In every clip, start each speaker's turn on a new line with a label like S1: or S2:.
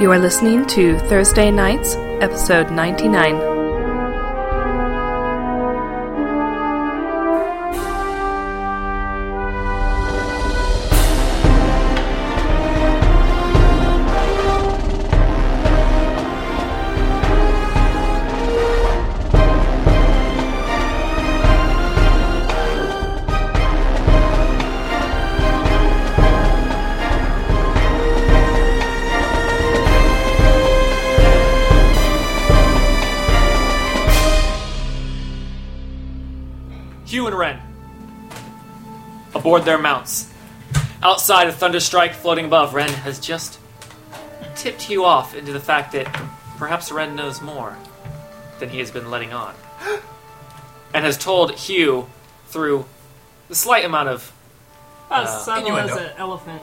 S1: You are listening to Thursday Nights, episode 99.
S2: Hugh and Wren aboard their mounts. Outside of Thunderstrike floating above, Wren has just tipped Hugh off into the fact that perhaps Wren knows more than he has been letting on. And has told Hugh through the slight amount of.
S3: As
S2: Uh,
S3: subtle as
S4: innuendo.
S3: an elephant.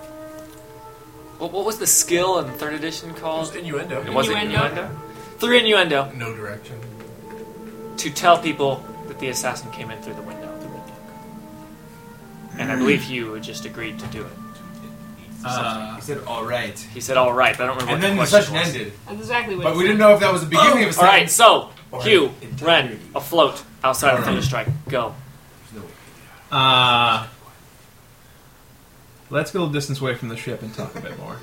S2: What, what was the skill in 3rd edition called?
S4: innuendo.
S2: was it
S3: Innuendo.
S2: innuendo? Through innuendo.
S4: No direction.
S2: to tell people that the assassin came in through the window of the red book. And I believe Hugh just agreed to do it.
S4: Uh,
S5: he said, "All right."
S2: He said, "All right," but I don't remember.
S5: And
S2: what
S5: then
S2: the
S5: the
S2: question
S5: session
S2: was.
S5: ended,
S3: That's exactly what
S5: but
S3: he
S5: we
S3: said.
S5: didn't know if that was the beginning of a
S2: All
S5: session.
S2: right, so
S4: Or
S2: Hugh,
S4: integrity.
S2: Ren, afloat outside of Thunderstrike. Go.
S5: Uh, let's go a distance away from the ship and talk a bit more.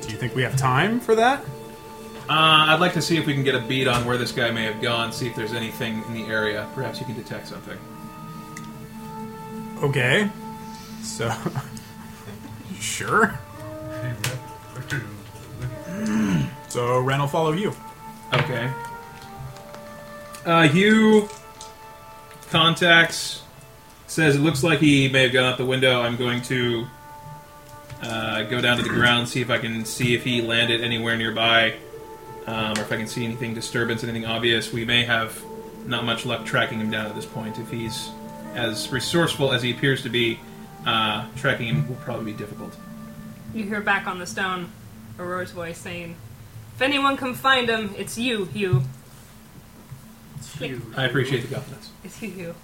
S6: Do you think we have time for that?
S5: Uh, I'd like to see if we can get a beat on where this guy may have gone. See if there's anything in the area. Perhaps you can detect something.
S6: Okay. So, sure. So Ren will follow you.
S5: Okay. Uh, Hugh contacts, says it looks like he may have gone out the window. I'm going to uh, go down to the ground, see if I can see if he landed anywhere nearby, um, or if I can see anything disturbance, anything obvious. We may have not much luck tracking him down at this point. If he's as resourceful as he appears to be, uh, tracking him will probably be difficult.
S3: You hear back on the stone Aurora's voice saying, If anyone can find him, it's you, Hugh.
S2: Hugh,
S5: I appreciate the confidence.
S3: It's you, Hugh.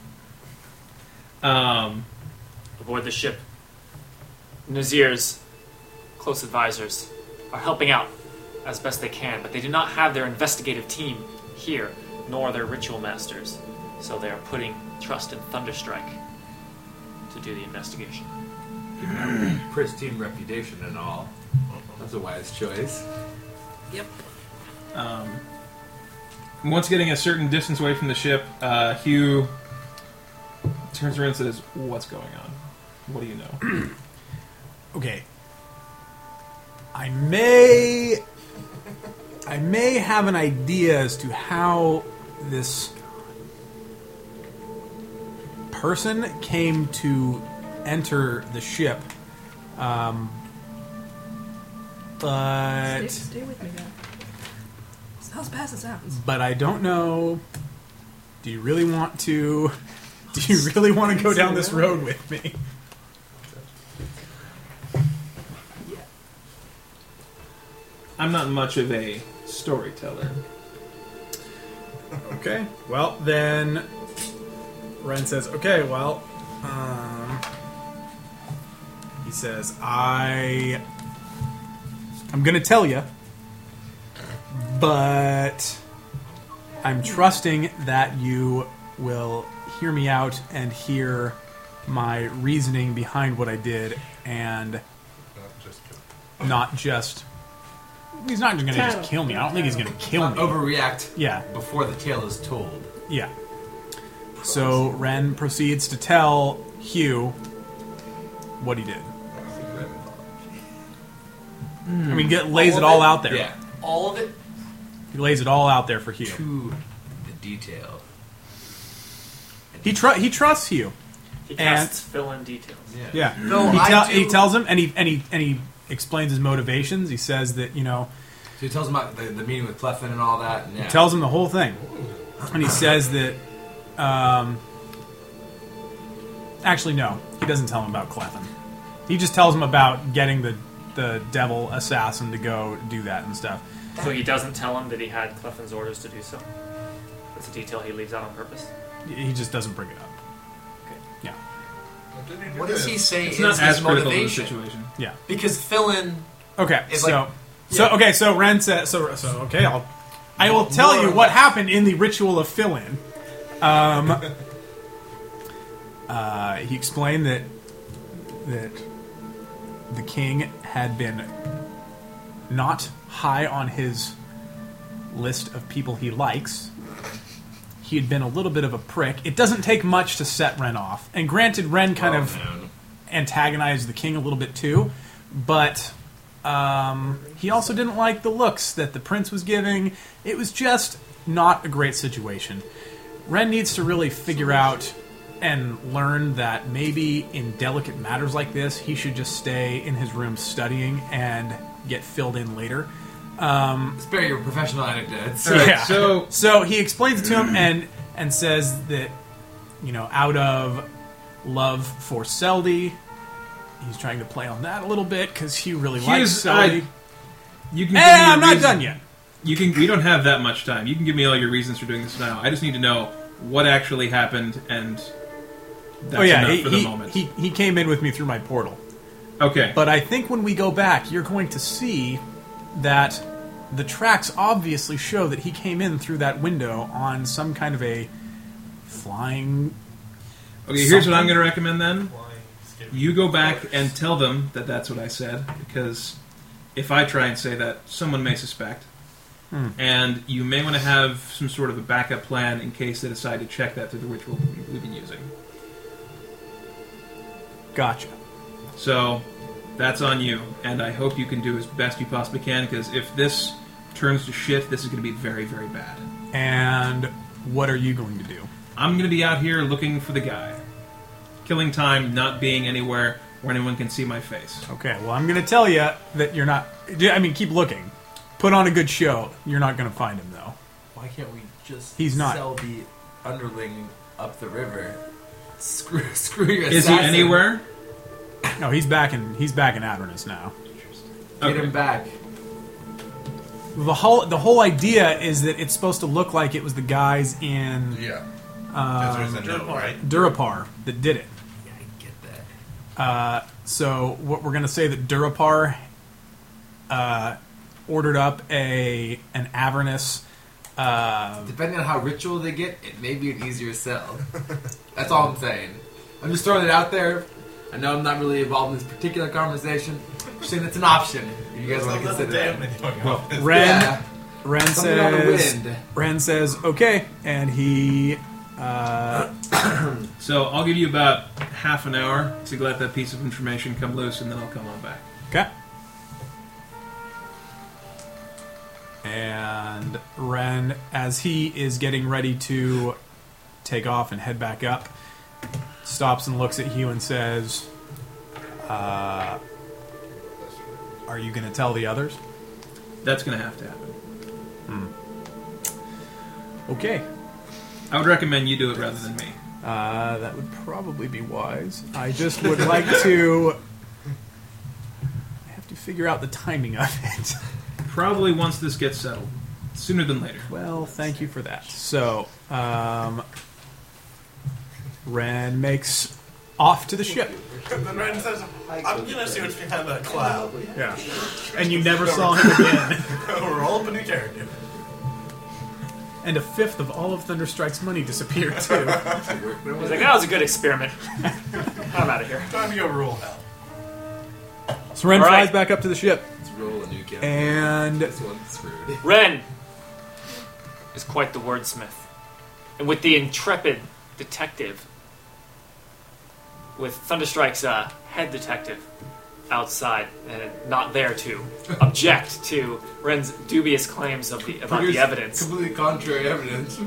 S5: Um,
S2: aboard the ship. Nazir's close advisors are helping out as best they can, but they do not have their investigative team here, nor their ritual masters. So they are putting trust in Thunderstrike to do the investigation.
S5: pristine reputation and all. That's a wise choice.
S3: Yep.
S5: Um, once getting a certain distance away from the ship, uh, Hugh turns around and says, What's going on? What do you know?
S6: Okay. I may I may have an idea as to how this person came to enter the ship. Um
S3: Stay,
S6: but
S3: stay with me, guy. Sounds bad as it sounds.
S6: but I don't know. Do you really want to? Do you really want to go down this road with me?
S5: I'm not much of a storyteller.
S6: Okay. Well, then Ren says, "Okay, well." Um, he says, "I I'm going to tell you, but I'm trusting that you will hear me out and hear my reasoning behind what I did and not just He's not just going to just kill me. I don't think he's going to kill me.
S5: Overreact
S6: Yeah.
S5: before the tale is told.
S6: Yeah. So Ren proceeds to tell Hugh what he did. I mean, get, lays it all out there.
S5: Yeah.
S2: All of it?
S6: He lays it all out there for Hugh.
S5: To the detail.
S6: He tr- he trusts Hugh.
S2: He casts fill in details.
S6: Yeah.
S5: No,
S6: he,
S5: I
S6: tell-
S5: do-
S6: he tells him, and he and he and he explains his motivations. He says that you know
S5: So he tells him about the, the meeting with Clefin and all that. And yeah.
S6: tells him the whole thing, and he says that. Um, actually, no, he doesn't tell him about Clefin. He just tells him about getting the the devil assassin to go do that and stuff.
S2: So he doesn't tell him that he had Cleffin's orders to do so. That's a detail he leaves out on purpose.
S6: He just doesn't bring it up. Yeah,
S7: What does he say
S5: it's
S7: is
S5: not as
S7: his
S5: critical to the
S7: motivation?
S5: situation.
S6: yeah.
S7: Because Fillin
S6: Okay,
S4: It's
S6: so
S4: like-
S6: so
S4: yeah.
S6: okay, so Ren says so so okay. I'll I will tell you what happened in the ritual of fill in. Um, uh, he explained that that the king had been not high on his list of people he likes. He had been a little bit of a prick. It doesn't take much to set Ren off. And granted, Ren kind of antagonized the king a little bit too, but um, he also didn't like the looks that the prince was giving. It was just not a great situation. Ren needs to really figure out and learn that maybe in delicate matters like this, he should just stay in his room studying and get filled in later.
S4: Spare your professional anecdotes.
S5: All right,
S6: Yeah.
S5: so
S6: So he explains it to him and and says that you know out of love for Seldy, he's trying to play on that a little bit because he really likes
S5: Hughes, I-
S6: Seldy.
S5: you can. give
S6: Hey,
S5: me your
S6: I'm not
S5: reason-
S6: done yet.
S5: You can. We don't have that much time. You can give me all your reasons for doing this now. I just need to know what actually happened, and that's
S6: oh yeah,
S5: enough
S6: he,
S5: for the
S6: he-
S5: moment.
S6: he he came in with me through my portal.
S5: okay,
S6: But I think when we go back, you're going to see that the tracks obviously show that he came in through that window on some kind of a flying.
S5: okay. Here's what I'm
S6: something-
S5: going to recommend then. You go back and tell them that that's what I said, because if I try and say that, someone may suspect. And you may want to have some sort of a backup plan in case they decide to check that through the ritual we've been using.
S6: Gotcha.
S5: So that's on you, and I hope you can do as best you possibly can, because if this turns to shit, this is going to be very, very bad.
S6: And what are you going to do?
S5: I'm going to be out here looking for the guy. Killing time, not being anywhere where anyone can see my face.
S6: Okay, well, I'm going to tell you that you're not. I mean, keep looking. Put on a good show. You're not going to find him, though.
S4: Why can't we just
S6: He's not.
S4: sell the underling up the river? Screw, screw your
S5: Is he
S4: assassin.
S5: anywhere?
S6: No, he's back in he's back in Avernus now.
S4: Get
S5: Okay.
S4: him back.
S6: The whole the whole idea is that it's supposed to look like it was the guys in um,
S8: Yeah. Because there's a no, right?
S6: Durapar that did it.
S4: Yeah, I get that.
S6: So what we're going to say that Durapar uh, ordered up a an Avernus.
S4: Depending on how ritual they get, it may be an easier sell. That's all I'm saying. I'm just throwing it out there. I know I'm not really involved in this particular conversation. Just saying it's an option. If you guys want to consider that.
S6: Ren
S4: Yeah.
S6: Ren
S4: Something on the
S6: says
S4: wind.
S6: Ren says okay, and he
S5: So I'll give you about half an hour to let that piece of information come loose, and then I'll come on back.
S6: Okay. And Ren, as he is getting ready to take off and head back up, stops and looks at Hugh and says, uh, Are you going to tell the others?
S5: That's going to have to happen.
S6: Okay.
S5: I would recommend you do it rather than me.
S6: Uh, that would probably be wise. I just would like to. I have to figure out the timing of it.
S5: Probably once this gets settled, sooner than later.
S6: Well, thank you for that. So, um, Ren makes off to the ship.
S8: And then Ren says, I'm gonna see what's behind that cloud.
S6: Yeah. And you never saw him again.
S8: Roll up a new character.
S6: And a fifth of all of Thunderstrike's money disappeared too.
S2: was like, that was a good experiment. I'm out of here.
S8: Time to go rule hell.
S6: So Ren
S2: All right.
S6: flies back up to the ship,
S4: Let's roll a new character.
S6: and
S4: This one's screwed.
S2: Ren is quite the wordsmith. And with the intrepid detective, with Thunderstrike's uh, head detective outside and not there to object to Ren's dubious claims of the, about the
S4: Here's
S2: evidence,
S4: Completely contrary evidence.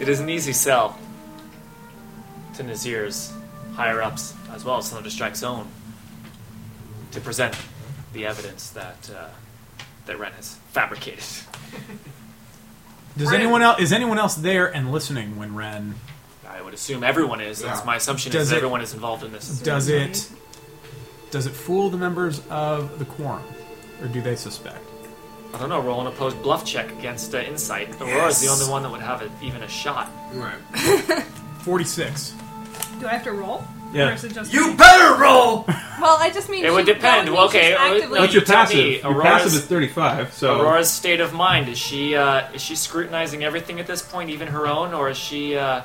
S2: it is an easy sell to Nazir's higher ups, as well as Thunderstrike's own, to present the evidence that, uh, that Ren has fabricated.
S6: does anyone else is anyone else there and listening when Ren
S2: I would assume everyone is. That's
S4: Yeah.
S2: my assumption
S6: Does
S2: is
S6: it-
S2: that everyone is involved in this.
S6: does it? Does it fool the members of the quorum, or do they suspect?
S2: I don't know. Roll an opposed bluff check against uh, insight. Aurora's the
S6: Yes.
S2: only one that would have a, even a shot.
S4: Right.
S6: Forty-six.
S3: Do I have to roll?
S5: Yeah.
S3: Or is it just
S9: You
S3: me?
S9: better roll!
S3: Well, I just mean
S2: It would
S3: she-
S2: depend.
S3: that would mean
S2: Well, okay,
S3: she's
S2: uh,
S3: actively-
S2: no,
S5: What's your
S2: you tell
S5: passive?
S2: me,
S5: Your
S2: Aurora's-
S5: passive is 35, so.
S2: Aurora's state of mind is she uh, is she scrutinizing everything at this point, even her own, or is she uh, is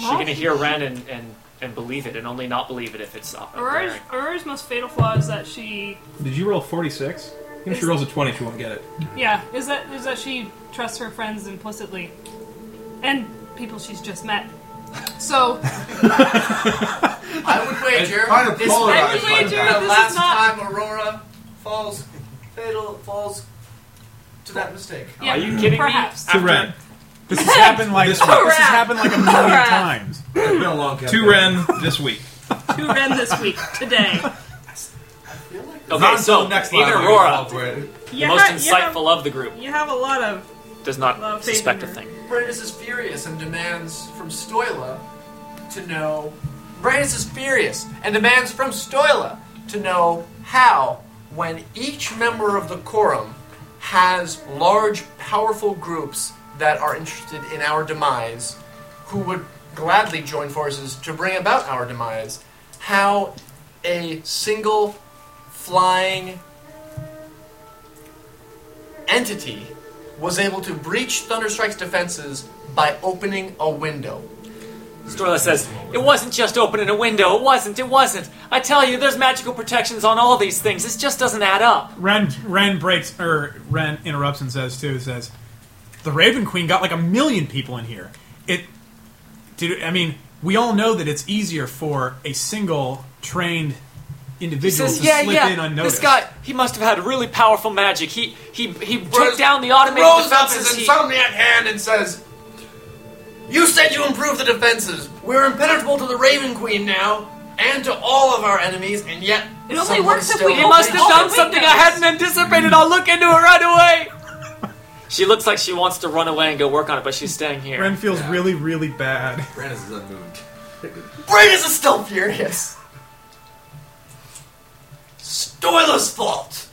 S2: she
S3: Well,
S2: going to hear Ren and, and, and believe it, and only not believe it if it's up?
S3: Aurora's, Aurora's most fatal flaw is that she,
S5: Did you roll 46? Even if she rolls a 20, she won't get it.
S3: yeah, is that is that she trusts her friends implicitly, and people she's just met. So
S9: I would wager
S4: Kind of
S9: this
S4: polarized
S9: I would
S3: like
S9: wager
S3: that. This
S9: the
S3: is
S9: last
S3: not-
S9: time Aurora falls fatal falls to that mistake.
S3: yeah,
S2: Are you kidding me?
S3: perhaps.
S5: To Ren.
S10: This has happened like
S5: This
S10: this,
S5: week.
S10: has happened like a million
S3: Crap.
S10: times.
S4: It's been a long
S5: To Ren this week.
S3: To Ren this week today.
S2: Okay, so
S4: next
S2: even
S4: level,
S2: Aurora, the
S3: You
S2: most
S3: ha- you have-
S2: insightful of the group,
S3: You have a lot of
S2: does
S3: Well,
S2: not
S3: faith in
S2: suspect a
S3: her.
S2: thing.
S9: Brandis is furious and demands from Stoila to know. Brandis is furious and demands from Stoila to know how, when each member of the quorum has large, powerful groups that are interested in our demise, who would gladly join forces to bring about our demise, how a single flying entity was able to breach Thunderstrike's defenses by opening a window.
S2: Storla says, It wasn't just opening a window. It wasn't. It wasn't. I tell you, there's magical protections on all these things. This just doesn't add up.
S10: Ren Ren breaks or Ren interrupts and says too says, "The Raven Queen got like a million people in here. It did. I mean, we all know that it's easier for a single trained
S2: He
S10: individual
S2: says,
S10: to
S2: Yeah,
S10: slip in
S2: yeah.
S10: unnoticed."
S2: This guy, he must have had really powerful magic. He he he
S9: Throws-
S2: took down the automated
S9: throws up
S2: defenses.
S9: his
S2: He-
S9: insomniac hand and says, "You said you improved the defenses. We're impenetrable to the Raven Queen now, and to all of our enemies, and yet
S3: It only
S9: someone
S3: works if
S9: still
S3: we-
S2: He must have
S3: Oh,
S2: done
S3: wait,
S2: something I
S3: guys.
S2: hadn't anticipated. I'll look into it right away. She looks like she wants to run away and go work on it, but she's staying here.
S10: Ren feels
S4: Yeah.
S10: really really bad.
S4: Ren is unmoved.
S9: Brandis is still furious. Stoila's fault.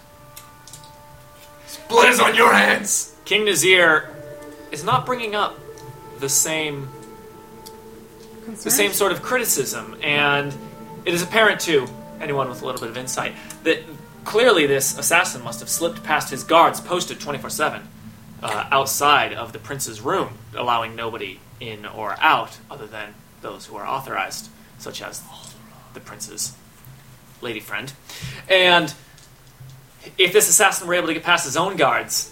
S9: Blood is on your hands.
S2: King Nazir is not bringing up the same the same sort of criticism, and it is apparent to anyone with a little bit of insight that clearly this assassin must have slipped past his guards posted 24 7 uh, outside of the prince's room, allowing nobody in or out other than those who are authorized, such as the prince's lady friend. And if this assassin were able to get past his own guards,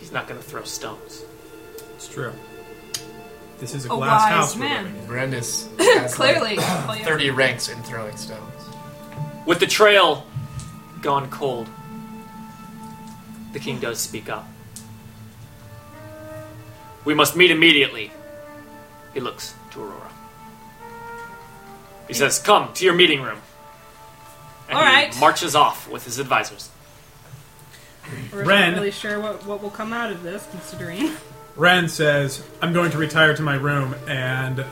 S2: he's not going to throw stones.
S10: It's true. This is a
S3: a
S10: glass
S3: wise
S10: house. we're living in.
S3: man.
S9: Brandis
S3: Clearly, Well, yeah.
S9: thirty ranks in throwing stones.
S2: With the trail gone cold, the king does speak up. We must meet immediately. He looks to Aurora. He says, Come to your meeting room. And
S3: All
S2: he
S3: right.
S2: marches off with his advisors.
S3: we're
S10: Ren.
S3: not really sure what, what will come out of this, considering.
S10: Ren says, "I'm going to retire to my room and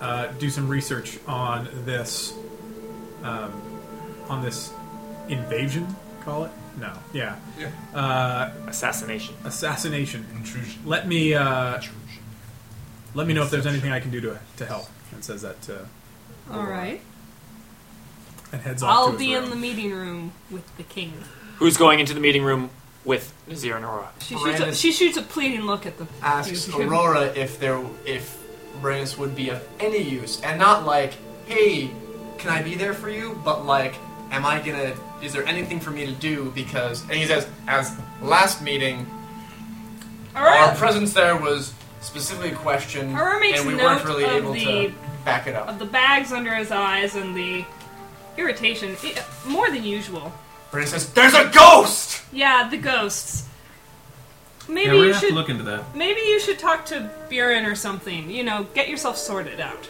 S10: uh, do some research on this, um, on this invasion. Call it no, yeah,
S2: Assassination.
S10: assassination. Intrusion. Let me uh, let me know if there's anything I can do to to help." And says that to,
S3: All right,
S10: and heads off.
S3: I'll
S10: to his
S3: be in
S10: room.
S3: the meeting room with the king.
S2: Who's going into the meeting room with Nazir and Aurora?
S3: She shoots, a,
S9: Brandis-
S3: she shoots a pleading look at the
S9: asks
S3: you two.
S9: Aurora if there if Brandis would be of any use, and not like, "Hey, can I be there for you?" But like, "Am I gonna? Is there anything for me to do?" Because and he says, "As last meeting,
S3: All
S9: our
S3: right,
S9: presence there was specifically questioned,
S3: Aurora makes
S9: and we
S3: note
S9: weren't really
S3: of
S9: able
S3: the-
S9: to back it up."
S3: of the bags under his eyes and the irritation, i- more than usual.
S9: Brandis says, "There's a ghost."
S3: Yeah, the ghosts. Maybe
S5: Yeah, we're
S3: you
S5: gonna have
S3: should
S5: to look into that.
S3: maybe you should talk to Buren or something. You know, get yourself sorted out.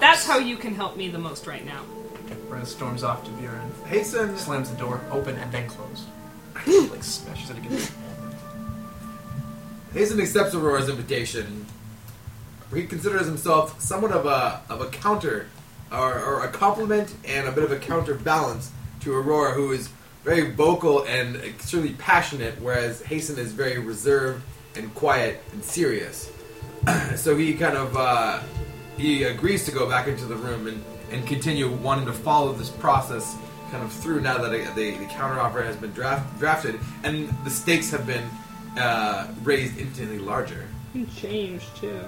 S3: That's how you can help me the most right now.
S9: Brandis storms off to Buren,
S4: Hasten.
S9: slams the door open and then closed. like smashes it against. the wall.
S4: Hazen accepts Aurora's invitation. He considers himself somewhat of a of a counter, or, or a compliment and a bit of a counterbalance to Aurora, who is very vocal and extremely passionate, whereas Hasten is very reserved and quiet and serious. so he kind of uh, he agrees to go back into the room and, and continue wanting to follow this process kind of through now that the, the counteroffer has been draft, drafted and the stakes have been uh, raised infinitely larger.
S3: You changed too.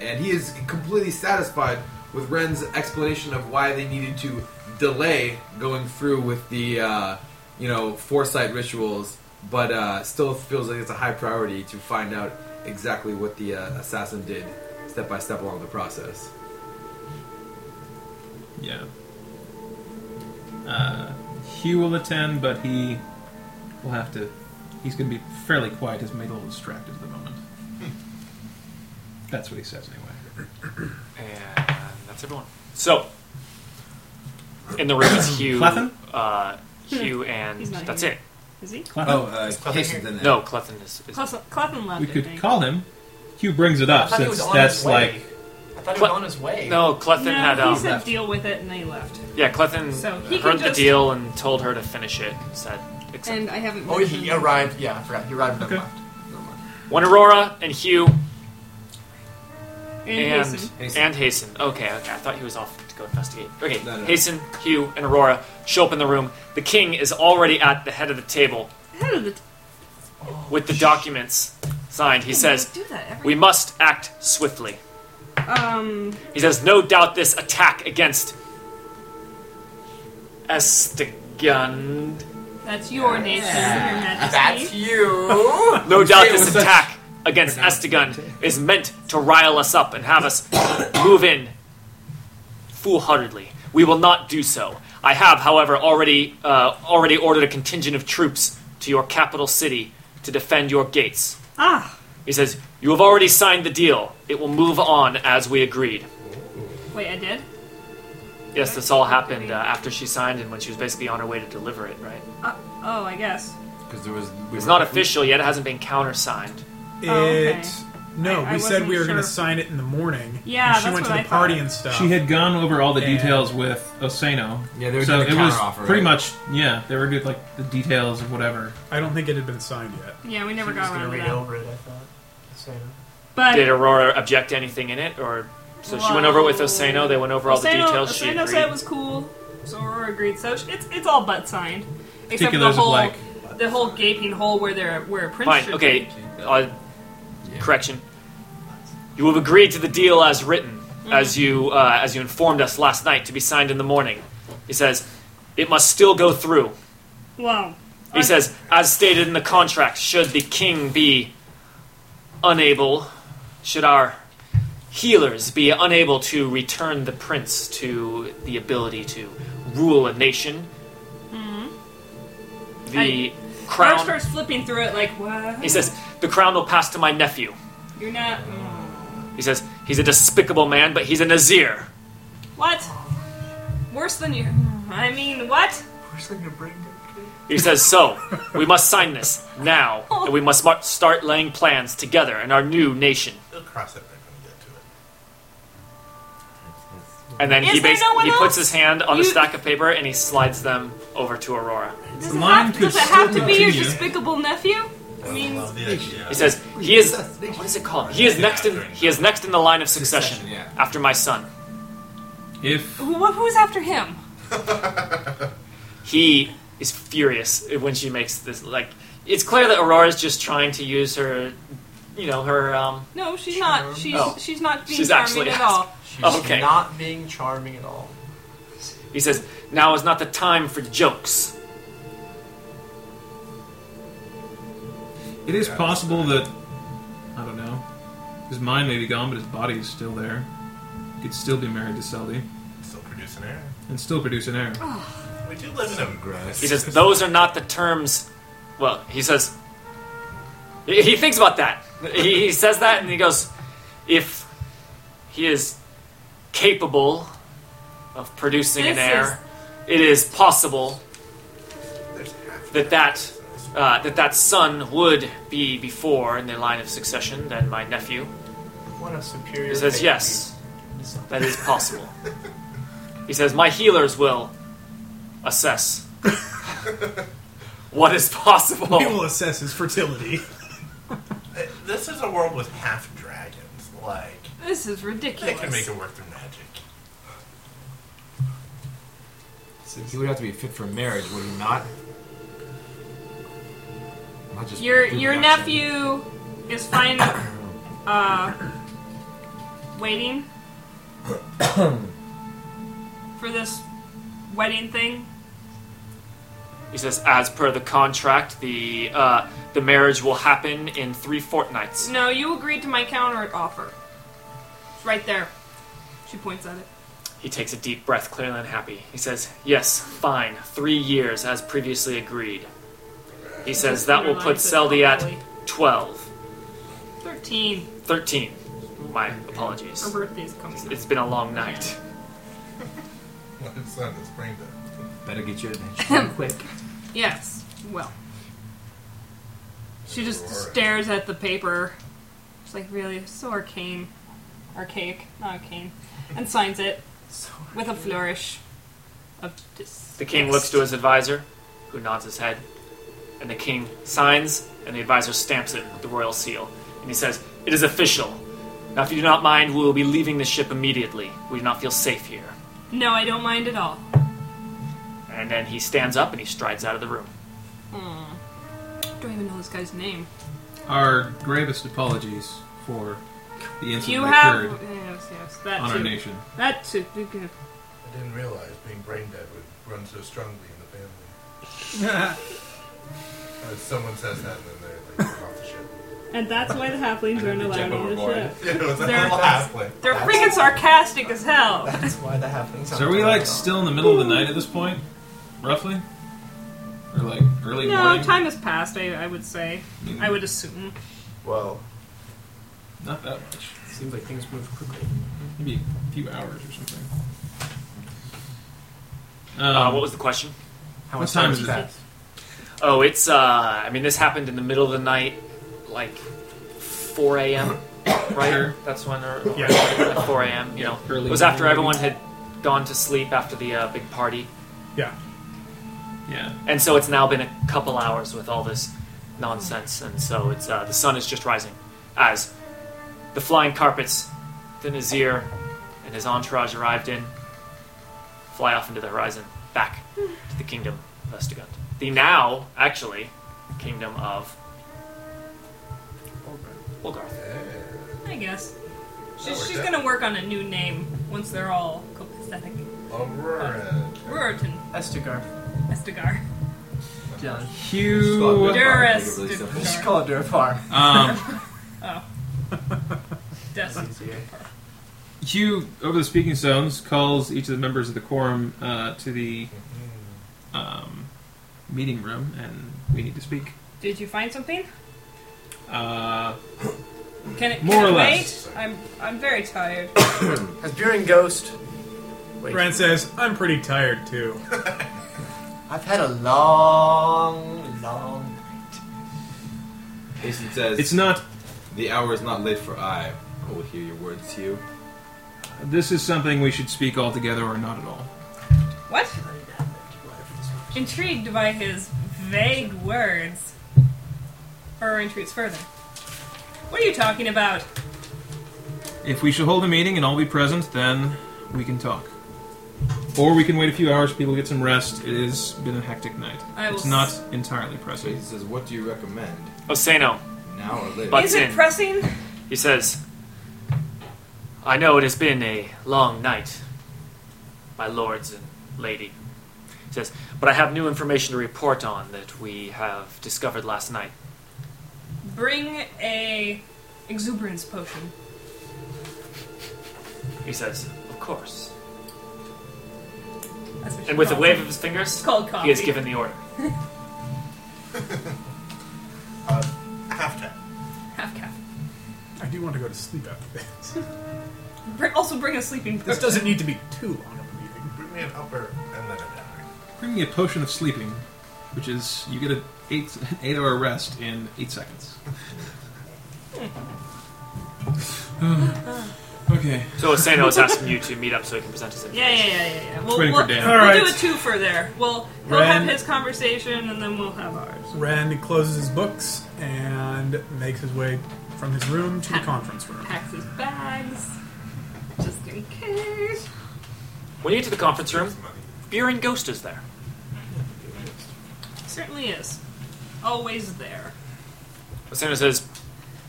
S4: And he is completely satisfied with Ren's explanation of why they needed to delay going through with the uh, you know foresight rituals, but uh, still feels like it's a high priority to find out exactly what the uh, assassin did step by step along the process.
S5: Yeah. Uh, Hugh will attend, but he will have to. He's going to be fairly quiet. He's made a little distracted at the moment.
S4: Hmm.
S5: That's what he says, anyway.
S2: And that's everyone. So, in the room is Hugh.
S5: Clefin?
S2: Uh, Hugh and
S3: He's not
S2: that's
S3: here.
S2: it.
S3: Is he?
S5: Clefin?
S4: Oh, uh,
S9: Clefin
S4: Casey's in there.
S2: No, Clefin is. is
S3: Clef- Clefin left.
S5: we
S3: I
S5: could
S3: think.
S5: call him. Hugh brings it
S9: I
S5: up
S9: thought he
S5: since
S9: was on
S5: that's
S9: his way.
S5: like
S9: I thought he
S2: What?
S9: was on his way.
S2: no, Clefin
S3: No,
S2: had.
S3: he
S2: Um,
S3: said deal with it, and they left.
S2: yeah, Clefin
S3: So he
S2: heard
S3: can
S2: the
S3: just-
S2: deal and told her to finish it. Said. Except
S11: And I haven't.
S9: Oh,
S11: mentioned-
S9: he arrived. Yeah, I forgot. He arrived and then
S5: Okay.
S9: left. Never mind.
S2: when Aurora and Hugh
S3: And,
S2: and
S3: Hasten.
S4: Hasten.
S2: and Hasten. Okay, okay. I thought he was off to go investigate. Okay,
S4: No, no.
S2: Hasten, Hugh, and Aurora show up in the room. The king is already at the head of the table
S11: How did the t-
S2: with the documents signed. He says,
S11: do that every?
S2: "We must act swiftly."
S11: um.
S2: He says, "No doubt this attack against Estigund.
S3: That's your name, Your Majesty.
S9: That's you.
S2: No doubt
S4: it
S2: this
S4: with such
S2: attack against Estigund is meant to rile us up and have us move in foolhardily. We will not do so. I have, however, already uh, already ordered a contingent of troops to your capital city to defend your gates."
S11: Ah.
S2: He says, "You have already signed the deal. It will move on as we agreed."
S3: Wait, I did.
S2: Yes, this all happened uh, after she signed and when she was basically on her way to deliver it, right?
S3: Uh, oh, I guess.
S4: because there was we
S2: It's
S4: were-
S2: not official yet. It hasn't been countersigned.
S10: It.
S3: Oh, okay.
S10: No,
S3: I- I
S10: we said we
S3: wasn't
S10: were going
S3: sure.
S10: to sign it in the morning.
S3: Yeah,
S10: and she
S3: that's
S10: went
S3: what
S10: to
S3: I
S10: the party
S3: thought.
S10: and stuff.
S5: she had gone over all the
S10: And-
S5: details with Osano.
S4: Yeah, they were
S5: so
S4: doing
S5: it
S4: the
S5: was
S4: counteroffer,
S5: pretty
S4: right?
S5: much yeah. They were good like the details of whatever.
S10: I don't think it had been signed yet.
S3: Yeah, we never
S9: He was
S3: got
S9: gonna
S3: around to
S9: read
S3: that.
S9: over it, I thought. So,
S3: But
S2: Did Aurora object to anything in it, or so she went over it with
S3: Whoa.
S2: Osano? They went over all the
S3: Osano-
S2: details. She
S3: Osano
S2: agreed.
S3: said it was cool, so Aurora agreed. So sh- it's it's all but signed, except the
S5: Particulars of
S3: whole
S5: like
S3: the whole gaping hole where there where a prince.
S2: Fine.
S3: should
S2: Okay.
S3: be.
S2: Uh, correction. You have agreed to the deal as written,
S3: Mm-hmm.
S2: as you uh, as you informed us last night, to be signed in the morning. He says, "It must still go through."
S3: Wow.
S2: He says, as stated in the contract, should the king be unable, should our healers be unable to return the prince to the ability to rule a nation, the
S3: Crown
S2: crown.
S3: starts flipping through it like what?
S2: He says, the crown will pass to my nephew.
S3: "You're not mm.
S2: He says, he's a despicable man, but he's a Nazir.
S3: what? Worse than you? I mean, what?
S9: where's they gonna bring him?
S2: He says, so, we must sign this now, and we must mar- start laying plans together in our new nation.
S12: They'll cross it when we get to it.
S2: And then
S3: Is
S2: he
S3: there
S2: bas-
S3: no one
S2: he puts
S3: else?
S2: his hand on the
S3: You-
S2: stack of paper and he slides them over to Aurora.
S3: Does
S5: The
S3: it
S5: line
S3: have,
S5: could
S3: does it have
S5: still
S3: to be your
S5: continue.
S3: despicable nephew? I
S12: I
S3: mean,
S12: love the idea.
S2: He says, "He is what is it called? He is next in he is next in the line of succession,
S4: Succession, yeah.
S2: after my son.
S5: if
S3: who, who's after him?
S2: He is furious when she makes this. Like it's clear that Aurora is just trying to use her, you know, her. Um,
S3: No, she's not. She's
S2: Oh.
S3: she's not being
S2: She's
S3: charming
S2: actually
S3: at all.
S9: She's
S2: Okay.
S9: not being charming at all.
S2: he says, "Now is not the time for jokes."
S5: it is possible that I don't know, his mind may be gone, but his body is still there. He could still be married to Seldy
S12: Still producing air.
S5: and still produce an heir.
S12: We do live in a gross.
S2: He says, "Those are not the terms." Well, he says. He he thinks about that. He, he says that, and he goes, "If he is capable of producing an
S3: This
S2: heir, it is possible
S12: There's half
S2: that that uh, that that son would be before in the line of succession than my nephew."
S9: What a superior.
S2: He says,
S9: baby.
S2: "Yes, that is possible." He says, "My healers will assess what is possible."
S10: We will assess his fertility.
S12: This is a world with half dragons. Like,
S3: This
S11: This is
S12: They
S11: ridiculous.
S12: can make it work through magic.
S4: So he would have to be fit for marriage, would he not? Not just
S3: Your
S4: food
S3: your
S4: production.
S3: nephew is fine. Uh, waiting for this wedding thing.
S2: He says, as per the contract, the uh, the marriage will happen in three fortnights.
S3: No, you agreed to my counter offer. It's right there. She points at it.
S2: He takes a deep breath, clearly unhappy. He says, yes, fine, three years as previously agreed. He says that will put Seldy at 12.
S3: Thirteen.
S2: 13. My
S3: Her
S2: apologies.
S3: birthday's coming.
S2: It's been a long night.
S12: Well, his son is brain dead.
S4: Better get your attention.
S3: Quick. Yes. Well. She just
S12: Aurora.
S3: stares at the paper. She's like, really? It's So arcane. Archaic, not arcane. And signs it with a flourish of dis.
S2: The king looks to his advisor, who nods his head, and the king signs, and the advisor stamps it with the royal seal. And he says, It is official. Now, if you do not mind, we will be leaving the ship immediately. We do not feel safe here.
S3: No, I don't mind at all.
S2: And then he stands up and he strides out of the room.
S3: Don't even know this guy's name.
S5: Our gravest apologies for the incident
S3: You
S5: that
S3: have. Oh,
S5: occurred
S3: Yes, yes. That
S5: on our
S3: too.
S5: nation.
S3: That too. You can-
S12: I didn't realize being brain dead would run so strongly in the family. Uh, someone says that, and then they're like off the ship.
S3: And that's why the halflings aren't allowed on the ship.
S12: Yeah, it was a
S3: They're-
S12: whole halfway.
S3: They're freaking sarcastic as hell.
S9: That's why that happens.
S5: So are we like still in the middle of the night at this point, roughly, or like early
S3: No,
S5: morning?
S3: time has passed. I, I would say. I would assume.
S9: Well,
S5: Not that much.
S9: seems like things move quickly.
S5: Maybe a few hours or something.
S2: Uh,
S5: Um,
S2: what was the question?
S9: Uh, How
S5: What
S9: much
S5: time
S9: time
S5: is
S9: has
S5: it?
S9: passed?
S2: Oh, it's, uh, I mean, this happened in the middle of the night, like 4 a.m., right?
S5: Sure.
S2: That's when, or,
S5: Yeah.
S2: like 4 a.m., you know.
S5: Early
S2: it was after
S5: morning.
S2: everyone had gone to sleep after the uh, big party.
S10: Yeah.
S5: yeah.
S2: And so it's now been a couple hours with all this nonsense, and so it's uh, the sun is just rising as the flying carpets, the Nazir and his entourage arrived in, fly off into the horizon, back to the kingdom of Vestigund. The now, actually, kingdom of Olgarth.
S3: I guess. She's, she's gonna work on a new name once they're all copacetic.
S12: Aurora.
S3: Ruritan,
S9: Estigar.
S3: Estigar,
S9: Dylan.
S5: Hugh.
S3: Duras,
S4: Probably simple.
S9: Just call it Durfar.
S5: Um,
S3: Oh. Dust.
S9: Easier.
S5: Hugh, over the speaking stones, calls each of the members of the quorum uh, to the um, meeting room, and we need to speak.
S3: Did you find something?
S5: Uh,
S3: Can it, can
S5: More
S3: it
S5: or less.
S3: wait? I'm I'm very tired.
S9: Has Buren Ghost. Wait.
S10: Brent says, I'm pretty tired too.
S9: I've had a long, long.
S4: Jason says,
S5: it's not.
S4: The hour is not late for I. I will hear your words, Hugh.
S5: This is something we should speak all together or not at all.
S3: What? Intrigued by his vague words, Burrow retreats further. What are you talking about?
S5: If we shall hold a meeting and all be present, then we can talk. Or we can wait a few hours, people get some rest. It has been a hectic night.
S3: I will
S5: it's
S3: s-
S5: not
S4: So
S5: entirely
S4: he
S5: pressing.
S4: says, what do you recommend?
S2: Oseno,
S4: Now or later?
S2: But-
S3: Is it
S2: in.
S3: pressing?
S2: he says, I know it has been a long night, my lords and lady. He says, but I have new information to report on that we have discovered last night.
S3: Bring a exuberance potion.
S2: He says, Of course.
S3: That's what she
S2: And with a
S3: calls
S2: wave
S3: it.
S2: of his fingers,
S3: It's called coffee.
S2: he has given the order.
S12: Half tap.
S3: half cap.
S10: I do want to go to sleep after this.
S3: Bring, also bring a sleeping
S10: This
S3: potion.
S10: doesn't need to be too long of a meeting.
S12: Bring me an upper and then a downer.
S5: Bring me a potion of sleeping, which is you get an eight, an eight hour rest in eight seconds. okay.
S2: So Osano is asking you to meet up so he can present his information.
S3: Yeah, yeah, yeah, yeah. yeah. We'll,
S5: waiting for
S3: we'll,
S5: Dan.
S3: we'll
S10: All
S3: do a
S10: right.
S3: twofer there. We'll we'll have
S10: Ren-
S3: his conversation and then we'll have ours.
S10: Ren closes his books and makes his way from his room to the conference room.
S3: Packs his bags. in case.
S2: When you get to the conference room,
S12: Money.
S2: Buren Ghost is there.
S3: Certainly is. Always there.
S2: Asuna says,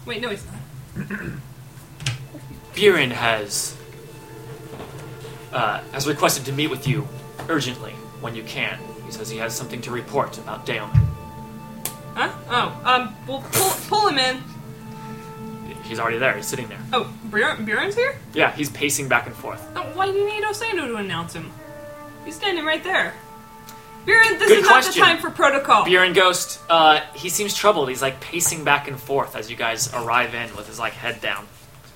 S3: Wait, no, he's not.
S2: Buren has uh, has requested to meet with you urgently when you can. He says he has something to report about Daemon.
S3: Huh? Oh, um, well, pull, pull him in.
S2: He's already there. He's sitting there.
S3: Oh, Buren, Buren's here?
S2: Yeah, he's pacing back and forth.
S3: No, why do you need Osando to announce him? He's standing right there. Buren, this
S2: Good
S3: is not the
S2: question.
S3: time for protocol.
S2: Buren Ghost, uh, he seems troubled. He's like pacing back and forth as you guys arrive in with his like head down.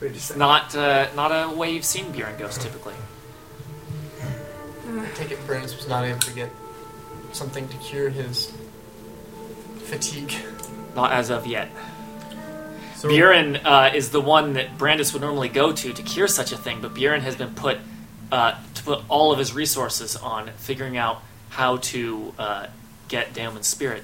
S2: It's not uh, not a way you've seen Buren Ghost typically.
S9: I take it Brandis was not able to get something to cure his fatigue.
S2: Not as of yet.
S5: So
S2: Buren uh, is the one that Brandis would normally go to to cure such a thing, but Buren has been put uh, to put all of his resources on figuring out how to uh, get Damon's spirit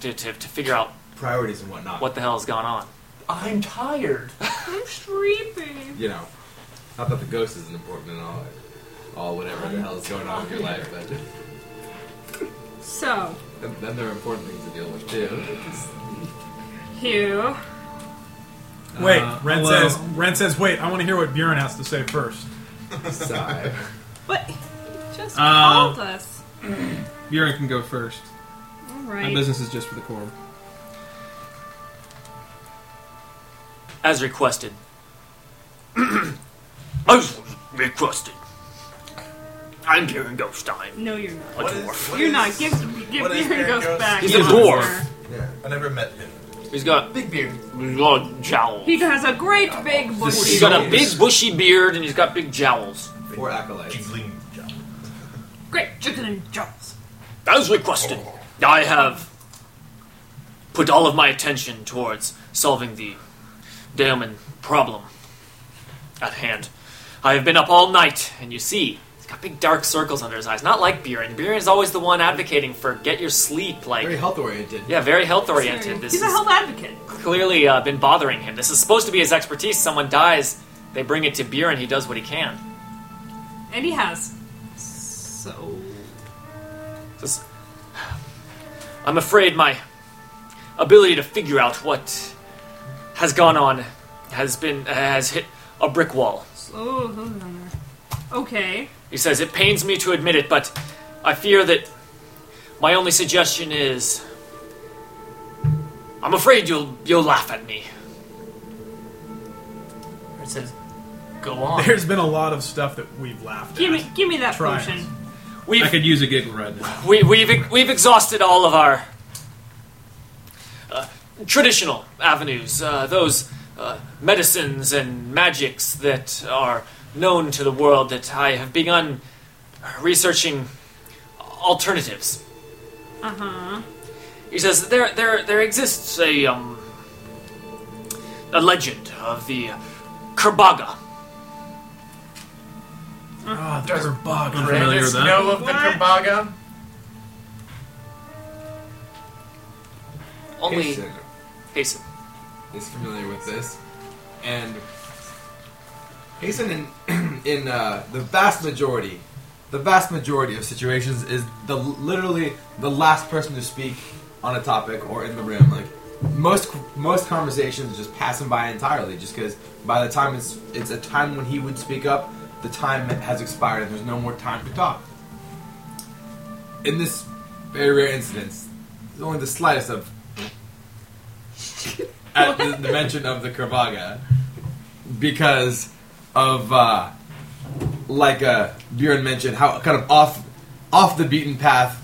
S2: to, to, to figure out
S4: Priorities and whatnot.
S2: what the hell has gone on.
S9: I'm tired.
S3: I'm sleepy.
S4: You know, not that the ghost isn't important and all, all whatever the hell is going on with your life, but
S3: So,
S4: then- then there are important things to deal with too.
S3: Hugh.
S10: Wait,
S5: Uh,
S10: Ren
S5: hello.
S10: says. Ren says, "Wait, I want to hear what Buren has to say first.
S4: Sigh.
S3: What? He just
S5: Uh,
S3: called us.
S5: Buren can go first. My
S3: Alright.
S5: business is just for the core.
S2: As requested. As requested. I'm Buren Ghost. I'm
S3: No, you're not.
S2: a
S12: What is-
S2: dwarf.
S12: what
S3: You're
S12: is-
S3: not. Give, give
S12: what is
S3: Buren
S12: Buren
S3: Ghost,
S12: Ghost?
S3: back.
S2: He's
S5: a dwarf.
S12: Yeah, I never met him.
S2: He's got
S9: Big beard.
S2: large jowls.
S3: He has a great big
S2: He's
S3: booty.
S2: got a big bushy beard and he's got big jowls.
S4: Four acolytes.
S12: Giggling job.
S3: Great chicken and jaws.
S2: As requested, I have put all of my attention towards solving the Daemon problem at hand. I have been up all night, and you see, he's got big dark circles under his eyes. Not like Buren. Buren is always the one advocating for get your sleep. Like,
S4: Very health oriented.
S2: yeah, very health oriented. This
S3: He's a
S2: has
S3: health advocate.
S2: clearly uh, been bothering him. This is supposed to be his expertise. Someone dies, they bring it to Buren. He does what he can.
S3: And he has. So.
S2: Says, I'm afraid my ability to figure out what has gone on has been has hit a brick wall.
S3: Oh, hold on there. Okay.
S2: He says it pains me to admit it, but I fear that my only suggestion is I'm afraid you'll you'll laugh at me.
S9: It says, go on.
S10: There's been a lot of stuff that we've laughed
S3: Give
S10: at.
S3: me, give me that
S10: Trials.
S3: potion.
S2: We've
S5: I could use a giggle right now.
S2: we, we've we've exhausted all of our uh, traditional avenues, uh, those uh, medicines and magics that are known to the world. That I have begun researching alternatives.
S3: Uh huh.
S2: He says there there there exists a um, a legend of the Kerbaga.
S10: Ah, the Kerbog.
S5: familiar
S9: Brandis
S5: with that.
S9: know of the
S3: What?
S9: Kerbaga?
S2: Only
S4: Hasten
S2: Hasten.
S4: is familiar with this, and Hasten in in uh, the vast majority, the vast majority of situations is the literally the last person to speak on a topic or in the room. Like most most conversations just pass him by entirely, just because by the time it's it's a time when he would speak up, the time has expired and there's no more time to talk. In this very rare instance, there's only the slightest of at the, the mention of the Kervaga because of uh, like uh, Buren mentioned how kind of off off the beaten path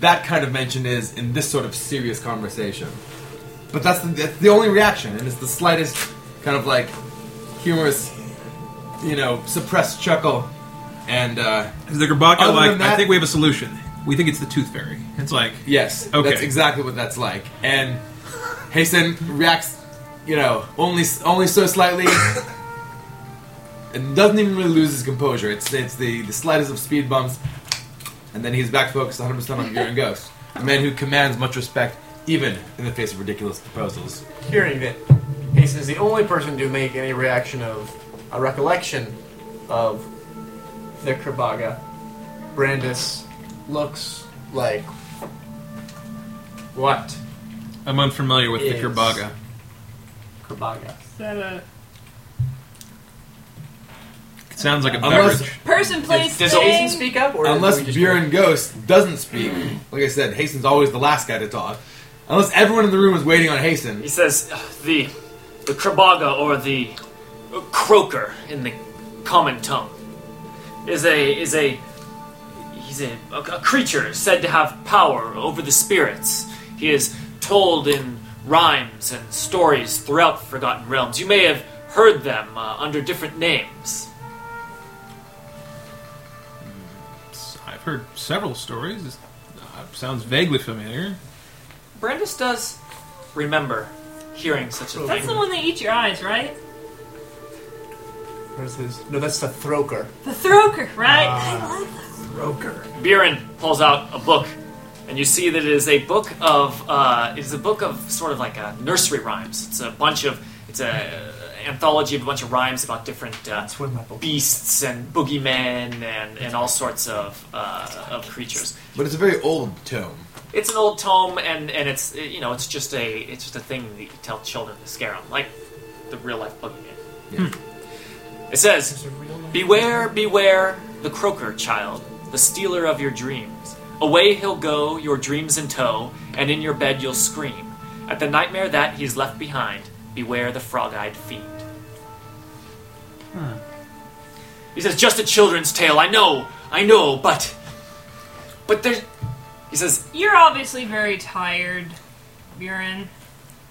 S4: that kind of mention is in this sort of serious conversation. But that's the, that's the only reaction, and it's the slightest kind of like humorous, you know, suppressed chuckle, and uh,
S5: Is the Gerbaka
S4: Other
S5: like?
S4: than that-
S5: I think we have a solution. We think it's the Tooth Fairy. It's like
S4: Yes.
S5: Okay.
S4: That's exactly what that's like. And Hasten reacts, you know, only only so slightly. and doesn't even really lose his composure. It's it's the, the slightest of speed bumps, and then he's back focused 100 percent on Urine Ghost, a man who commands much respect even in the face of ridiculous proposals.
S9: Hearing that Hasten is the only person to make any reaction of a recollection of the Kerbaga, Brandis looks like what?
S5: I'm unfamiliar with
S9: Yes.
S5: the Kerbaga.
S9: Kerbaga.
S3: Is that a
S5: It sounds like a
S4: Unless-
S5: beverage.
S3: person, place,
S9: Does, does
S3: thing?
S9: Jason speak up, or do we
S4: Unless
S9: just
S4: Buren Ghost doesn't speak, like I said, Hasten's always the last guy to talk. Unless everyone in the room is waiting on Hasten.
S2: He says uh, the the krabaga or the uh, croaker in the common tongue is a is a he's a, a, a creature said to have power over the spirits. He is told in rhymes and stories throughout Forgotten Realms. You may have heard them uh, under different names.
S5: I've heard several stories. It uh, sounds vaguely familiar.
S2: Brandis does remember hearing such a
S3: That's the
S2: thing.
S3: one that eats your eyes, right?
S9: Where's his- No, that's the Throker.
S3: The Throker, right?
S2: Ah.
S9: Throker.
S2: Biren pulls out a book, and you see that it is a book of uh, it is a book of sort of like uh nursery rhymes. It's a bunch of it's a anthology of a bunch of rhymes about different uh,
S9: That's where my book.
S2: beasts and boogeymen and, and all sorts of uh, of creatures.
S4: But it's a very old tome.
S2: It's an old tome, and, and it's uh, you know it's just a it's just a thing that you tell children to scare them, like the real life boogeyman.
S4: Yeah.
S2: It says, "Beware, beware the croaker child, the stealer of your dreams. Away he'll go, your dreams in tow, and in your bed you'll scream at the nightmare that he's left behind. Beware the frog-eyed fiend." He says, "Just a children's tale. I know, I know, but, but there's." He says,
S3: You're obviously very tired, Buren.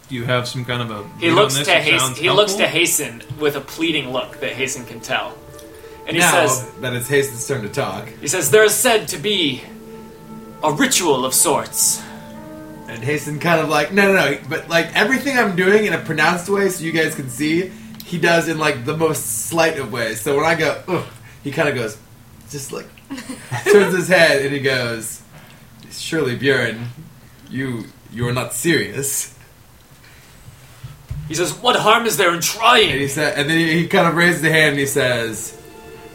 S5: Do you have some kind of a?
S2: He
S5: read on
S2: looks
S5: this?
S2: to
S5: It
S2: hasten.
S5: sounds
S2: He looks to
S5: helpful?
S2: hasten with a pleading look that Hasten can tell, and he
S4: now
S5: um,
S2: says,
S4: that it's Hasten's turn to talk,
S2: "He says there is said to be a ritual of sorts.
S4: and Hasten kind of like, no, no, no, but like everything I'm doing in a pronounced way so you guys can see, he does in like the most slight of ways. So when I go, ugh, he kind of goes, just like, turns his head and he goes, surely Buren, you, you are not serious.
S2: He says, what harm is there in
S4: And
S2: trying?
S4: he said, and then he, he kind of raises the hand and he says,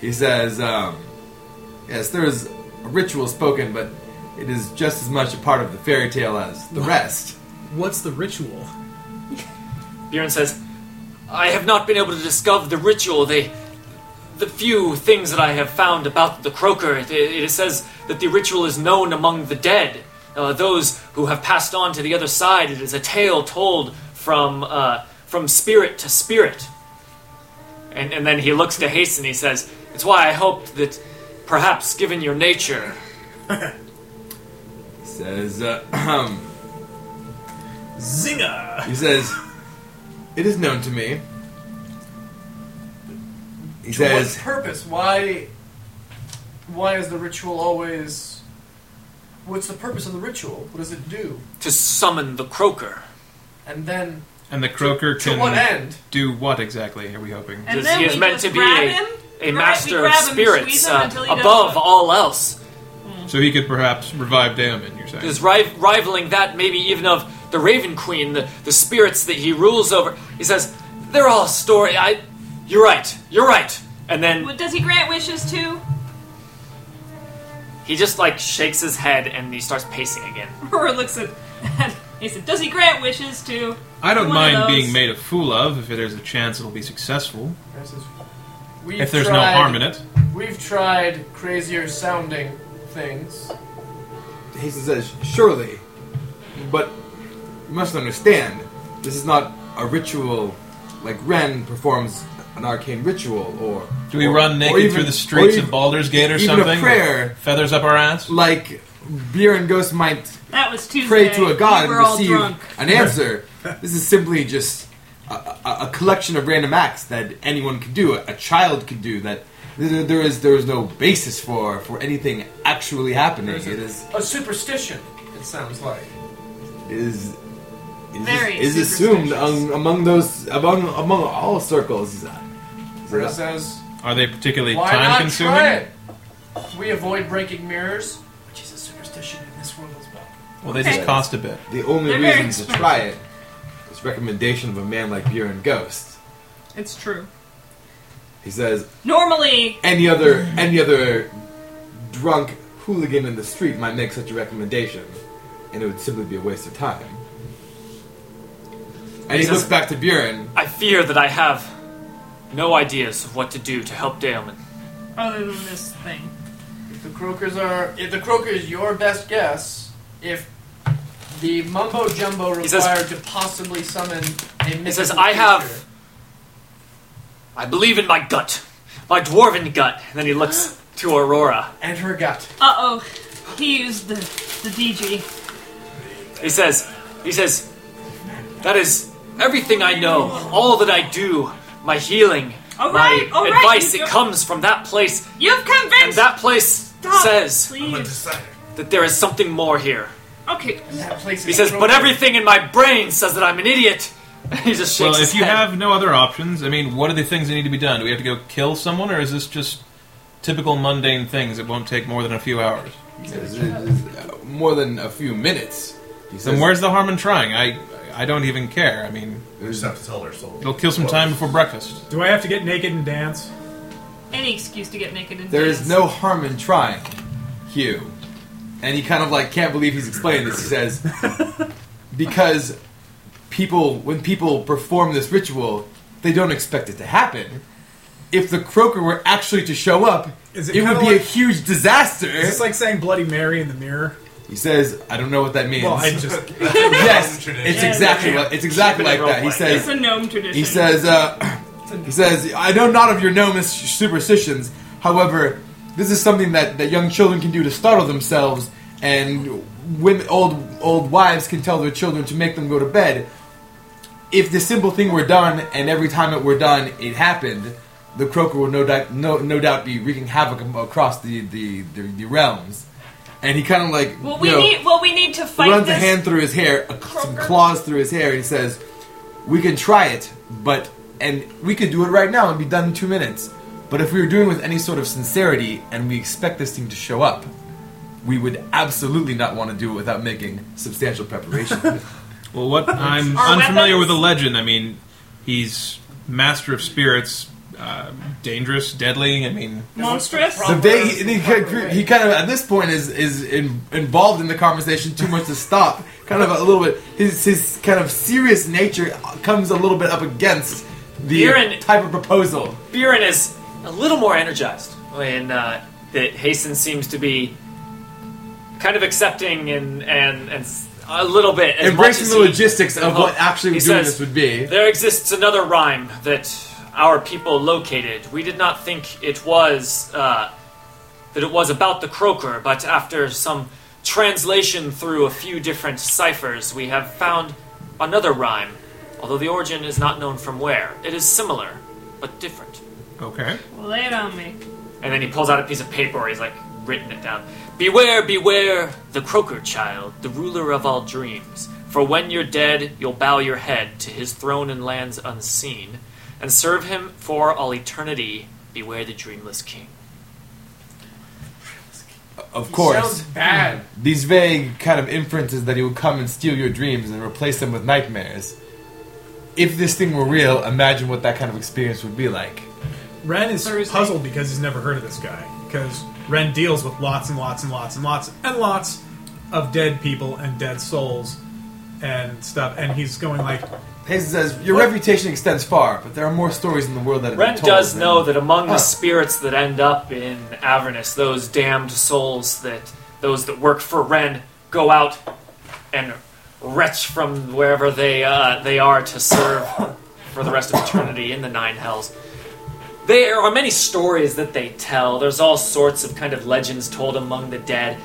S4: he says, um, yes, there is a ritual spoken, but it is just as much a part of the fairy tale as the rest.
S10: What's the ritual?
S2: Buren says, I have not been able to discover the ritual. They, the few things that I have found about the croaker, it, it says that the ritual is known among the dead, uh, those who have passed on to the other side. It is a tale told from uh, from spirit to spirit. And, and then he looks to Hasten. He says, "It's why I hoped that, perhaps, given your nature,
S4: He says, uh,
S10: Zinga!
S4: He says, "It is known to me." He says,
S9: What purpose? Why? Why is the ritual always? What's the purpose of the ritual? What does it do?
S2: to summon the croaker."
S9: And then
S5: And the croaker
S9: to
S5: can
S9: what end?
S5: do what exactly? Are we hoping?
S3: And
S2: Does
S3: then
S2: he is
S3: we
S2: meant
S3: just
S2: to be
S3: grab
S2: a-
S3: him,
S2: A
S3: right?
S2: master
S3: We
S2: of
S3: grab him, squeeze
S2: spirits,
S3: him
S2: uh,
S3: until he does
S2: above
S3: what-
S2: all else.
S5: So he could perhaps revive Daemon. You're saying?
S2: is ri- rivaling that maybe even of the Raven Queen, the, the spirits that he rules over. He says, they're all story. I, you're right. You're right. And then
S3: What- Does he grant wishes too?
S2: he just like shakes his head and he starts pacing again.
S3: Or looks at. He said, "Does he grant wishes too?"
S5: I don't
S3: One of
S5: mind
S3: those.
S5: being made a fool of if there's a chance it'll be successful.
S9: We've
S5: If there's no
S9: tried-
S5: harm in it.
S9: We've tried crazier sounding things.
S4: "Hasten says, surely, but you must understand, this is not a ritual like Ren performs an arcane ritual, or
S5: Do we
S4: or-
S5: run
S4: or
S5: naked
S4: even-
S5: through the streets
S4: or
S5: of Baldur's Gate or
S4: even a
S5: something? with
S4: prayer.
S5: Feathers up our ass?
S4: like Beer and Ghost might
S3: That was Tuesday.
S4: pray to a god
S3: We
S4: and
S3: were all
S4: receive
S3: drunk.
S4: an answer. this is simply just a, a, a collection of random acts that anyone could do, a child could do. That there there is there is no basis for for anything actually happening. It is
S9: A superstition. It sounds like.
S4: it is. it Is,
S3: Very
S4: is assumed
S3: superstitious.
S4: among, among those among among all circles.
S9: Bruno says,
S5: Are they particularly
S9: "Why
S5: time
S9: not
S5: consuming?
S9: try it? We avoid breaking mirrors, which is a superstition in this world as well."
S5: Well, they just
S4: Okay.
S5: cost a bit.
S4: The only
S3: They're very
S4: reason to try it is recommendation of a man like Buren Ghost.
S3: It's true.
S4: He says,
S3: Normally,
S4: any other any other drunk hooligan in the street might make such a recommendation, and it would simply be a waste of time. And he
S2: He says-
S4: looks back to Buren.
S2: I fear that I have no ideas of what to do to help Daemon.
S3: other than this thing.
S9: If the croakers are, if the croaker is your best guess, if the mumbo jumbo
S2: He says-
S9: required to possibly summon a mythical
S2: says, "I have- I believe in my gut, my dwarven gut. And then he looks to Aurora.
S9: creature and her gut.
S3: Uh oh, he used the the DG.
S2: He says, he says, that is everything I know, all that I do, my healing,
S3: All
S2: my
S3: right, all right,
S2: advice.
S3: you
S2: it
S3: go-
S2: comes from that place,
S3: You've
S2: and
S3: convinced.
S2: that place
S3: Stop,
S2: says
S12: I'm a
S3: Please.
S12: decider.
S2: that there is something more here.
S3: Okay.
S9: That place is
S2: He says, but
S9: croaker.
S2: everything in my brain says that I'm an idiot. he just shakes
S5: Well,
S2: his
S5: if you
S2: head.
S5: have no other options, I mean, what are the things that need to be done? Do we have to go kill someone, or is this just typical mundane things that won't take more than a few hours?
S4: He says, "It is, uh, More than a few minutes. He says,
S5: Then where's the harm in trying? I, I don't even care. I mean,
S12: We just have to tell our soul.
S5: it'll kill some time before breakfast.
S10: Do I have to get naked and dance?
S3: Any excuse to get naked and
S4: There
S3: dance.
S4: is no harm in trying, Hugh. And he kind of like can't believe he's explaining this. He says, because people, when people perform this ritual, they don't expect it to happen. If the croaker were actually to show up,
S10: Is
S4: it,
S10: it
S4: would
S10: kinda
S4: be a
S10: like-
S4: huge disaster.
S10: Is this like saying Bloody Mary in the mirror?
S4: he says, I don't know what that means.
S10: Well, I just
S4: yes,
S12: Tradition.
S4: it's
S3: Yeah,
S4: exactly like, it's exactly like that. He
S3: It's
S4: says,
S3: a gnome tradition.
S4: he says, uh, he says, I know not of your gnomish superstitions. However, this is something that, that young children can do to startle themselves, and women, old old wives can tell their children to make them go to bed. If this simple thing were done, and every time it were done, it happened, the croaker would no doubt no, no doubt be wreaking havoc am- across the the, the, the realms. And he kind of like
S3: Well,
S4: you
S3: we
S4: know,
S3: need. Well, we need to fight
S4: runs
S3: this.
S4: a hand through his hair, a, some
S3: Croaker.
S4: claws through his hair, and he says, "We can try it, but and we could do it right now and be done in two minutes. But if we were doing it with any sort of sincerity and we expect this thing to show up, we would absolutely not want to do it without making substantial preparation."
S5: Well, what I'm
S3: Our
S5: unfamiliar
S3: weapons?
S5: with the legend. I mean, he's master of spirits, uh, dangerous, deadly. I mean,
S3: Monstrous.
S4: the day he, he, kind of- he kind of at this point is is in, involved in the conversation too much to stop. Kind of a little bit his his kind of serious nature comes a little bit up against the
S2: Aaron-
S4: type of proposal.
S2: Buren is a little more energized, and uh, that Hasten seems to be kind of accepting and and and s- a little bit as much
S4: embracing
S2: as
S4: the
S2: he- Oh,
S4: logistics of what actually
S2: He
S4: doing
S2: says,
S4: this would be.
S2: There exists another rhyme that our people located. We did not think it was uh, that it was about the croaker, but after some translation through a few different ciphers, we have found another rhyme. Although the origin is not known from where, it is similar but different.
S5: okay.
S3: Lay it on me.
S2: And then he pulls out a piece of paper where he's like written it down. Beware, beware, the croaker child, the ruler of all dreams. For when you're dead, you'll bow your head to his throne in lands unseen, and serve him for all eternity. Beware the dreamless king.
S4: Of
S9: He
S4: course,
S9: Sounds bad.
S4: these vague kind of inferences that he would come and steal your dreams and replace them with nightmares. If this thing were real, imagine what that kind of experience would be like.
S10: Ren is
S3: Thursday.
S10: puzzled because he's never heard of this guy. Because Ren deals with lots and lots and lots and lots and lots of dead people and dead souls and stuff, and he's going like,
S4: Hazen says, "Your
S10: What?
S4: reputation extends far, but there are more stories in the world that have
S2: Ren
S4: been told."
S2: does
S4: than-
S2: know that among the
S4: Huh.
S2: spirits that end up in Avernus, those damned souls that those that work for Ren go out and retch from wherever they uh, they are to serve for the rest of eternity in the nine hells. There are many stories that they tell. There's all sorts of kind of legends told among the dead.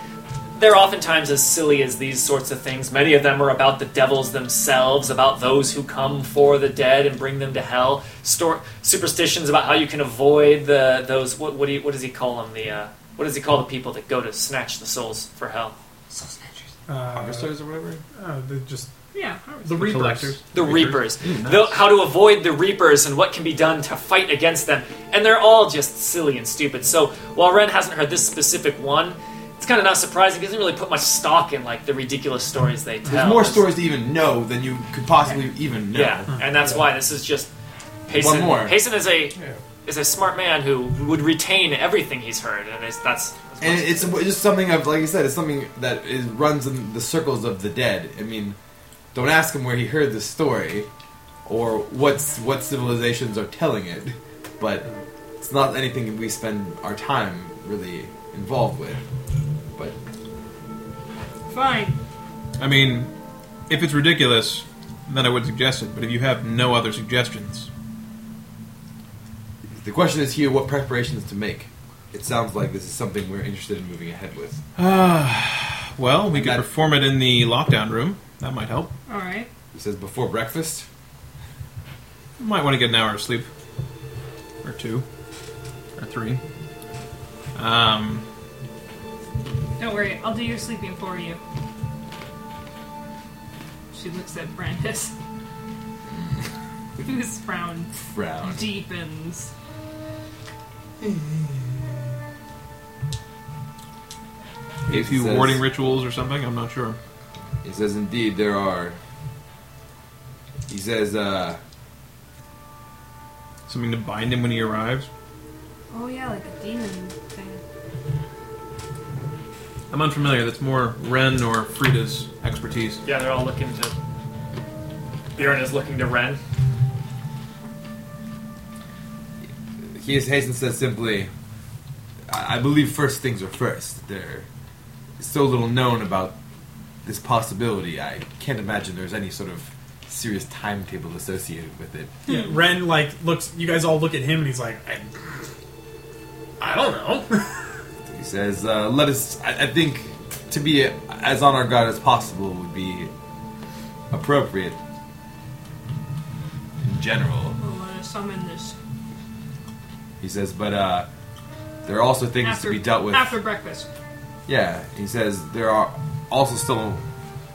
S2: They're oftentimes as silly as these sorts of things. Many of them are about the devils themselves, about those who come for the dead and bring them to hell. Stor- superstitions about how you can avoid the those what what, do you, what does he call them the uh, what does he call the people that go to snatch the souls for hell?
S10: uh,
S4: Harvesters or whatever.
S10: uh, the, just
S3: Yeah.
S10: the reapers.
S5: collectors.
S2: The Reapers.
S5: Hmm,
S4: Hmm,
S2: The- how to avoid the Reapers and what can be done to fight against them. And they're all just silly and stupid. So while Ren hasn't heard this specific one, it's kind of not surprising. He doesn't really put much stock in like the ridiculous stories they tell.
S4: There's more stories to even know than you could possibly even know.
S5: Uh-huh.
S2: Yeah, and that's why this is just Payson.
S4: One more.
S2: Payson is a is a smart man who would retain everything he's heard, and it's, that's as
S4: And
S2: much-
S4: it's just something of, like you said, it's something that is, runs in the circles of the dead. I mean, don't ask him where he heard this story, or what's what civilizations are telling it, but it's not anything we spend our time really involved with. But
S3: Fine.
S5: I mean, if it's ridiculous, then I would suggest it. But if you have no other suggestions,
S4: the question is here: what preparations to make? It sounds like this is something we're interested in moving ahead with.
S5: well, we could
S4: That-
S5: perform it in the lockdown room. That might help.
S3: All right.
S4: He says before breakfast.
S5: Might want to get an hour of sleep, or two, or three. Um,
S3: Don't worry. I'll do your sleeping for you. She looks at Brandis, whose frown
S4: Brown.
S3: deepens.
S5: a few
S4: says-
S5: warding rituals or something. I'm not sure.
S4: He says, indeed, there are. He says, uh,
S5: Something to bind him when he arrives.
S3: Oh yeah, like a demon thing.
S5: I'm unfamiliar. That's more Ren or Frida's expertise.
S2: yeah, they're all looking to. Buren is looking to Ren.
S4: he is Hasten says simply, I I believe first things are first. There is so little known about this possibility. I can't imagine there's any sort of serious timetable associated with it.
S3: Hmm.
S6: Ren like looks. You guys all look at him, and he's like, I, I don't know.
S4: He says, uh, let us, I, I think, to be as on our guard as possible would be appropriate in general.
S3: I want to Oh, summon this
S4: He says, but uh, there are also things
S3: after
S4: to be dealt with.
S3: after breakfast.
S4: Yeah, he says there are also still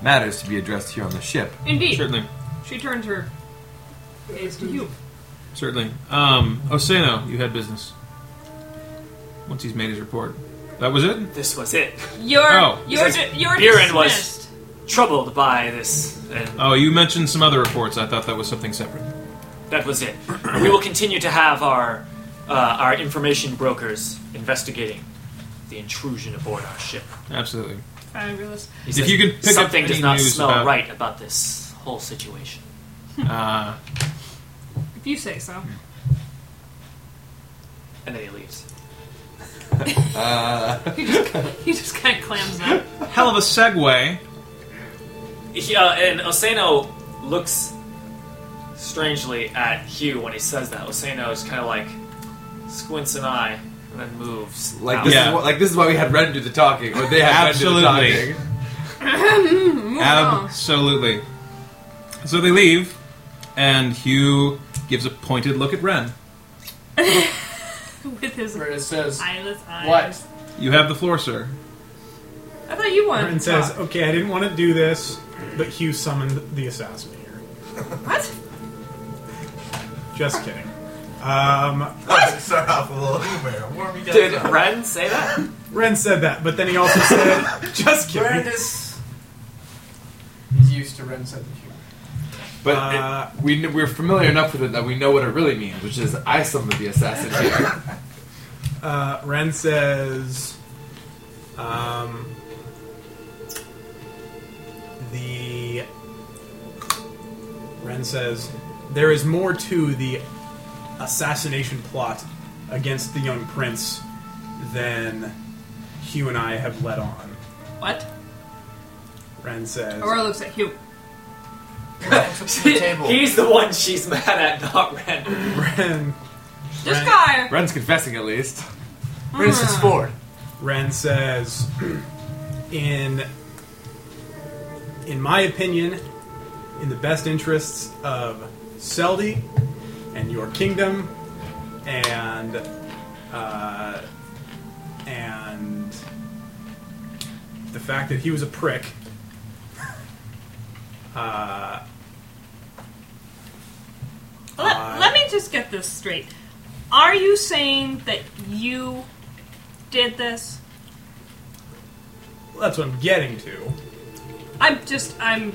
S4: matters to be addressed here on the ship.
S3: Indeed.
S5: Certainly,
S3: She turns her gaze to you.
S5: certainly. Um, Osano, you had business. Once he's made his report, that was it.
S2: This was it.
S3: You're
S5: Oh.
S2: you're
S3: you're
S2: Because di-
S3: you're
S2: you're Buren was- dismissed. Troubled by this, and
S5: Oh, you mentioned some other reports. I thought that was something separate.
S2: that was it. we will continue to have our uh, our information brokers investigating the intrusion aboard our ship.
S5: Absolutely.
S3: Fabulous.
S2: He
S5: If
S2: says,
S5: you could pick up
S2: something
S5: any
S2: does not
S5: news
S2: smell
S5: about-
S2: right about this whole situation.
S5: Uh,
S3: If you say so.
S2: And then he leaves.
S3: He just, he just kind of clams up.
S5: hell of a segue.
S2: He, uh, and Osano looks strangely at Hugh when he says that. Osano is kind of like squints an eye and then moves.
S4: Like
S2: out.
S4: this,
S5: Yeah.
S4: is, wh- like this is why we had Ren do the talking, or they had Ren do the
S5: Absolutely.
S4: talking.
S5: Absolutely. So they leave, and Hugh gives a pointed look at Ren.
S3: With his
S9: Where it says,
S3: eyeless eyes.
S9: What?
S5: You have the floor, sir.
S3: I thought you wanted
S6: Ren
S3: to
S6: says,
S3: talk.
S6: "Okay, I didn't want to do this, but Hugh summoned the assassin here."
S3: What?
S6: Just kidding. Um,
S13: Start off a little humor. Warm you guys
S2: Did
S13: up.
S2: Ren say that?
S6: Ren said that, but then he also said, "Just kidding."
S9: Brandis is used to Ren sense of humor.
S4: But
S6: Uh,
S4: it, we kn- we're familiar enough with it that we know what it really means, which is I summoned the assassin here.
S6: Uh, Ren says, um, the Ren says there is more to the assassination plot against the young prince than Hugh and I have let on.
S3: What?
S6: Ren says,
S3: Aurora looks at Hugh.
S9: the table.
S2: He's the one she's mad at, not Ren.
S6: Ren,
S3: This
S6: Ren-
S3: guy.
S4: Ren's confessing at least.
S9: Brandis is forward.
S6: Ren says, in in my opinion, in the best interests of Seldi and your kingdom, and uh, and the fact that he was a prick. Uh,
S3: Let,
S6: I-
S3: let me just get this straight. Are you saying that you did this?
S6: that's what I'm getting to.
S3: I'm just I'm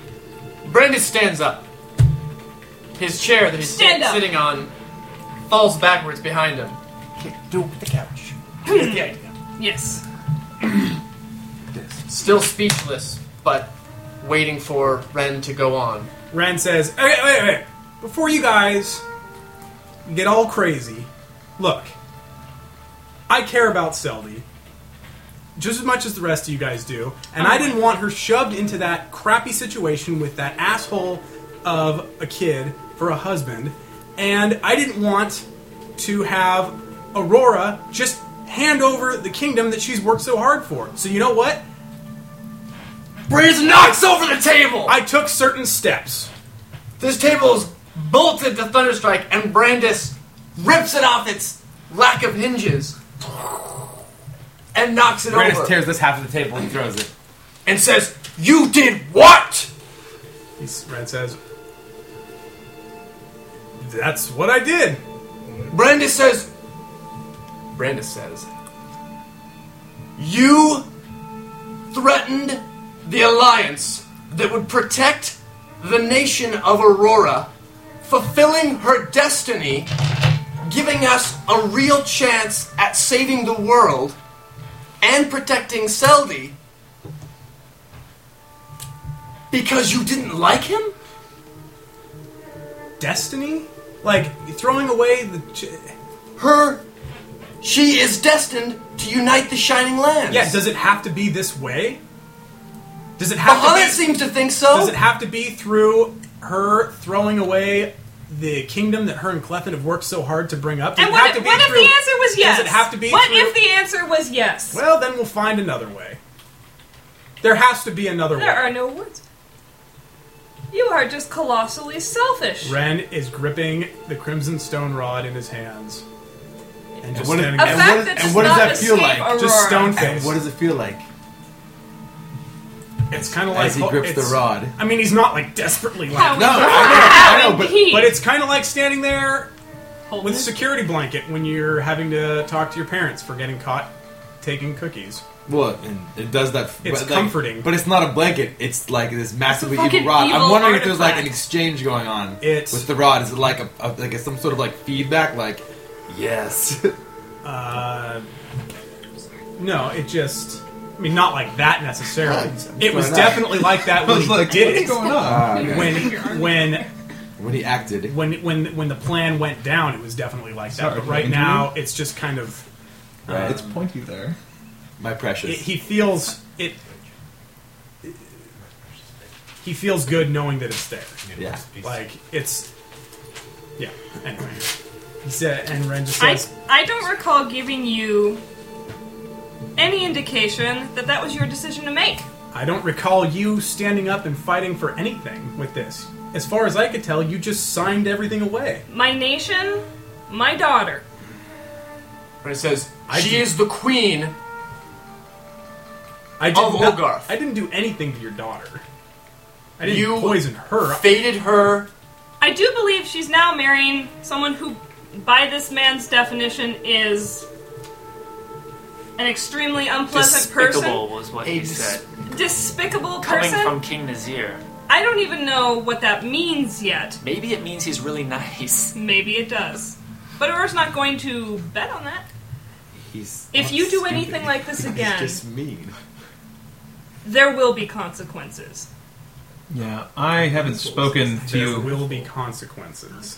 S9: Brandis stands up. His chair that he's
S3: Stand up.
S9: sitting on falls backwards behind him. Do it with the couch. That's the idea.
S3: Yes.
S9: Still speechless, but waiting for Ren to go on.
S6: Ren says, "Okay, wait, wait. Before you guys get all crazy, look. I care about Selby just as much as the rest of you guys do, and I didn't want her shoved into that crappy situation with that asshole of a kid for a husband, and I didn't want to have Aurora just hand over the kingdom that she's worked so hard for. So you know what?
S9: Bray's knocks over the table!
S6: I took certain steps.
S9: This table is bolted to Thunderstrike, and Brandis rips it off its lack of hinges and knocks it
S4: Brandis
S9: over
S4: tears this half of the table and throws it.
S9: and says, You did what?
S6: He's, Ren says, "That's what I did."
S9: Brandis says, Brandis says, You threatened the alliance that would protect the nation of Aurora, fulfilling her destiny, giving us a real chance at saving the world, and protecting Seldi. Because you didn't like him?
S6: Destiny? Like throwing away the? Ch-
S9: Her. She is destined to unite the Shining Lands.
S6: Yeah, does it have to be this way? Does it have to
S9: Bahamut
S6: be,
S9: seems to think so.
S6: Does it have to be through her throwing away the kingdom that her and Clefin have worked so hard to bring up? Does
S3: And
S6: it have
S3: what,
S6: to
S3: if,
S6: be
S3: what if
S6: through-
S3: the answer was yes?
S6: Does it have to be
S3: What
S6: through-
S3: if the answer was yes?
S6: Well, then we'll find another way. There has to be another
S3: There
S6: way.
S3: are no words. You are just colossally selfish.
S6: Ren is gripping the crimson stone rod in his hands. And just
S4: what is-
S6: standing
S3: A
S4: and
S6: there.
S4: what
S3: fact
S4: is-
S3: that
S4: and
S3: does
S4: what does
S3: not
S4: that feel
S3: escape
S4: like?
S3: Aurora.
S6: Just stone
S4: And
S6: face.
S4: what does it feel like
S6: It's kind of like
S4: as he grips the
S6: it's-
S4: rod?
S6: I mean, he's not like desperately like,
S4: No, I know, I know, but
S6: but it's kind of like standing there
S3: Hold
S6: with a
S3: it.
S6: security blanket when you're having to talk to your parents for getting caught taking cookies.
S4: Well, and it does that. but, like-
S6: comforting.
S4: but it's not a blanket. It's like this massively
S3: It's a
S4: evil
S3: fucking
S4: rod. I'm
S3: evil
S4: wondering if there's like an
S3: artifact.
S4: exchange going on
S6: It's-
S4: with the rod. Is it like a, a like a, some sort of like feedback? Like yes,
S6: Uh, no, it just. I mean, not like that necessarily.
S4: Right, I'm
S6: It was
S4: sorry.
S6: definitely like that when he did it.
S4: Ah, okay. when,
S6: When when
S4: he acted.
S6: when when when the plan went down, it was definitely like that.
S5: Sorry,
S6: but right
S5: can you-
S6: now, it's just kind of
S4: Right.
S5: it's pointy there.
S4: my precious.
S6: it, he feels it. He feels good knowing that it's there.
S4: yeah.
S6: Like it's, yeah. Anyway, he said, and Ren just
S3: I,
S6: says,
S3: I don't recall giving you any indication that that was your decision to make.
S6: I, don't recall you standing up and fighting for anything with this. As far as I could tell, you just signed everything away."
S3: My nation, my daughter.
S9: And it says,
S6: I
S9: She
S6: do-
S9: is the queen.
S6: I did
S9: Of
S6: not-
S9: Olgarth.
S6: I didn't do anything to your daughter. I didn't
S9: You
S6: poison her.
S9: Fated her.
S3: I do believe she's now marrying someone who, by this man's definition, is an extremely unpleasant
S2: Despicable was what he
S9: A
S2: said.
S3: person. Despicable
S2: Coming
S3: person?
S2: from King Nazir.
S3: I don't even know what that means yet.
S2: Maybe it means he's really nice.
S3: Maybe it does. But Aurora's not going to bet on that.
S4: He's
S3: If
S4: not
S3: you do
S4: stupid.
S3: anything like this
S4: He's
S3: again,
S4: just mean.
S3: there will be consequences.
S5: Yeah, I haven't spoken to
S6: There
S5: you.
S6: will be consequences.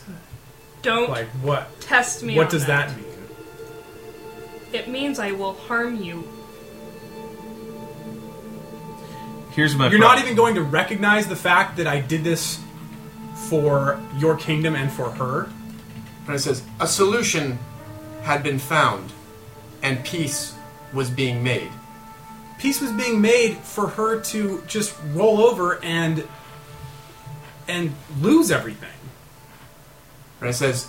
S3: Don't
S6: Like what?
S3: test me.
S6: What
S3: on
S6: does
S3: that.
S6: that mean?
S3: It means I will harm you.
S5: Here's my.
S6: You're
S5: problem.
S6: not even going to recognize the fact that I did this for your kingdom and for her.
S9: And it says, A solution had been found, and peace was being made.
S6: Peace was being made for her to just roll over and and lose everything.
S9: And it says,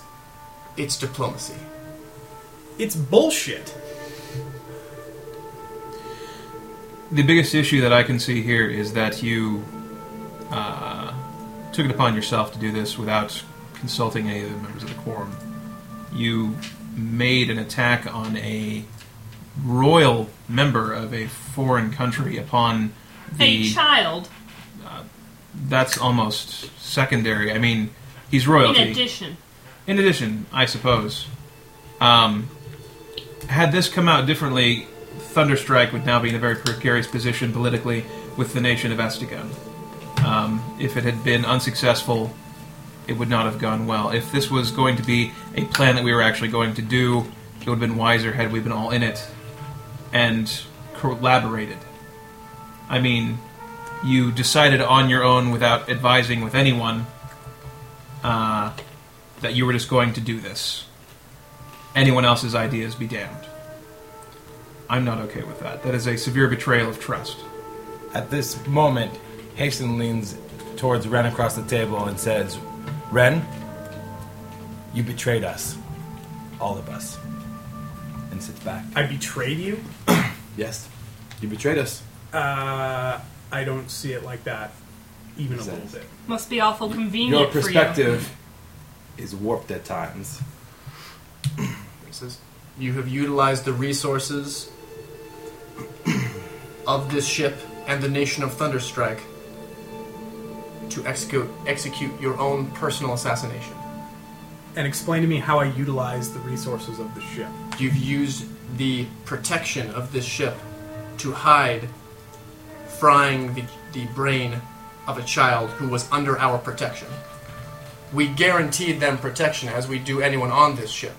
S9: It's diplomacy.
S6: It's bullshit.
S5: the biggest issue that I can see here is that you uh, took it upon yourself to do this without consulting any of the members of the quorum. You made an attack on a royal member of a foreign country upon
S3: A
S5: the
S3: child,
S5: that's almost secondary. I mean, he's
S3: in
S5: royalty.
S3: addition.
S5: In addition, I suppose, um, had this come out differently, Thunderstrike would now be in a very precarious position politically with the nation of Estigon. Um, if it had been unsuccessful, it would not have gone well. If this was going to be a plan that we were actually going to do, it would have been wiser had we been all in it and collaborated. I mean, you decided on your own without advising with anyone uh, that you were just going to do this. Anyone else's ideas be damned. I'm not okay with that. That is a severe betrayal of trust.
S4: At this moment, Hasten leans towards Ren across the table and says, Ren, you betrayed us. All of us. And sits back.
S6: I betrayed you?
S4: Yes. You betrayed us.
S6: Uh, I don't see it like that, even a little bit.
S3: Must be awful convenient
S4: Your
S3: for you.
S4: perspective is warped at times.
S9: It says, You have utilized the resources of this ship and the nation of Thunderstrike to execute execute your own personal assassination.
S6: And explain to me how I utilize the resources of the ship.
S9: You've used the protection of this ship to hide frying the, the brain of a child who was under our protection. We guaranteed them protection as we do anyone on this ship.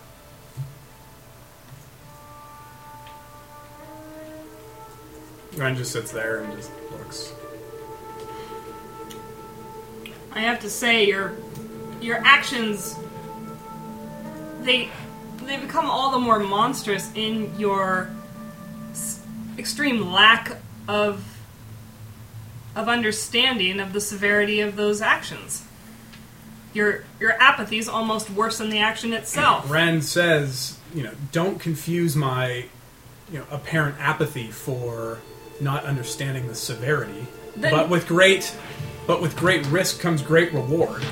S6: Ren just sits there and just looks.
S3: I have to say, your your actions they they become all the more monstrous in your s- extreme lack of of understanding of the severity of those actions. Your your apathy is almost worse than the action itself.
S6: Ren says, you know, don't confuse my, you know, apparent apathy for not understanding the severity.
S3: Then-
S6: but with great, but with great risk comes great reward.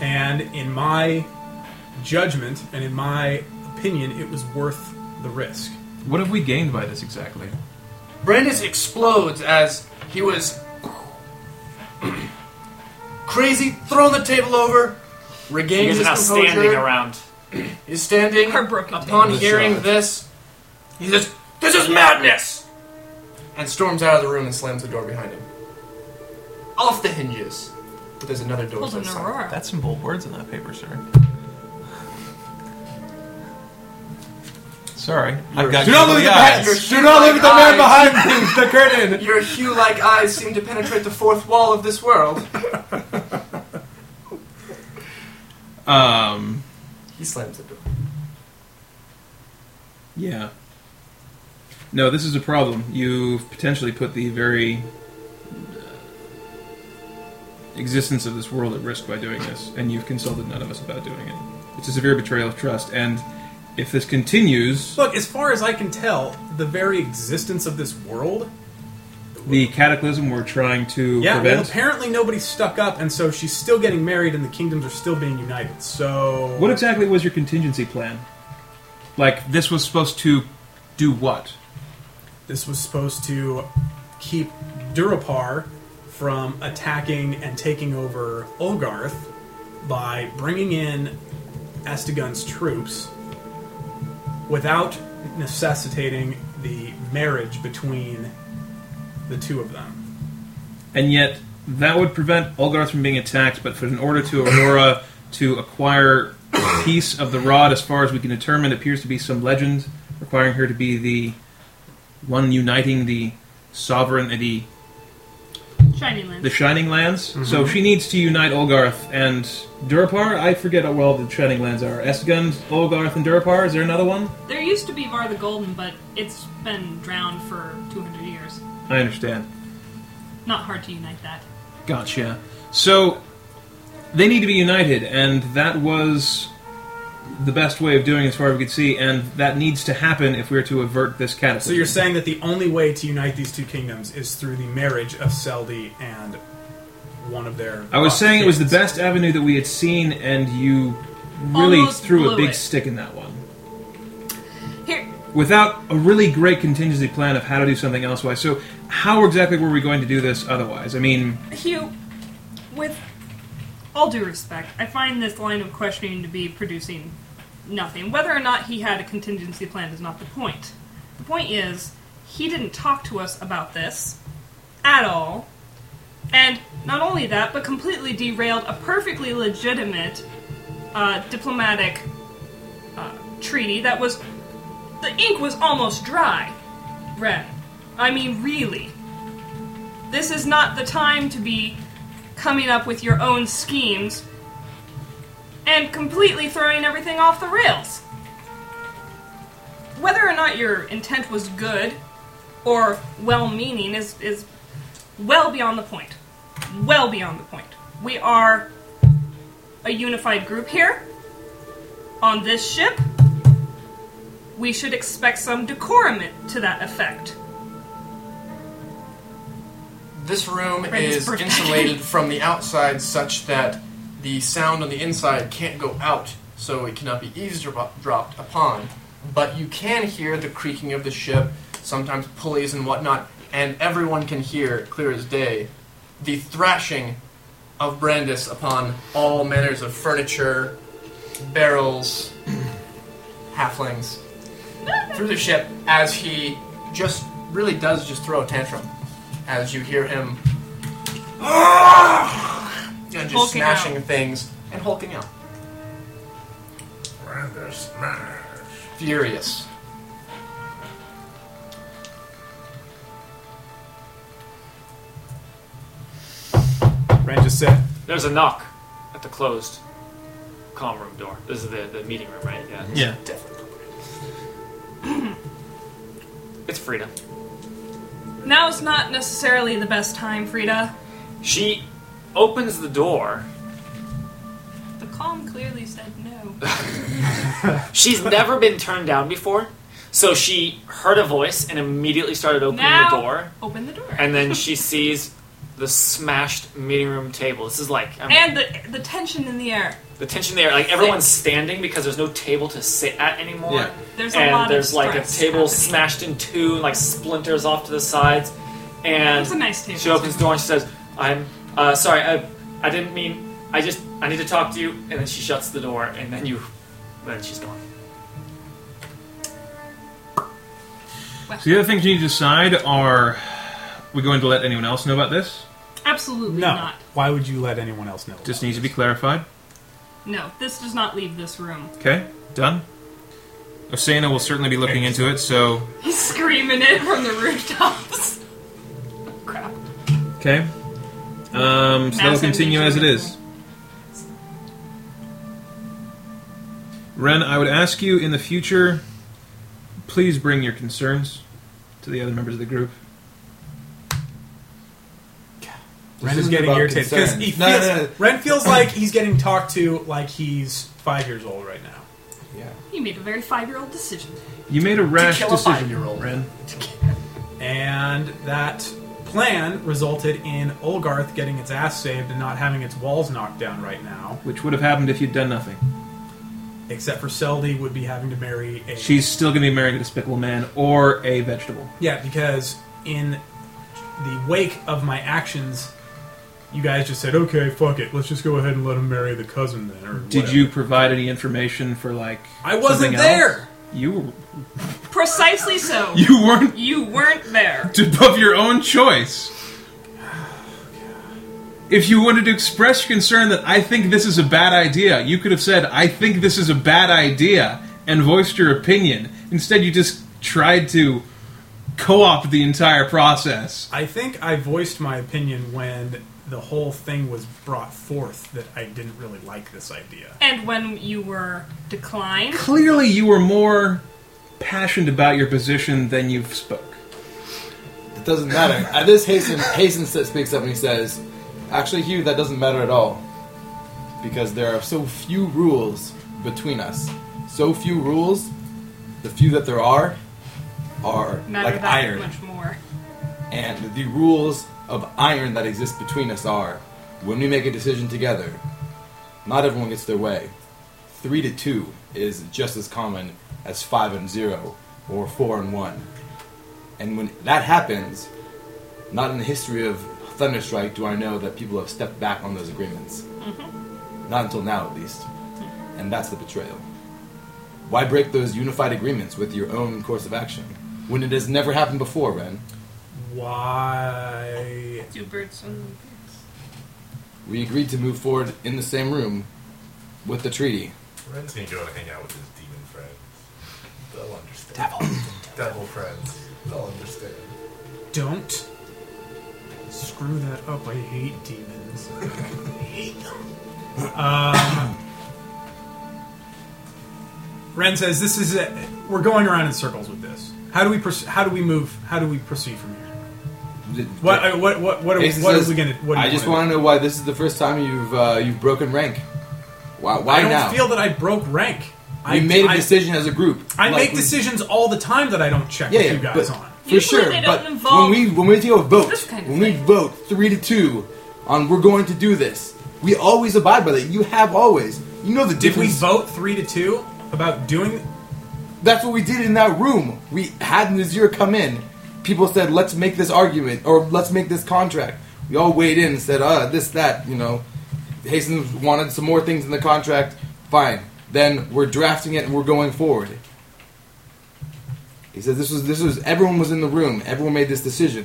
S6: And in my judgment and in my opinion, it was worth the risk.
S5: What have we gained by this exactly?
S9: Brandis explodes as he was crazy, thrown the table over,
S2: You
S9: regains
S2: guys are
S9: his
S2: now
S9: composure.
S2: standing around.
S9: Is standing
S3: Heartbroken.
S9: upon
S4: The
S9: hearing
S4: shot.
S9: this. He says, "This is madness!" and storms out of the room and slams the door behind him. Off the hinges, but there's another door.
S3: Pulled
S9: to
S3: an
S9: the side.
S3: Aurora.
S5: That's some bold words on that paper, sir. Sorry, I've got
S4: Do not look
S5: googly
S4: at the
S5: eyes.
S4: man! Do not look at the man behind you! The curtain!
S9: Your hue-like eyes seem to penetrate the fourth wall of this world.
S5: Um,
S9: He slams the door.
S5: yeah. No, this is a problem. You've potentially put the very uh, existence of this world at risk by doing this, and you've consulted none of us about doing it. It's a severe betrayal of trust, and if this continues,
S6: Look, as far as I can tell, the very existence of this world
S5: the cataclysm we're trying to
S6: Yeah, well,
S5: prevent.
S6: apparently nobody's stuck up, and so she's still getting married, and the kingdoms are still being united. So,
S5: What exactly was your contingency plan? Like, this was supposed to do what?
S6: this was supposed to keep Durapar from attacking and taking over Olgarth by bringing in Estigun's troops without necessitating the marriage between the two of them.
S5: and yet that would prevent Olgarth from being attacked. But for in order to Aurora to acquire a piece of the rod, as far as we can determine, appears to be some legend requiring her to be the one uniting the sovereign and the
S3: Shining lens.
S5: the Shining Lands. So she needs to unite Olgarth and Durapar. I forget how well the Shining Lands are. Esgund, Olgarth, and Durapar. Is there another one?
S3: there used to be Var the Golden, but it's been drowned for 200 years.
S5: I understand.
S3: Not hard to unite that.
S5: Gotcha. So they need to be united, and that was the best way of doing it as far as we could see, and that needs to happen if we're to avert this
S6: So
S5: cataclysm.
S6: you're saying that the only way to unite these two kingdoms is through the marriage of Seldi and one of their.
S5: I was saying it was the
S6: occupants.
S5: best avenue that we had seen, and you really
S3: Almost
S5: threw a
S3: blew
S5: big
S3: it.
S5: stick in that one.
S3: Here,
S5: Without a really great contingency plan of how to do something elsewise. So, how exactly were we going to do this otherwise? I mean,
S3: Hugh, with all due respect, I find this line of questioning to be producing nothing. Whether or not he had a contingency plan is not the point. The point is, he didn't talk to us about this at all. And not only that, but completely derailed a perfectly legitimate uh, diplomatic uh, treaty that was. The ink was almost dry, Ren. I mean, really. This is not the time to be coming up with your own schemes and completely throwing everything off the rails. Whether or not your intent was good or well meaning is, is well beyond the point. Well beyond the point. We are a unified group here on this ship. We should expect some decorum to that effect.
S9: This room
S3: Right, this
S9: is
S3: birthday.
S9: insulated from the outside such that the sound on the inside can't go out, so it cannot be eavesdropped upon. But you can hear the creaking of the ship, sometimes pulleys and whatnot, and everyone can hear, clear as day, the thrashing of Brandis upon all manners of furniture, barrels, halflings, through the ship as he just really does just throw a tantrum as you hear him and just
S3: Hulking out.
S9: smashing things and hulking out.
S12: Rather smash.
S9: Furious.
S10: Ren just said,
S2: There's a knock at the closed comm room door. This is the, the meeting room, right? Yeah.
S5: Yeah.
S2: It's Frida.
S3: Now is not necessarily the best time, Frida.
S2: She opens the door.
S3: The calm clearly said no.
S2: She's never been turned down before, so she heard a voice and immediately started opening
S3: now,
S2: the door.
S3: Open the door.
S2: And then she sees the smashed meeting room table. This is like I mean,
S3: and the the tension in the air.
S2: the tension there. Like everyone's standing because there's no table to sit at anymore.
S5: Yeah.
S3: There's a
S2: and
S3: lot
S2: there's
S3: of
S2: like a
S3: stress
S2: table
S3: happening.
S2: smashed in two and like splinters off to the sides. And
S3: It's a nice table.
S2: she opens the door and she says, "I'm uh, sorry. I, I didn't mean. I just I need to talk to you." And then she shuts the door, and then you, then she's gone.
S5: So the other things you need to decide are: we going to let anyone else know about this?
S3: Absolutely
S10: "No.
S3: not.
S10: Why would you let anyone else know?"
S5: Just needs to be clarified.
S3: No, this does not leave this room.
S5: Okay, done. Osana will certainly be looking into it. So
S3: He's screaming it from the rooftops. Crap.
S5: okay, um, so that'll
S3: Madison,
S5: continue
S3: did you
S5: as it
S3: have
S5: is. Ren, I would ask you in the future, please bring your concerns to the other members of the group.
S10: Ren
S4: This
S10: is
S4: isn't
S10: getting
S4: about
S10: irritated because
S4: concern.
S10: he feels,
S4: No, no, no.
S10: Ren feels like he's getting talked to like he's five years old right now.
S4: Yeah.
S3: He made a very five-year-old decision.
S5: You made a rash
S9: kill a
S5: decision,
S9: five-year-old.
S5: Ren.
S10: And that plan resulted in Olgarth getting its ass saved and not having its walls knocked down right now.
S5: Which would have happened if you'd done nothing.
S10: Except for Seldy would be having to marry a
S5: She's still going to be marrying a despicable man or a vegetable.
S10: Yeah, because in the wake of my actions, you guys just said, "Okay, fuck it, let's just go ahead and let him marry the cousin then." Or
S5: Did
S10: whatever."
S5: you provide any information for like?
S10: I wasn't
S5: something
S10: there.
S5: Else? You were-
S3: Precisely so.
S5: you weren't
S3: You weren't there.
S5: above your own choice. If you wanted to express your concern that I think this is a bad idea, you could have said I think this is a bad idea and voiced your opinion. Instead, you just tried to co-opt the entire process.
S10: I think I voiced my opinion when the whole thing was brought forth that I didn't really like this idea.
S3: And when you were declined,
S5: Clearly, you were more passionate about your position than you've spoke.
S4: It doesn't matter. At this, Hasten, Hasten speaks up and he says, Actually, Hugh, that doesn't matter at all. Because there are so few rules between us. So few rules, the few that there are, are
S3: matter
S4: like
S3: that
S4: iron.
S3: much more.
S4: And the rules of iron that exist between us are when we make a decision together, not everyone gets their way. Three to two is just as common as five and zero or four and one. And when that happens, not in the history of Thunderstrike do I know that people have stepped back on those agreements. Not until now, at least. And that's the betrayal. Why break those unified agreements with your own course of action when it has never happened before, Ren?
S6: Why?
S14: Two birds and
S4: We agreed to move forward in the same room with the treaty.
S12: Ren's gonna go and hang out with his demon friends. They'll understand. Devil, Devil friends. They'll understand.
S6: Don't screw that up. I hate demons. I hate them. Um, Ren says, "This is it. We're going around in circles with this. How do we? Pers- how do we move? How do we proceed from here? What? uh, What? What? What are, we-
S4: Jason
S6: what
S4: says,
S6: are we gonna? What do
S4: I
S6: you
S4: just
S6: wanna
S4: want to know why this is the first time you've uh, you've broken rank. Why? Why
S6: I don't
S4: now?
S6: feel that I broke rank.
S4: We
S6: I
S4: made a
S6: I-
S4: decision as a group.
S6: I
S4: Like,
S6: make
S4: we-
S6: decisions all the time that I don't check
S4: Yeah,
S6: with
S4: yeah,
S6: you guys
S4: but
S6: on.
S4: for sure. but when we when we take a vote, when we vote three to two on we're going to do this, we always abide by that. You have always. You know the
S6: Did we
S4: difference.
S6: vote three to two about doing?
S4: That's what we did in that room. We had Nazir come in. People said, "Let's make this argument or let's make this contract." We all weighed in and said, "Uh, this, that." You know, Hastings wanted some more things in the contract. Fine. Then we're drafting it and we're going forward. He says, "This was this was everyone was in the room. Everyone made this decision."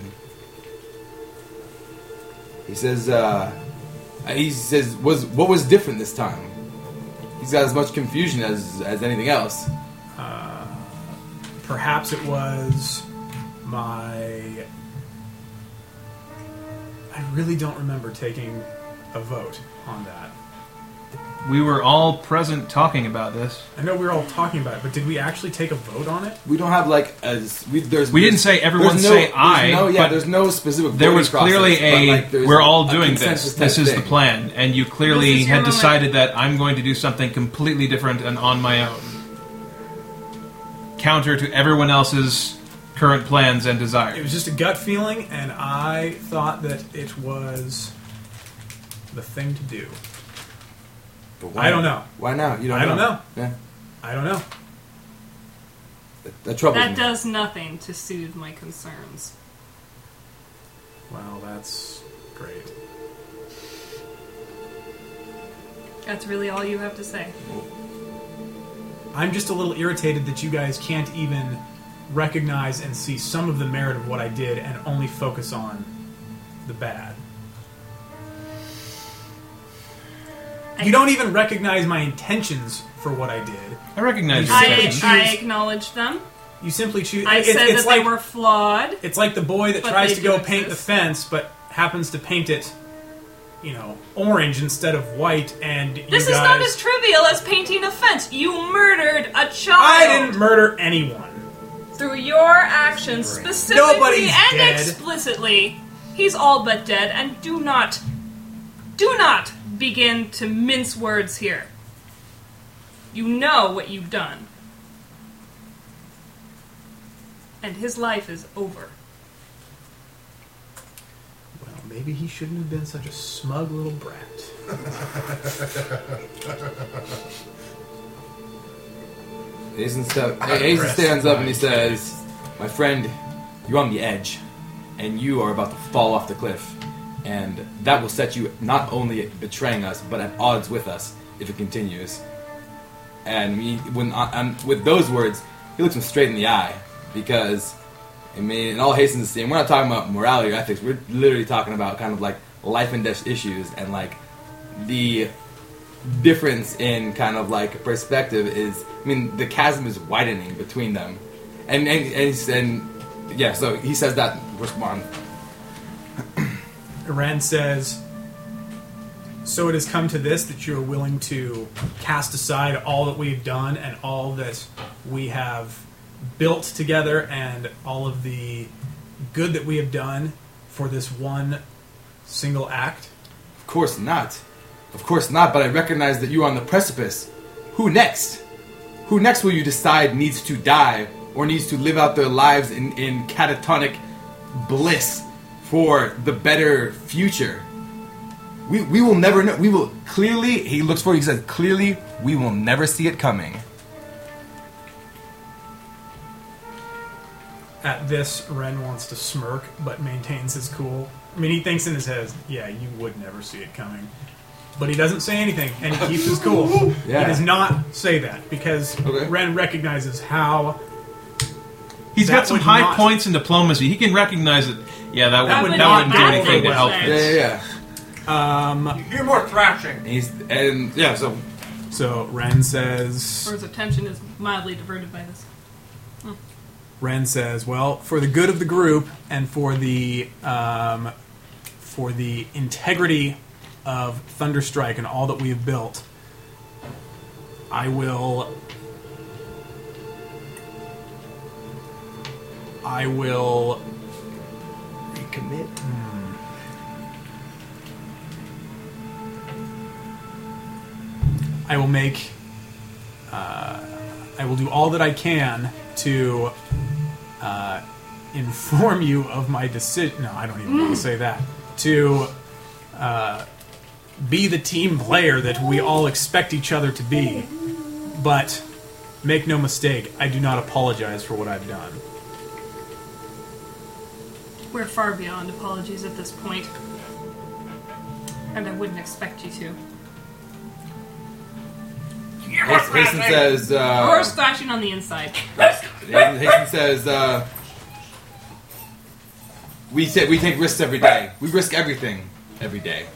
S4: He says, uh, "He says was what was different this time." He's got as much confusion as as anything else.
S6: Uh, perhaps it was my. I really don't remember taking a vote on that.
S5: We were all present talking about this.
S6: I know we were all talking about it, but did we actually take a vote on it?
S4: We don't have like a. We, there's,
S5: We didn't say
S4: there's
S5: everyone
S4: no-
S5: say
S4: there's
S5: I,
S4: No, yeah,
S5: but
S4: there's no specific.
S5: There
S4: voting
S5: was
S4: process,
S5: clearly
S4: but,
S5: a
S4: like, there's
S5: we're all
S4: a
S5: doing this.
S4: consensus
S5: This
S4: type
S5: is the
S4: thing.
S5: plan, and you
S4: This
S5: clearly
S4: is your
S5: had
S4: moment.
S5: decided that I'm going to do something completely different and on my own, counter to everyone else's current plans and desires.
S6: It was just a gut feeling, and I thought that it was the thing to do.
S4: But
S6: I don't know.
S4: Why now? You don't.
S6: I
S4: know.
S6: don't know.
S4: Yeah,
S6: I don't know.
S4: that, that troubles
S3: that
S4: me.
S3: does nothing to soothe my concerns.
S6: Well, that's great.
S3: That's really all you have to say.
S6: I'm just a little irritated that you guys can't even recognize and see some of the merit of what I did and only focus on the bad. You don't even recognize my intentions for what I did.
S5: I recognize your
S3: I,
S5: intentions.
S3: I acknowledge them.
S6: You simply choose.
S3: I
S6: it's-
S3: said
S6: it's
S3: that
S6: like,
S3: they were flawed.
S6: It's like the boy that
S3: But
S6: tries
S3: they
S6: to
S3: do
S6: go paint the fence, but happens to paint it, you know, orange instead of white. And you
S3: This is
S6: guys-
S3: not as trivial as painting a fence. You murdered a child
S6: I didn't murder anyone.
S3: through your actions, specifically
S6: Nobody's
S3: and
S6: dead.
S3: explicitly. He's all but dead, and do not, do not begin to mince words here. You know what you've done, and his life is over.
S6: Well, maybe he shouldn't have been such a smug little brat.
S4: Hazen, stu-
S12: I
S4: Hazen
S12: rest
S4: stands up
S12: my
S4: and he says, "My friend, you're on the edge, and you are about to fall off the cliff, and that will set you not only betraying us, but at odds with us if it continues." And we, when I, I'm, with those words, he looks him straight in the eye because, I mean, in all Hasten's esteem, we're not talking about morality or ethics. We're literally talking about kind of like life and death issues and like the difference in kind of like perspective is I mean the chasm is widening between them, and and and, he's- and yeah, so he says that respond.
S6: Iran says, So it has come to this that you are willing to cast aside all that we've done and all that we have built together and all of the good that we have done for this one single act.
S4: Of course not, of course not. But I recognize that you're on the precipice. Who next? Who next will you decide needs to die or needs to live out their lives in, in catatonic bliss for the better future? We, we will never know. We will clearly, he looks forward, he says, clearly, we will never see it coming.
S6: At this, Ren wants to smirk but maintains his cool. I mean, he thinks in his head, Yeah, you would never see it coming. But he doesn't say anything, and he keeps his cool.
S4: Yeah.
S6: He does not say that because Ren recognizes how
S5: He's
S6: That
S5: got some
S6: would
S5: high
S6: not-
S5: points in diplomacy. He can recognize that. Yeah, that,
S6: That
S5: would,
S6: would
S5: that wouldn't do
S6: not be
S5: anything to
S6: what
S5: help
S6: I'm
S5: this.
S6: saying.
S4: Yeah,
S6: um,
S9: You're more thrashing.
S4: He's and yeah, so
S6: So Ren says,
S3: Or his attention is mildly diverted by this.
S6: Ren says, "Well, for the good of the group and for the um, for the integrity of Thunderstrike and all that we have built, I will. I will
S15: Commit.
S6: I will make. Uh, I will do all that I can to uh, inform you of my decision. No, I don't even want to say that. To uh, be the team player that we all expect each other to be. But make no mistake, I do not apologize for what I've done.
S3: We're far beyond apologies at this point. And I wouldn't expect you to.
S4: Hasten, Hasten says.
S3: or
S4: Uh,
S3: slashing on the inside.
S4: Hasten Hasten says. Uh, we ta- we take risks every day. We risk everything every day,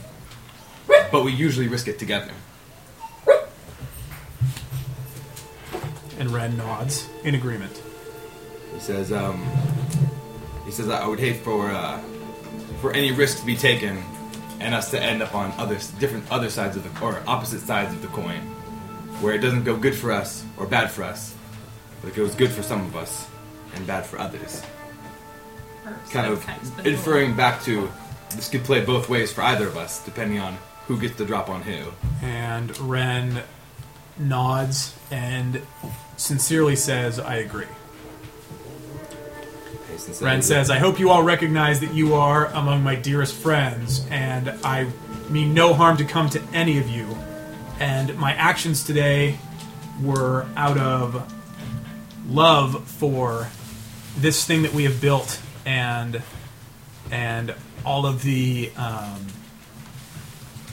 S4: but we usually risk it together.
S6: And Ren nods in agreement.
S4: He says, um, he says, I would hate for uh, for any risk to be taken, and us to end up on other different other sides of the or opposite sides of the coin, where it doesn't go good for us or bad for us, but it goes good for some of us and bad for others. Kind of inferring back to this could play both ways for either of us, depending on who gets the drop on who.
S6: And Ren nods and sincerely says, I agree.
S4: Hasten
S6: Ren says, I hope you all recognize that you are among my dearest friends, and I mean no harm to come to any of you. And my actions today were out of love for this thing that we have built and and all of the um,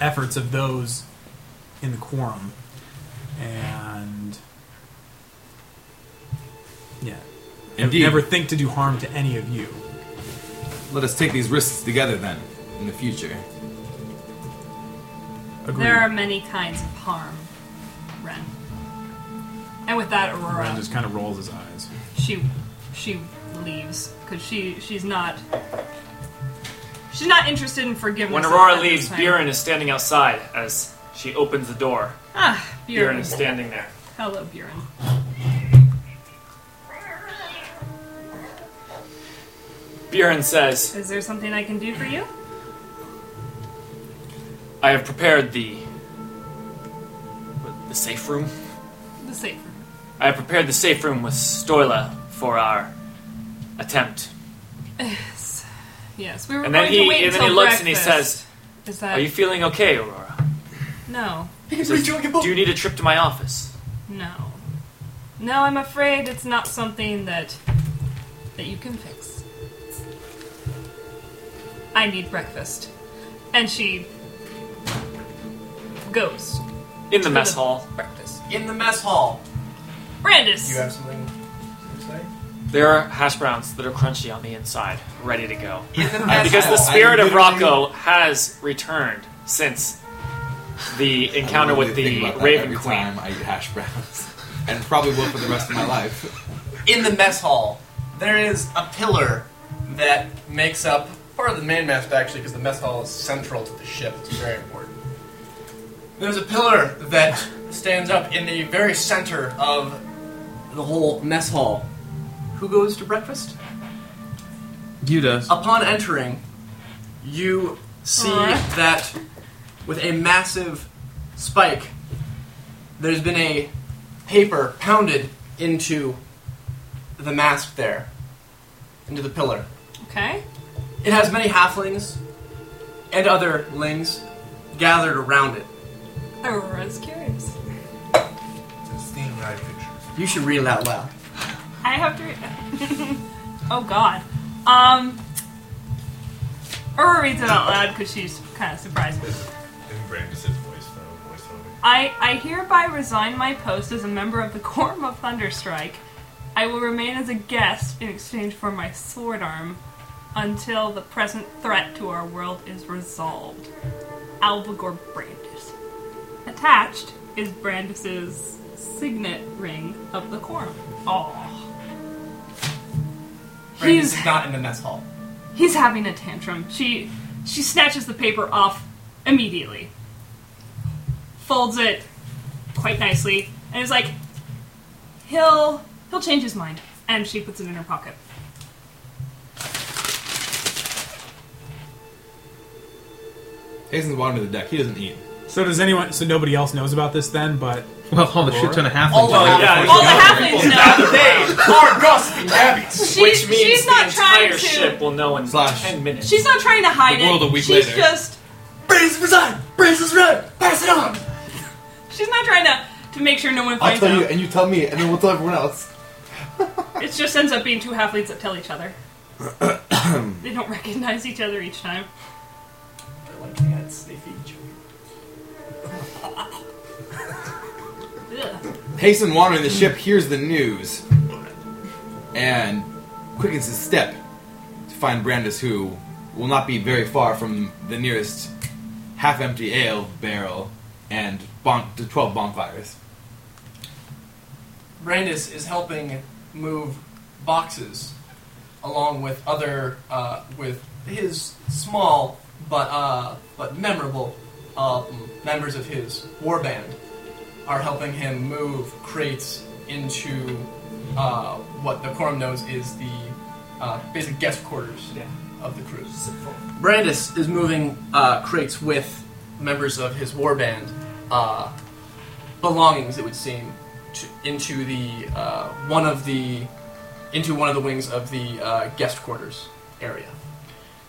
S6: efforts of those in the quorum. And yeah. I would
S4: Indeed.
S6: never think to do harm to any of you.
S4: Let us take these risks together then, in the future.
S6: Agreed.
S3: There are many kinds of harm, Ren. And with that, Aurora,
S6: Ren just kind of rolls his eyes.
S3: she she leaves because she she's not she's not interested in forgiveness.
S2: When
S3: at
S2: Aurora
S3: this
S2: leaves,
S3: time.
S2: Buren is standing outside as she opens the door.
S3: ah, Buren.
S2: Buren is standing there.
S3: Hello, Buren.
S2: Buren says,
S3: Is there something I can do for you?
S2: I have prepared the. the safe room?
S3: The safe.
S2: I have prepared the safe room with Stoila for our attempt.
S3: Yes. Yes. We were
S2: And then
S3: going
S2: he,
S3: to wait
S2: and then
S3: until
S2: he looks and he
S3: breakfast.
S2: says,
S3: "Is that
S2: Are you feeling okay, Aurora?
S3: no,
S2: He says, Do you need a trip to my office?
S3: no, no? I'm afraid it's not something that that you can fix. I need breakfast." And she goes
S2: In the
S3: To
S2: mess
S3: the-
S2: hall.
S3: breakfast.
S9: In the mess hall.
S3: Brandis.
S9: You have something to say?
S2: There are hash browns that are crunchy on the inside, ready to go.
S9: In the
S2: Uh,
S9: mess
S2: because the
S9: hall.
S2: spirit
S4: I
S2: of
S4: literally-
S2: Rocco has returned since the encounter with
S4: Think
S2: the
S4: about that
S2: Raven
S4: every
S2: Queen.
S4: time I eat hash browns, and probably will for the rest of my life.
S9: in the mess hall, there is a pillar that makes up part of the main mast, actually, because the mess hall is central to the ship. It's very important. There's a pillar that stands up in the very center of the whole mess hall. Who goes to breakfast?
S5: You does.
S9: Upon entering, you see
S3: Alright.
S9: that with a massive spike, there's been a paper pounded into the mast there, into the pillar.
S3: Okay.
S9: It has many halflings and other lings gathered around it.
S3: Aurora's curious.
S12: It's steam ride pictures.
S9: You should read it out loud.
S3: I have to. Re- oh God. Um. Aurora reads it out loud because she's kind of surprised.
S12: In Brandis' voice.
S3: I, I hereby resign my post as a member of the Quorum of Thunderstrike. I will remain as a guest in exchange for my sword arm until the present threat to our world is resolved. Alvagor Brandis. Attached is Brandis's signet ring of the Quorum. Oh,
S6: Brandon's not in the mess hall.
S3: he's having a tantrum. She she snatches the paper off immediately, folds it quite nicely, and is like, "He'll he'll change his mind." And she puts it in her pocket.
S4: Hasten's the bottom of the deck. He doesn't eat.
S10: So does anyone? So nobody else knows about this then? But
S5: well, all the shit ton of halflings.
S10: All,
S5: Yeah,
S3: All the halflings know.
S9: are gossiping
S3: She-
S2: Which means
S3: she's
S2: the
S3: not trying
S2: entire
S3: to-
S2: ship will know in ten minutes.
S3: She's not trying to hide
S2: The world
S3: it.
S2: a week
S3: she's
S2: later.
S3: just
S6: Brace resign! Brace is red! Pass it on!
S3: she's not trying to to make sure no one
S4: I'll
S3: finds
S4: tell
S3: out.
S4: you, and you tell me, and then we'll tell everyone else.
S3: It just ends up being two halflings that tell each other. they don't recognize each other each time.
S6: Like cats, they feed each
S3: Ugh.
S4: Hasten wandering the ship hears the news and quickens his step to find Brandis, who will not be very far from the nearest half empty ale barrel and bon- to 12 bonfires.
S9: Brandis is helping move boxes along with other uh, with his small but uh, but memorable um, members of his war band are helping him move crates into uh, what the quorum knows is the uh, basic guest quarters of the crew. Brandis is moving uh, crates with members of his war band. Uh, belongings, it would seem, to, into the uh, one of the into one of the wings of the uh, guest quarters area.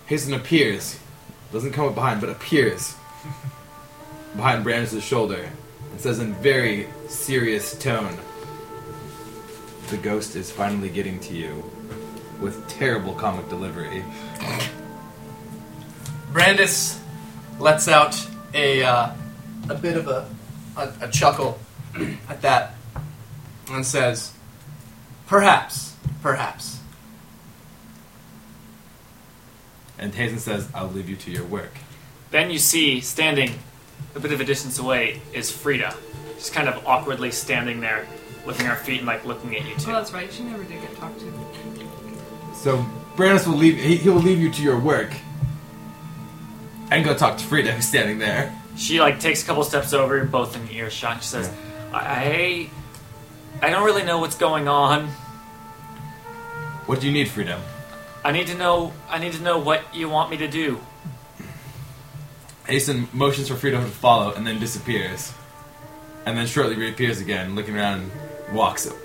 S4: Hasten appears, doesn't come up behind, but appears behind Brandis' shoulder and says in very serious tone, The ghost is finally getting to you with terrible comic delivery.
S9: Brandis lets out a uh, a bit of a, a, a chuckle at that and says, "Perhaps, perhaps."
S4: And Hazen says, I'll leave you to your work.
S2: Then you see, standing a bit of a distance away, is Frida. Just kind of awkwardly standing there, looking at her feet and like looking at you
S3: Oh,
S2: two.
S3: that's right. She never did get talked to.
S4: So Brandis will leave he, he will leave you to your work. And go talk to Frida who's standing there.
S2: She like takes a couple steps over, both in earshot. She says, "I, I don't really know what's going on.
S4: What do you need, Frida?
S2: I need to know. I need to know what you want me to do."
S4: Hasten motions for Frida to follow and then disappears. And then shortly reappears again, looking around and walks up,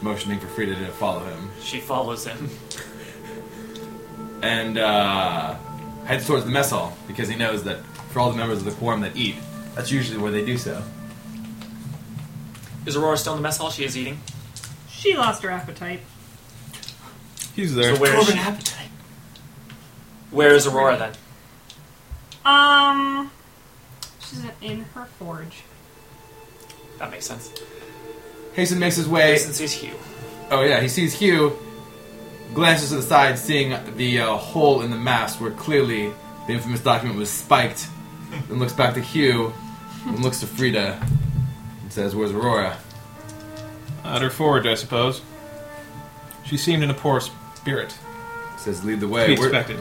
S4: motioning for Frida to follow him.
S2: She follows him.
S4: And uh, heads towards the mess hall because he knows that for all the members of the quorum that eat, that's usually where they do so.
S2: Is Aurora still in the mess hall? She is eating.
S3: She lost her appetite.
S5: He's there.
S2: So where is she?
S9: appetite.
S2: Where is Aurora then?
S3: Um, she's in her forge.
S2: That makes sense.
S4: Hasten makes his way.
S2: Jason sees Hugh.
S4: Oh yeah, he sees Hugh. Glances to the side, seeing the uh, hole in the mast where clearly the infamous document was spiked, and looks back to Hugh, and looks to Frida, and says, "Where's Aurora?"
S5: At her forward, I suppose. She seemed in a poor spirit.
S4: Says, "Lead the
S5: To
S4: way."
S5: be
S4: Where-
S5: expected.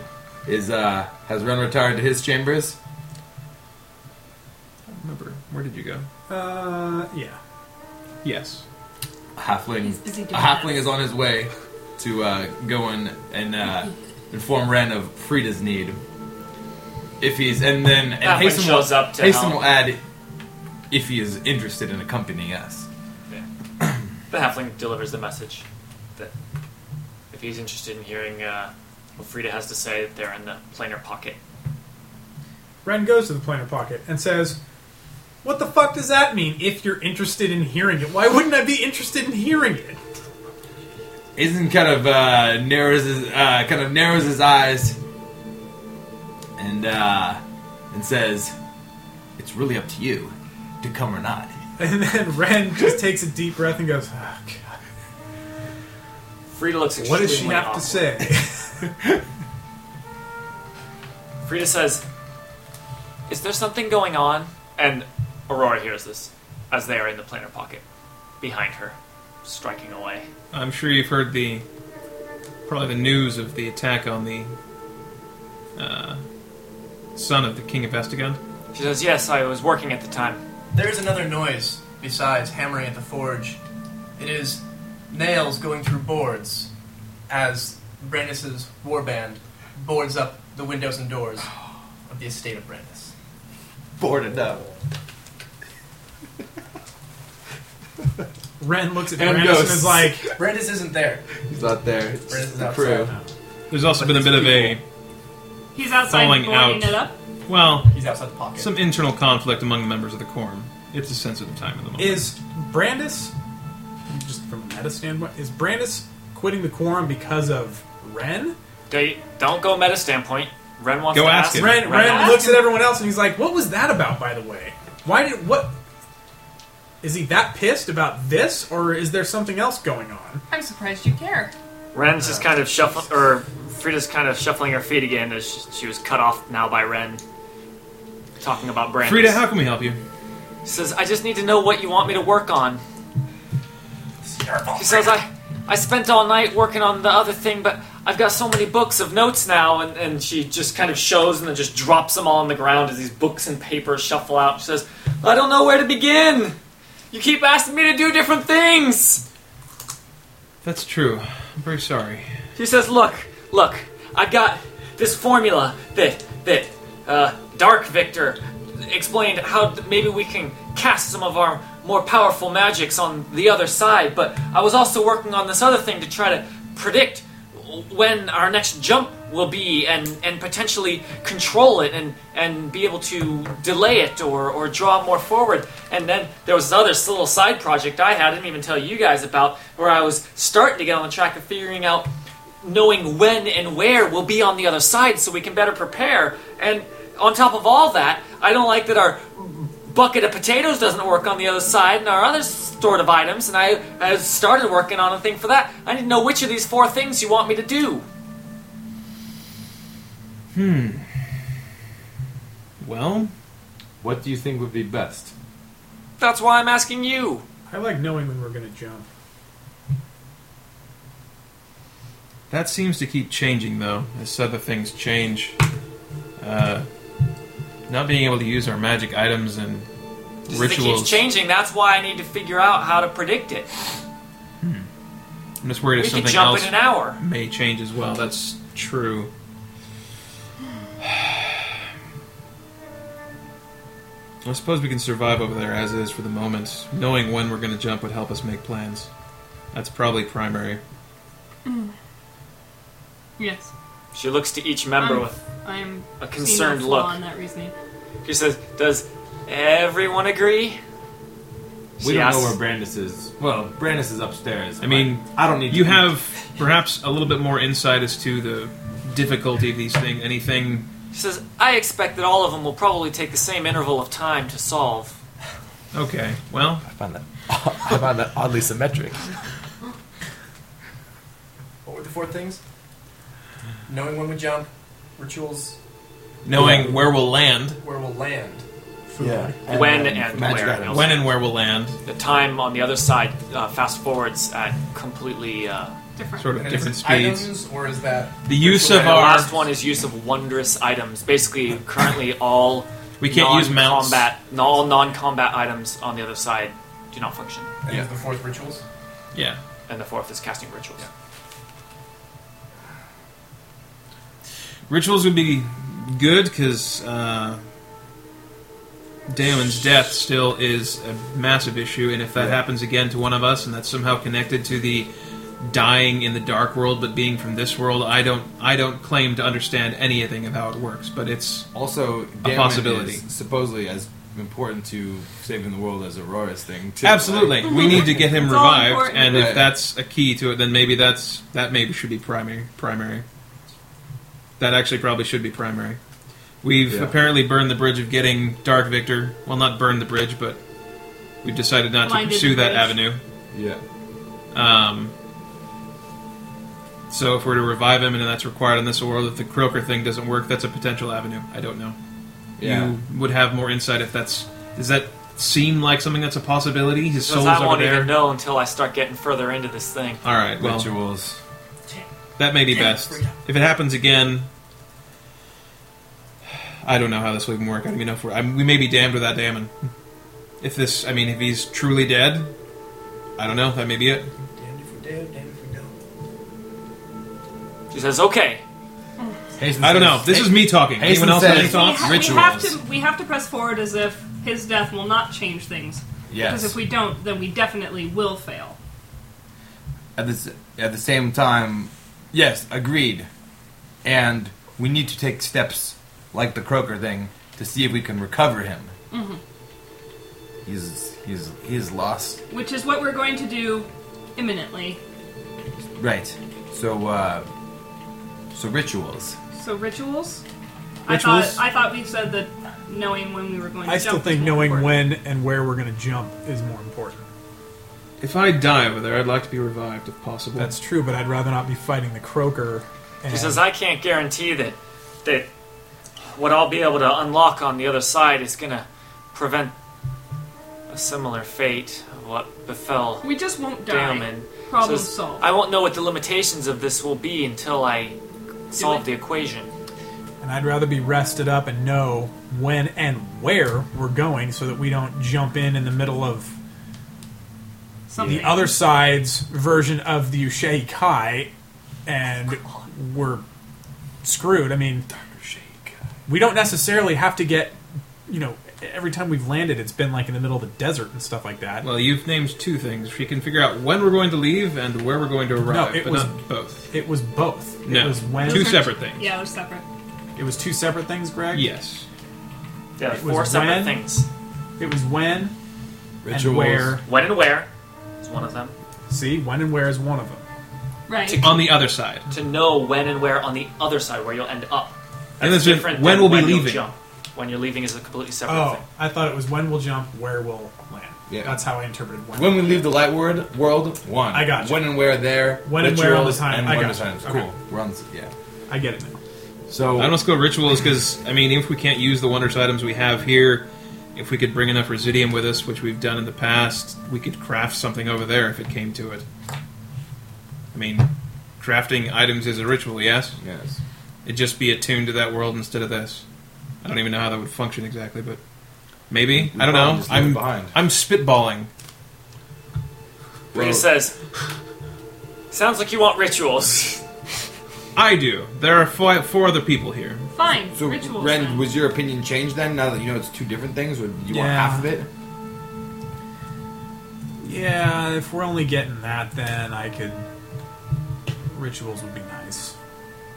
S4: Is uh has Ren retired to his chambers?
S5: Remember, where did you go?
S10: Uh, yeah.
S5: Yes.
S4: A halfling.
S3: He's busy doing
S4: a halfling
S3: that.
S4: is on his way to uh, go in and uh, inform Ren of Frida's need. If he's and then and
S2: That one
S4: Hasten
S2: shows
S4: will,
S2: up to
S4: Hasten
S2: help.
S4: will add if he is interested in accompanying us.
S2: The halfling delivers the message that if he's interested in hearing uh, what Frida has to say, they're in the planar pocket.
S10: Ren goes to the planer pocket and says, "What the fuck does that mean? If you're interested in hearing it, why wouldn't I be interested in hearing it?"
S4: Hasten kind of uh, narrows his uh, kind of narrows his eyes and uh, and says, "It's really up to you."
S16: to come or not.
S10: And then Ren just takes a deep breath and goes, "Ah,
S2: Frida looks
S10: What does she
S2: extremely
S10: have
S2: awkward.
S10: to say?
S2: Frida says, Is there something going on? And Aurora hears this as they are in the planner pocket behind her, striking away.
S5: I'm sure you've heard the probably the news of the attack on the uh, son of the king of Vestagon.
S2: She says, Yes, I was working at the time.
S9: There's another noise besides hammering at the forge. It is nails going through boards as Brandis' warband boards up the windows and doors of the estate of Brandis.
S10: Boarded up. Ren looks at
S9: And
S10: Brandis and
S9: goes.
S10: is like,
S9: Brandis isn't there.
S4: He's out there. It's
S9: Brandis is
S4: the
S9: outside
S4: crew.
S9: now.
S5: There's also been a bit of a
S3: He's outside
S5: Falling
S3: boarding
S5: out.
S3: it up.
S5: well,
S9: He's outside the pocket.
S5: some internal conflict among the members of the quorum. It's a sensitive time of the moment.
S10: Is Brandis, just from a meta standpoint, is Brandis quitting the quorum because of Ren?
S2: They don't go meta standpoint. Ren wants
S5: Go
S2: to
S5: ask
S2: ask
S5: him.
S10: Ren,
S2: Ren
S10: Ren
S2: asks
S10: looks
S2: him.
S10: at everyone else and he's like, "What was that about, by the way? Why did what? Is he that pissed about this, or is there something else going on?"
S3: I'm surprised you care.
S2: Ren's just kind of shuffling, or Frida's kind of shuffling her feet again as she, she was cut off now by Ren. Talking about Brandis.
S5: Frida, how can we help you?
S2: She says, I just need to know what you want me to work on. She says, I, I spent all night working on the other thing, but I've got so many books of notes now. And, and she just kind of shows and then just drops them all on the ground as these books and papers shuffle out. She says, I don't know where to begin. You keep asking me to do different things.
S5: That's true. I'm very sorry.
S2: She says, "Look, look, I've got this formula that that uh, Dark Victor explained how th- maybe we can cast some of our more powerful magics on the other side. But I was also working on this other thing to try to predict w- when our next jump will be and and potentially control it and and be able to delay it or or draw more forward and then there was this other s- little side project i had i didn't even tell you guys about where i was starting to get on the track of figuring out knowing when and where we'll be on the other side so we can better prepare. And on top of all that, I don't like that our bucket of potatoes doesn't work on the other side and our other sort of items, and I, I started working on a thing for that. I need to know which of these four things you want me to do.
S5: Hmm. Well,
S4: what do you think would be best?
S2: That's why I'm asking you.
S10: I like knowing when we're gonna jump.
S5: That seems to keep changing, though, as other things change. Uh, not being able to use our magic items and
S2: Just as it keeps
S5: rituals.
S2: changing, that's why I need to figure out how to predict it.
S5: I'm just worried
S2: we
S5: if
S2: could
S5: something
S2: jump
S5: else
S2: in an hour.
S5: may change as well. That's true. I suppose we can survive over there as is for the moment. Knowing when we're going to jump would help us make plans. That's probably primary.
S3: Yes.
S2: She looks to each member
S3: I'm-
S2: with
S3: I'm
S2: a
S3: seeing
S2: concerned
S3: no flaw
S2: look.
S3: in that reasoning.
S2: She says, Does everyone agree?
S4: We
S2: She
S4: don't
S2: asks-
S4: know where Brandis is. Well, Brandis is upstairs.
S5: I mean,
S4: I don't need
S5: You
S4: to-
S5: have perhaps a little bit more insight as to the difficulty of these things. Anything
S2: She says, I expect that all of them will probably take the same interval of time to solve.
S5: Okay. Well,
S16: I find that I find that oddly symmetric.
S9: What were the four things? Knowing when we jump, rituals,
S5: knowing where we'll land,
S9: where we'll land.
S16: Yeah.
S2: when
S4: um,
S2: and
S16: magic
S2: where.
S16: items.
S5: when and where we'll land,
S2: The time on the other side uh, fast forwards at completely. Uh,
S3: Different.
S5: sort of
S9: And is
S5: different
S9: it
S5: speeds.
S9: Items, or is that
S5: The use
S9: ritual
S5: of
S2: the
S5: our-
S2: last one is use of wondrous items. Basically, currently all
S5: We can't use mounts.
S2: combat all non-combat items on the other side do not function.
S9: And is the fourth rituals?
S5: Yeah.
S2: And the fourth is casting rituals.
S5: Rituals would be good because uh, Damon's death still is a massive issue, and if that
S16: Yeah.
S5: happens again to one of us, and that's somehow connected to the dying in the dark world but being from this world, I don't, I don't claim to understand anything of how it works, but it's
S4: also Damon
S5: possibility.
S4: is supposedly as important to saving the world as Aurora's thing. Too.
S5: Absolutely,
S4: Like,
S5: we need to get him
S3: It's all
S5: revived,
S3: important.
S5: and
S4: Right.
S5: if that's a key to it, then maybe that's that maybe should be primary. Primary. That actually probably should be primary. We've
S4: Yeah.
S5: apparently burned the bridge of getting Dark Victor. Well, not burned the bridge, but We've decided not to
S3: Blinded
S5: pursue that
S3: rage.
S5: avenue.
S4: Yeah.
S5: Um, so if we're to revive him, and that's required in this world, if the Croaker thing doesn't work, that's a potential avenue. I don't know.
S4: Yeah.
S5: You would have more insight if that's. Does that seem like something that's a possibility?
S2: Because
S5: His soul's
S2: I
S5: over
S2: won't
S5: there.
S2: even know until I start getting further into this thing.
S5: All right. Well,
S4: Rituals.
S5: That may be best. If it happens again, I don't know how this will even work. I don't even know if we're, I mean, we may be damned without damning. If this, I mean, if he's truly dead, I don't know. That may be it.
S12: Damned if we do, damned if we don't.
S2: She says, "Okay."
S5: I don't know. This is me talking. Anyone else have any
S3: We,
S5: thoughts?
S3: ha- we have to we have to press forward as if his death will not change things.
S4: Yes.
S3: Because if we don't, then we definitely will fail.
S4: at this at the same time, yes, agreed. And we need to take steps like the Croaker thing to see if we can recover him.
S3: hmm
S4: He's he's he's lost.
S3: Which is what we're going to do imminently.
S4: Right. So uh so rituals.
S3: So rituals.
S6: Rituals?
S3: I thought I thought we said that knowing when we were going to
S6: I
S3: jump
S6: still think
S3: was
S6: knowing
S3: more important.
S6: when and where we're going to jump is more important.
S5: If I die over there, I'd like to be revived if possible.
S6: That's true, but I'd rather not be fighting the croaker. And
S2: She says, "I can't guarantee that that what I'll be able to unlock on the other side is gonna prevent a similar fate of what befell."
S3: We just won't die.
S2: Damon.
S3: Problem
S2: Says,
S3: solved.
S2: I won't know what the limitations of this will be until I solve the equation.
S6: and I'd rather be rested up and know when and where we're going, so that we don't jump in in the middle of the other side's version of the Ushay Kai, and we're screwed. I mean, we don't necessarily have to get, you know, every time we've landed, it's been like in the middle of the desert and stuff like that.
S5: Well, you've named two things. If you can figure out when we're going to leave and where we're going to arrive,
S6: no, it
S5: but
S6: was
S5: not both.
S6: It was both.
S5: No,
S6: it was when
S5: two separate things.
S3: Yeah, it was separate.
S6: It was two separate things, Greg.
S5: Yes.
S2: Yeah,
S6: It
S2: four
S6: was
S2: separate
S6: when-
S2: things.
S6: It was when and
S4: Rituals.
S6: where.
S2: When and where is one of them.
S6: See, when and where is one of them.
S3: Right.
S5: On the other side.
S2: To know when and where on the other side where you'll end up.
S5: And
S2: That's
S5: there's been
S2: different
S5: when
S2: than
S5: we'll be
S2: you'll
S5: leaving.
S2: Jump. When you're leaving is a completely separate
S6: Oh,
S2: thing.
S6: I thought it was when we'll jump, where we'll land.
S4: Yeah.
S6: That's how I interpreted when.
S4: When we leave the light word world, one.
S6: I gotcha.
S4: When and where there.
S6: When and where all the
S4: rituals,
S6: time.
S4: And
S6: I
S4: when
S6: gotcha.
S4: the times.
S6: Okay.
S4: Cool. We're on the, yeah.
S6: I get it now.
S4: So
S5: I almost go rituals because I mean, if we can't use the wondrous items we have here, if we could bring enough residium with us, which we've done in the past, we could craft something over there if it came to it. I mean, crafting items is a ritual, yes.
S4: Yes.
S5: It'd just be attuned to that world instead of this. I don't even know how that would function exactly, but maybe
S4: We
S5: I
S4: probably
S5: don't know.
S4: just leave it
S5: I'm
S4: behind.
S5: I'm spitballing.
S2: Rita says, "Sounds like you want rituals."
S5: I do. There are five, four other people here.
S3: Fine.
S4: So,
S3: rituals.
S4: Ren,
S3: then.
S4: was your opinion changed then? Now that you know it's two different things, or do you want
S6: Yeah.
S4: half of it?
S6: Yeah, if we're only getting that, then I could. Rituals would be nice.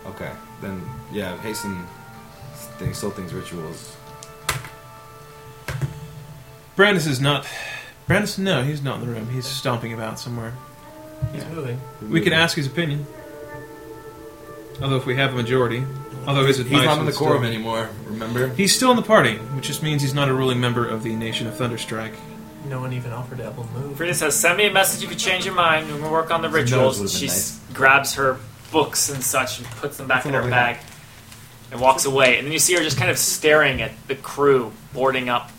S4: Okay, then yeah, hasten. Things, still things, rituals.
S5: Brandis is not. Brandis, no, he's not in the room. He's stomping about somewhere.
S12: He's moving.
S5: We could ask his opinion. Although if we have a majority, although his
S4: He's
S5: advice
S4: not in the
S5: would
S4: quorum
S5: still-
S4: anymore. Remember?
S5: He's still in the party, which just means he's not a ruling member of the Nation of Thunderstrike.
S12: No one even offered to Apple move.
S2: Rita says, "Send me a message if you change your mind, and we'll work on the
S4: Some notes
S2: rituals."
S4: would've been
S2: She
S4: nice.
S2: grabs her books and such and puts them back
S4: That's a
S2: in her
S4: lovely
S2: bag and walks away. And then you see her just kind of staring at the crew boarding up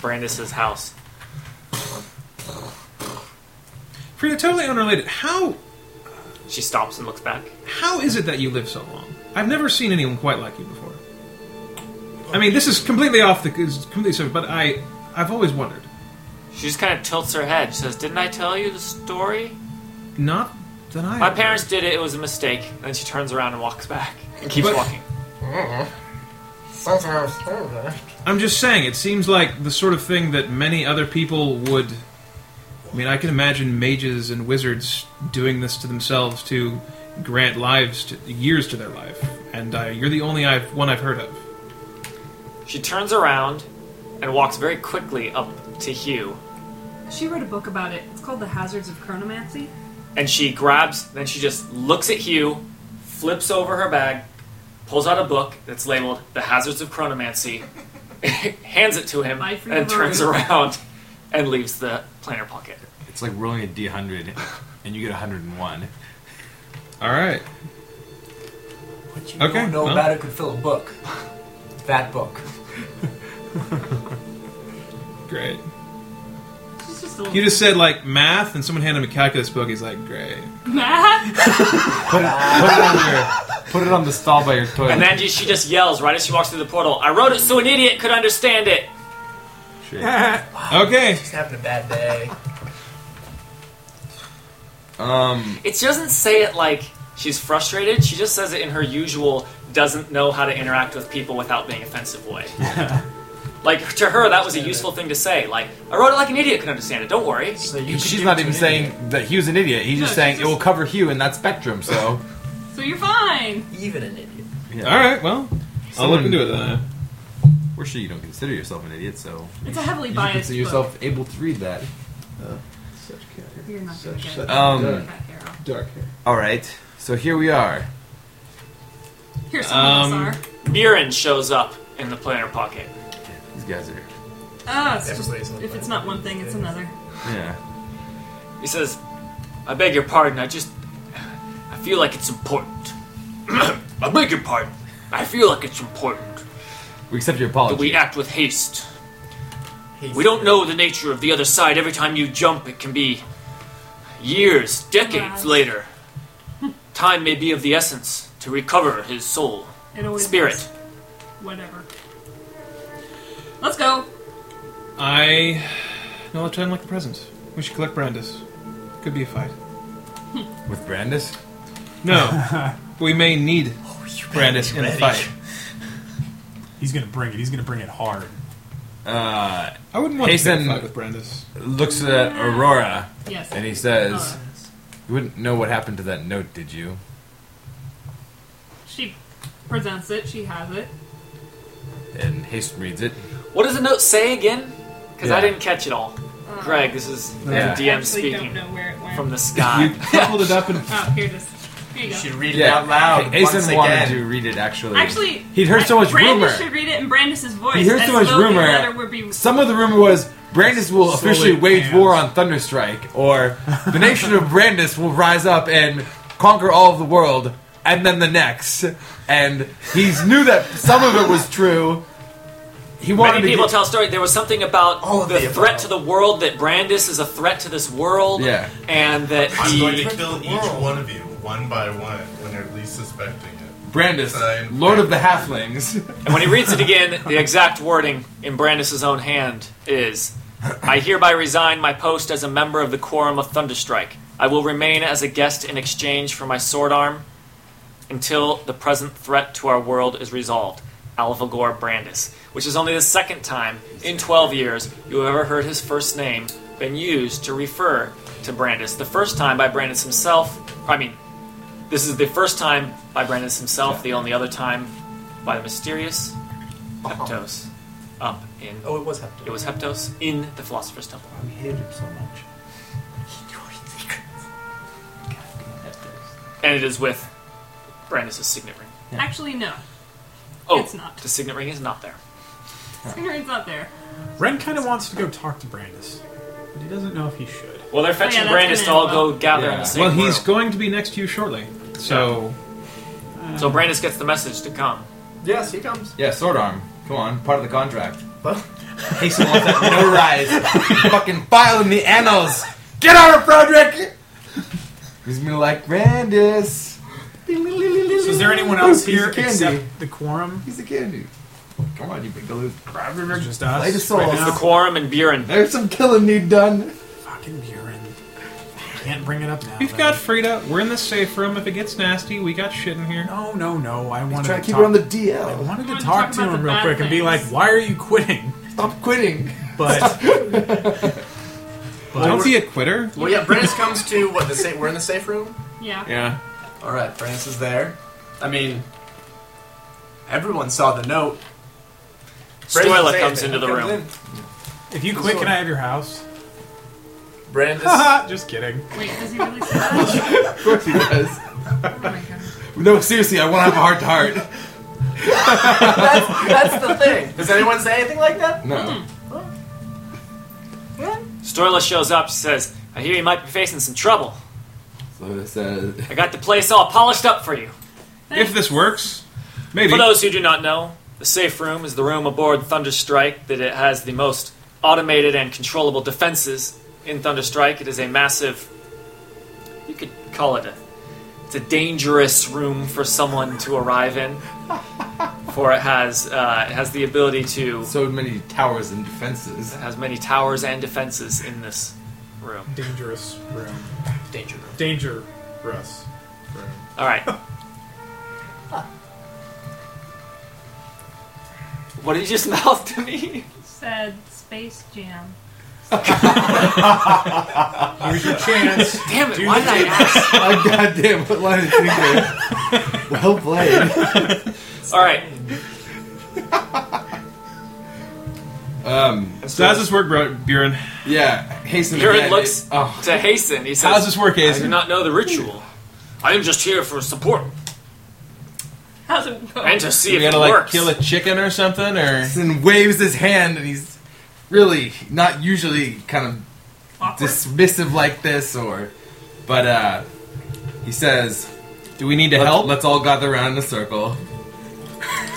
S2: Brandis's house.
S5: Frida, totally unrelated. How
S2: She stops and looks back.
S5: how is it that you live so long? I've never seen anyone quite like you before. I mean, this is completely off the is completely separate, but I I've always wondered.
S2: She just kind of tilts her head. She says, "Didn't I tell you the story?
S5: Not that I
S2: My parents did it. It was a mistake." And then she turns around and walks back and keeps
S5: But-
S2: walking.
S17: Sometimes they're
S5: I'm just saying, it seems like the sort of thing that many other people would. I mean, I can imagine mages and wizards doing this to themselves to grant lives, to, years to their life, and uh, you're the only I've, one I've heard of.
S2: She turns around and walks very quickly up to Hugh.
S3: She wrote a book about it. It's called The Hazards of Chronomancy.
S2: and she grabs then she just looks at hugh flips over her bag pulls out a book that's labeled the hazards of chronomancy hands it to him
S3: I for
S2: and
S3: the
S2: turns
S3: Road.
S2: around and leaves the planner pocket.
S4: It's like rolling a d100, and you get 101.
S5: All right.
S9: What you
S4: Okay,
S9: don't know
S4: well.
S9: about it could fill a book. That book.
S5: Great.
S3: It's just a little
S5: You just said like math, and someone handed him a calculus book. He's like, great.
S3: math.
S4: Put it, put it on your, put it on the stall by your toilet.
S2: And then she- she just yells right as she walks through the portal. I wrote it so an idiot could understand it.
S5: okay.
S9: She's having a bad day.
S4: Um,
S2: It doesn't say it like she's frustrated. She just says it in her usual doesn't know how to interact with people without being offensive way. like to her, that was a useful thing to say. Like I wrote it like an idiot could understand it. Don't worry.
S4: she's not even saying that Hugh's an idiot. He's just
S3: No,
S4: saying
S3: she's
S4: it will cover Hugh in that spectrum. So,
S3: so you're fine.
S9: Even an idiot.
S4: yeah.
S5: All right. Well, I'll look
S4: Someone-
S5: into it then.
S4: We're sure you don't consider yourself an idiot, so
S3: It's a heavily
S4: you should
S3: biased
S4: consider yourself able to read that.
S18: Such cat hair.
S3: You're not gonna
S18: such,
S3: get
S18: such
S3: it.
S4: Um,
S18: dark,
S3: Arrow.
S18: dark hair.
S4: All right, so here we are.
S3: Here's some of
S5: Um,
S3: those are.
S2: Biren shows up in the planner pocket.
S4: These guys are,
S3: Ah, it's just,
S18: Everybody's on
S3: if
S18: the
S3: it's not one thing, it's another.
S4: yeah.
S2: He says, "I beg your pardon. I just I feel like it's important. I beg your pardon. I feel like it's important."
S4: We accept your
S2: that
S4: apology.
S2: we act with haste. We don't know the nature of the other side. Every time you jump, it can be years, decades
S3: Yes.
S2: later. Time may be of the essence to recover his soul,
S3: Oh, It always
S2: spirit.
S3: is. Whatever. Let's go.
S5: I no left hand like the present. We should collect Brandis. Could be a fight.
S4: With Brandis,
S5: No, we may need Brandis in the fight.
S6: He's gonna bring it. He's gonna bring it hard.
S4: uh,
S5: I wouldn't want to
S4: Hasten-
S5: pick a fight with Brandis.
S4: looks at Aurora
S3: Yes. Uh,
S4: and he says,
S3: Alright.
S4: "You wouldn't know what happened to that note, did you?"
S3: She presents it. She has it.
S4: And Hasten reads it.
S2: What does the note say again? Because I
S4: Yeah.
S2: didn't catch it all. Greg, this is the DM
S3: Uh,
S4: Yeah.
S3: Actually, don't
S2: speaking
S3: know where it went.
S2: from the
S5: You
S2: sky.
S5: crumpled it up and
S3: Oh, here it is. Here you
S9: You
S3: go.
S9: should read it out loud.
S4: Hasten
S9: once
S4: wanted
S9: again.
S4: to read it actually.
S3: Actually,
S4: he'd heard so
S3: I-
S4: much
S3: Brandis
S4: rumor.
S3: should read it in Brandis's voice.
S4: He heard
S3: as
S4: so much
S3: though the
S4: rumor.
S3: letter would be
S4: Some of the rumor was Brandis will
S6: Slowly
S4: officially wage
S6: pans.
S4: war on Thunderstrike, or the nation of Brandis will rise up and conquer all of the world, and then the next. And he knew that some of it was true. He wanted
S2: Many
S4: to
S2: people
S4: get-
S2: tell a story. There was something about
S9: All of
S2: the,
S9: the
S2: threat
S9: above.
S2: to the world that Brandis is a threat to this world,
S4: Yeah.
S2: and that
S12: I'm going
S2: he
S12: to kill each one of you one by one when you're least suspecting it.
S4: Brandis,
S12: Sign.
S4: Lord of the Halflings.
S2: And when he reads it again, the exact wording in Brandis' own hand is I hereby resign my post as a member of the Quorum of Thunderstrike. I will remain as a guest in exchange for my sword arm until the present threat to our world is resolved. Alvagor Brandis, which is only the second time in 12 years you have ever heard his first name been used to refer to Brandis. The first time by Brandis himself, I mean, this is the first time by Brandis himself, the only other time by the mysterious Heptos up in
S9: Oh, it was Hepto.
S2: it was Heptos in the Philosopher's Temple.
S18: We hated him so much.
S2: And it is with Brandis' signet ring.
S3: Actually, no.
S2: Oh,
S3: It's not.
S2: The signet ring is not there.
S3: Signorina's not there.
S6: Ren kind of wants to go talk to Brandis, but he doesn't know if he should.
S2: Well, they're
S3: Oh, yeah,
S2: fetching
S3: that's
S2: Brandis to
S3: gonna
S2: all
S3: end
S2: go
S3: well.
S2: gather in
S4: Yeah.
S2: the same
S5: well, he's
S2: room.
S5: going to be next to you shortly. So
S2: so Brandis gets the message to come.
S18: Yes, he comes.
S4: yeah, sword arm. Come on, part of the contract. Hasten wants that notarized fucking file in the annals. Get out of Frederick! He's gonna be like, Brandis.
S6: So is there anyone else
S4: He's a
S6: here
S4: candy.
S6: except the quorum?
S4: He's a candy. Come on, you big galoo.
S6: It's just us.
S4: Play the soul.
S6: right
S4: It's
S6: now.
S2: The quorum and Buren.
S4: There's some killing need done.
S6: Fucking urine. Can't bring it up now.
S5: we've
S6: though.
S5: got Frida. We're in the safe room. If it gets nasty, we got shit in here.
S6: No, no, no. I wanted
S4: Try
S6: to
S4: to keep
S6: talk-
S4: it on the
S6: I
S4: DL.
S6: wanted to
S3: wanted to
S6: talk
S3: talk
S6: to
S3: about
S6: him
S3: the
S6: real
S3: bad
S6: quick and be like,
S3: things.
S6: "Why are you quitting?"
S4: Stop quitting.
S6: But, but
S5: Don't be a quitter.
S9: Well, yeah, Brandis comes to what the safe. We're in the safe room.
S3: Yeah.
S4: Yeah.
S9: All right, Brandis is there. I mean, everyone saw the note.
S2: Stoila
S9: Brandis
S2: comes
S9: is
S2: into the
S9: comes
S2: room.
S6: if you quit, can I have your house?
S9: in. Brandis.
S6: just kidding.
S3: Wait, does he really say that?
S4: Of course he does.
S3: Oh my god.
S4: No, seriously, I want to have a heart to heart.
S9: that's, that's the thing. Does anyone say anything like that?
S4: No.
S9: Well,
S2: Stoila shows up. She says, "I hear you might be facing some trouble.
S4: So it says.
S2: I got the place all polished up for you."
S5: If this works, maybe.
S2: For those who do not know, the safe room is the room aboard Thunderstrike that it has the most automated and controllable defenses in Thunderstrike. It is a massive. You could call it a. It's a dangerous room for someone to arrive in. For it has uh, it has the ability to
S4: so many towers and defenses.
S2: It has many towers and defenses in this room.
S6: Dangerous room.
S2: Danger room.
S6: Danger for us. Room.
S2: All right. what did you just mouth to me?
S3: Said Space Jam.
S6: Here's your chance.
S2: Damn it! Why did I ask?
S4: Oh, goddamn, what line is he there? Well played.
S2: All right.
S4: Um,
S5: So how's this work, bro- Buren?
S4: Yeah, hasten.
S2: Buren
S4: again.
S2: looks
S4: It- oh.
S2: to Hasten. He says,
S5: How's this work,
S2: I
S5: Hasten?
S2: do not know the ritual. I am just here for support
S3: How's it go?
S2: and to see
S5: we
S2: if it
S5: gotta like
S2: works.
S5: kill a chicken or something, or
S4: Hasten waves his hand, and he's really not usually kind of
S3: Awkward.
S4: dismissive like this, or but uh, he says,
S5: do we need to
S4: let's,
S5: help?
S4: Let's all gather around in a circle.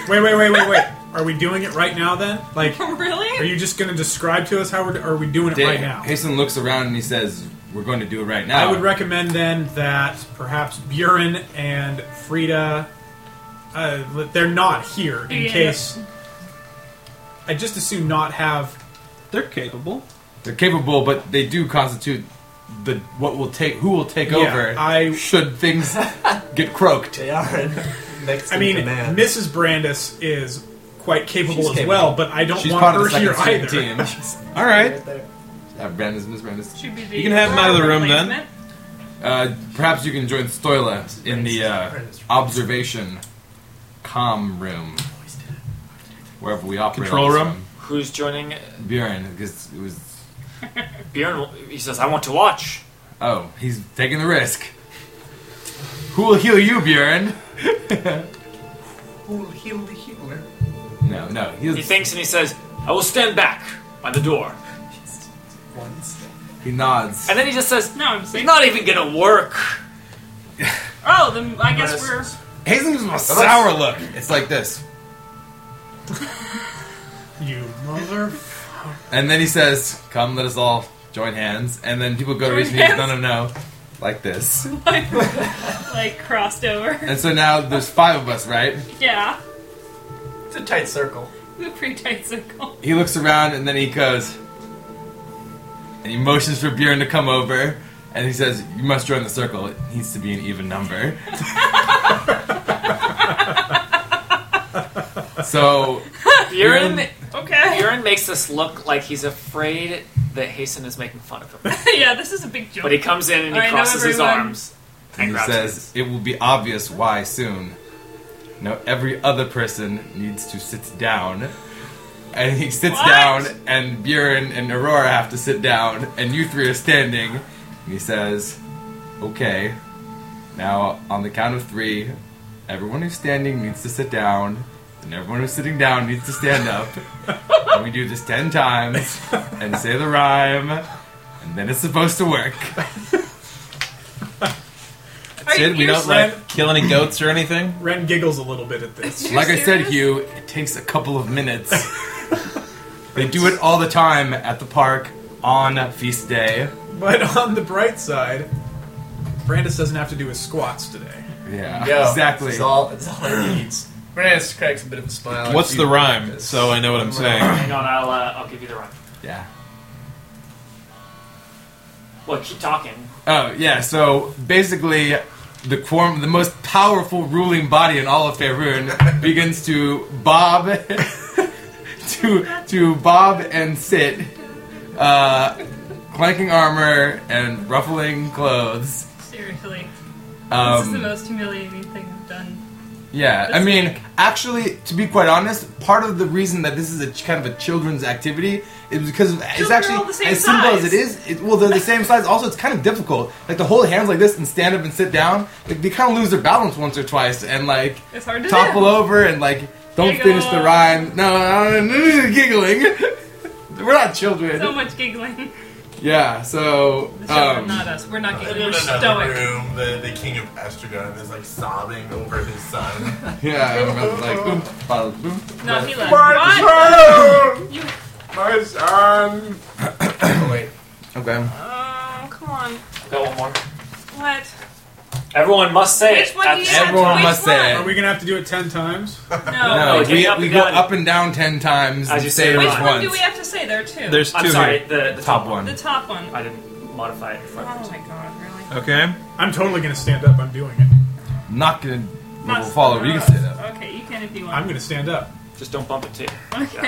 S6: Wait, wait, wait, wait, wait. Are we doing it right now then? Like, are
S3: really?
S6: you just going to describe to us how we're? Are we doing it
S4: Dan-
S6: right now?
S4: Hasten looks around and he says, "We're going to do it right now."
S6: I would recommend then that perhaps Buren and Frida, uh, they're not here in
S3: Yeah.
S6: case. I just assume not have.
S5: They're capable.
S4: They're capable, but they do constitute the what will take who will take
S6: Yeah,
S4: over.
S6: I-
S4: should things get croaked.
S12: They are in next
S6: I mean,
S12: in command.
S6: Mrs. Brandis is quite capable
S4: She's
S6: as
S4: capable.
S6: well, but I don't
S4: She's
S6: want
S4: part of
S6: her
S4: the
S6: here
S4: second
S6: either.
S4: string team.
S5: All right.
S12: Right there.
S4: Uh, Brandis, Miss Brandis.
S3: Should be the
S5: You can have him out of the room then.
S3: replacement.
S4: Uh, perhaps you can join Stoila in the uh, observation com room, wherever we operate.
S5: Control
S4: on this
S5: room?
S2: Who's joining?
S4: one. Buren, because it was.
S2: Bjorn. He says, "I want to watch."
S4: Oh, he's taking the risk. Who will heal you, Buren?
S9: Who will heal the healer?
S4: No, no. He's,
S2: He thinks and he says, "I will stand back by the door."
S9: One step.
S4: he nods.
S2: And then he just says,
S3: No, I'm
S2: "It's
S3: saying.
S2: not even gonna work."
S3: Oh, then I guess we're.
S4: Hazen gives him a sour look. It's like this.
S6: You mother.
S4: And then he says, Come, let us all join hands. And then people go to
S3: Join
S4: his knees,
S3: hands?
S4: no, no, no. Like this.
S3: like crossed over.
S4: And so now there's five of us, right?
S3: Yeah,
S9: It's a tight circle.
S3: the pretty tight circle.
S4: He looks around and then he goes, and he motions for Bjorn to come over. And he says, You must join the circle. It needs to be an even number. so,
S2: Bjorn.
S3: Okay.
S2: Bjorn makes this look like he's afraid that Hasten is making fun of him,
S3: yeah, this is a big joke.
S2: but he comes in and he
S3: I know
S2: crosses his
S3: everyone.
S2: arms and,
S4: and he
S2: grabs
S4: says, It will be obvious why soon. Now, every other person needs to sit down. And he sits
S3: What?
S4: down, and Bjorn and Aurora have to sit down, and you three are standing. And he says, Okay, now on the count of three, everyone who's standing needs to sit down, and everyone who's sitting down needs to stand up. and we do this ten times, and say the rhyme, and then it's supposed to work.
S3: Are you-
S5: Sid, we
S3: you're
S5: don't
S6: saying-
S5: like kill any goats or anything.
S6: Ren giggles a little bit at this.
S4: like I said,
S3: serious?
S4: Hugh, it takes a couple of minutes. they do it all the time at the park on feast day.
S6: But on the bright side, Brandis doesn't have to do his squats today.
S4: Yeah,
S9: Yo,
S4: exactly.
S9: It's all, it's all it needs. Brandis cracks a bit of a smile.
S5: What's the rhyme? So I know what I'm saying.
S2: Hang on, I'll uh, I'll give you the rhyme.
S4: Yeah.
S2: Well, keep talking.
S4: Oh yeah. So basically, the quorum, the most powerful ruling body in all of Faerun, begins to bob, to to bob and sit, uh, clanking armor and ruffling clothes.
S3: Seriously, this is the
S4: Um,
S3: most humiliating thing I've done.
S4: Yeah, I
S3: This
S4: mean,
S3: week.
S4: actually, to be quite honest, part of the reason that this is a ch- kind of a children's activity is because of, it's
S3: Children are all
S4: actually
S3: the
S4: as
S3: same
S4: simple as
S3: size.
S4: it is. It, well, they're the same size. Also, it's kind of difficult. Like to hold hands like this and stand up and sit down, like, they kind of lose their balance once or twice, and like
S3: It's hard to
S4: topple
S3: do.
S4: over and like don't
S3: Giggle.
S4: finish the rhyme. No, no, no, no, no, no, giggling. We're not children.
S3: So much giggling.
S4: Yeah, so.
S3: The children,
S4: Um,
S3: not us. We're not
S12: In
S3: getting. We're
S12: another
S3: stoic.
S12: room, the, the king of Astragon is like sobbing over his son.
S4: yeah, everyone's like, oom, bada, boom.
S3: No, he left.
S12: My
S3: What? You,
S12: son! My son! oh, wait.
S16: Okay.
S3: oh, come on.
S2: Go one more.
S3: What?
S2: Everyone must say
S3: Which
S2: it.
S3: one
S2: at the
S3: do you have?
S2: end.
S16: Everyone
S3: Which
S16: must say
S6: Are
S16: it.
S6: we gonna have to do it ten times?
S3: Oh, No.
S16: No,
S2: No,
S16: we,
S2: take up
S16: we
S2: and
S16: go
S2: down.
S16: up and down ten times
S2: As
S16: and
S2: you
S16: say
S2: say
S16: it
S2: it.
S3: Which
S16: was
S3: one
S16: once.
S3: do we have to say? There are two.
S5: There's two
S2: I'm sorry,
S5: here.
S2: the, the
S16: Top
S3: the
S16: one.
S3: top one.
S2: I didn't modify it.
S3: Oh
S2: For
S3: my god, really?
S5: Okay.
S6: I'm totally gonna stand up. I'm doing it.
S16: Not gonna
S3: Not-
S16: we'll follow. You can say that.
S3: Okay, you can if you
S6: I'm
S3: want.
S6: gonna stand up.
S2: Just don't bump it too.
S3: okay.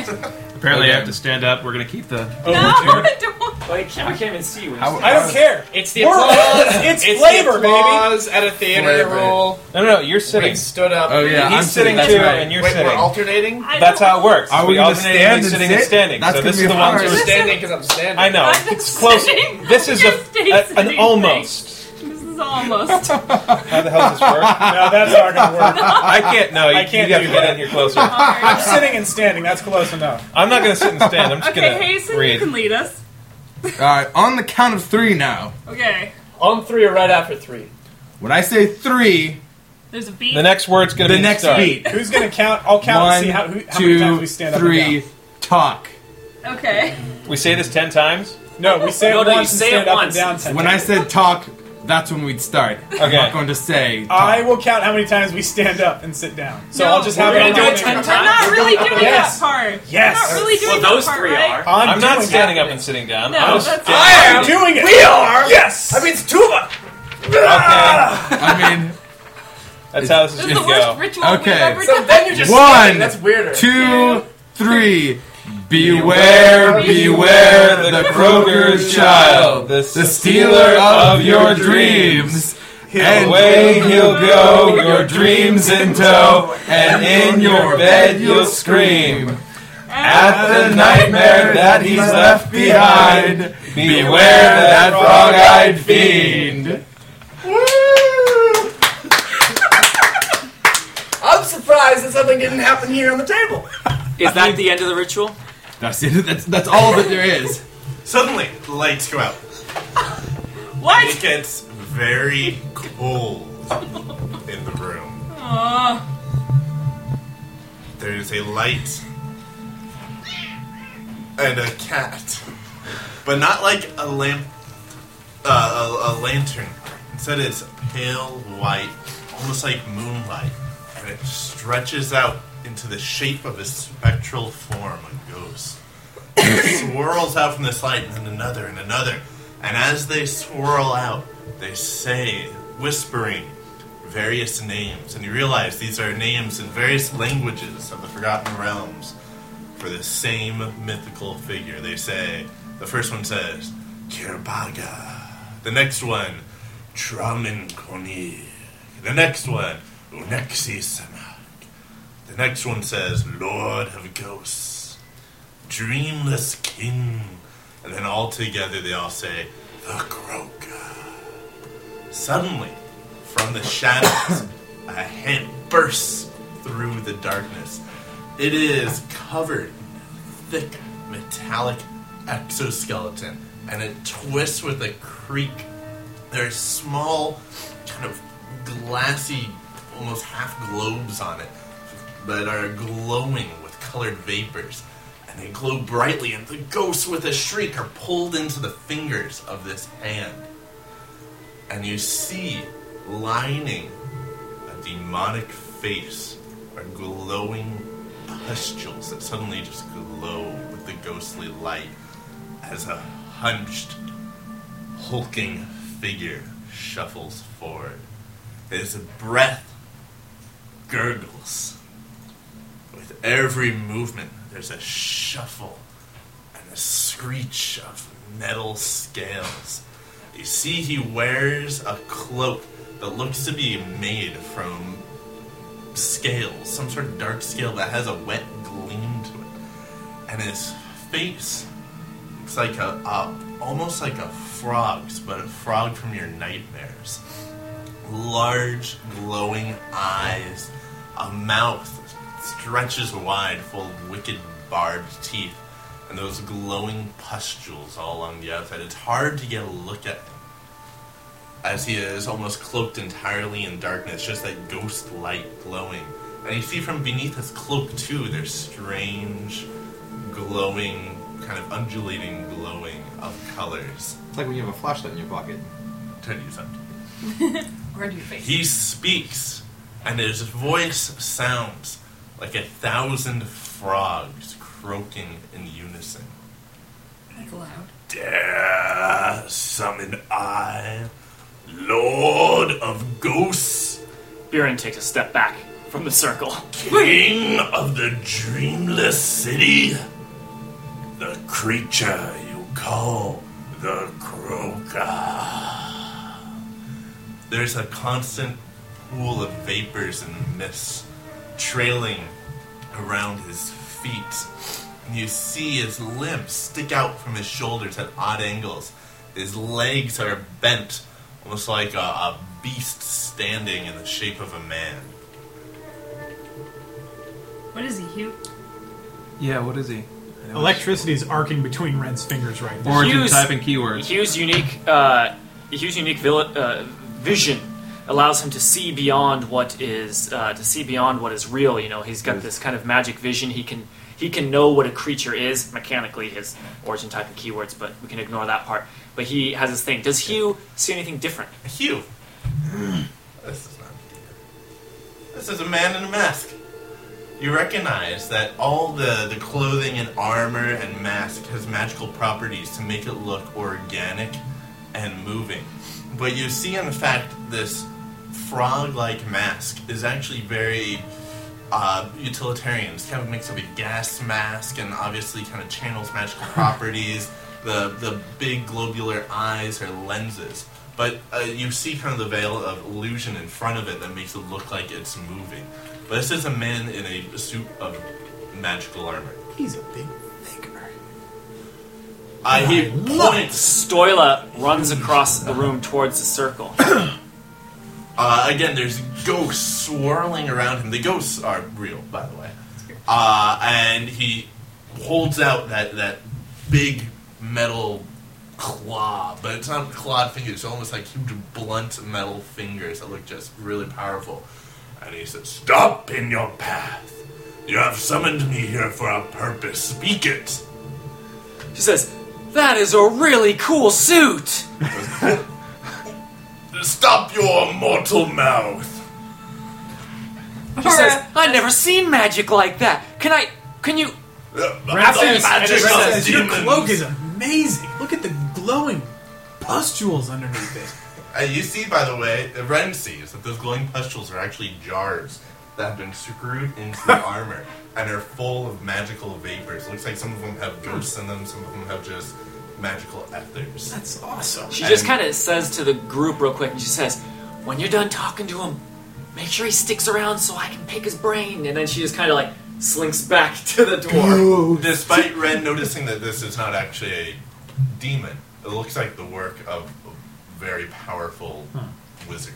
S5: Apparently, I
S16: Okay.
S5: have to stand up. We're gonna keep the.
S3: No,
S6: Oh,
S3: I don't.
S2: Well, you can't, we can't even see you. when you
S16: How-
S2: stand
S16: I don't
S2: up.
S6: care.
S19: It's the applause. It's,
S2: It's the
S19: flavor, baby.
S4: applause
S19: At a theater
S4: flavor.
S19: rule,
S5: No, no, no. You're
S19: we
S5: sitting.
S19: stood up.
S4: Oh, yeah,
S5: He's
S4: I'm sitting,
S5: sitting,
S4: that's
S5: too,
S4: right.
S5: and you're
S19: Wait,
S5: sitting.
S19: we're alternating.
S3: I
S5: That's
S3: don't-
S5: how it works.
S16: Are we
S5: we
S16: gonna
S5: alternate
S16: stand
S5: between
S16: and
S5: sitting and
S16: sit?
S5: standing.
S4: That's
S5: so
S4: gonna
S5: this
S4: be
S5: is the ones
S4: hard.
S5: who are
S3: Listen.
S5: standing.
S19: Standing because I'm standing.
S5: I know.
S3: I'm
S5: It's close.
S3: sitting.
S5: This is
S3: I
S5: a,
S3: can't stay
S5: a- an
S3: sitting.
S5: almost.
S3: This is almost.
S5: How the hell does this work?
S6: No, that's not gonna work.
S5: I can't. No, you,
S6: I can't
S5: You have
S6: do
S5: to get
S6: that.
S5: in here closer.
S3: Uh-huh.
S6: I'm sitting and standing. That's close enough.
S5: I'm not gonna sit and stand. I'm just
S3: okay,
S5: gonna
S3: Hazen, you
S5: read.
S3: can lead us.
S4: Alright, on the count of three now.
S3: Okay.
S19: On three or right after three.
S4: When I say three,
S3: There's a beat.
S5: The next word's gonna
S4: the
S5: be
S4: next
S5: start.
S4: beat.
S6: Who's gonna count? I'll count and
S4: One,
S6: see how, who, how many times
S4: two,
S6: we stand up.
S4: three,
S6: And
S4: talk.
S3: Okay.
S5: We say this ten times.
S6: down. No, we say
S2: No,
S6: it
S2: no, you
S6: once and
S2: say it
S6: stand up
S2: once.
S6: and down ten.
S4: When I said talk, that's when we'd start. I'm
S5: Okay.
S4: not going to say. Talk.
S6: I will count how many times we stand up and sit down. So
S3: No,
S6: I'll just
S3: we're
S6: have it
S2: gonna
S6: on
S2: do
S6: my
S2: it
S6: finger.
S2: ten
S3: We're
S2: times.
S3: not really doing
S6: Yes.
S3: that part.
S6: Yes.
S3: We're not really doing
S2: Well,
S3: that
S2: those
S3: part,
S2: three
S3: right?
S2: are.
S6: I'm,
S5: I'm, not
S6: doing
S5: standing
S6: it.
S5: up and sitting down.
S3: No,
S5: I'm just
S3: that's-
S5: getting-
S6: I am doing it. We are. Yes.
S19: I mean, it's two of us.
S5: Okay.
S4: I mean,
S5: That's how this is
S3: This is the
S5: gonna
S3: worst
S5: go.
S3: ritual we've
S4: Okay.
S3: ever
S19: So
S3: done.
S19: then you're just
S4: One,
S19: standing. That's weirder.
S4: two, three. Beware, beware the Kroger's child,
S5: the,
S4: the stealer of your dreams. And
S5: Away he'll go,
S4: your dreams in tow, and in your bed you'll scream. At the nightmare that he's left behind, beware that frog-eyed fiend.
S19: I'm surprised that something didn't happen here on the table.
S2: Is that the end of the ritual?
S4: That's it. That's, that's all that there is.
S12: Suddenly, lights go out. It
S3: What?
S12: gets very cold in the room.
S3: Oh,
S12: There is a light and a cat, but not like a lamp, uh, a, a lantern. Instead, it's pale white, almost like moonlight, and it stretches out into the shape of a spectral form, a ghost. It swirls out from this light, and then another, and another, and as they swirl out, they say, whispering various names, and you realize these are names in various languages of the Forgotten Realms for the same mythical figure. They say the first one says Kirbaga, the next one Traminkoni, the next one Unexi Samak, the next one says Lord of Ghosts, Dreamless King, and then all together they all say the Kroka. Suddenly, from the shadows, a hand bursts through the darkness. It is covered in a thick metallic exoskeleton, and it twists with a creak. There are small, kind of glassy, almost half globes on it that are glowing with colored vapors. And they glow brightly, and the ghosts with a shriek are pulled into the fingers of this hand and you see lining a demonic face are glowing pustules that suddenly just glow with the ghostly light as a hunched, hulking figure shuffles forward. His breath gurgles. With every movement, there's a shuffle and a screech of metal scales. You see, he wears a cloak that looks to be made from scales, some sort of dark scale that has a wet gleam to it. And his face looks like a, a almost like a frog's, but a frog from your nightmares. Large, glowing eyes, a mouth that stretches wide, full of wicked barbed teeth, and those glowing pustules all along the outside. It's hard to get a look at him. As he is almost cloaked entirely in darkness, just that ghost light glowing. And you see from beneath his cloak, too, there's strange, glowing, kind of undulating glowing of colors.
S20: It's like when you have a flashlight in your pocket.
S12: Turn you something.
S3: Or do your face?
S12: He speaks, and his voice sounds like a thousand frogs croaking in unison.
S3: That's loud.
S12: Dare summon I, Lord of Ghosts.
S2: Biren takes a step back from the circle.
S12: King of the dreamless city, the creature you call the Croaker. There's a constant pool of vapors and mists trailing around his feet. And you see his limbs stick out from his shoulders at odd angles. His legs are bent, almost like a, a beast standing in the shape of a man.
S3: What is he, Hugh?
S5: Yeah, what is he?
S6: Electricity is arcing between Ren's fingers right now.
S5: Origin type and keywords.
S2: Hugh's unique, uh, Hugh's unique vil- uh, vision allows him to see beyond what is uh, to see beyond what is real. You know, he's got this kind of magic vision. He can he can know what a creature is mechanically. His origin type and keywords, but we can ignore that part. But he has this thing. Does Hugh see anything different?
S12: Hugh. This is not This is a man in a mask. You recognize that all the, the clothing and armor and mask has magical properties to make it look organic and moving. But you see, in fact, this frog like mask is actually very uh, utilitarian. It's kind of a mix of a gas mask and obviously kind of channels magical properties. The, the big globular eyes are lenses. But uh, you see kind of the veil of illusion in front of it that makes it look like it's moving. But this is a man in a suit of magical armor.
S19: He's a big.
S12: Uh, he
S2: points. Stoila runs across the room towards the circle.
S12: Uh, again, there's ghosts swirling around him. The ghosts are real, by the way. Uh, and he holds out that, that big metal claw, but it's not clawed fingers. It's almost like huge blunt metal fingers that look just really powerful. And he says, "Stop in your path. You have summoned me here for a purpose. Speak it."
S2: She says, "That is a really cool suit."
S12: Stop your mortal mouth.
S2: She says, "I've never seen magic like that. Can I? Can you?"
S6: Raph
S2: The
S6: says-
S2: magic
S6: Raph
S2: of
S6: says, your
S2: demons."
S6: cloak is amazing. Look at the glowing pustules underneath it.
S12: Uh, you see, by the way, uh, Ren sees that those glowing pustules are actually jars that have been screwed into the armor and are full of magical vapors. Looks like some of them have ghosts in them, some of them have just magical ethers.
S6: That's awesome.
S2: She just kind of says to the group real quick, and she says, "When you're done talking to him, make sure he sticks around so I can pick his brain." And then she just kind of like slinks back to the door.
S12: Despite Ren noticing that this is not actually a demon, it looks like the work of a very powerful wizard.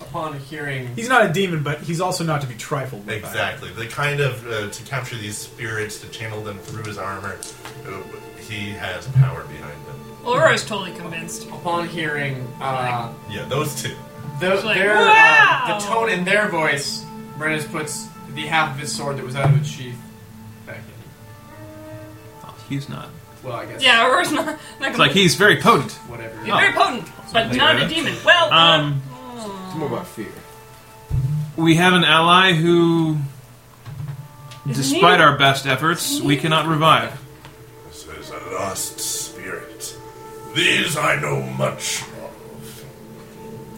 S9: Upon hearing
S6: He's not a demon, but he's also not to be trifled with.
S12: Exactly. The kind of uh, to capture these spirits to channel them through his armor. uh, He has power behind him.
S3: Laura's totally convinced.
S9: Upon hearing, uh,
S12: Yeah, those two.
S9: the,
S3: like,
S9: their,
S3: "Wow!"
S9: uh, the tone in their voice, Brennus puts the half of his sword that was out of its sheath back in.
S5: Oh, He's not.
S9: Well, I guess.
S3: Yeah, Aurora's not. not
S5: It's
S3: gonna-
S5: like he's very potent.
S9: Whatever.
S3: You're very potent, but
S5: Something
S3: not
S5: like
S3: a
S5: that.
S3: demon. Well,
S5: Um,
S3: uh,
S4: It's more about fear.
S5: We have an ally who,
S3: Is
S5: despite
S3: he-
S5: our best efforts, we cannot revive.
S12: This is a lost spirit. These I know much of.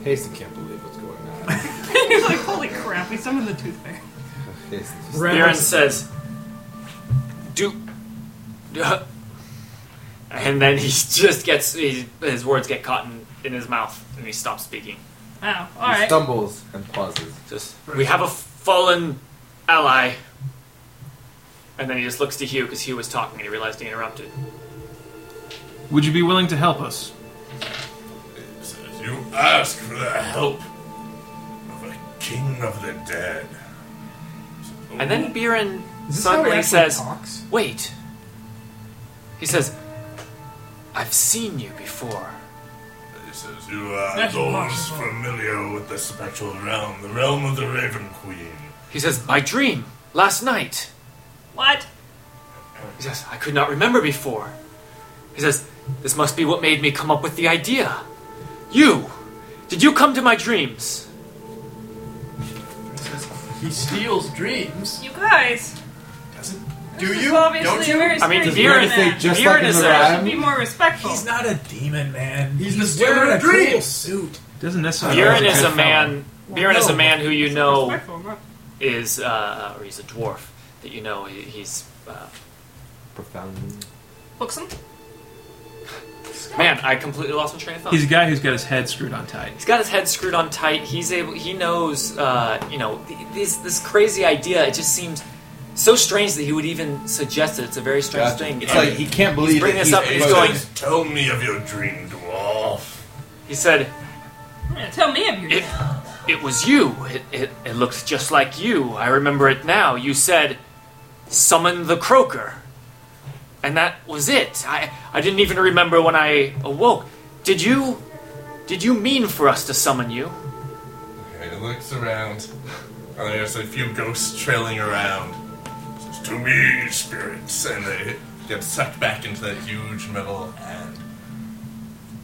S20: Hasty can't believe what's going on.
S3: You're like, holy crap, we summoned the tooth fairy.
S20: Hasty just-
S2: Biren says, "Do," uh," and then he just gets he, his words get caught in, in his mouth, and he stops speaking.
S3: Oh,
S20: he
S3: alright.
S20: stumbles and pauses.
S2: Just We have a fallen ally. And then he just looks to Hugh because Hugh was talking and he realized he interrupted.
S5: Would you be willing to help us?
S12: You ask for the help of a king of the dead.
S2: And then Biren
S6: Mm-hmm. Is this how
S2: suddenly
S6: Raffi
S2: says,
S6: talks?
S2: Wait, He says, I've seen you before.
S12: He says, You are
S2: That's
S12: those
S2: wonderful.
S12: familiar with the spectral realm, the realm of the Raven Queen.
S2: He says, My dream, last night.
S3: What?
S2: He says, I could not remember before. He says, This must be what made me come up with the idea. You! Did you come to my dreams?
S9: He steals dreams.
S3: You guys.
S9: Doesn't.
S3: This
S9: Do
S3: is
S9: you?
S3: obviously
S9: Don't you?
S3: a very
S2: I mean,
S3: serious
S2: Viren- say
S3: man.
S2: just like in the
S3: I should
S2: rhyme?
S3: be more respectful.
S6: He's not a demon, man. He's,
S9: the spirit
S6: wearing
S9: of
S6: a cool
S9: dreams.
S6: suit.
S5: Doesn't necessarily.
S2: Buren is a man. Buren is a
S6: no.
S2: man who you know
S3: Respectful, not-
S2: is, uh, or he's a dwarf that you know he- he's. Uh,
S20: Profoundly.
S3: Books him.
S2: man, I completely lost my train of thought.
S5: He's a guy who's got his head screwed on tight.
S2: He's got his head screwed on tight. He's able. He knows. Uh, you know, th- these, this crazy idea. It just seems so strange that he would even suggest it. It's a very strange
S20: Gotcha.
S2: thing.
S20: It's like he can't believe
S2: he's bringing
S20: that
S2: this up.
S20: he's
S2: and He's
S20: able
S2: going.
S20: to-
S12: Tell me of your dream, dwarf.
S2: He said,
S3: Yeah, Tell me of your
S2: It, it was you. It, it, it looks just like you. I remember it now. You said, summon the croaker. And that was it. I, I didn't even remember when I awoke. Did you. Did you mean for us to summon you?
S12: Okay, he looks around. And there's a few ghosts trailing around. Says, to me, spirits. And they get sucked back into that huge metal hand.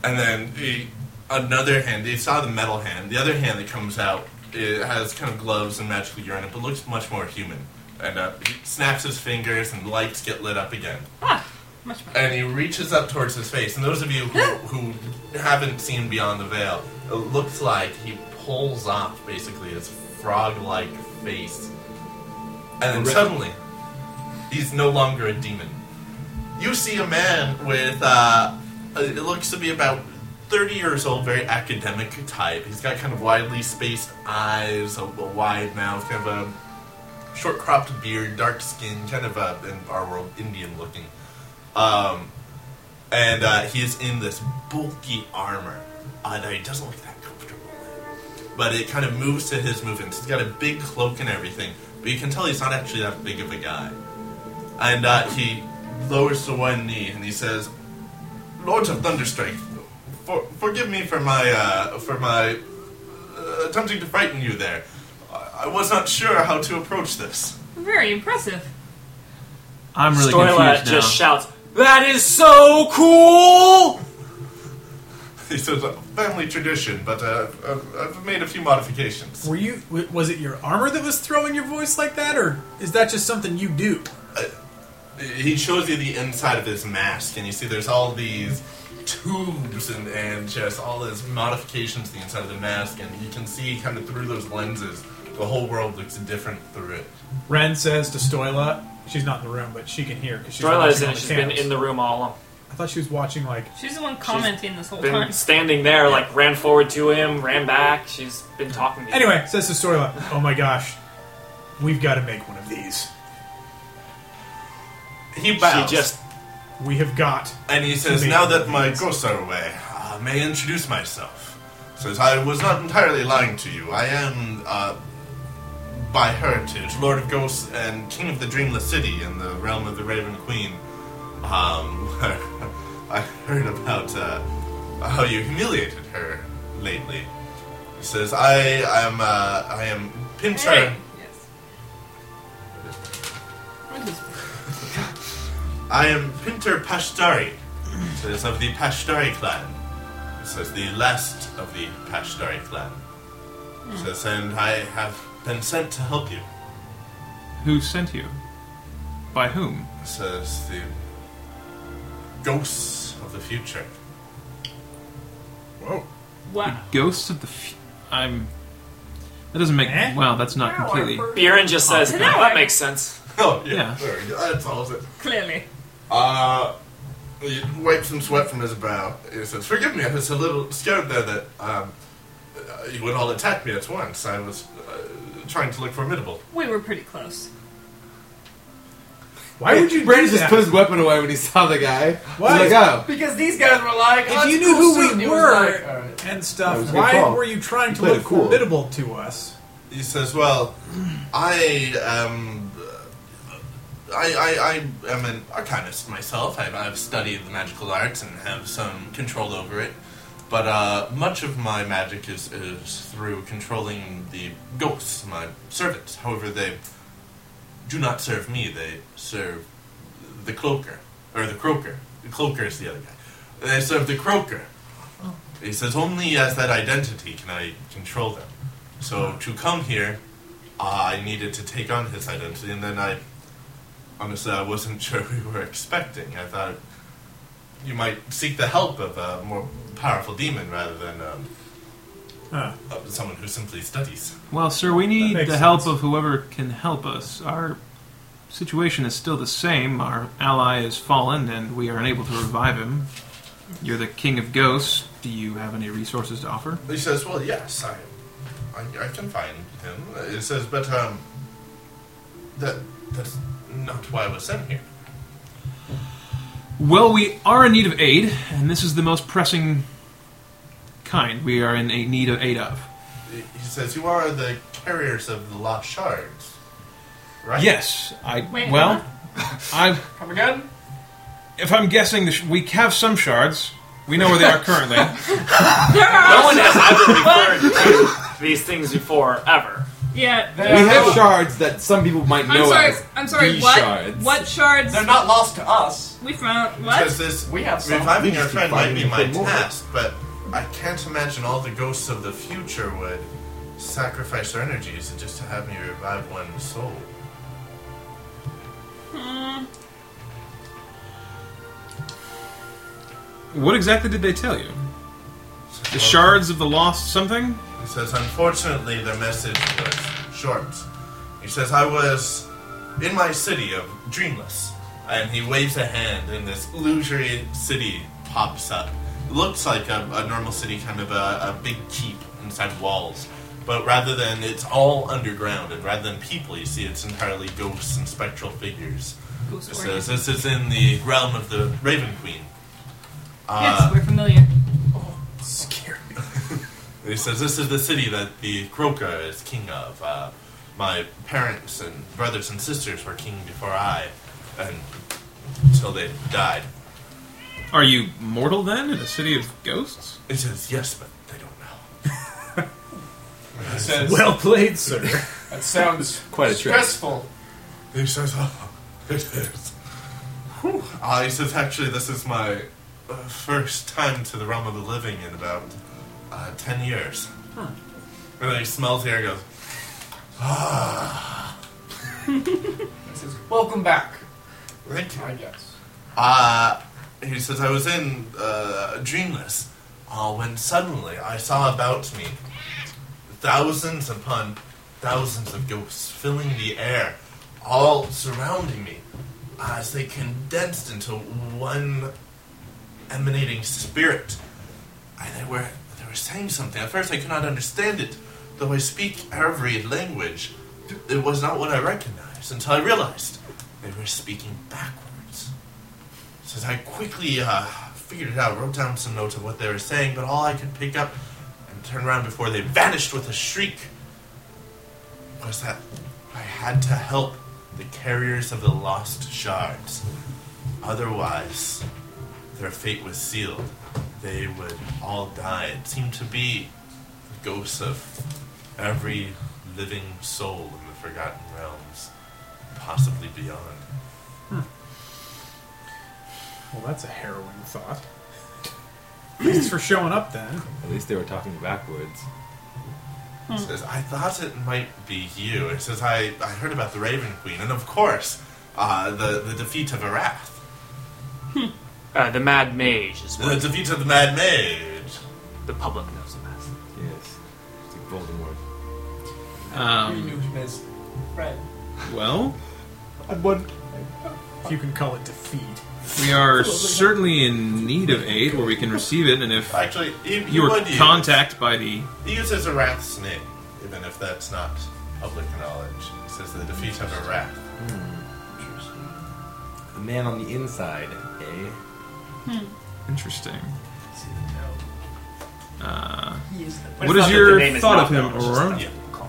S12: And then the another hand, they saw the metal hand. The other hand that comes out it has kind of gloves and magical urine, but looks much more human. And uh, he snaps his fingers, and lights get lit up again.
S3: Ah, much better.
S12: And he reaches up towards his face. And those of you who, who haven't seen Beyond the Veil, it looks like he pulls off basically his frog like face. And then
S20: Horrific.
S12: suddenly, he's no longer a demon. You see a man with, uh, it looks to be about 30 years old, very academic type. He's got kind of widely spaced eyes, a, a wide mouth, kind of a short cropped beard, dark skin, kind of a, in our world, Indian looking. Um, and uh, he is in this bulky armor. Uh, now, he doesn't look that comfortable, but it kind of moves to his movements. He's got a big cloak and everything, but you can tell he's not actually that big of a guy. And uh, he lowers to one knee and he says, "Lords of Thunderstrike, for, forgive me for my uh, for my uh, attempting to frighten you there. I, I was not sure how to approach this."
S3: Very impressive.
S5: I'm really
S2: Stoila
S5: confused now.
S2: just shouts, That is so cool!
S12: He says, "A "Family tradition, but uh, I've, I've made a few modifications."
S6: Were you? w- Was it your armor that was throwing your voice like that, or is that just something you do?
S12: he shows you the inside of his mask, and you see there's all these tubes and, and just all his modifications to the inside of the mask, and you can see kind of through those lenses, the whole world looks different through it.
S6: Ren says to Stoila, she's not in the room, but she can hear because she's
S2: Stoila is in
S6: watching on
S2: it. She's
S6: the
S2: been
S6: cams.
S2: in the room all along.
S6: I thought she was watching like
S3: She's the one commenting this whole time.
S2: Been standing there, like, ran forward to him, ran back. She's been talking to you.
S6: Anyway, says to Stoila, "Oh my gosh, we've got to make one of these.
S12: He bows,
S2: She just
S6: We have got."
S12: and he says, "Now that my ghosts are away, I may introduce myself." Says, "I was not entirely lying to you. I am, uh, by heritage, Lord of Ghosts and King of the Dreamless City in the realm of the Raven Queen." Um, I heard about uh, how you humiliated her lately. He says, "I am, uh, I am Pinter."
S3: Yes. What is-
S12: I am Pinter Pashtari, says of the Pashtari clan. Says the last of the Pashtari clan. Says, and I have been sent to help you.
S5: Who sent you? By whom?
S12: Says the ghosts of the future.
S6: Whoa.
S3: Wow.
S5: Ghosts of the. F- I'm. That doesn't make.
S6: Eh?
S5: Wow, that's not completely.
S2: Buren just says,
S3: An hour.
S2: That makes sense.
S12: Oh
S5: Yeah.
S12: there we go. That solves it.
S3: Clearly.
S12: Uh, he wipes some sweat from his brow. He says, "Forgive me. I was a little scared there that um, uh, you would all attack me at once. I was uh, trying to look formidable."
S3: We were pretty close.
S6: Why would you
S4: Brandon
S6: do
S4: just
S6: that?
S4: put his weapon away when he saw the guy.
S6: Why?
S4: He's like, oh,
S19: Because these guys were like,
S6: If
S19: "Oh,
S6: you
S19: it's
S6: knew
S19: cool
S6: who
S19: suit," and
S6: we
S19: he was
S6: were
S19: like, "All right."
S6: uh, and
S4: That was
S6: stuff,
S4: a good
S6: why
S4: call.
S6: were you trying to
S4: Played it
S6: look
S4: cool.
S6: formidable to us?
S12: He says, "Well, I am. um, I, I, I am an arcanist myself. I've, I've studied the magical arts and have some control over it. But uh, much of my magic is, is through controlling the ghosts, my servants. However, they do not serve me, they serve the cloaker. Or the croaker. The cloaker is the other guy. They serve the croaker. He says, only as that identity can I control them. So to come here, I needed to take on his identity, and then I honestly I wasn't sure we were expecting. I thought you might seek the help of a more powerful demon rather than um,
S5: Ah.
S12: of someone who simply studies.
S5: Well, sir, we need the
S12: makes
S5: help of whoever can help us. Our situation is still the same. Our ally is fallen, and we are unable to revive him. You're the king of ghosts. Do you have any resources to offer?
S12: He says, "Well, yes, I, I, I can find him." He says, "But um, that that's not why I was sent here."
S5: Well, we are in need of aid, and this is the most pressing kind we are in a need of aid of.
S12: He he says, "You are the carriers of the lost shards, right?"
S5: Yes, I.
S12: Wait,
S5: well, I.
S12: Come again?
S5: If I'm guessing, the sh- we have some shards. We know where they are currently.
S2: No one has ever referred to these things before, ever.
S3: Yeah.
S16: We
S3: yeah.
S16: have shards that some people might
S3: I'm
S16: know
S3: sorry.
S16: as
S3: I'm sorry.
S16: the
S3: What?
S16: shards.
S3: What shards? They're
S9: not lost to us.
S3: We found what?
S12: Because this
S9: We have some.
S12: reviving
S9: We
S12: your
S9: just
S12: friend
S9: keep
S12: might be
S9: finding
S12: my
S9: more.
S12: task, but I can't imagine all the ghosts of the future would sacrifice their energies just to have me revive one soul.
S3: Hmm.
S5: What exactly did they tell you? The shards of the lost something?
S12: He says, unfortunately, their message was short. He says, I was in my city of Dreamless. And he waves a hand, and this illusory city pops up. It looks like a, a normal city, kind of a, a big keep inside walls. But rather than, it's all underground, and rather than people, you see it's entirely ghosts and spectral figures.
S3: Ghost
S12: It
S3: origin.
S12: says, this is in the realm of the Raven Queen.
S19: uh,
S3: yes, we're familiar.
S12: Scary. he says, This is the city that the Croca is king of. Uh, my parents and brothers and sisters were king before I, and until they died.
S5: Are you mortal then in a city of ghosts?
S12: It says, Yes, but they don't know.
S19: It says,
S5: Well played, sir.
S19: That sounds
S12: Quite a trick.
S19: stressful.
S12: He says, Oh, it is. Whew. Uh, he says, Actually, this is my uh, first time to the realm of the living in about uh, 10 years.
S19: Huh.
S12: And then he smells the air and goes, Ah.
S9: It says, Welcome back.
S12: Thank you.
S9: I guess.
S12: Uh, he says, I was in uh, Dreamless uh, when suddenly I saw about me thousands upon thousands of ghosts filling the air, all surrounding me, as they condensed into one emanating spirit. And they were, they were saying something. At first, I could not understand it, though I speak every language. It was not what I recognized until I realized they were speaking backwards. Says I quickly uh, figured it out, wrote down some notes of what they were saying, but all I could pick up and turn around before they vanished with a shriek was that I had to help the carriers of the lost shards. Otherwise, their fate was sealed. They would all die. It seemed to be the ghosts of every living soul in the Forgotten Realms, possibly beyond.
S6: Well, that's a harrowing thought. Thanks for showing up then.
S20: At least they were talking backwards.
S12: It says, I thought it might be you. It says, I, I heard about the Raven Queen, and of course, uh, the, the defeat of Arath.
S2: Uh, the Mad Mage is
S12: The
S2: what
S12: defeat of the Mad Mage.
S2: the public knows him as.
S20: Yes. It's like Voldemort.
S5: Um,
S9: knew him as Fred.
S5: well,
S6: I would. If you can call it defeat.
S5: we are certainly in need of aid where we can receive it, and if
S12: Actually, if
S5: you were
S12: would use-
S5: contacted by the.
S12: He uses Arath's name, even if that's not public knowledge. It says, the defeat of Arath.
S20: The man on the inside, eh?
S5: Interesting. Uh,
S9: He is the- But
S5: what
S2: it's
S5: is
S2: not that
S5: your
S2: the name is
S5: thought
S2: not
S5: of him,
S2: known, it's just
S5: Aurora?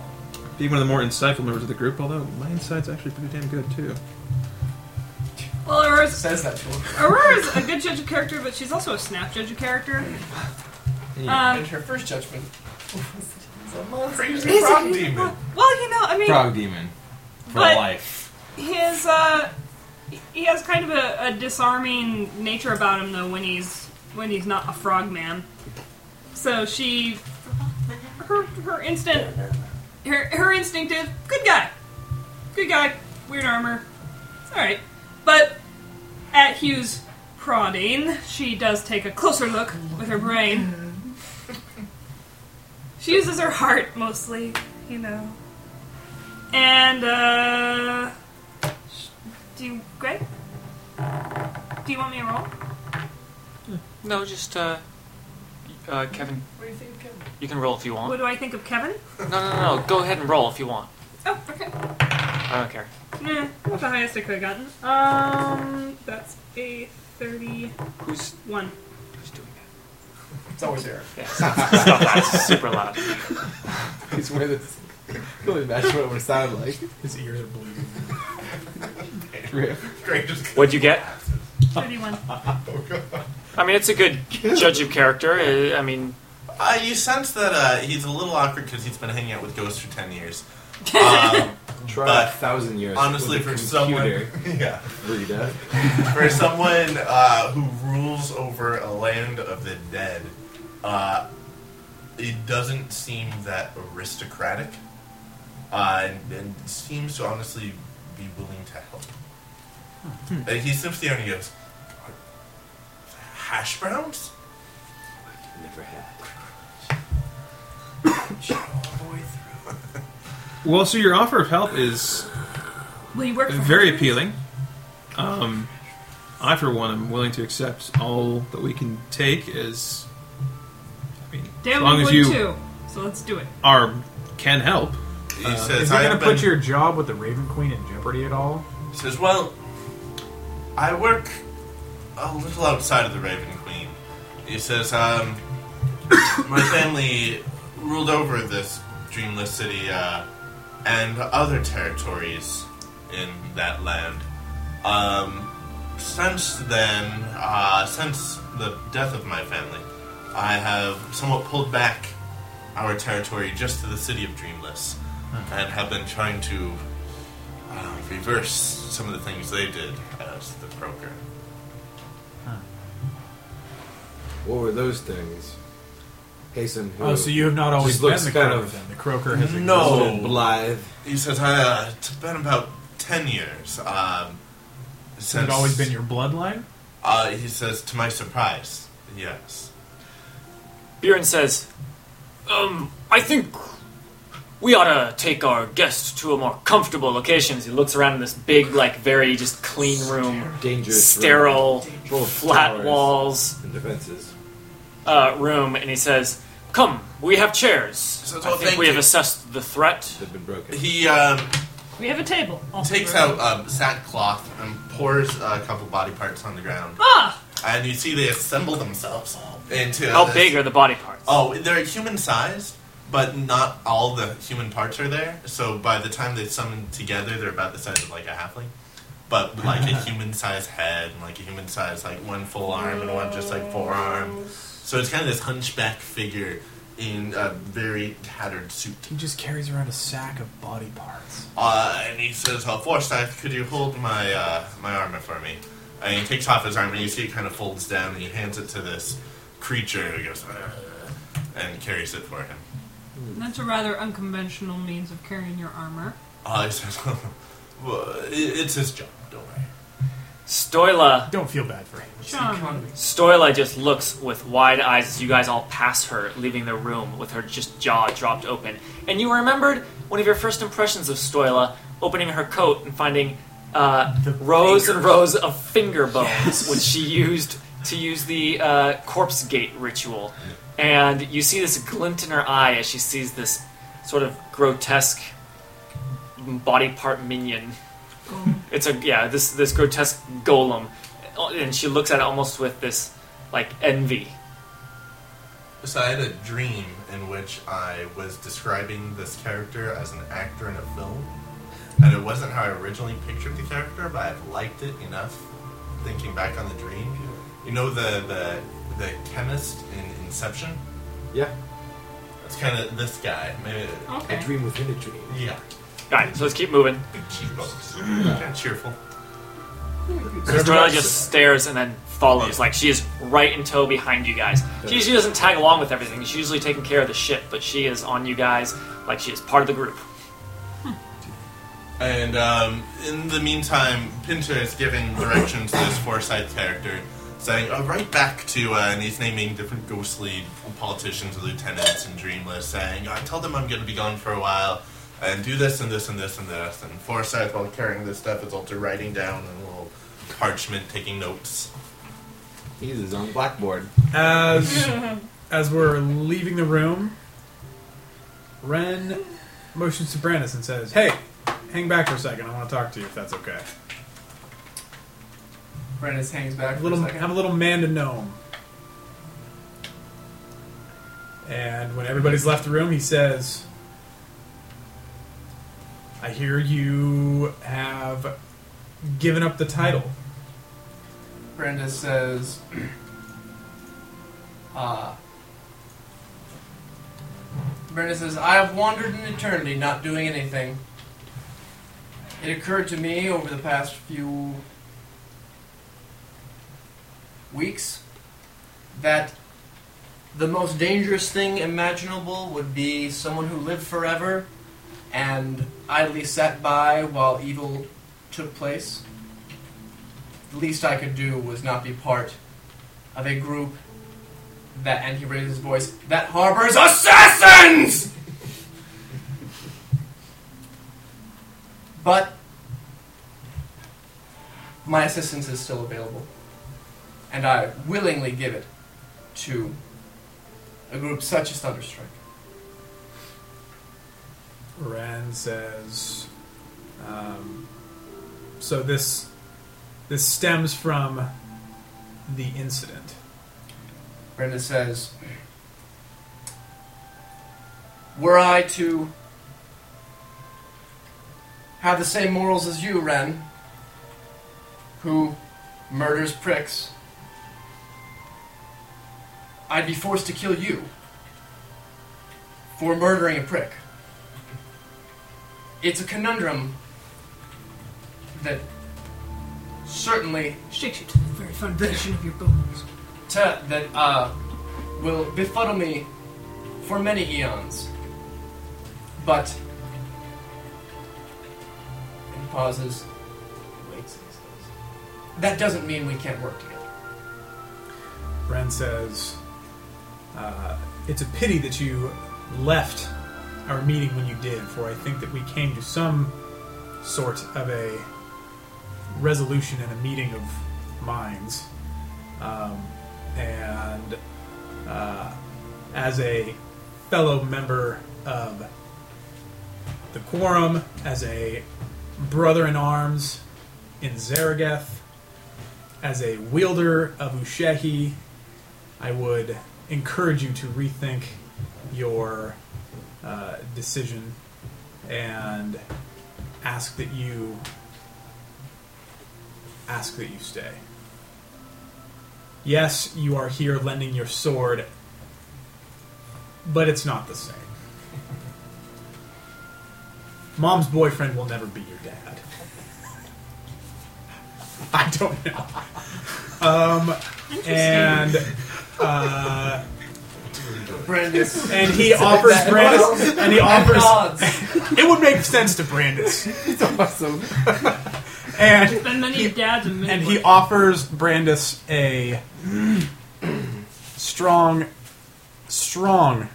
S2: that
S5: Being one of the more insightful members of the group, although my insight's actually pretty damn good too.
S3: Well, Aurora's,
S19: says that to him.
S3: Aurora's a good judge of character, but she's also a snap judge of character. Um,
S19: and her first judgment was a monster.
S3: Is it-
S19: frog demon.
S3: Well, you know, I mean,
S16: Frog demon. For
S3: But-
S16: life.
S3: his uh, he has kind of a, a disarming nature about him though when he's when he's not a frogman. So she, her her instant, her her instinct is good guy, good guy, weird armor, it's all right. But at Hugh's prodding, she does take a closer look with her brain. She uses her heart mostly, you know. And uh, sh- do you, Greg? Do you want me to roll?
S2: No, just uh, uh, Kevin.
S3: What do you think of Kevin?
S2: You can roll if you want.
S3: What do I think of Kevin?
S2: No, no, no, no. Go ahead and roll if you want.
S3: Oh, okay.
S2: I don't care.
S3: Nah, that's the highest I could have gotten. Um, that's a thirty-one.
S19: It's always Eric.
S2: Stop that. Super loud.
S4: It's where this. Really, that's what it would sound like. His ears are blue.
S2: What'd you get?
S3: Thirty-one.
S2: I mean, it's a good judge of character. Uh, I mean,
S12: Uh, you sense that uh, he's a little awkward because he's been hanging out with ghosts for ten years. Um,
S20: Try
S12: but
S20: a thousand years
S12: Honestly,
S20: with a
S12: for someone,
S20: computer.
S12: yeah,
S20: Rita.
S12: for someone uh, who rules over a land of the dead, uh, it doesn't seem that aristocratic, uh, and, and seems to honestly be willing to help.
S6: Hmm.
S12: Uh, he sniffs the air and he goes, "Hash browns."
S20: Never had.
S5: Well, so your offer of help is
S3: Will you work for
S5: very
S3: him?
S5: appealing. Um, I, for one, am willing to accept all that we can take as
S3: Damn,
S5: As long
S3: I'm
S5: as
S3: good
S5: you-
S3: too. So let's do it.
S5: our can help.
S20: Um,
S12: Uh,
S6: Is it going to put your job with the Raven Queen in jeopardy at all?
S12: He says, Well, I work a little outside of the Raven Queen. He says, um, My family ruled over this dreamless city uh, and other territories in that land. Um, since then, uh, since the death of my family, I have somewhat pulled back our territory just to the city of Dreamless and have been trying to uh, reverse some of the things they did as the Croaker.
S20: What were those things? Hasten. Who
S6: Oh, so you have not always
S20: just
S6: been
S20: looks
S6: the
S20: kind
S6: Croaker
S20: of
S6: then. The Croaker has
S12: no
S6: existed.
S12: Blythe. He says, uh, "It's been about ten years." Um,
S6: Has it always been your bloodline?
S12: Uh, he says, "To my surprise, yes."
S2: Buren says, um, I think we ought to take our guest to a more comfortable location. As he looks around in this big, like, very just clean room,
S20: Dangerous
S2: sterile,
S20: room. Full of
S2: flat
S20: towers
S2: walls
S20: and defenses.
S2: uh, room, and he says, "Come, we have chairs.
S12: it's
S2: I
S12: all
S2: think we
S12: thank
S2: have
S12: you.
S2: assessed the threat."
S20: They've been broken.
S12: He um,
S3: We have a table. Also uh,
S12: takes out um, sackcloth and pours uh, a couple body parts on the ground,
S3: Ah,
S12: and you see they assemble themselves into.
S2: How
S12: this-
S2: big are the body parts?
S12: Oh, they're human sized, but not all the human parts are there. So by the time they summon together, they're about the size of like a halfling, but with, like a human sized head and like a human sized like one full arm and one just like forearm. So it's kind of this hunchback figure in a very tattered suit.
S6: He just carries around a sack of body parts.
S12: Uh, and he says, uh, Forsyth, could you hold my uh, my armor for me? And he takes off his armor, and you see it kind of folds down, and he hands it to this creature who goes, "Ugh," and carries it for him.
S3: that's a rather unconventional means of carrying your armor.
S12: Uh, he says, well, it- it's his job, don't worry.
S2: Stoila.
S6: Don't feel bad for him.
S3: Sean,
S2: Stoila just looks with wide eyes as you guys all pass her, leaving the room with her just jaw dropped open. And you remembered one of your first impressions of Stoila, opening her coat and finding uh, rows and rows of finger bones, which she used to use the uh, corpse gate ritual. And you see this glint in her eye as she sees this sort of grotesque body part minion. It's a yeah, this this grotesque golem, and she looks at it almost with this like envy.
S12: So I had a dream in which I was describing this character as an actor in a film, And it wasn't how I originally pictured the character, but I've liked it enough. Thinking back on the dream, you know the the, the chemist in Inception.
S4: Yeah.
S12: It's kind of this guy. Maybe
S4: A dream within a dream.
S12: Yeah.
S2: Got it. So let's keep moving.
S12: Cheekbones. Kind of cheerful.
S2: Estrella just stares and then follows. Like she is right in tow behind you guys. She usually doesn't tag along with everything. She's usually taking care of the ship, but she is on you guys like she is part of the group.
S12: And um, in the meantime, Pinter is giving directions to this Forsyth character, saying, uh, right back to, uh, and he's naming different ghostly politicians, lieutenants, and dreamless, saying, uh, tell them I'm going to be gone for a while, and do this, and this, and this, and this. And Forsyth, while carrying this stuff, is also writing down in a little parchment, taking notes.
S4: He's his own blackboard.
S6: As as we're leaving the room, Ren motions to Brandis and says, "Hey, hang back for a second. I want to talk to you if that's okay."
S9: Brandis hangs back.
S6: A
S9: for
S6: little,
S9: a second.
S6: I'm a little man to gnome. And when everybody's left the room, he says, "I hear you have given up the title."
S9: Brenda says, uh, Brenda says, I have wandered in eternity not doing anything. It occurred to me over the past few weeks that the most dangerous thing imaginable would be someone who lived forever and idly sat by while evil took place the least I could do was not be part of a group that, and he raises his voice, that harbors assassins! but my assistance is still available, and I willingly give it to a group such as Thunderstrike.
S6: Ren says, um, "So this this stems from the incident."
S9: Brenda says, Were I to have the same morals as you, Ren, who murders pricks, I'd be forced to kill you for murdering a prick. It's a conundrum that certainly
S3: shakes you to the very foundation of your bones.
S9: to, that uh, will befuddle me for many eons. But and pauses. Waits. That doesn't mean we can't work together.
S6: Bren says, uh, It's a pity that you left our meeting when you did, for I think that we came to some sort of a resolution and a meeting of minds. Um, and uh, as a fellow member of the Quorum, as a brother in arms in Zarageth, as a wielder of Ushehi, I would encourage you to rethink your uh, decision and ask that you ask that you stay. Yes, you are here lending your sword, but it's not the same. Mom's boyfriend will never be your dad. I don't know. Um, and uh,
S9: Brandis.
S6: and he offers
S9: That-
S6: Brandis, and he offers.
S9: nods.
S6: it would make sense to Brandis. It's awesome. and
S3: Spend many dads and
S6: and he offers Brandis a strong, strong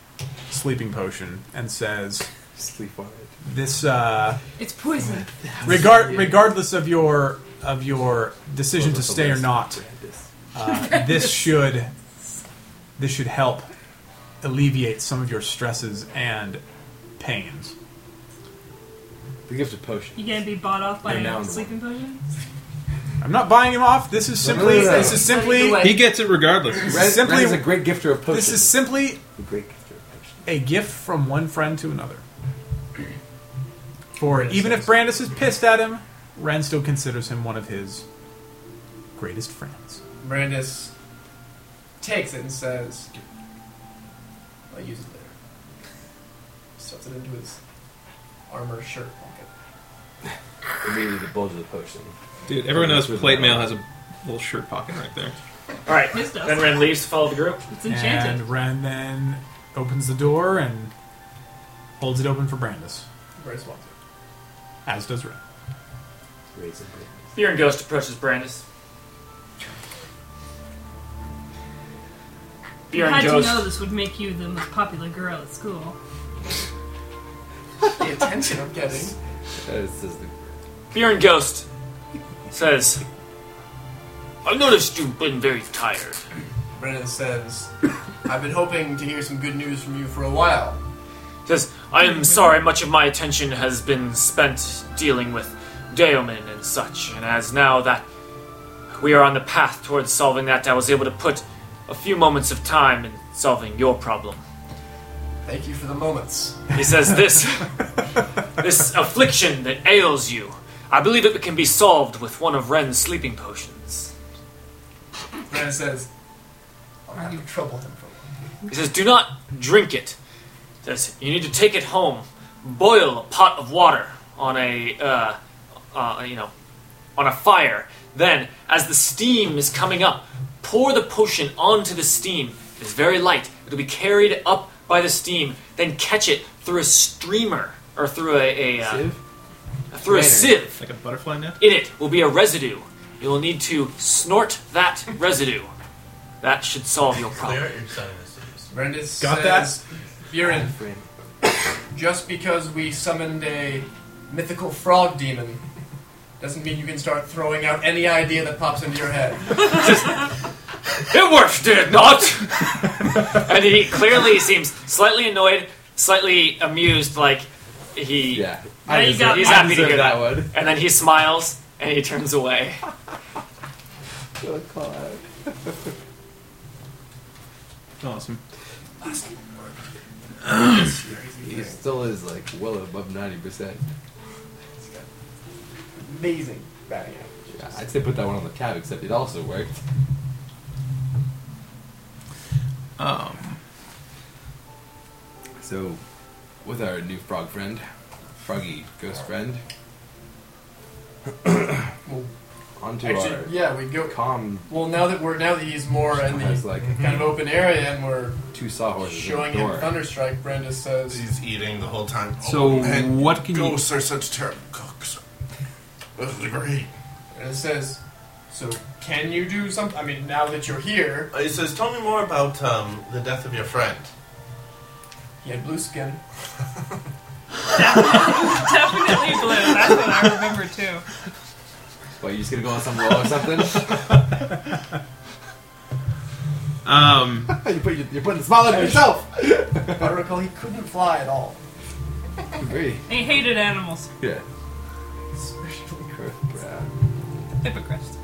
S6: sleeping potion and says, "Sleep on it." This, uh,
S3: It's poison.
S6: regard, regardless of your of your decision to stay or not, uh, this should this should help alleviate some of your stresses and pains.
S4: The gift of potion.
S3: You gonna be bought off by
S6: They're
S3: a
S6: now-
S3: sleeping potion?
S6: I'm not buying him off. This is
S4: No, no,
S6: simply.
S4: no, no.
S6: This is simply.
S5: He gets it regardless.
S6: This is
S4: Ren-
S6: simply
S4: Ren is a great gifter of potions.
S6: This is simply
S4: A great
S6: a gift from one friend to another. For even if Brandis is pissed at him, Ren still considers him one of his greatest friends.
S9: Brandis takes it and says, I'll use it later. Stuffs it into his armor shirt pocket.
S4: Immediately the bulge of the potion.
S5: Dude, everyone knows plate mail has a little shirt pocket right there.
S2: All right.
S3: This does.
S2: Then Ren leaves to follow the group.
S3: It's enchanted.
S6: And Ren then opens the door and holds it open for Brandis,
S9: Brandis walks in.
S6: as does Ren.
S2: Fear and Ghost approaches Brandis. Fear
S3: How'd
S2: and
S3: you know
S2: Ghost.
S3: this would make you the most popular girl at school?
S9: The attention I'm getting.
S2: Fear and Ghost says, I noticed you've been very tired.
S9: Brandon says, I've been hoping to hear some good news from you for a while.
S2: Says, I am sorry much of my attention has been spent dealing with Daemon and such, and as now that we are on the path towards solving that, I was able to put a few moments of time in solving your problem.
S9: Thank you for the moments.
S2: He says, "This, this affliction that ails you, I believe it can be solved with one of Ren's sleeping potions."
S9: Brandon says, I'll have to trouble him for a
S2: He says, "Do not drink it." He says, "You need to take it home, boil a pot of water on a, uh, uh, you know, on a fire. Then, as the steam is coming up, pour the potion onto the steam. It is very light. It will be carried up by the steam. Then catch it through a streamer or through a, a uh,
S5: Sieve?
S2: through a
S5: Later.
S2: sieve."
S5: Like a butterfly net?
S2: In it will be a residue. You will need to snort that residue. That should solve your problem.
S9: while. Brandis
S2: Got
S9: says, that? Buren, just because we summoned a mythical frog demon doesn't mean you can start throwing out any idea that pops into your head.
S2: It worked, did it not? and he clearly seems slightly annoyed, slightly amused, like he. Yeah.
S4: I
S2: he's
S4: deserve- I
S2: happy to
S4: deserve
S2: hear
S4: that
S2: that one. And then he smiles and he turns away.
S5: Awesome.
S4: he still is like well above ninety percent.
S9: Amazing batting
S4: Yeah, I'd say put that one on the tab, except it also worked.
S5: Um.
S4: So, with our new frog friend, froggy ghost friend, onto
S9: Actually,
S4: our
S9: yeah, we go.
S4: calm
S9: Well, now that we're now that he's more in the
S4: It's like-
S9: kind of open area and we're
S4: two sawhorses. and a
S9: showing him
S4: door.
S9: Thunderstrike, Brandis says
S12: he's eating the whole time.
S5: So
S12: and
S5: what can you-
S12: ghosts are such terrible cooks? Ugh, they're great.
S9: And it says, so can you do something? I mean, now that you're here,
S12: Uh, It says, "Tell me more about um, the death of your friend."
S9: he had blue skin.
S3: Definitely blue. That's what I remember too.
S4: What, you just gonna go on some wall or something?
S5: Um.
S4: you put, you're putting a smile on yourself.
S9: But I recall he couldn't fly at all.
S4: Very
S3: And he hated animals.
S4: good.
S9: Especially
S3: Hypocrites.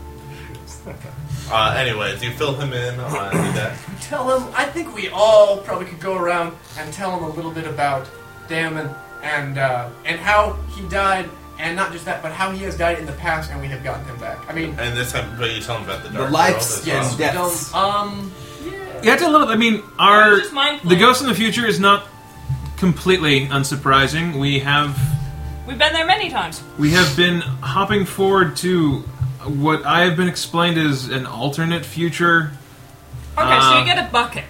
S12: Uh, anyways, you fill him in on the death.
S9: Tell him. I think we all probably could go around and tell him a little bit about Damon and uh, and how he died, and not just that, but how he has died in the past, and we have gotten him back. I mean,
S12: And this time, but you tell him about the
S9: The
S12: dark
S9: lives
S12: world as
S9: and
S12: well.
S9: don't, um,
S5: You have to a little. I mean, our
S3: just mindful.
S5: the ghost in the future is not completely unsurprising. We have
S3: We've been there many times.
S5: we have been hopping forward to what I have been explained as an alternate future.
S3: Okay, so
S5: Uh,
S3: you get a bucket.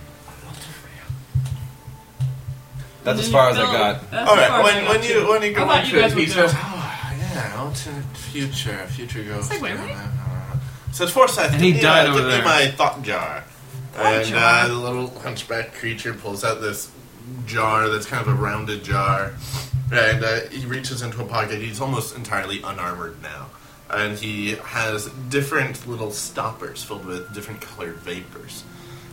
S4: That's as far as I
S3: No,
S4: got.
S3: that's
S12: All
S3: as far as
S12: right, when,
S3: I
S12: when
S3: got
S12: you
S3: too.
S12: when you
S3: I
S12: go
S3: thought you
S12: into it,
S3: guys
S12: he
S3: would
S12: says,
S3: do it.
S12: "Oh yeah, alternate future, future ghost." uh,
S3: Segway,
S12: yeah,
S3: right?
S12: blah, blah, blah." Says Forsyth,
S5: And he
S12: "Yeah,
S5: died over
S12: give
S5: there."
S12: me my thought jar, and
S3: jar.
S12: Uh, the little hunchback creature pulls out this jar that's kind of a rounded jar, and uh, he reaches into a pocket. He's almost entirely unarmored now, and he has different little stoppers filled with different colored vapors.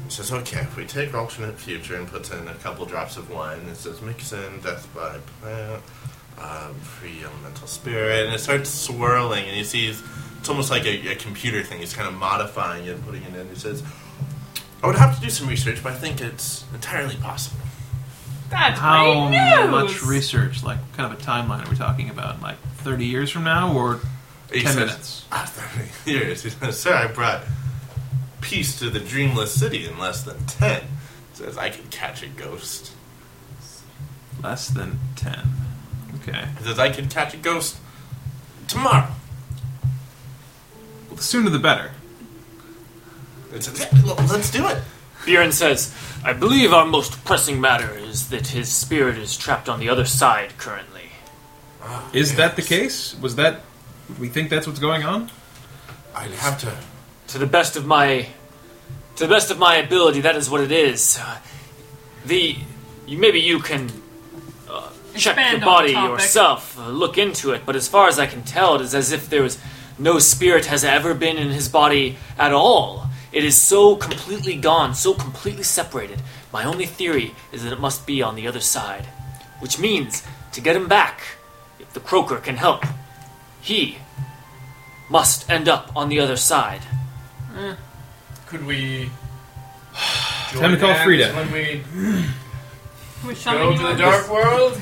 S12: He says, okay, if we take alternate future and puts in a couple drops of wine, it says mix in death by plant, um, free elemental spirit, and it starts swirling, and he sees it's almost like a, a computer thing. He's kind of modifying it, putting it in. He says, I would have to do some research, but I think it's entirely possible
S3: That's
S5: How
S3: great news!
S5: much research? Like, what kind of a timeline are we talking about? Like, thirty years from now, or
S12: He
S5: ten
S12: says, "Ah,
S5: minutes?
S12: After years, he says, Sir, I brought peace to the dreamless city in less than ten. Says I can catch a ghost.
S5: Less than ten. Okay.
S12: He says I can catch a ghost tomorrow.
S5: Well, the sooner the better.
S12: let's do it.
S2: Buren says, I believe our most pressing matter is that his spirit is trapped on the other side currently.
S5: Is that the case? Was that? We think that's what's going on.
S12: I'd have to.
S2: To the best of my. To the best of my ability, that is what it is. The. You, maybe you can. Uh, check the
S3: Expand on the
S2: body
S3: topic.
S2: yourself, uh, look into it, but as far as I can tell, it is as if there was no spirit has ever been in his body at all. It is so completely gone, so completely separated. My only theory is that it must be on the other side. Which means, to get him back, if the croaker can help, he must end up on the other side.
S19: Could we?
S5: Time to
S19: join
S5: call
S19: hands
S5: Frida.
S19: When we
S3: We're shoving
S19: go
S3: you
S19: to the
S3: in.
S19: dark world.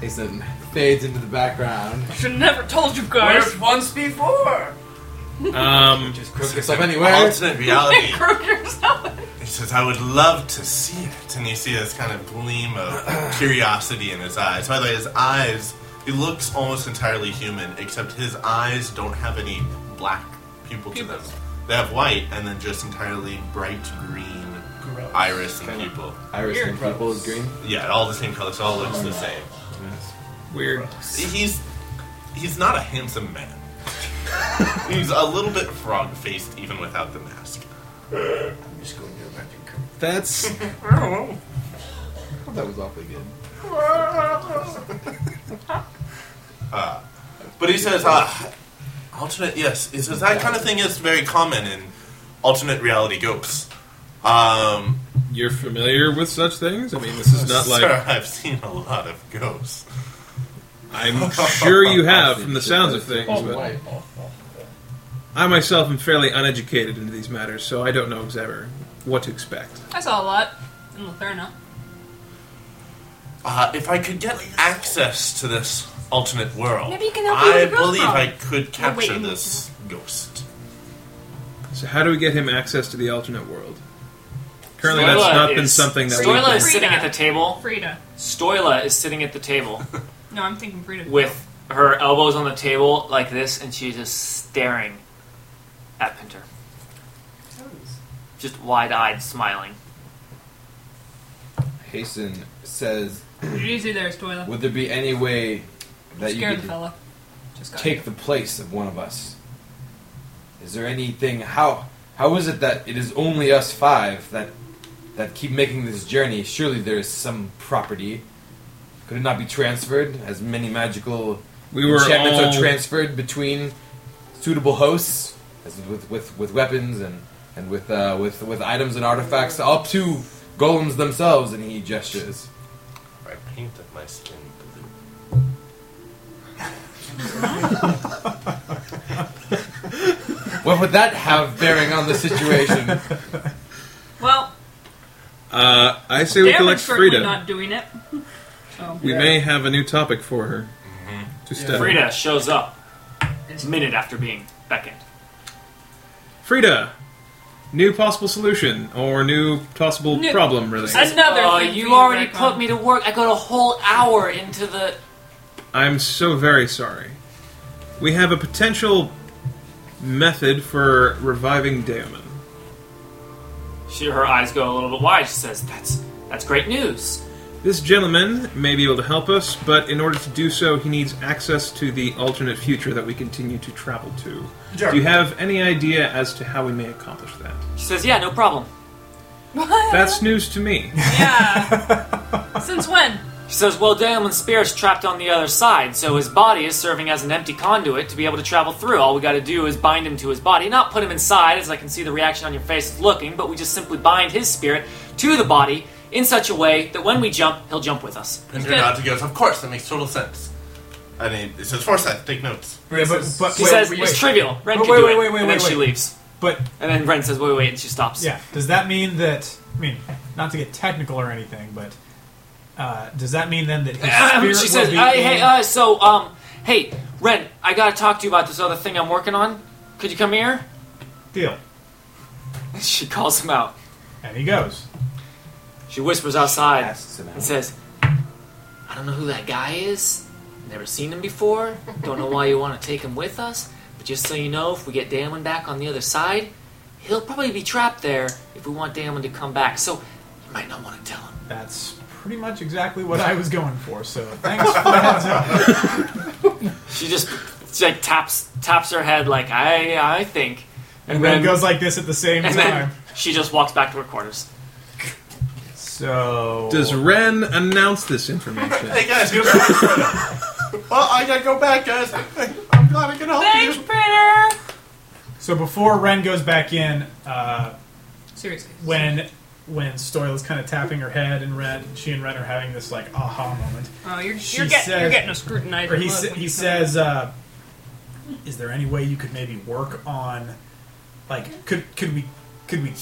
S4: Jason fades into the background.
S3: Should never told you guys.
S19: Where's once before?
S5: Um,
S4: yourself anywhere.
S12: Alternate reality.
S3: Croak yourself.
S12: He says, I would love to see it. And you see this kind of gleam of curiosity in his eyes. By the way, his eyes, he looks almost entirely human, except his eyes don't have any black pupil to them. They have white and then just entirely bright green
S19: Gross.
S12: iris and pupil.
S20: Iris and purple is green.
S12: Yeah, all the same color, so it all looks the same.
S5: Weird.
S12: He's he's not a handsome man. he's a little bit frog faced even without the mask.
S19: I'm just going to imagine.
S5: That's.
S4: That was awfully good.
S12: Uh, but he says, uh, alternate, yes. He says, that kind of thing is very common in alternate reality ghosts. Um,
S5: You're familiar with such things? I mean, this is not like.
S12: Sir, I've seen a lot of ghosts.
S5: I'm sure you have from the sounds of things,
S12: Oh,
S5: but
S12: wait.
S5: I myself am fairly uneducated into these matters, so I don't know exactly what to expect.
S3: I saw a lot in Latherna.
S12: Uh, if I could get access to this alternate world,
S3: Maybe you can help me
S12: I
S3: with the ghost
S12: believe
S3: problem.
S12: I could
S3: Oh, wait,
S12: capture
S3: you need
S12: this ghost.
S5: So, how do we get him access to the alternate world? Currently,
S2: Stoila
S5: that's not been
S2: is-
S5: something that
S2: Stoila
S5: we've
S2: is sitting at the table.
S3: Frida.
S2: Stoila is sitting at the table
S3: No, I'm thinking Frida.
S2: with her elbows on the table like this, and she's just staring at Pinter, just wide-eyed, smiling.
S20: Hasten says,
S3: You're easy there, Stoila.
S20: "Would there be any way that you
S3: Scared the
S20: could
S3: fella. Just got
S20: take the place of one of us? Is there anything? How how is it that it is only us five that that keep making this journey? Surely there is some property. Could it not be transferred as many magical
S5: We were
S20: enchantments
S5: all-
S20: are transferred between suitable hosts, as with with, with weapons and and with uh, with with items and artifacts up to golems themselves?" And he gestures.
S12: I painted my skin blue.
S20: What would that have bearing on the situation?
S3: Well,
S5: Uh, I say we
S3: Darren's
S5: collect
S3: certainly
S5: Frida.
S3: not doing it. So.
S5: We may have a new topic for her to study.
S2: Frida shows up a minute after being beckoned.
S5: Frida, new possible solution or new possible
S2: New-
S5: problem, really.
S2: Another.
S3: thing for you
S2: Oh, you
S3: to
S2: already
S3: work
S2: put
S3: on.
S2: me to work. I got a whole hour into the.
S5: I'm so very sorry. We have a potential method for reviving Daemon.
S2: She, her eyes go a little bit wide. She says, "That's that's great news."
S5: This gentleman may be able to help us, but in order to do so, he needs access to the alternate future that we continue to travel to.
S2: Sure.
S5: Do you have any idea as to how we may accomplish that?
S2: She says, "Yeah, no problem."
S5: That's news to me.
S3: Since when?
S2: She says, "Well, Daemon's spirit's trapped on the other side, so his body is serving as an empty conduit to be able to travel through. All we got to do is bind him to his body, not put him inside, as I can see the reaction on your face is looking. But we just simply bind his spirit to the body in such a way that when we jump, he'll jump with us."
S12: Pinter nods and goes, Of course, that makes total sense. And he, he says, Forsyth, take notes.
S2: Yeah, but- but- She wait, says, wait, "It's wait. trivial. Ren
S6: But
S2: can
S6: wait,
S2: do
S6: wait,
S2: it."
S6: wait, wait,
S2: And then
S6: wait,
S2: she
S6: wait.
S2: leaves.
S6: But
S2: And then Ren says, "Wait, wait," and she stops.
S6: yeah, does that mean that? I mean, not to get technical or anything, but Uh, does that mean then that his
S2: Um,
S6: spirit
S2: she
S6: will
S2: says,
S6: be
S2: "Hey,
S6: in-
S2: hey, uh, so, um, hey, Ren, I gotta talk to you about this other thing I'm working on. Could you come here?"
S6: Deal.
S2: She calls him out,
S6: and he goes.
S2: She whispers outside and says, "I don't know who that guy is. Never seen him before. Don't know why you want to take him with us. But just so you know, if we get Damon back on the other side, he'll probably be trapped there. If we want Damon to come back, so you might not want to tell him."
S6: That's pretty much exactly what I was going for. So thanks for that.
S2: She just she like taps taps her head like I I think,
S6: And then goes like this at the same
S2: and then
S6: time.
S2: she just walks back to her quarters.
S6: So
S5: Does Ren announce this information?
S12: Hey guys, here's well, I gotta go back, guys. I'm glad I can help
S3: Thanks,
S12: you.
S3: Peter.
S6: So before Ren goes back in, uh,
S3: Seriously.
S6: when when Stoyle is kind of tapping her head and Ren, she and Ren are having this like aha moment.
S3: Oh, you're,
S6: She
S3: you're, get, you're
S6: says-
S3: getting a scrutinizing
S6: Or he
S3: look
S6: sa-
S3: when
S6: he
S3: you come
S6: says, uh, "Is there any way you could maybe work on, like, could could we could we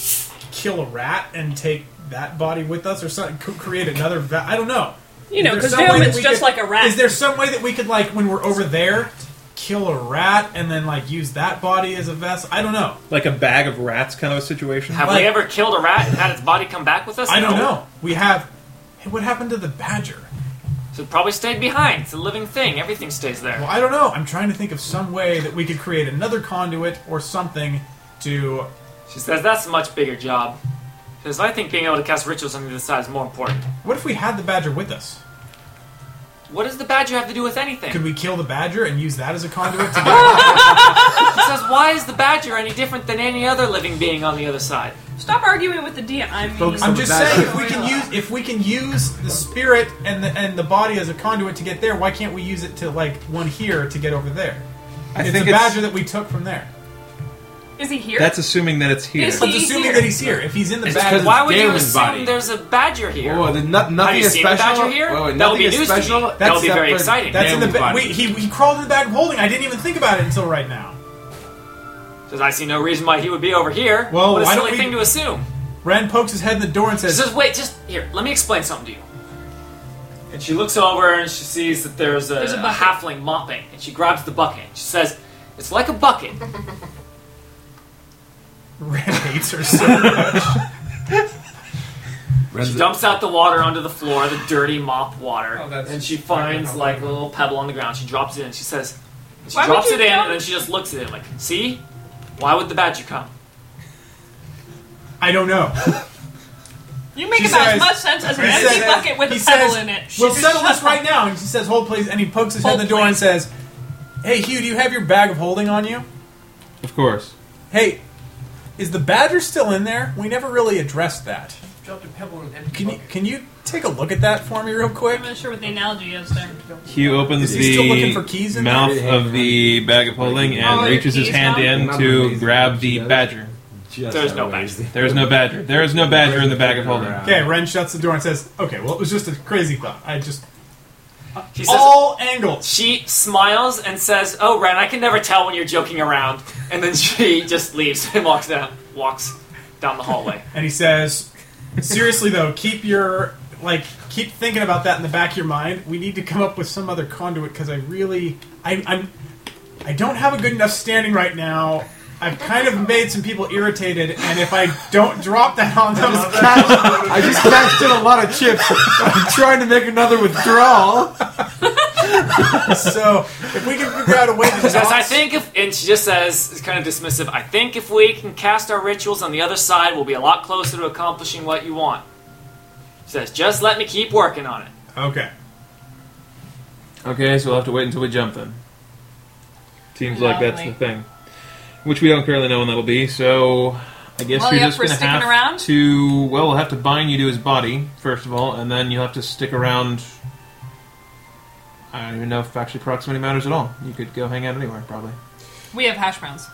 S6: kill a rat and take that body with us or something? Could create another? Va- I don't know.
S3: You
S6: Is
S3: know,
S6: there
S3: 'cause
S6: some way that
S3: Damon's
S6: we
S3: just
S6: could-
S3: like a rat.
S6: Is there some way that we could like when we're over there?" Kill a rat and then like use that body as a vest. I don't know.
S5: Like a bag of rats kind of a situation?
S2: Have we ever killed a rat and had its body come back with us?
S6: I don't
S2: No.
S6: know. We have. Hey, what happened to the badger?
S2: So it probably stayed behind. It's a living thing. Everything stays there.
S6: Well, I don't know. I'm trying to think of some way that we could create another conduit or something to.
S2: She says that's a much bigger job. Because I think being able to cast rituals on the other side is more important.
S6: What if we had the badger with us?
S2: What does the badger have to do with anything?
S6: Could we kill the badger and use that as a conduit? To
S2: she says, why is the badger any different than any other living being on the other side?
S6: uh,
S3: Stop arguing with the DM. I mean,
S6: I'm just saying, if we can use if we can use the spirit and the and the body as a conduit to get there, why can't we use it to like one here to get over there?
S5: I
S6: it's
S5: think
S6: the
S5: it's-
S6: badger that we took from there.
S3: Is he here?
S5: That's assuming that it's here.
S3: Is he
S6: Let's assuming
S3: here?
S6: that he's here. If he's in the
S5: It's
S6: badger,
S5: because
S2: Why would you
S5: Galen's
S2: assume
S5: body.
S2: there's a badger here?
S16: Whoa, there's no- nothing
S2: Have you
S16: is
S2: seen
S16: special?
S2: a badger here?
S16: Whoa, wait,
S2: that would be
S16: nothing
S2: news
S16: is special?
S2: to me. That
S16: That's
S2: would be very
S16: separate.
S2: exciting.
S6: That's in the
S16: Galen's
S6: ba-
S16: body.
S6: wait. He, he crawled in the bag of holding. I didn't even think about it until right now.
S2: Says, I see no reason why he would be over here.
S6: Well,
S2: what a
S6: why don't
S2: silly
S6: we-
S2: thing to assume.
S6: Ren pokes his head in the door and
S2: She
S6: says,
S2: says, wait, just here, let me explain something to you. And she looks over and she sees that there's a,
S3: There's a
S2: a
S3: bucket.
S2: halfling mopping, and she grabs the bucket. She says, it's like a bucket.
S6: Ren hates her so much.
S2: she dumps out the water onto the floor, the dirty mop water, and she finds like a little pebble on the ground. She drops it in. She says, and she
S3: Why would
S2: drops
S3: you
S2: it in,
S3: dump-
S2: and then she just looks at it like, see, why would the badger come?
S6: I don't know.
S3: You make
S6: She
S3: about
S6: says-
S3: as much sense as an
S6: he
S3: empty
S6: says-
S3: bucket with a
S6: he
S3: pebble
S6: says,
S3: in it.
S6: We'll settle this right now. And she says, hold please. And he pokes his head in the door and says, hey, Hugh, do you have your bag of holding on you?
S5: Of course.
S6: Hey, is the badger still in there? We never really addressed that.
S19: Dropped a pebble in an
S6: Can you, can you take a look at that for me real quick?
S3: I'm not sure what the analogy is there.
S5: Hugh opens
S6: Is he still looking for
S5: the
S6: keys in
S5: mouth
S6: there?
S5: of the bag of holding and
S6: Oh, are
S5: reaches
S6: your
S5: his
S6: keys
S5: hand
S6: gone?
S5: in to grab the badger.
S2: There's no badger.
S5: There's no badger. There is no badger in the bag of holding.
S6: Okay, Ren shuts the door and says, okay, well, it was just a crazy thought. I just.
S2: She
S6: All angles.
S2: She smiles and says, "Oh, Ren, I can never tell when you're joking around." And then she just leaves and walks down, walks down the hallway.
S6: and he says, "Seriously though, keep your like keep thinking about that in the back of your mind. We need to come up with some other conduit because I really I, I'm I don't have a good enough standing right now. I've kind of made some people irritated, and if I don't drop that on them,
S16: I just cashed in a lot of chips. I'm trying to make another withdrawal.
S6: so if we can figure out a way to
S2: She
S6: just
S2: says, "I think if," and she just says, "It's kind of dismissive." I think if we can cast our rituals on the other side, we'll be a lot closer to accomplishing what you want. She says, "Just let me keep working on it."
S6: okay,
S5: Okay, so we'll have to wait until we jump then. Seems like that's the
S3: Lovely.
S5: thing. Which we don't currently know when that'll be, so I guess
S3: Well,
S5: we're
S3: yeah,
S5: just
S3: if we're
S5: going to
S3: sticking
S5: have
S3: around?
S5: to. Well, we'll have to bind you to his body, first of all, and then you'll have to stick around. I don't even know if actually proximity matters at all. You could go hang out anywhere, probably.
S3: We have hash browns,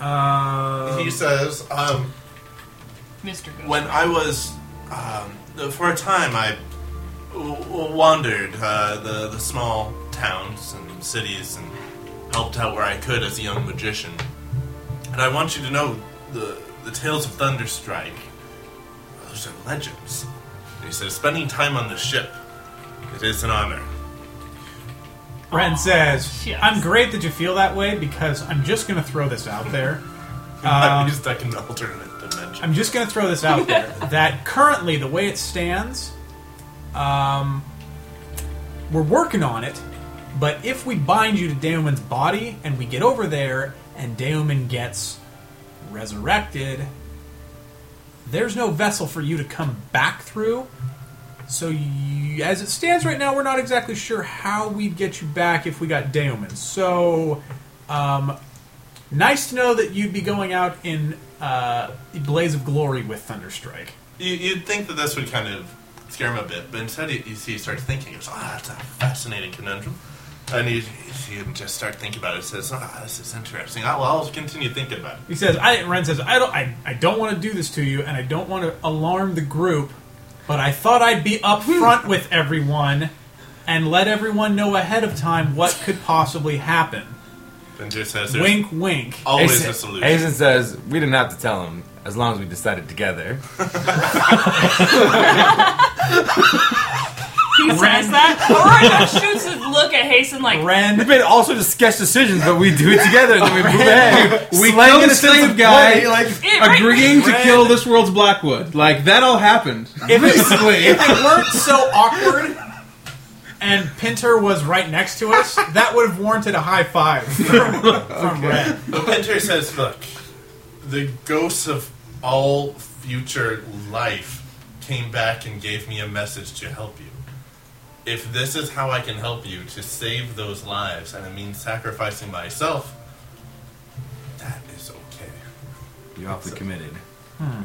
S6: Uh,
S12: he says, um,
S3: Mister. Ghost.
S12: when I was, um, for a time, I w- w- wandered uh, the the small towns and cities and helped out where I could as a young magician. And I want you to know the the tales of Thunderstrike. Those are legends. And he says, Spending time on the ship, it is an honor.
S6: Ren says, "I'm great that you feel that way because I'm just going to throw this out there.
S12: I'm
S6: Um,
S12: just stuck in the alternate dimension.
S6: I'm just going to throw this out there that currently, the way it stands, um, we're working on it. But if we bind you to Daemon's body and we get over there and Daemon gets resurrected, there's no vessel for you to come back through. So, you, as it stands right now, we're not exactly sure how we'd get you back if we got Daemon. So, um, nice to know that you'd be going out in uh, the blaze of glory with Thunderstrike.
S12: You, you'd think that this would kind of scare him a bit, but instead you, you see he starts thinking, he goes, ah, that's a fascinating conundrum. And you, you just start thinking about it. He says, ah, this is interesting. Ah, well, I'll continue thinking about it.
S6: He says, "I." Ren says, "I don't. I, I don't want to do this to you, and I don't want to alarm the group. But I thought I'd be up front with everyone, and let everyone know ahead of time what could possibly happen."
S12: And just says, there's
S6: Wink, wink.
S12: Always
S16: Hazen-
S12: a solution.
S16: Hazen says, we didn't have to tell him as long as we decided together.
S3: He says that. Oregon shoots a look at Hasten like,
S6: Ren.
S16: We made also just sketch decisions, but we do it together. Then we move ahead. Slang
S5: we killed
S16: and
S5: a
S16: sense
S5: slave
S16: of
S5: guy
S16: play, like
S5: agreeing to
S16: Ren.
S5: kill this world's Blackwood. Like that all happened recently.
S6: If it weren't so awkward and Pinter was right next to us, that would have warranted a high five from, from Ren.
S12: But Pinter says, look, the ghosts of all future life came back and gave me a message to help you. If this is how I can help you to save those lives, and it means sacrificing myself, that is okay.
S20: You're awfully committed.
S12: Hmm.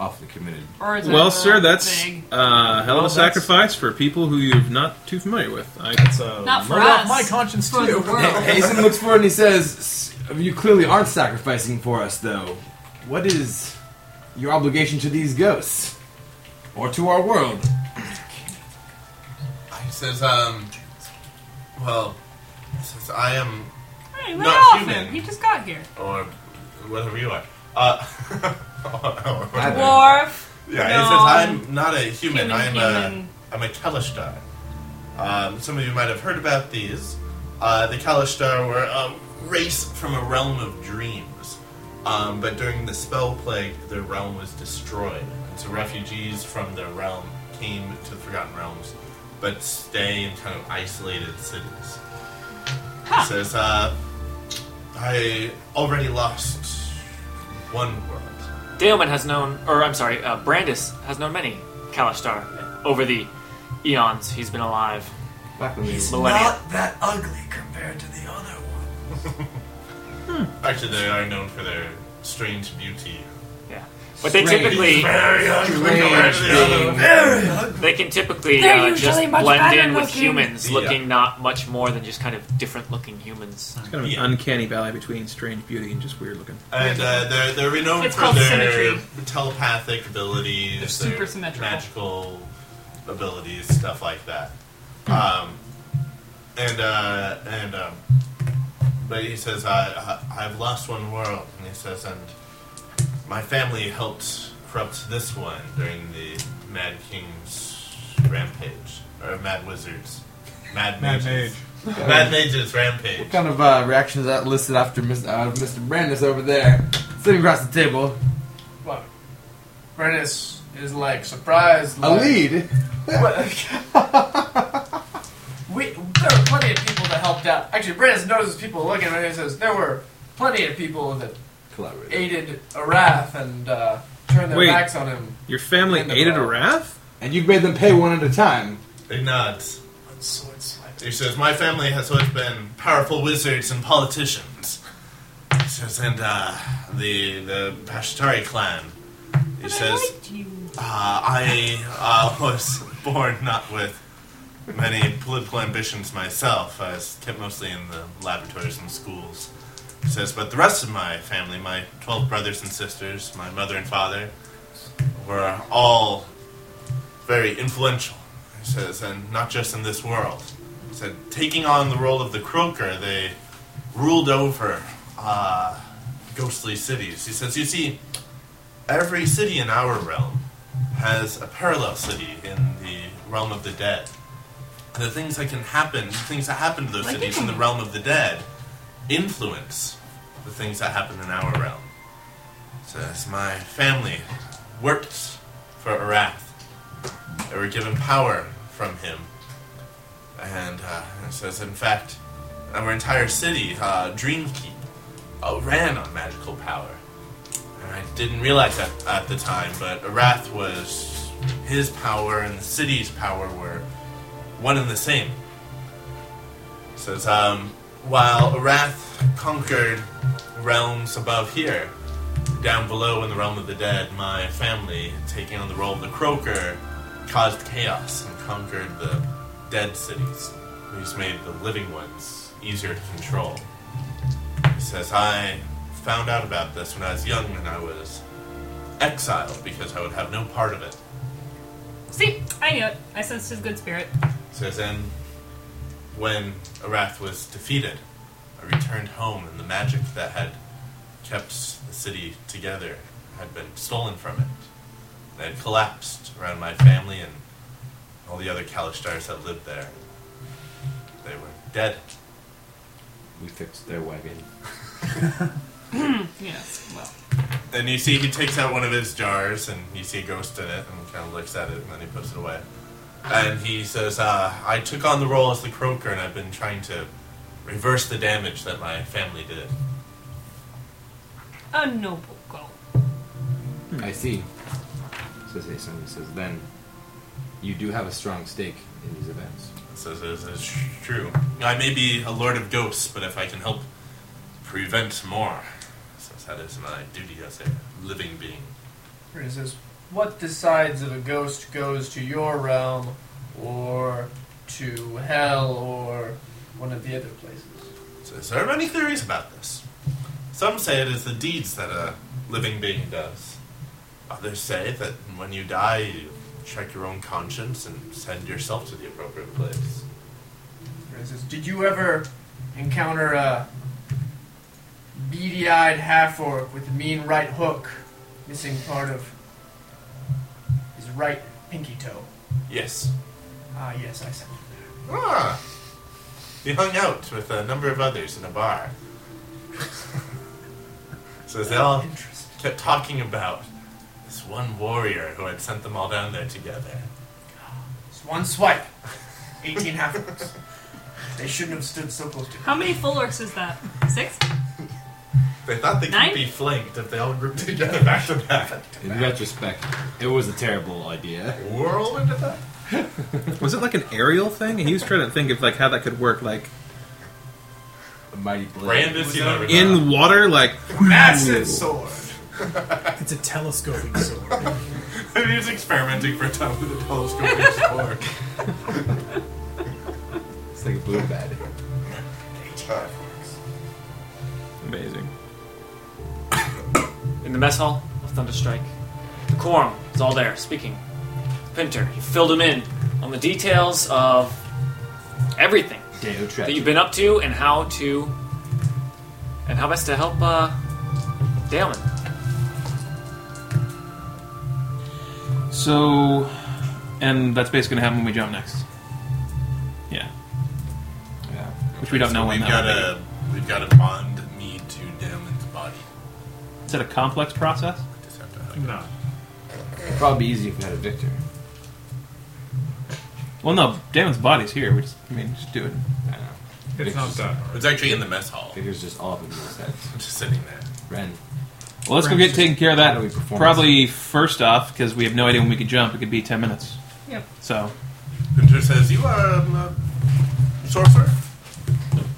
S20: Awfully committed.
S3: Or is it
S5: Well,
S3: the
S5: sir, that's
S3: big-
S5: uh, hell of
S6: Well,
S5: a
S6: that's-
S5: sacrifice for people who you're not too familiar with. I, that's
S6: Oh,
S5: a
S3: Not for
S16: load off
S3: us.
S6: my conscience
S3: for
S6: too.
S3: The world.
S16: Hazen
S20: looks forward and he says, "S- "You clearly aren't sacrificing for us, though. What is your obligation to these ghosts, or to our world?"
S12: He says, um, well, he says, I am
S3: Hey, let
S12: not
S3: off
S12: human.
S3: him. He just got here.
S12: or whatever you are. Uh, or-
S3: Either. Dwarf.
S12: Yeah, he
S3: No.
S12: says I'm not a human.
S3: Human,
S12: I'm
S3: human.
S12: a I'm a Kalishtar. Um, some of you might have heard about these. Uh, the Kalishtar were a race from a realm of dreams, um, but during the spell plague, their realm was destroyed, and so refugees from their realm came to the Forgotten Realms, but stay in kind of isolated cities. He says, uh, "I already lost one world."
S2: Daemon has known, or I'm sorry, uh, Brandis has known many Kalashtar over the eons he's been alive.
S20: Back when
S2: He's
S9: that ugly compared to the other one.
S12: Actually, they are known for their strange beauty.
S2: Yeah, but they typically
S12: very ugly compared to the other. Very ugly.
S2: They can typically
S12: They're
S2: uh, just
S12: usually much
S2: blend
S12: better
S2: in with
S12: looking.
S2: humans,
S5: Yeah.
S2: looking not much more than just kind of different looking humans.
S5: It's kind of an uncanny valley between strange beauty and just weird looking.
S12: And uh, they're, they're renowned
S3: It's
S12: for
S3: called
S12: their
S3: symmetry.
S12: telepathic abilities,
S3: They're
S12: their
S3: super symmetrical.
S12: magical abilities, stuff like that. Um, and uh, and um, but he says, I, I, I've lost one world. And he says, and my family helped corrupt this one during the Mad King's rampage. Or Mad Wizards. Mad
S6: Mad
S12: Mages.
S20: Mage.
S12: Mad Mages rampage.
S20: What
S16: kind of uh, reactions that listed after Mr. Uh, Mr. Brandis over there, sitting across the table.
S19: Well, Brennus is like surprised.
S16: A
S19: like-
S16: lead.
S19: Well, we there were plenty of people that helped out. Actually, Brennus notices people looking at him and says there were plenty of people that
S20: Collaborated.
S19: aided Arath and uh, turned their
S5: Wait.
S19: backs on him.
S5: Your family aided a wrath?
S16: And you made them pay one at a time.
S12: He nods. He says, My family has always been powerful wizards and politicians. He says, and uh, the, the Pashtari clan. He says, uh, I uh, was born not with many political ambitions myself. I was kept mostly in the laboratories and schools. He says, but the rest of my family, my 12 brothers and sisters, my mother and father, were all very influential. He says, and not just in this world. He said, taking on the role of the croaker, they ruled over uh, ghostly cities. He says, you see, every city in our realm has a parallel city in the realm of the dead. And the things that can happen, things that happen to those
S21: Like
S12: cities
S21: it.
S12: in the realm of the dead, influence the things that happen in our realm. So as my family worked for Arath, they were given power from him. And uh, it says, in fact, our entire city, uh, Dreamkeep, uh, ran on magical power. And I didn't realize that at the time, but Arath was his power and the city's power were one and the same. It says, um, while Arath conquered realms above here, down below in the realm of the dead, my family, taking on the role of the croaker, caused chaos and conquered the dead cities. We just made the living ones easier to control. He says, I found out about this when I was young and I was exiled because I would have no part of it.
S3: See, I knew it. I sensed his good spirit.
S12: says, and when Arath was defeated, I returned home, and the magic that had kept the city together had been stolen from it. It had collapsed around my family and all the other Kalistars that lived there. They were dead.
S20: We fixed their wagon.
S3: yes, well.
S12: And you see, he takes out one of his jars, and you see a ghost in it, and kind of looks at it, and then he puts it away. And he says, uh, "I took on the role as the croaker, and I've been trying to reverse the damage that my family did."
S3: A noble goal.
S20: I see. Says Hasten. He says, then you do have a strong stake in these events.
S12: Says this is true. I may be a lord of ghosts, but if I can help prevent more, since that is my duty as a living being.
S19: Here it says, What decides if a ghost goes to your realm or to hell or one of the other places?
S12: Says, there are many theories about this. Some say it is the deeds that a living being does. Others say that when you die, you check your own conscience and send yourself to the appropriate place.
S19: Here it says, Did you ever encounter a beady eyed half orc with a mean right hook missing part of his right pinky toe?
S12: Yes.
S19: Ah, yes, I said that.
S12: Ah. He hung out with a number of others in a bar. so they all kept talking about this one warrior who had sent them all down there together.
S19: It's one swipe. 18 half orcs. They shouldn't have stood so close to
S3: How many full orcs is that? Six?
S12: They thought they
S3: Nine?
S12: could be flanked if they all grouped together back to back.
S20: In retrospect, it was a terrible idea.
S12: Whirlwind of that?
S5: Was it like an aerial thing? He was trying to think of like how that could work, like
S20: a mighty blade.
S12: Brandis, you never know.
S5: in water, like
S12: Uh-huh. Massive sword.
S6: It's a telescoping sword.
S12: he was experimenting for a time with a telescoping sword.
S20: It's like a blue bed.
S5: Amazing.
S2: In the mess hall of Thunderstrike, the quorum is all there speaking. Pinter, you filled him in on the details of everything
S20: Deo
S2: that you've been up to and how to and how best to help uh, Damon.
S5: So, and that's basically gonna happen when we jump next. Yeah.
S20: Yeah.
S5: Which we don't
S12: So
S5: know when
S12: we've
S5: that
S12: got
S5: will be.
S12: a we've got to bond me to Damon's body.
S5: Is it a complex process? No.
S20: It'd probably be easy if we had a victor.
S5: Well, no. Damon's body's here. We just, I mean, just do it.
S12: It's not that hard. It's actually in the mess hall.
S20: Victor's just all up in those heads.
S12: Just sitting there.
S20: Ren.
S5: Well, let's go
S20: Ren
S5: get
S20: just-
S5: taken care of
S20: How do we
S5: that.
S20: perform
S5: Probably first off, because we have no idea when we could jump. It could be ten minutes.
S3: Yep.
S5: So,
S12: Pinter says, "You are um, a sorcerer."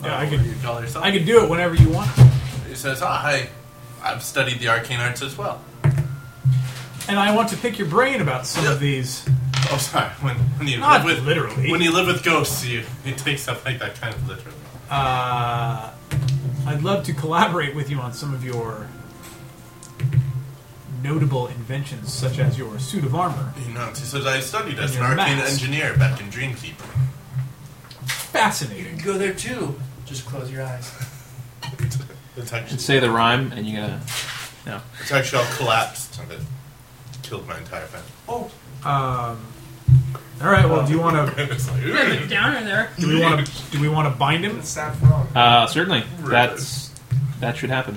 S6: Yeah, I
S12: Oh,
S6: could-
S12: what do you call yourself?
S6: I could do it whenever you want.
S12: He says, "Ah, I, I've studied the arcane arts as well."
S6: And I want to pick your brain about some of these.
S12: Oh, sorry. When, when you
S6: Not
S12: live with
S6: literally.
S12: when you live with ghosts, you you take stuff like that kind of literally.
S6: Uh, I'd love to collaborate with you on some of your notable inventions, such as your suit of armor.
S12: He nods. He says, "I studied as an
S6: And your
S12: arcane
S6: mask.
S12: engineer back in Dreamkeeper."
S6: Fascinating.
S19: You can go there too. Just close your eyes.
S12: It's
S5: should
S12: actually,
S5: say the rhyme, and you gotta. No.
S12: it's actually all collapsed. and it- killed my entire family.
S6: Oh. Um, all right. Well, do you want to?
S3: a downer there.
S6: Do we want to? Do we want to bind him?
S5: Uh, certainly. That's that should happen.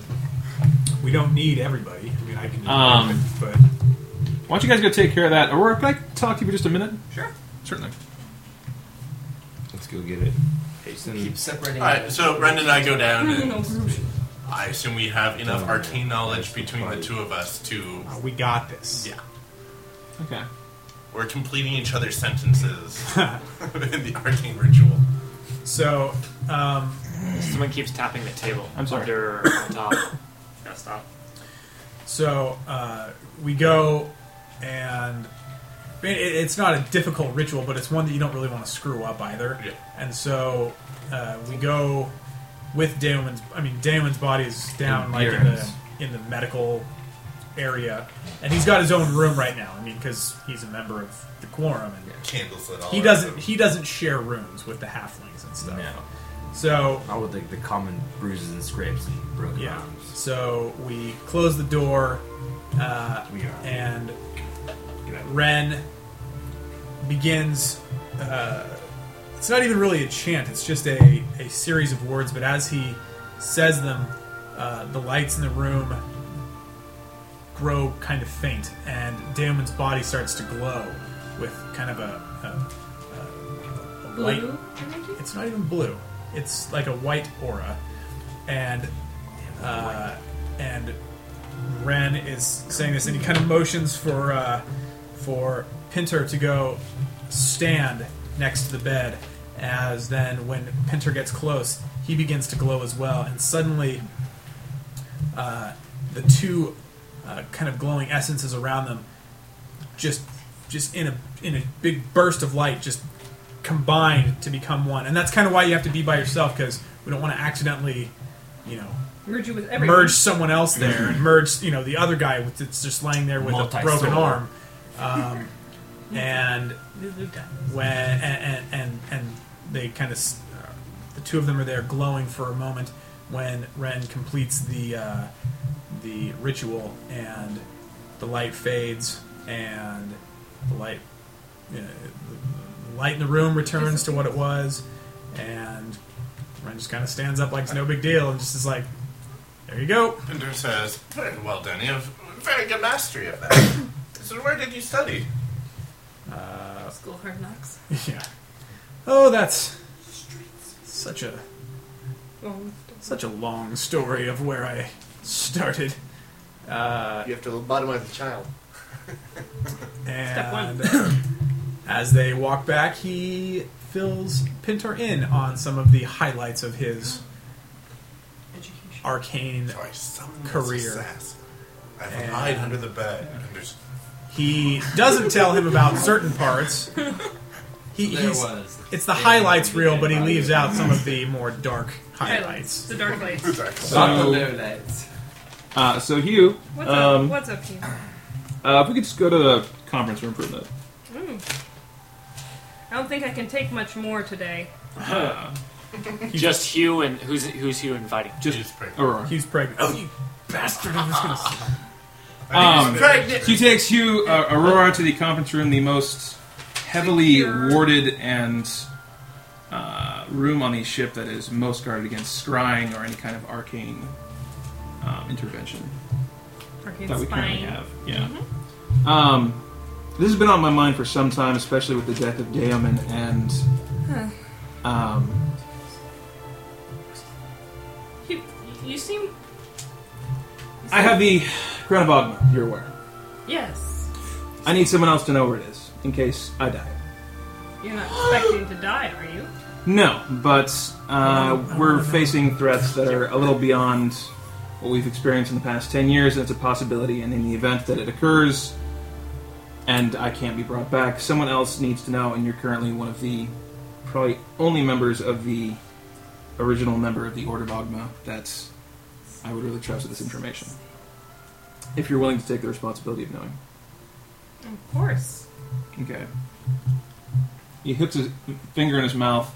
S6: We don't need everybody. I mean, I can. do
S5: Um,
S6: it, but
S5: Why don't you guys go take care of that? Aurora, can I talk to you for just a minute?
S6: Sure.
S5: Certainly.
S16: Let's go get it.
S19: Keep separating.
S12: Alright, so Brendan and I go down
S19: No, no, no,
S12: and I assume we have enough arcane knowledge between the two of us to
S6: we got this.
S12: Yeah.
S5: Okay.
S12: We're completing each other's sentences in the arcane ritual.
S6: So, um,
S2: someone keeps tapping the table.
S6: I'm sorry.
S2: Under or on top. Gotta stop.
S6: So uh, we go, and I mean, it, it's not a difficult ritual, but it's one that you don't really want to screw up either. And so uh, we go with Damon's. I mean, Damon's body is down like in the
S5: Endurance.
S6: in the medical area, and he's got his own room right now. I mean, because he's a member of the quorum, and
S12: candles lit all
S6: He
S12: around
S6: doesn't.
S12: him.
S6: He doesn't share rooms with the halflings and stuff. So
S16: I would like the common bruises and scrapes and broken
S6: Yeah.
S16: arms.
S6: So we close the door, uh, and Ren begins. Uh, it's not even really a chant; it's just a, a series of words. But as he says them, uh, the lights in the room grow kind of faint, and Damon's body starts to glow with kind of a, a, a, a light.
S3: Blue
S6: It's not even blue. It's like a white aura, and uh, and Ren is saying this, and he kind of motions for uh, for Pinter to go stand next to the bed. As then, when Pinter gets close, he begins to glow as well, and suddenly, uh, the two uh, kind of glowing essences around them just just in a in a big burst of light just combined to become one and that's kind of why you have to be by yourself because we don't want to accidentally you know
S3: Merge you with everyone.
S6: merge someone else there and merge you know the other guy with that's just lying there with a
S3: Multi-soul.
S6: broken arm um, and when and and and, and they kind of s- uh, the two of them are there glowing for a moment when Ren completes the uh, the ritual and the light fades and the light you know, the light in the room returns to what it was and Ren just kind of stands up like it's no big deal and just is like there you go
S12: Pinder says, Very well done. You have very good mastery of that. so where did you study?
S6: Uh,
S3: School hard knocks.
S6: yeah oh that's such a
S3: Well,
S6: Such a long story of where I started. Uh,
S19: you have to lobotomize the child.
S6: Step uh, as they walk back, he fills Pinter in on some of the highlights of his arcane career.
S12: I've
S6: And-
S12: lied under the bed. And there's
S6: He doesn't tell him about certain parts. He,
S12: There
S6: he's-
S12: was.
S6: It's the highlights reel, but he leaves out some of the more dark highlights.
S3: The dark lights.
S5: Uh, so Hugh,
S3: What's
S5: um,
S3: up? What's up, Hugh?
S5: Uh, if we could just go to the conference room for a minute.
S3: Mm. I don't think I can take much more today.
S2: Just Hugh and who's who's Hugh inviting?
S5: Just Aurora.
S6: He's pregnant. Oh, you bastard! I was gonna. Say.
S5: Um,
S6: pregnant.
S5: she takes Hugh uh, Aurora to the conference room, the most heavily warded and uh, room on the ship that is most guarded against scrying or any kind of arcane um, intervention
S3: Arcane
S5: that we currently
S3: spying.
S5: have. Yeah. Um, this has been on my mind for some time, especially with the death of Daemon and.
S3: Huh.
S5: Um,
S3: You, you seem.
S5: I have the Crown of Ogma, you're aware.
S3: Yes.
S5: I need someone else to know where it is, in case I die.
S3: You're not expecting to die, are you?
S5: No, but uh, we're facing threats that are a little beyond what we've experienced in the past 10 years, and it's a possibility. And in the event that it occurs and I can't be brought back, someone else needs to know, and you're currently one of the probably only members of the original member of the Order of Ogma that I would really trust with this information. If you're willing to take the responsibility of knowing.
S3: Of course.
S5: Okay. He hooks his finger in his mouth.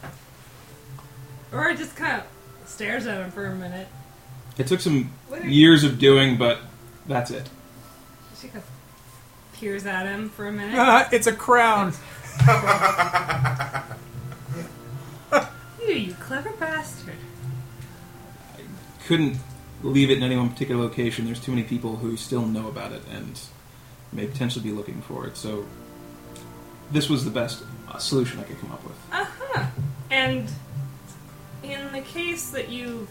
S3: Or I just kind of stares at him for a minute.
S5: It took some
S3: What are-
S5: years of doing, but that's it.
S3: She goes, peers at him for a minute.
S6: Uh,
S10: Ah, it's a crown.
S3: you, you clever bastard.
S5: Couldn't leave it in any one particular location. There's too many people who still know about it and may potentially be looking for it. So this was the best uh, solution I could come up with.
S3: Uh huh. And in the case that you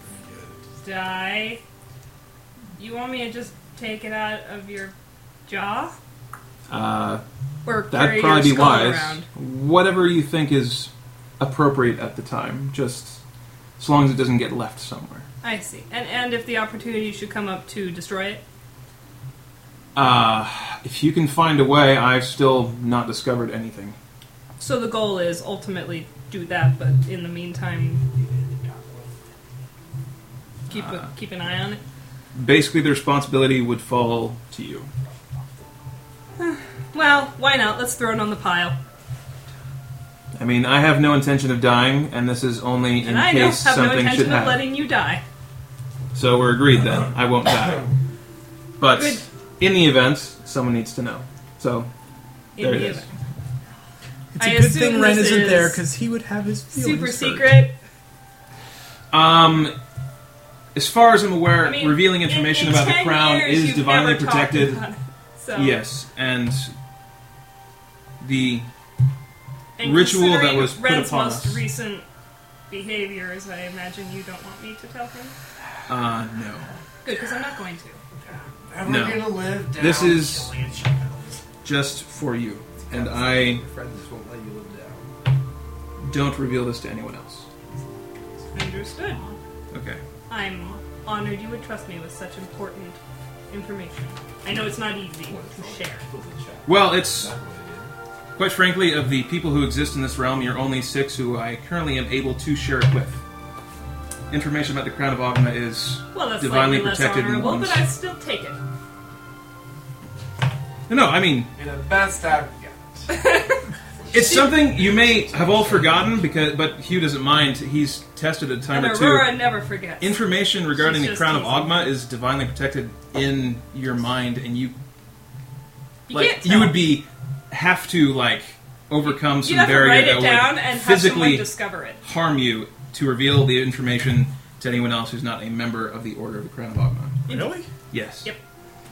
S3: die, you want me to just take it out of your jaw?
S5: Uh,
S3: Or carry
S5: that'd
S3: your
S5: probably be
S3: skull
S5: wise.
S3: around.
S5: Whatever you think is appropriate at the time, just as long as it doesn't get left somewhere.
S3: I see. And and if the opportunity should come up to destroy it,
S5: Uh, if you can find a way, I've still not discovered anything.
S3: so the goal is ultimately do that. But in the meantime, keep
S5: Ah.
S3: a, keep an eye on it.
S5: Basically, the responsibility would fall to you.
S3: Well, why not? Let's throw it on the pile.
S5: I mean, I have no intention of dying, and this is only in
S3: and I don't
S5: case
S3: have no
S5: something should
S3: intention of
S5: happen.
S3: letting you die.
S5: So we're agreed then. I won't die. But
S3: Good.
S5: in the event, someone needs to know. So
S3: In
S5: there
S3: the
S5: it is.
S3: event.
S10: It's
S3: I
S10: a good
S3: assume
S10: thing Ren
S3: this
S10: isn't there
S3: is
S10: because he would have his feelings
S3: Super
S10: hurt.
S3: secret.
S5: Um, as far as I'm aware,
S3: I mean,
S5: revealing
S3: in-
S5: information
S3: in
S5: about the
S3: 10
S5: crown
S3: years,
S5: is
S3: you've
S5: divinely
S3: never talked
S5: protected.
S3: about it, so-
S5: Yes, and the
S3: And
S5: ritual that
S3: considering
S5: was put
S3: Ren's
S5: upon
S3: most
S5: us.
S3: recent behaviors, I imagine you don't want me to tell him.
S5: uh, no.
S3: Good, because I'm not going to.
S5: no. this is just for you, and I
S4: Friends won't let you live down.
S5: don't reveal this to anyone else.
S3: Understood.
S5: Okay.
S3: I'm honored you would trust me with such important information. I know it's not easy to share.
S5: Well, it's quite frankly, of the people who exist in this realm, you're only six who I currently am able to share it with. Information about the Crown of Agna is
S3: Well, that's
S5: divinely
S3: slightly less
S5: protected in
S3: honorable,
S5: one's.
S3: but I still take it.
S5: No, no, I mean,
S9: You're the best I've got.
S5: it's something you may have all forgotten because, but Hugh doesn't mind. He's tested a time
S3: And
S5: or two.
S3: Aurora never forgets.
S5: Information regarding
S3: She's
S5: the
S3: just
S5: Crown of
S3: teasing.
S5: Ogma is divinely protected in your mind, and you,
S3: You
S5: like,
S3: can't
S5: you would be have to like overcome some
S3: You'd have to
S5: barrier
S3: write
S5: that
S3: it down
S5: would
S3: and have
S5: physically
S3: someone discover it.
S5: harm you to reveal the information to anyone else who's not a member of the Order of the Crown of Ogma.
S2: Really?
S5: Yes.
S3: Yep.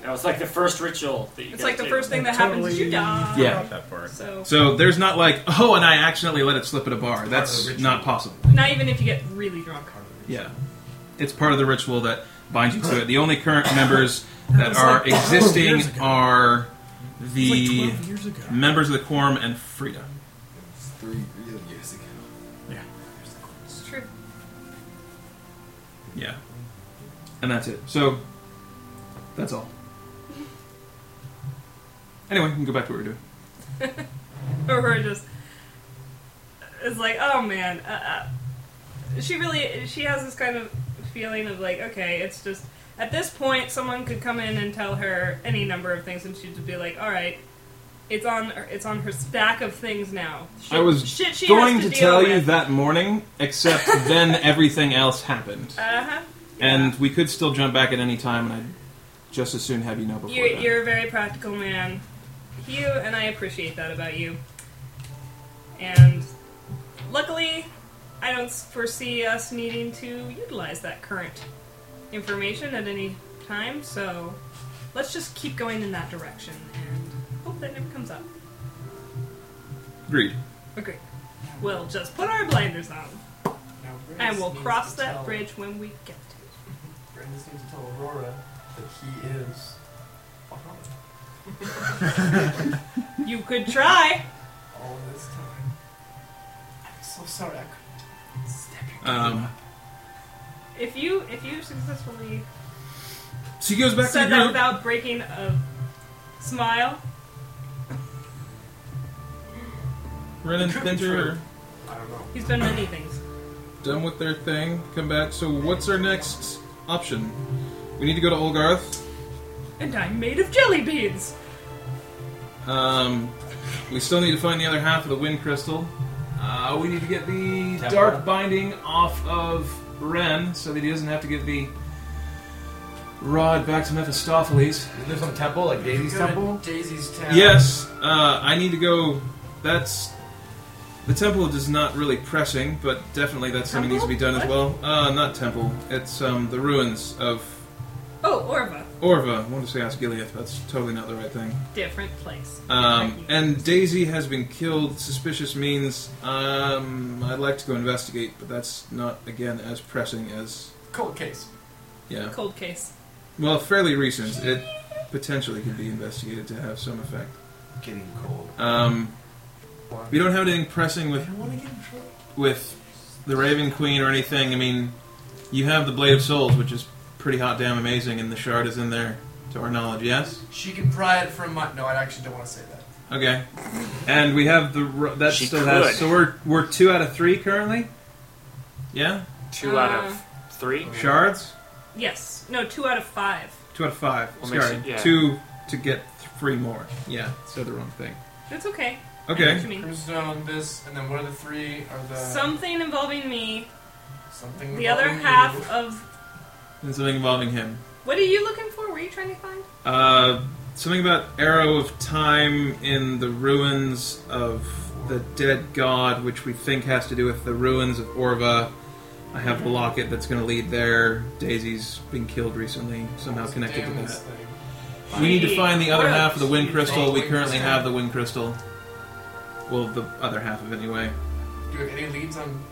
S2: That was like the first ritual that you
S3: It's
S2: guys
S3: like the
S2: did.
S3: first thing that happens is you die.
S5: Yeah.
S3: So,
S5: So there's not like oh, and I accidentally let it slip at a bar. That's not possible.
S3: not even if you get really drunk.
S5: Yeah. It's part of the ritual that binds you to it. The only current members that are
S10: It was like 12 years
S5: existing
S10: ago.
S5: are
S10: It
S5: the
S10: was like 12 years ago.
S5: members of the quorum and Frida.
S20: Three real years ago.
S10: Yeah.
S3: It's true.
S5: Yeah. And that's it. So that's all. Anyway, we can go back to what we we're doing.
S3: Aurora just is like, oh man. Uh, uh. She really, she has this kind of feeling of like, okay, it's just at this point, someone could come in and tell her any number of things, and she'd just be like, all right, it's on, it's on her stack of things now. Shit-
S5: I was
S3: shit she
S5: going
S3: has
S5: to,
S3: to, deal
S5: tell
S3: with.
S5: you that morning, except then everything else happened.
S3: Uh huh.
S5: And we could still jump back at any time, and I'd just as soon have you know before
S3: You're,
S5: that.
S3: you're a very practical man, Hugh, and I appreciate that about you. And luckily, I don't foresee us needing to utilize that current information at any time, so let's just keep going in that direction and hope that never comes up.
S5: Agreed.
S3: Agreed. We'll just put our blinders on, and we'll cross that bridge when we get
S9: Brandon needs to tell Aurora that he is a hobbit.
S3: to it. You could try!
S9: All this time. I'm so sorry I couldn't step in.
S5: Um,
S3: If you, if you successfully
S5: so he goes back
S3: said
S5: to the
S3: that
S5: group.
S3: without breaking a smile.
S5: Ren and Pinter
S3: He's done many things.
S5: are done with their thing. Come back. So what's our next option? We need to go to Olgarth.
S3: And I'm made of jelly beans.
S5: Um, we still need to find the other half of the wind crystal. Uh, we need to get the dark binding off of Ren so that he doesn't have to get the rod back to Mephistopheles.
S4: Is there some temple, like Daisy's
S19: Go to
S4: temple?
S19: Daisy's town.
S5: Yes, uh, I need to go. That's the temple is not really pressing, but definitely that's something needs to be done as well. Uh, not temple. It's um, the ruins of
S3: Oh, Orva.
S5: Orva. I wanted to say Asgiliath. but That's totally not the right thing.
S3: Different place.
S5: Um, and Daisy has been killed. Suspicious means. Um, I'd like to go investigate, but that's not again as pressing as
S9: Cold case.
S5: yeah.
S3: Cold case.
S5: Well, fairly recent. It potentially could be investigated to have some effect.
S16: Getting cold.
S5: Um, we don't have anything pressing with with the Raven Queen or anything. I mean, you have the Blade of Souls, which is pretty hot damn amazing, and the shard is in there, to our knowledge. Yes.
S9: She can pry it from my. No, I actually don't want to say that.
S5: Okay. And we have the ro- that
S9: She
S5: still has.
S2: could.
S5: So we're we're two out of three currently. Yeah.
S2: Two out
S3: Uh.
S2: of three
S5: Shards.
S3: Yes. No, two out of five.
S5: Two out of five.
S2: What makes
S5: Sorry.
S2: it- yeah.
S5: Two to get th- three more. Yeah. Said the wrong thing.
S3: That's okay.
S5: Okay.
S3: I know what you mean.
S9: Crimstone, this, and then what are the three? Are the
S3: Something involving me.
S9: something?
S3: The other
S9: involving you?
S3: half of.
S5: And something involving him.
S3: What are you looking for? Were you trying to find?
S5: Uh, something about arrow of time in the ruins of the dead god, which we think has to do with the ruins of Orva. I have the locket that's going to lead there. Daisy's been killed recently, somehow connected to that. We need to find the other half of the wind crystal. We currently have the wind crystal. Well, the other half of it, anyway.
S9: Do you have any leads on?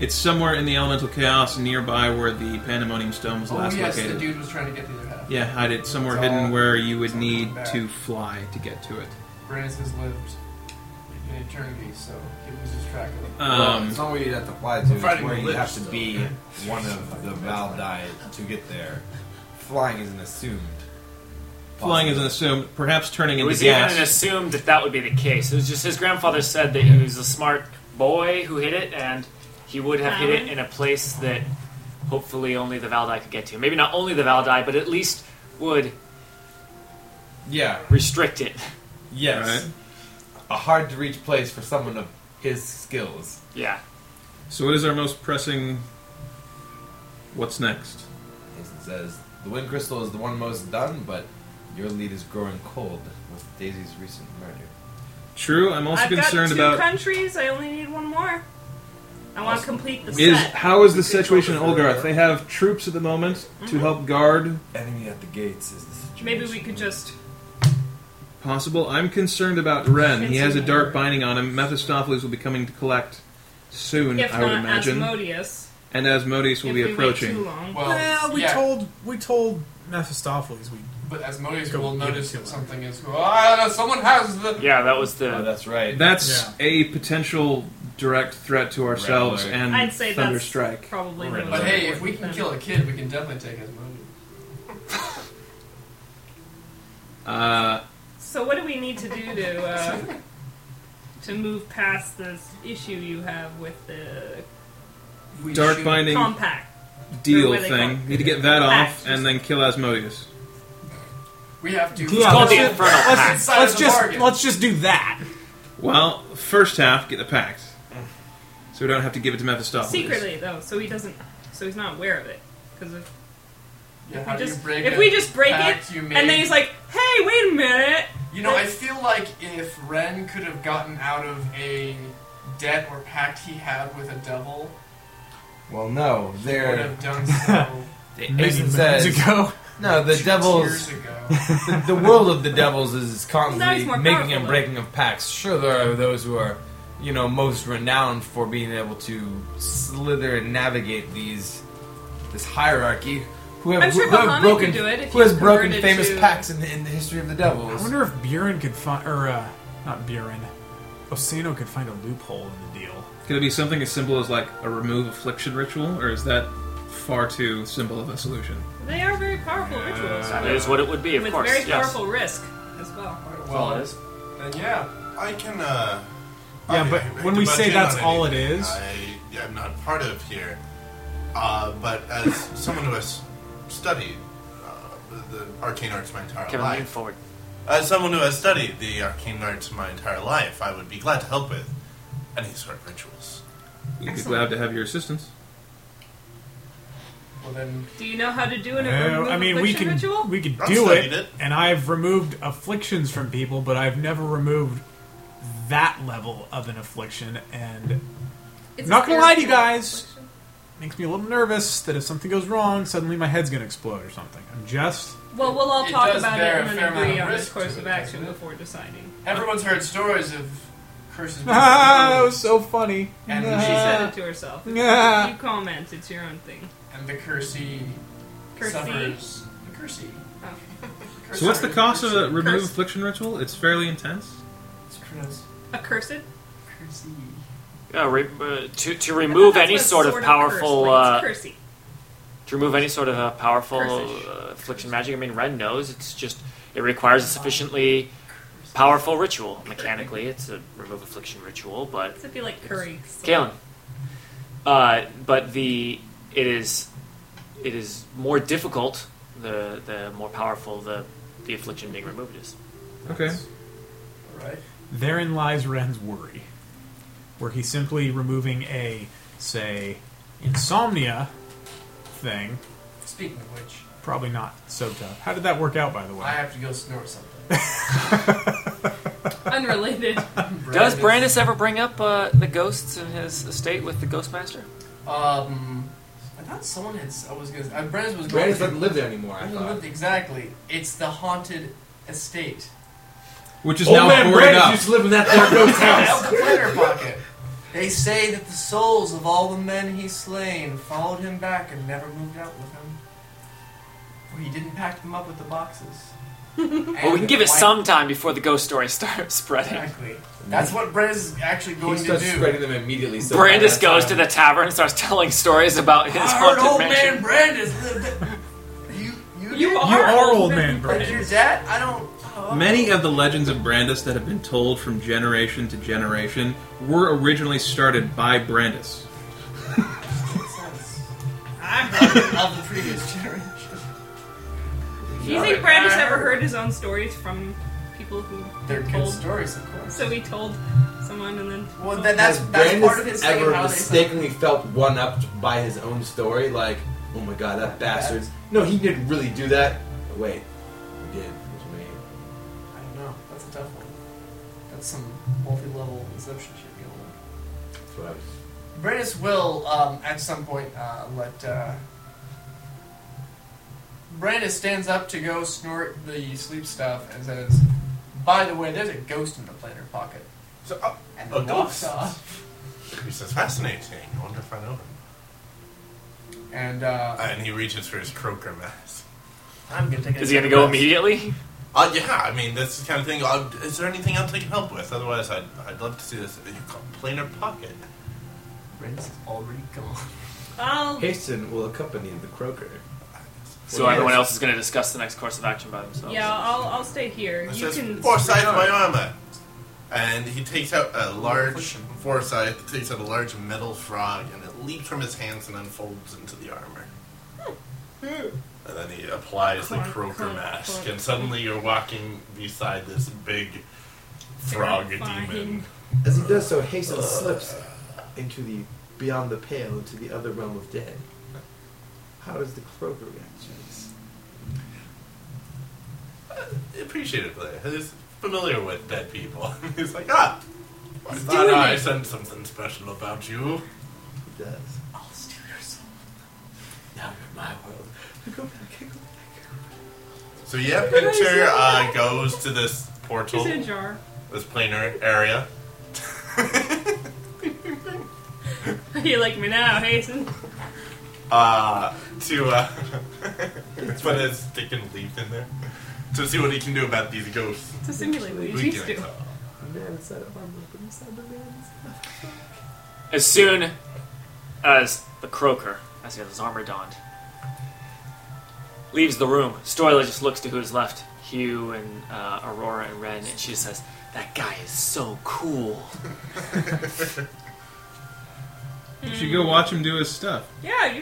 S5: It's somewhere in the elemental chaos nearby where the pandemonium stone was
S9: Oh
S5: last
S9: yes,
S5: located.
S9: the dude was trying to get the other half.
S5: Yeah, hide it somewhere
S9: It's
S5: hidden
S9: all-
S5: where you would need
S9: back.
S5: to fly to get to it.
S9: Brandis has lived in eternity, so he loses track of it.
S5: Um,
S16: it's not where you'd have to fly to. It's
S9: Fighting
S16: where you
S9: lips,
S16: have to
S9: though.
S16: be one of the Valdai to get there. Flying is an assumed.
S5: Flying is an assumed, perhaps turning
S2: It
S5: into
S2: was
S5: gas.
S2: even an assumed that that would be the case. It was just his grandfather said that he was a smart boy who hit it, and he would have hit it in a place that hopefully only the Valdai could get to. Maybe not only the Valdai, but at least would
S16: Yeah.
S2: restrict it.
S16: Yes. A hard to reach place for someone of his skills.
S2: Yeah.
S5: So, what is our most pressing? What's next?
S16: It says the wind crystal is the one most done, but your lead is growing cold with Daisy's recent murder.
S5: True. I'm also
S3: I've
S5: concerned
S3: got two
S5: about
S3: countries. I only need one more. I want to complete the
S5: is
S3: set.
S5: how is the situation in Olgarth? They have troops at the moment to
S3: Mhm.
S5: help guard.
S16: Enemy at the gates is the
S3: Maybe we could just.
S5: Possible. I'm concerned about Ren. He
S3: Fancy
S5: has a
S3: man.
S5: dark binding on him. Mephistopheles will be coming to collect soon.
S3: If
S5: I would
S3: not
S5: imagine.
S3: Asmodeus.
S5: and Asmodeus will
S3: if
S5: be
S3: we wait
S5: approaching.
S3: too long.
S9: Well,
S6: Well, we
S9: yeah.
S6: told we told Mephistopheles we.
S9: But Asmodeus
S6: Go
S9: will
S6: give it
S9: notice
S6: to
S9: that
S6: him.
S9: something is. Oh, I don't know, someone has the.
S2: Yeah, that was the.
S16: Oh, that's right.
S5: That's a potential direct threat to ourselves
S16: alert.
S5: and
S3: I'd say that's
S5: Thunderstrike.
S3: probably the
S9: But
S3: most
S9: hey, if we
S3: important
S9: can
S3: thing.
S9: kill a kid, we can definitely take Asmodeus.
S5: Uh,
S3: So what do we need to do to uh, to move past this issue you have with the
S9: We
S5: Dark
S9: shoot-
S5: binding
S3: compact? Or
S5: deal
S3: what they
S5: thing.
S3: call-
S5: Need to get that
S3: Pact,
S5: off and then kill Asmodeus.
S9: We have to.
S2: It's called
S6: let's
S2: the
S6: ju-
S2: Infernal
S6: let's-
S2: Pact.
S6: Let's,
S9: Side of the
S6: just
S9: bargain.
S6: let's just do that.
S5: Well, first half, get the pact. So we don't have to give it to Mephistopheles.
S3: Secretly though, so he doesn't, so he's not aware of it. Because if,
S9: Yeah,
S3: if
S9: how
S3: we
S9: do you
S3: just
S9: break
S3: if
S9: a
S3: we just break
S9: pact
S3: it,
S9: you
S3: and
S9: made?
S3: then he's like, "Hey, wait a minute."
S9: You know, I feel like if Ren could have gotten out of a debt or pact he had with a devil,
S16: Well, no,
S9: he would
S16: there.
S9: have done so.
S16: Mason says.
S6: ago.
S16: No, the
S9: years
S16: devils.
S9: ago.
S16: The, the world of the devils is
S3: Now he's
S16: constantly
S3: more
S16: making
S3: powerful,
S16: and
S3: though.
S16: breaking of pacts. Sure, there are those who are, you know, most renowned for being able to slither and navigate these this hierarchy. Who have,
S3: I'm sure
S16: who, have
S3: Bahamut
S16: broken,
S3: could do it if
S16: who
S3: he
S16: has broken
S3: converted
S16: famous
S3: to-
S16: pacts in the, in the history of the
S6: I
S16: devils?
S6: wonder if Buren could find or uh, not Buren, Osano could find a loophole in the deal.
S5: Could it be something as simple as like a remove affliction ritual, or is that far too simple of a solution?
S3: They are very powerful
S9: Uh,
S3: rituals.
S2: That is what it would be, of
S3: with
S2: course.
S3: very
S2: yes.
S3: powerful risk as well.
S2: That's all it is.
S9: Then yeah,
S12: I can. Uh,
S6: Yeah,
S12: I-
S6: but
S12: I
S6: when we
S12: can
S6: say
S12: budge in on
S6: that's all it
S12: anything
S6: is-
S12: I am not part of here. Uh, but as someone who has studied uh, the, the arcane arts my entire
S2: Kevin, lean
S12: life,
S2: forward.
S12: as someone who has studied the arcane arts my entire life, I would be glad to help with any sort of rituals.
S5: We'd be
S3: Excellent.
S5: glad to have your assistance.
S9: Well then,
S3: Do you know how to do an
S6: No,
S3: remove
S6: I mean we
S3: affliction
S6: can
S3: ritual?
S6: we could
S12: I've
S6: do it,
S12: studied it.
S6: and I've removed afflictions from people, but I've never removed that level of an affliction. And
S3: It's
S6: not
S3: a
S6: gonna lie to you
S3: spiritual
S6: guys, makes me a little nervous that if something goes wrong, suddenly my head's gonna explode or something. I'm just
S3: Well, we'll all
S9: It
S3: talk
S9: does
S3: about it
S9: bear a
S3: and
S9: fair
S3: then agree
S9: amount of
S3: on this
S9: risk
S3: course
S9: to
S3: of
S9: it,
S3: action
S9: doesn't it?
S3: before deciding.
S9: everyone's heard stories of curses.
S6: ah, that was so funny.
S9: And
S6: Ah.
S3: she said it to herself.
S6: Yeah.
S3: You comment. It's your own thing.
S9: and the cursey
S3: Cursey? Oh.
S9: suffers. The cursey.
S5: So what's the cost of a remove
S3: Curse.
S5: affliction ritual? It's fairly intense.
S9: It's pronounced
S3: Accursed.
S9: cursey.
S2: Yeah, re- uh, to, to remove
S3: that's
S2: any
S3: what
S2: sort of
S3: sort of
S2: powerful.
S3: curse
S2: uh,
S3: means, cursey.
S2: to remove any sort of uh, powerful
S3: Cursish.
S2: uh, affliction magic, I mean, Ren knows it's just. It requires a sufficiently powerful ritual. Mechanically, it's a remove affliction ritual, but.
S3: It'd be like curry.
S2: Kalen. Uh, but the it is it is more difficult the the more powerful the the affliction being removed is.
S5: Okay.
S9: Right.
S6: Ah. Therein lies Ren's worry, where he's simply removing a, say, insomnia thing.
S9: Speaking of which,
S6: Probably not so tough. How did that work out, by the
S9: I
S6: way?
S9: have to go snort something.
S3: Unrelated.
S2: Does Brandis ever bring up uh, the ghosts in his estate with the ghost master?
S9: Um, I thought someone had. I was gonna. Uh, Brandis was.
S4: Brandis
S9: going to-
S4: doesn't live there anymore, I
S9: Brandis
S4: thought.
S9: lived- exactly. It's the haunted estate.
S5: Which is
S4: Old
S5: now
S4: man
S5: boarded
S4: Brandis
S5: up.
S4: used to live in that there ghost house.
S9: Out the platter pocket. They say that the souls of all the men he slain followed him back and never moved out with him. Or he didn't pack them up with the boxes.
S2: Well, we can give it some time before the ghost story starts spreading.
S9: Exactly. That's what Brandis is actually going
S4: he
S9: to
S4: starts spreading
S9: do.
S4: them immediately. So
S2: Brandis
S4: that's
S2: goes
S4: why-
S2: to the tavern and starts telling stories about his
S9: I heard
S2: haunted
S9: old
S2: mansion.
S9: man Brandis lived. at- You, you,
S3: You
S9: did?
S3: are,
S6: You are old man,
S9: Like your
S6: Brandis.
S9: dad? I don't. Oh.
S5: Many of the legends of Brandis that have been told from generation to generation were originally started by Brandis.
S9: I'm not of the previous generation.
S3: Do you think Brandis ever heard his own stories from people who
S9: They're good
S3: told?
S9: stories, of course.
S3: So he told someone, and then
S9: Well, then that's
S4: Has
S9: that's
S4: Brandis
S9: part of his thing,
S4: ever
S9: how they-
S4: mistakenly felt one up by his own story? Like, oh my god, that bastard. No, he didn't really do that. Oh, wait, he did. It was me.
S9: I don't know. That's a tough one. That's some multi-level inception shit going on.
S4: That's what I was.
S9: Brandis will, um, at some point, uh, let. Uh, Brandis stands up to go snort the sleep stuff and says, "By the way, there's a ghost in the planner pocket."
S12: So, oh,
S9: And
S12: a
S9: then walks
S12: ghost.
S9: off.
S12: He says, fascinating. I wonder if I know him.
S9: And uh,
S12: and he reaches for his croaker mask.
S9: I'm gonna take. a
S2: Is he gonna
S9: second
S2: go
S9: rest.
S2: immediately?
S12: Uh, yeah, I mean, that's the kind of thing. Uh, is there anything else I can help with? Otherwise, I'd, I'd love to see this. You call planar pocket.
S9: Brandis is already gone.
S3: I'll
S4: Hasten will accompany the croaker.
S2: So
S9: Yes.
S2: everyone else is gonna discuss the next course of action by themselves.
S3: yeah, I'll I'll stay here.
S12: It
S3: you
S12: says,
S3: can
S12: Forsyth,
S3: return.
S12: my armor. And he takes out a large Forsyth takes out a large metal frog, and it leaps from his hands and unfolds into the armor. And then he applies the
S3: Hmm. Clunk,
S12: croaker
S3: clunk,
S12: mask,
S3: clunk.
S12: and suddenly you're walking beside this big frog
S3: Terrifying.
S12: demon.
S4: As he does so, Hasten slips into the beyond the pale, into the other realm of dead. How does the croaker react to this?
S12: Appreciatively, he's familiar with dead people. he's like, ah, I
S3: He's
S12: thought
S3: doing
S12: I
S3: it."
S12: said something special about you.
S4: He does.
S9: I'll steal your soul.
S4: Now you're in my world. I go back, I go
S12: So yeah, picture uh, goes to this portal.
S3: She's in a jar.
S12: this planar area.
S3: you like me now, Hasten?
S12: uh, to uh, put a stick and leaf in there to see what he can do about these ghosts.
S3: To simulate what you
S12: We
S3: used
S12: can-
S3: to.
S4: back. Man inside a arm open inside the man's.
S2: As soon as the croaker, as he has his armor donned, leaves the room, Stoila just looks to who's left Hugh and uh, Aurora and Ren, and she just says, That guy is so cool.
S5: You should go watch him do his stuff.
S3: Yeah, you.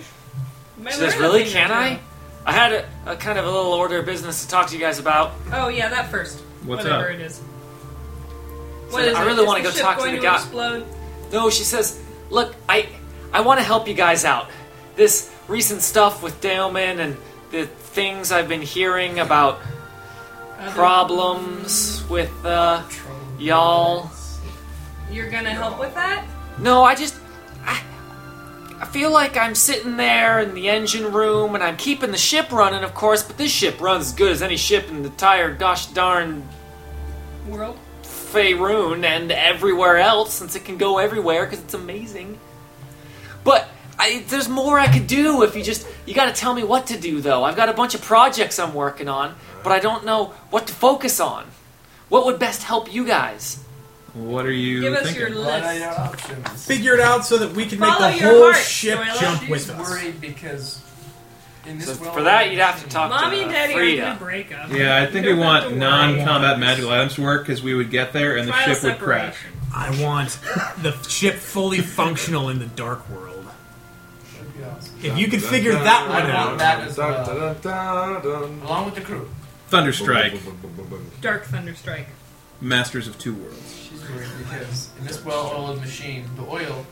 S3: you might
S2: She says,
S3: learn a
S2: Really?
S3: thing or
S2: Can
S3: two."
S2: I? I had a, a kind of a little order of business to talk to you guys about.
S3: Oh yeah, that first.
S5: What's
S3: Whatever
S5: up?
S3: it is.
S2: So
S3: What is
S2: I
S3: it?
S2: really
S3: Is
S2: wanna
S3: the
S2: go
S3: ship
S2: talk to
S3: going
S2: the guy.
S3: Explode?
S2: No, she says, "Look, I I want to help you guys out. This recent stuff with Dailman and the things I've been hearing about problems with uh, y'all.
S3: You're gonna help with that?
S2: No, I just. I, I feel like I'm sitting there in the engine room and I'm keeping the ship running, of course, but this ship runs as good as any ship in the entire gosh darn
S3: World?
S2: Faerun and everywhere else, since it can go everywhere because it's amazing. But I, there's more I could do if you just. You gotta tell me what to do, though. I've got a bunch of projects I'm working on, but I don't know what to focus on. What would best help you guys?
S5: What are you
S3: Give us
S5: thinking?
S3: your list.
S6: Figure it out so that we can
S3: Follow
S6: make the
S3: your
S6: whole
S3: heart,
S6: ship
S3: Zoila.
S6: jump
S3: She's
S6: with us.
S9: worried because in this
S2: So
S9: world
S2: for that, you'd have to talk
S3: Mommy
S2: to
S3: and Daddy are
S2: Frida.
S3: gonna break up.
S5: Yeah, I think we
S3: You don't have
S5: want
S3: to
S5: non
S3: worry.
S5: combat magical items to work because we would get there and the
S3: Trial
S5: ship would crash.
S6: I want the ship fully functional in the dark world. If you could figure that one out,
S9: along with the crew.
S5: Thunderstrike,
S3: Dark Thunderstrike.
S5: Masters of Two Worlds.
S9: She's worried because in this well-oiled machine, the oil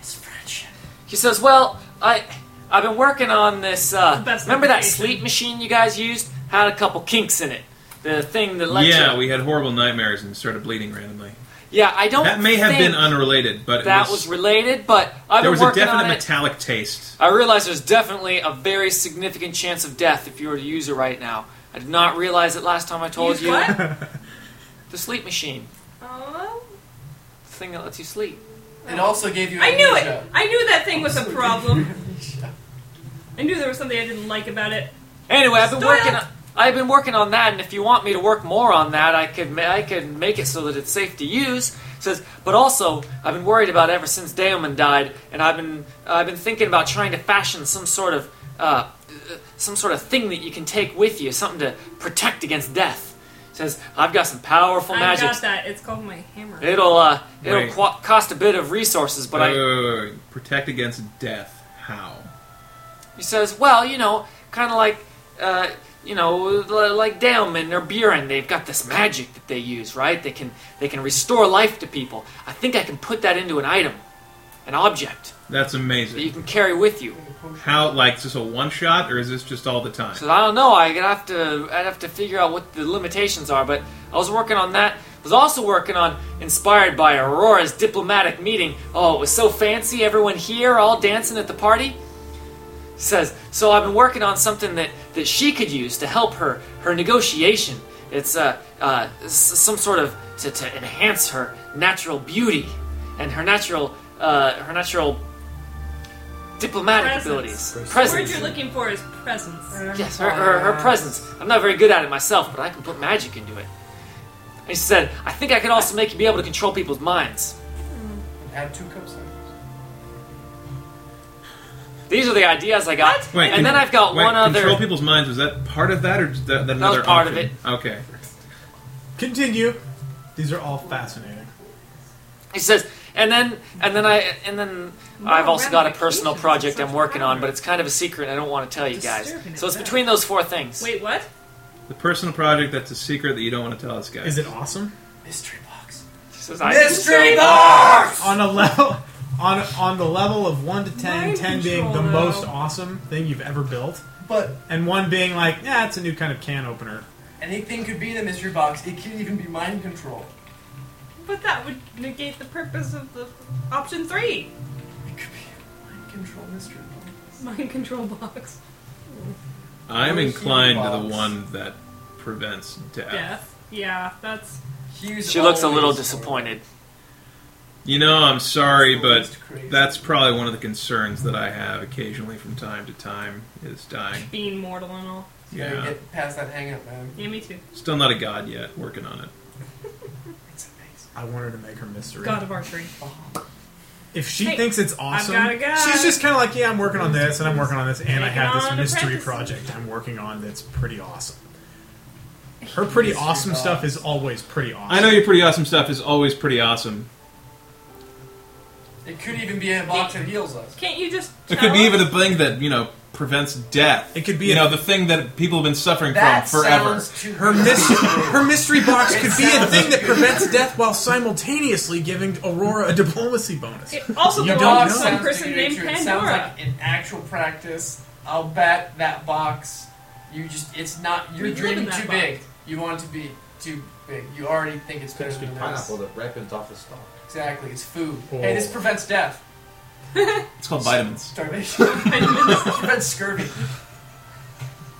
S9: is friendship.
S2: She says, "Well, I I've been working on this. Uh,
S9: Best
S2: remember that
S9: location.
S2: sleep machine you guys used had a couple kinks in it. The thing that lets
S5: yeah,
S2: you-
S5: we had horrible nightmares and started bleeding randomly.
S2: yeah. I don't.
S5: That may have
S2: think
S5: been unrelated, but
S2: that
S5: it
S2: was
S5: was,
S2: related, but I've been
S5: there was a
S2: working
S5: definite
S2: on it. Uh,
S5: metallic taste.
S2: I realize there's definitely a very significant chance of death if you were to use it right now. I did not realize it last time I told
S3: Use
S2: you.
S3: what?
S2: The sleep machine,
S3: Oh.
S2: the thing that lets you sleep.
S9: It also gave you.
S3: I knew it.
S9: amnesia.
S3: I knew that thing was a problem. I knew there was something I didn't like about it.
S2: Anyway, I've been
S3: Stop.
S2: working. On, I've been working on that, and if you want me to work more on that, I could. ma- I could make it so that it's safe to use. Says, but also, I've been worried about ever since Daemon died, and I've been. I've been thinking about trying to fashion some sort of. Uh, uh, some sort of thing that you can take with you, something to protect against death. Says, I've got some powerful
S3: I
S2: magic.
S3: got that. It's called my hammer.
S2: It'll uh, it'll
S5: Wait.
S2: qu- cost a bit of resources, but I.
S5: Wait, wait, wait, wait. Protect against death. How?
S2: He says, well, you know, kind of like, uh, you know, li- like Dailman or Buren, they've got this magic that they use, right? They can they can restore life to people. I think I can put that into an item, an object
S5: That's
S2: that you
S5: amazing.
S2: can carry with you.
S5: How? Like, is this a one shot or is this just all the time?
S2: So I don't know. I would have to I'd have to figure out what the limitations are. But I was working on that. I was also working on inspired by Aurora's diplomatic meeting. Oh, it was so fancy. Everyone here, all dancing at the party. Says so. I've been working on something that that she could use to help her her negotiation. It's uh, uh, s- some sort of to, to enhance her natural beauty and her natural uh, her natural diplomatic abilities.
S3: The word
S2: Presence.
S3: you're looking for is presence.
S2: Yes, her, her, her presence. I'm not very good at it myself, but I can put magic into it. And she said, I think I could also make you be able to control people's minds.
S9: Add two cups. in.
S2: These are the ideas I got. and then I've got
S5: wait,
S2: one
S5: Control
S2: other.
S5: people's minds. Was that part of that, or just that, that
S2: That was
S5: another
S2: part of
S5: option? Okay.
S6: continue. These are all fascinating.
S2: He says, and then and then I and then I've also got a personal project I'm working on, but it's kind of a secret. and I don't want to tell you guys.
S3: Disturbing
S2: So it's
S3: at
S2: between those four things.
S3: Wait, what?
S5: The personal project that's a secret that you don't want to tell us, guys.
S6: Is it awesome?
S9: Mystery box.
S2: She says, I
S9: Mystery box.
S6: On a level, on on the level of one to ten,
S9: Mind
S6: ten being the
S9: control, though.
S6: most awesome thing you've ever built,
S9: But
S6: and one being like, yeah, it's a new kind of can opener.
S9: anything could be in the mystery box. It can even be mind control.
S3: But that would negate the purpose of the option three.
S9: It could be a mind control mystery box.
S3: Mind control box.
S5: I'm
S9: Or a
S5: inclined to the
S9: box.
S5: one that prevents death.
S3: Death. Yeah, that's.
S9: Hughes
S2: She looks a
S9: always
S2: little
S9: for it.
S2: disappointed.
S5: You know, I'm sorry, but
S9: crazy.
S5: that's probably one of the concerns that I have occasionally from time to time is dying.
S3: Being mortal and all.
S9: Yeah.
S5: Yeah.
S9: Get past that hang up, man.
S3: Yeah, me too.
S5: Still not a god yet. Working on it.
S9: It's amazing.
S6: I want her to make her mystery.
S3: God of archery.
S6: If she
S3: Hey,
S6: thinks it's awesome,
S3: I've got a guy.
S6: she's just kind of like, yeah, I'm working on this and I'm working on this, and I
S3: Taking
S6: have this
S3: on
S6: mystery
S3: apprentices.
S6: project I'm working on that's pretty awesome. Her pretty awesome stuff is always pretty awesome.
S5: I know your pretty awesome stuff is always pretty awesome.
S9: It could even be a box that heals us.
S3: Can't you just?
S5: It could
S3: tell
S5: be
S3: us?
S5: even a thing that you know prevents death. It could
S22: be
S5: you
S22: a-
S5: know the thing that people have been suffering
S22: That
S5: from forever.
S22: sounds too Her mystery- her mystery box could be a thing that prevents death while simultaneously giving Aurora a diplomacy bonus.
S3: It also
S22: You
S3: belongs
S22: don't
S3: to some
S22: know.
S3: person named
S9: It sounds
S3: Pandora.
S9: like in actual practice, I'll bet that box. You just, it's not. You're
S3: We live in
S9: dreaming
S3: that
S9: too
S3: box.
S9: big. You want it to be too big. You already think it's better than this.
S4: that ripens off Ah, the stalk.
S9: Exactly. It's food.
S4: Oh.
S9: Hey, this prevents death.
S5: It's called vitamins.
S9: Starvation. Vitamins. prevents scurvy.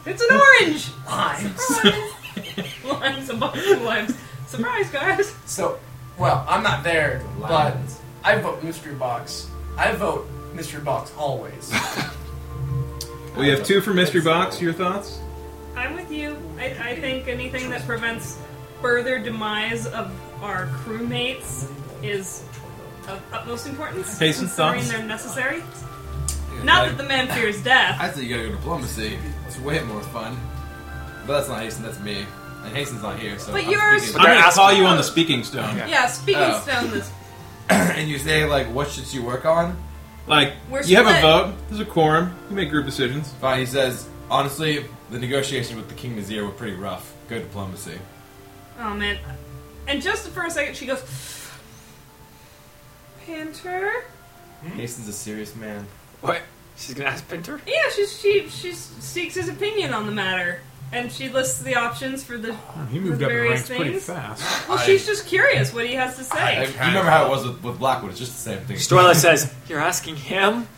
S3: It's an orange.
S9: Limes.
S3: Surprise. limes, a bunch of limes. Surprise, guys.
S9: So, well, I'm not there, but I vote mystery box. I vote mystery box always.
S5: We have two for mystery box. Your thoughts?
S3: I'm with you. I, I think anything that prevents further demise of our crewmates is of utmost importance.
S5: Jason,
S3: considering
S5: thoughts?
S3: they're necessary. Not that the man fears death.
S23: I think you gotta go diplomacy. It's way more fun. But that's not Hasten, that's me. And Hasten's not here, so.
S3: But
S23: I'm
S3: yours-
S23: speaking-
S5: I'm gonna call you on the speaking stone.
S3: Yeah, speaking
S23: Oh.
S3: stone, this
S23: and you say, like, what should she work on?
S5: Like,
S3: We're
S5: you have a
S3: split.
S5: vote. There's a quorum. You make group decisions.
S4: Fine, he says, honestly, the negotiations with the King Nazir were pretty rough. Good diplomacy.
S3: Oh man. And just for a second, she goes, Pinter?
S4: Hasten's a serious man.
S2: What? She's gonna ask Pinter?
S3: Yeah, she, she, she seeks his opinion on the matter. And she lists the options for the,
S6: he moved
S3: the
S6: up in
S3: various
S6: ranks pretty
S3: things.
S6: fast.
S3: Well,
S4: I-
S3: she's just curious what he has to say.
S4: I, you remember how it was with, with Blackwood? It's just the same thing.
S2: Storyla says, You're asking him?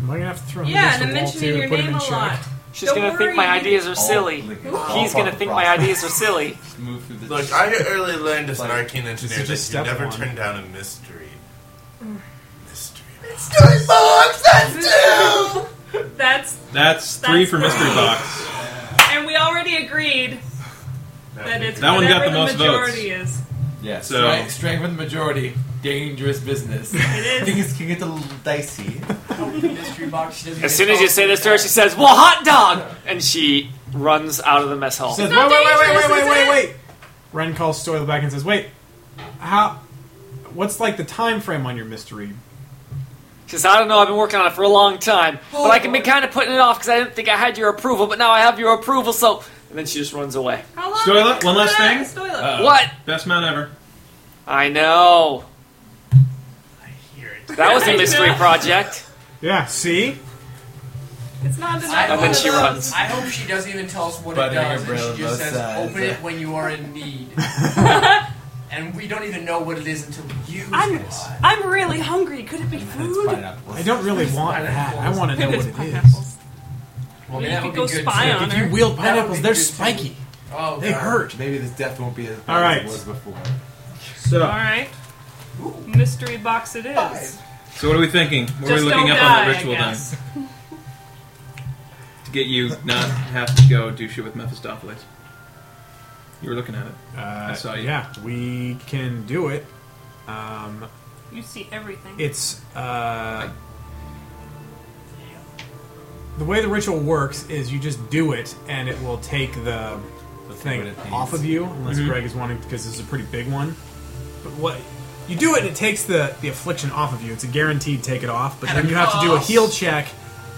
S22: Am I gonna have to throw him
S3: yeah,
S22: against
S3: and I'm
S22: the wall
S3: mentioning
S22: too
S3: your
S22: to put him
S3: name
S22: in
S3: a lot.
S22: check?
S2: She's
S3: Don't
S2: gonna think my
S3: worry.
S2: ideas are silly.
S3: All
S2: He's gonna
S4: fucking
S2: think my
S4: process.
S2: ideas are silly.
S4: Move through the
S12: Look, I early learned as an
S4: Like,
S12: arcane
S4: this is
S12: engineer that you
S4: just step
S12: never
S4: one.
S12: turn down a mystery. Mystery.
S3: Mystery box, that's two! that's,
S5: That's three
S3: That's
S5: for mystery box.
S3: and we already agreed that it's
S5: That one
S3: whatever
S5: got the most
S3: majority is.
S4: Yeah,
S5: So-
S4: so strength, strength with the majority, dangerous business. Things can get a little dicey.
S9: mystery box. She doesn't
S2: As
S9: get
S2: soon as you
S9: told.
S2: say this to her, she says, Well, hot dog! And she runs out of the mess hall.
S6: Says, wait, wait, wait, wait, wait, wait, wait. Ren calls Stoyle back and says, "Wait, how? What's like the time frame on your mystery?"
S2: She says, I don't know, I've been working on it for a long time,
S6: Oh,
S2: but I can be kind of putting it off because I didn't think I had your approval, but now I have your approval, so. And then she just runs away.
S3: How long?
S5: Stoila, one last thing. Uh,
S6: Uh.
S5: Uh-oh.
S2: What?
S5: Best mount ever.
S2: I know. That was
S3: I
S2: a mystery
S3: know.
S2: project.
S6: Yeah. See.
S3: It's not enough.
S9: I
S2: And then
S9: hope-
S2: she runs.
S9: I hope she doesn't even tell us what
S4: Butter
S9: it does.
S4: umbrella
S9: And she just
S4: both
S9: says,
S4: sides.
S9: "Open it when you are in need." and we don't even know what it is until we use
S3: I'm,
S9: it.
S3: I'm really hungry. Could it be food?
S6: I don't really want that. I want to know what it is.
S9: Well,
S3: We
S9: that
S3: could
S9: would
S3: go
S9: be good
S3: spy
S9: too.
S3: on
S6: If you
S3: her.
S6: wield
S9: That would
S6: pineapples,
S9: be
S6: they're
S9: good, too.
S6: spiky.
S9: Oh,
S6: They
S9: God.
S6: hurt.
S4: Maybe this death won't be as bad
S6: All right.
S4: as it was before.
S5: So,
S3: All right. Mystery box it is.
S5: so what are we thinking? What are
S3: Just
S5: we looking
S3: don't
S5: up
S3: die,
S5: on
S3: I
S5: the ritual then?
S3: guess.
S5: To get you not have to go do shit with Mephistopheles. You were looking at it.
S6: Uh,
S5: I saw you.
S6: Yeah, we can do it. Um,
S3: You see everything.
S6: it's uh, the way the ritual works is you just do it, and it will take the
S4: what
S6: thing
S4: it
S6: off
S4: means.
S6: of you, unless
S5: Mhm.
S6: Greg is wanting because this is a pretty big one. But what you do it, and it takes the the affliction off of you. It's a guaranteed take it off, but
S9: At
S6: then
S9: a
S6: you have to do a
S9: cost.
S6: heal check,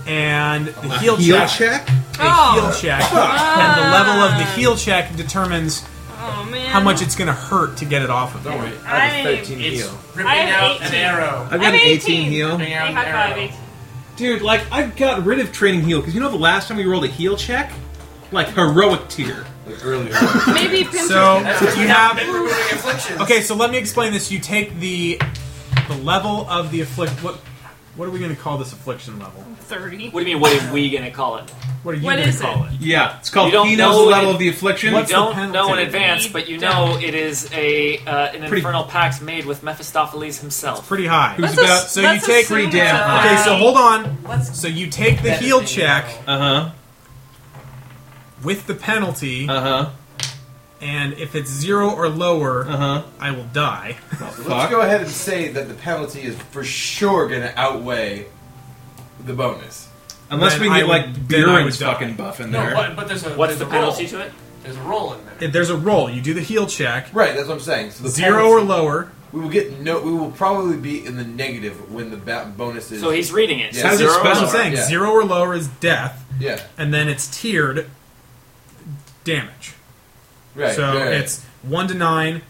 S6: and the
S5: A
S6: heal
S5: heal
S6: check,
S5: check?
S6: a heal check, and the level of the heal check determines
S3: Oh man.
S6: how much it's going to hurt to get it off of you.
S3: I have a I- 13
S4: heal.
S9: Ripping
S3: I have
S9: out an
S3: 18.
S9: arrow.
S5: I've got
S3: I'm
S5: an 18
S3: 18.
S5: heal.
S9: Ripping out
S3: Hey,
S9: an
S3: high five,
S9: arrow.
S3: 18.
S5: Dude, like, I got rid of training heal, because you know the last time we rolled a heal check? Like, heroic tier.
S4: Like earlier.
S3: Maybe Pinter's
S6: So
S3: gonna-
S6: you have
S9: Remembering afflictions.
S6: okay. So let me explain this. You take the the level of the afflict. What what are we going to call this affliction level?
S3: 30.
S2: What do you mean, what are we gonna call it?
S6: What are you
S3: What
S6: going
S3: is
S6: to call it?
S5: Yeah, it's called
S2: You don't
S5: Hino's
S2: know
S5: level
S2: it-
S5: of the affliction.
S6: What's
S2: you
S6: the
S2: don't know in
S6: penalty?
S2: advance, but you know it is a uh, an
S5: Pretty-
S2: infernal pact made with Mephistopheles himself.
S6: Pretty high.
S5: Who's
S3: Let's
S5: about
S3: ass-
S6: so you
S3: let's
S6: take
S3: assume
S5: Pretty damn
S3: it's a
S5: high.
S6: Okay, so
S3: five.
S6: hold on.
S9: Let's
S6: So you take the heal check
S5: Uh huh.
S6: with the penalty,
S5: Uh huh.
S6: and if it's zero or lower,
S5: Uh huh.
S6: I will die.
S5: Fuck.
S4: Let's go ahead and say that the penalty is for sure going to outweigh the bonus.
S5: Unless
S6: Then
S5: we
S6: I
S5: get
S6: would-
S5: like
S6: then I would
S5: Buren's
S6: die.
S5: fucking buff in
S9: No,
S5: there.
S9: but, but there's a
S2: What's
S9: there's
S2: the
S9: a
S2: penalty
S9: roll.
S2: to it?
S9: There's a roll in there.
S6: If there's a roll, you do the heal check.
S4: Right, that's what I'm saying. So the
S6: Zero or
S4: penalty,
S6: lower,
S4: We will get no. We will probably be in the negative when the ba- bonus is.
S2: So he's reading it.
S4: Yeah,
S6: How's it
S4: zero
S6: spelled?
S4: or
S6: I'm saying
S4: lower. Yeah.
S6: zero or lower is death.
S4: Yeah.
S6: And then it's tiered damage.
S4: Right,
S6: So
S4: right.
S6: it's one to nine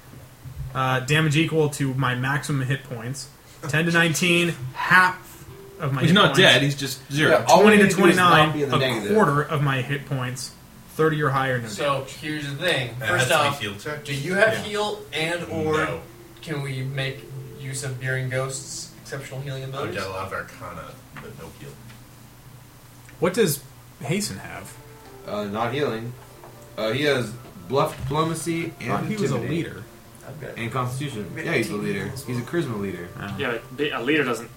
S6: uh, damage equal to my maximum hit points. Ten to nineteen, half of my.
S5: He's
S6: hit
S5: not
S6: points.
S5: dead, he's just zero. Yeah, all
S6: Twenty
S5: we
S6: to
S5: need to do is not
S6: twenty-nine,
S5: be in the
S6: a
S5: negative.
S6: quarter of my hit points. Thirty or higher, no.
S9: So here's the thing.
S6: That has to
S9: First
S6: be
S9: off,
S6: heal check.
S9: do you have
S6: Yeah.
S9: heal and or
S12: No.
S9: can we make use of Bearing Ghost's exceptional healing
S12: I would
S9: abilities?
S12: get a lot of Arcana, but no heal.
S6: What does Hasten have?
S4: Uh, not healing. Uh, he has bluff diplomacy and
S6: Thought he was a
S4: intimidate.
S6: leader.
S4: And constitution. Yeah, he's a leader. He's a charisma leader.
S2: Yeah, but be- a leader doesn't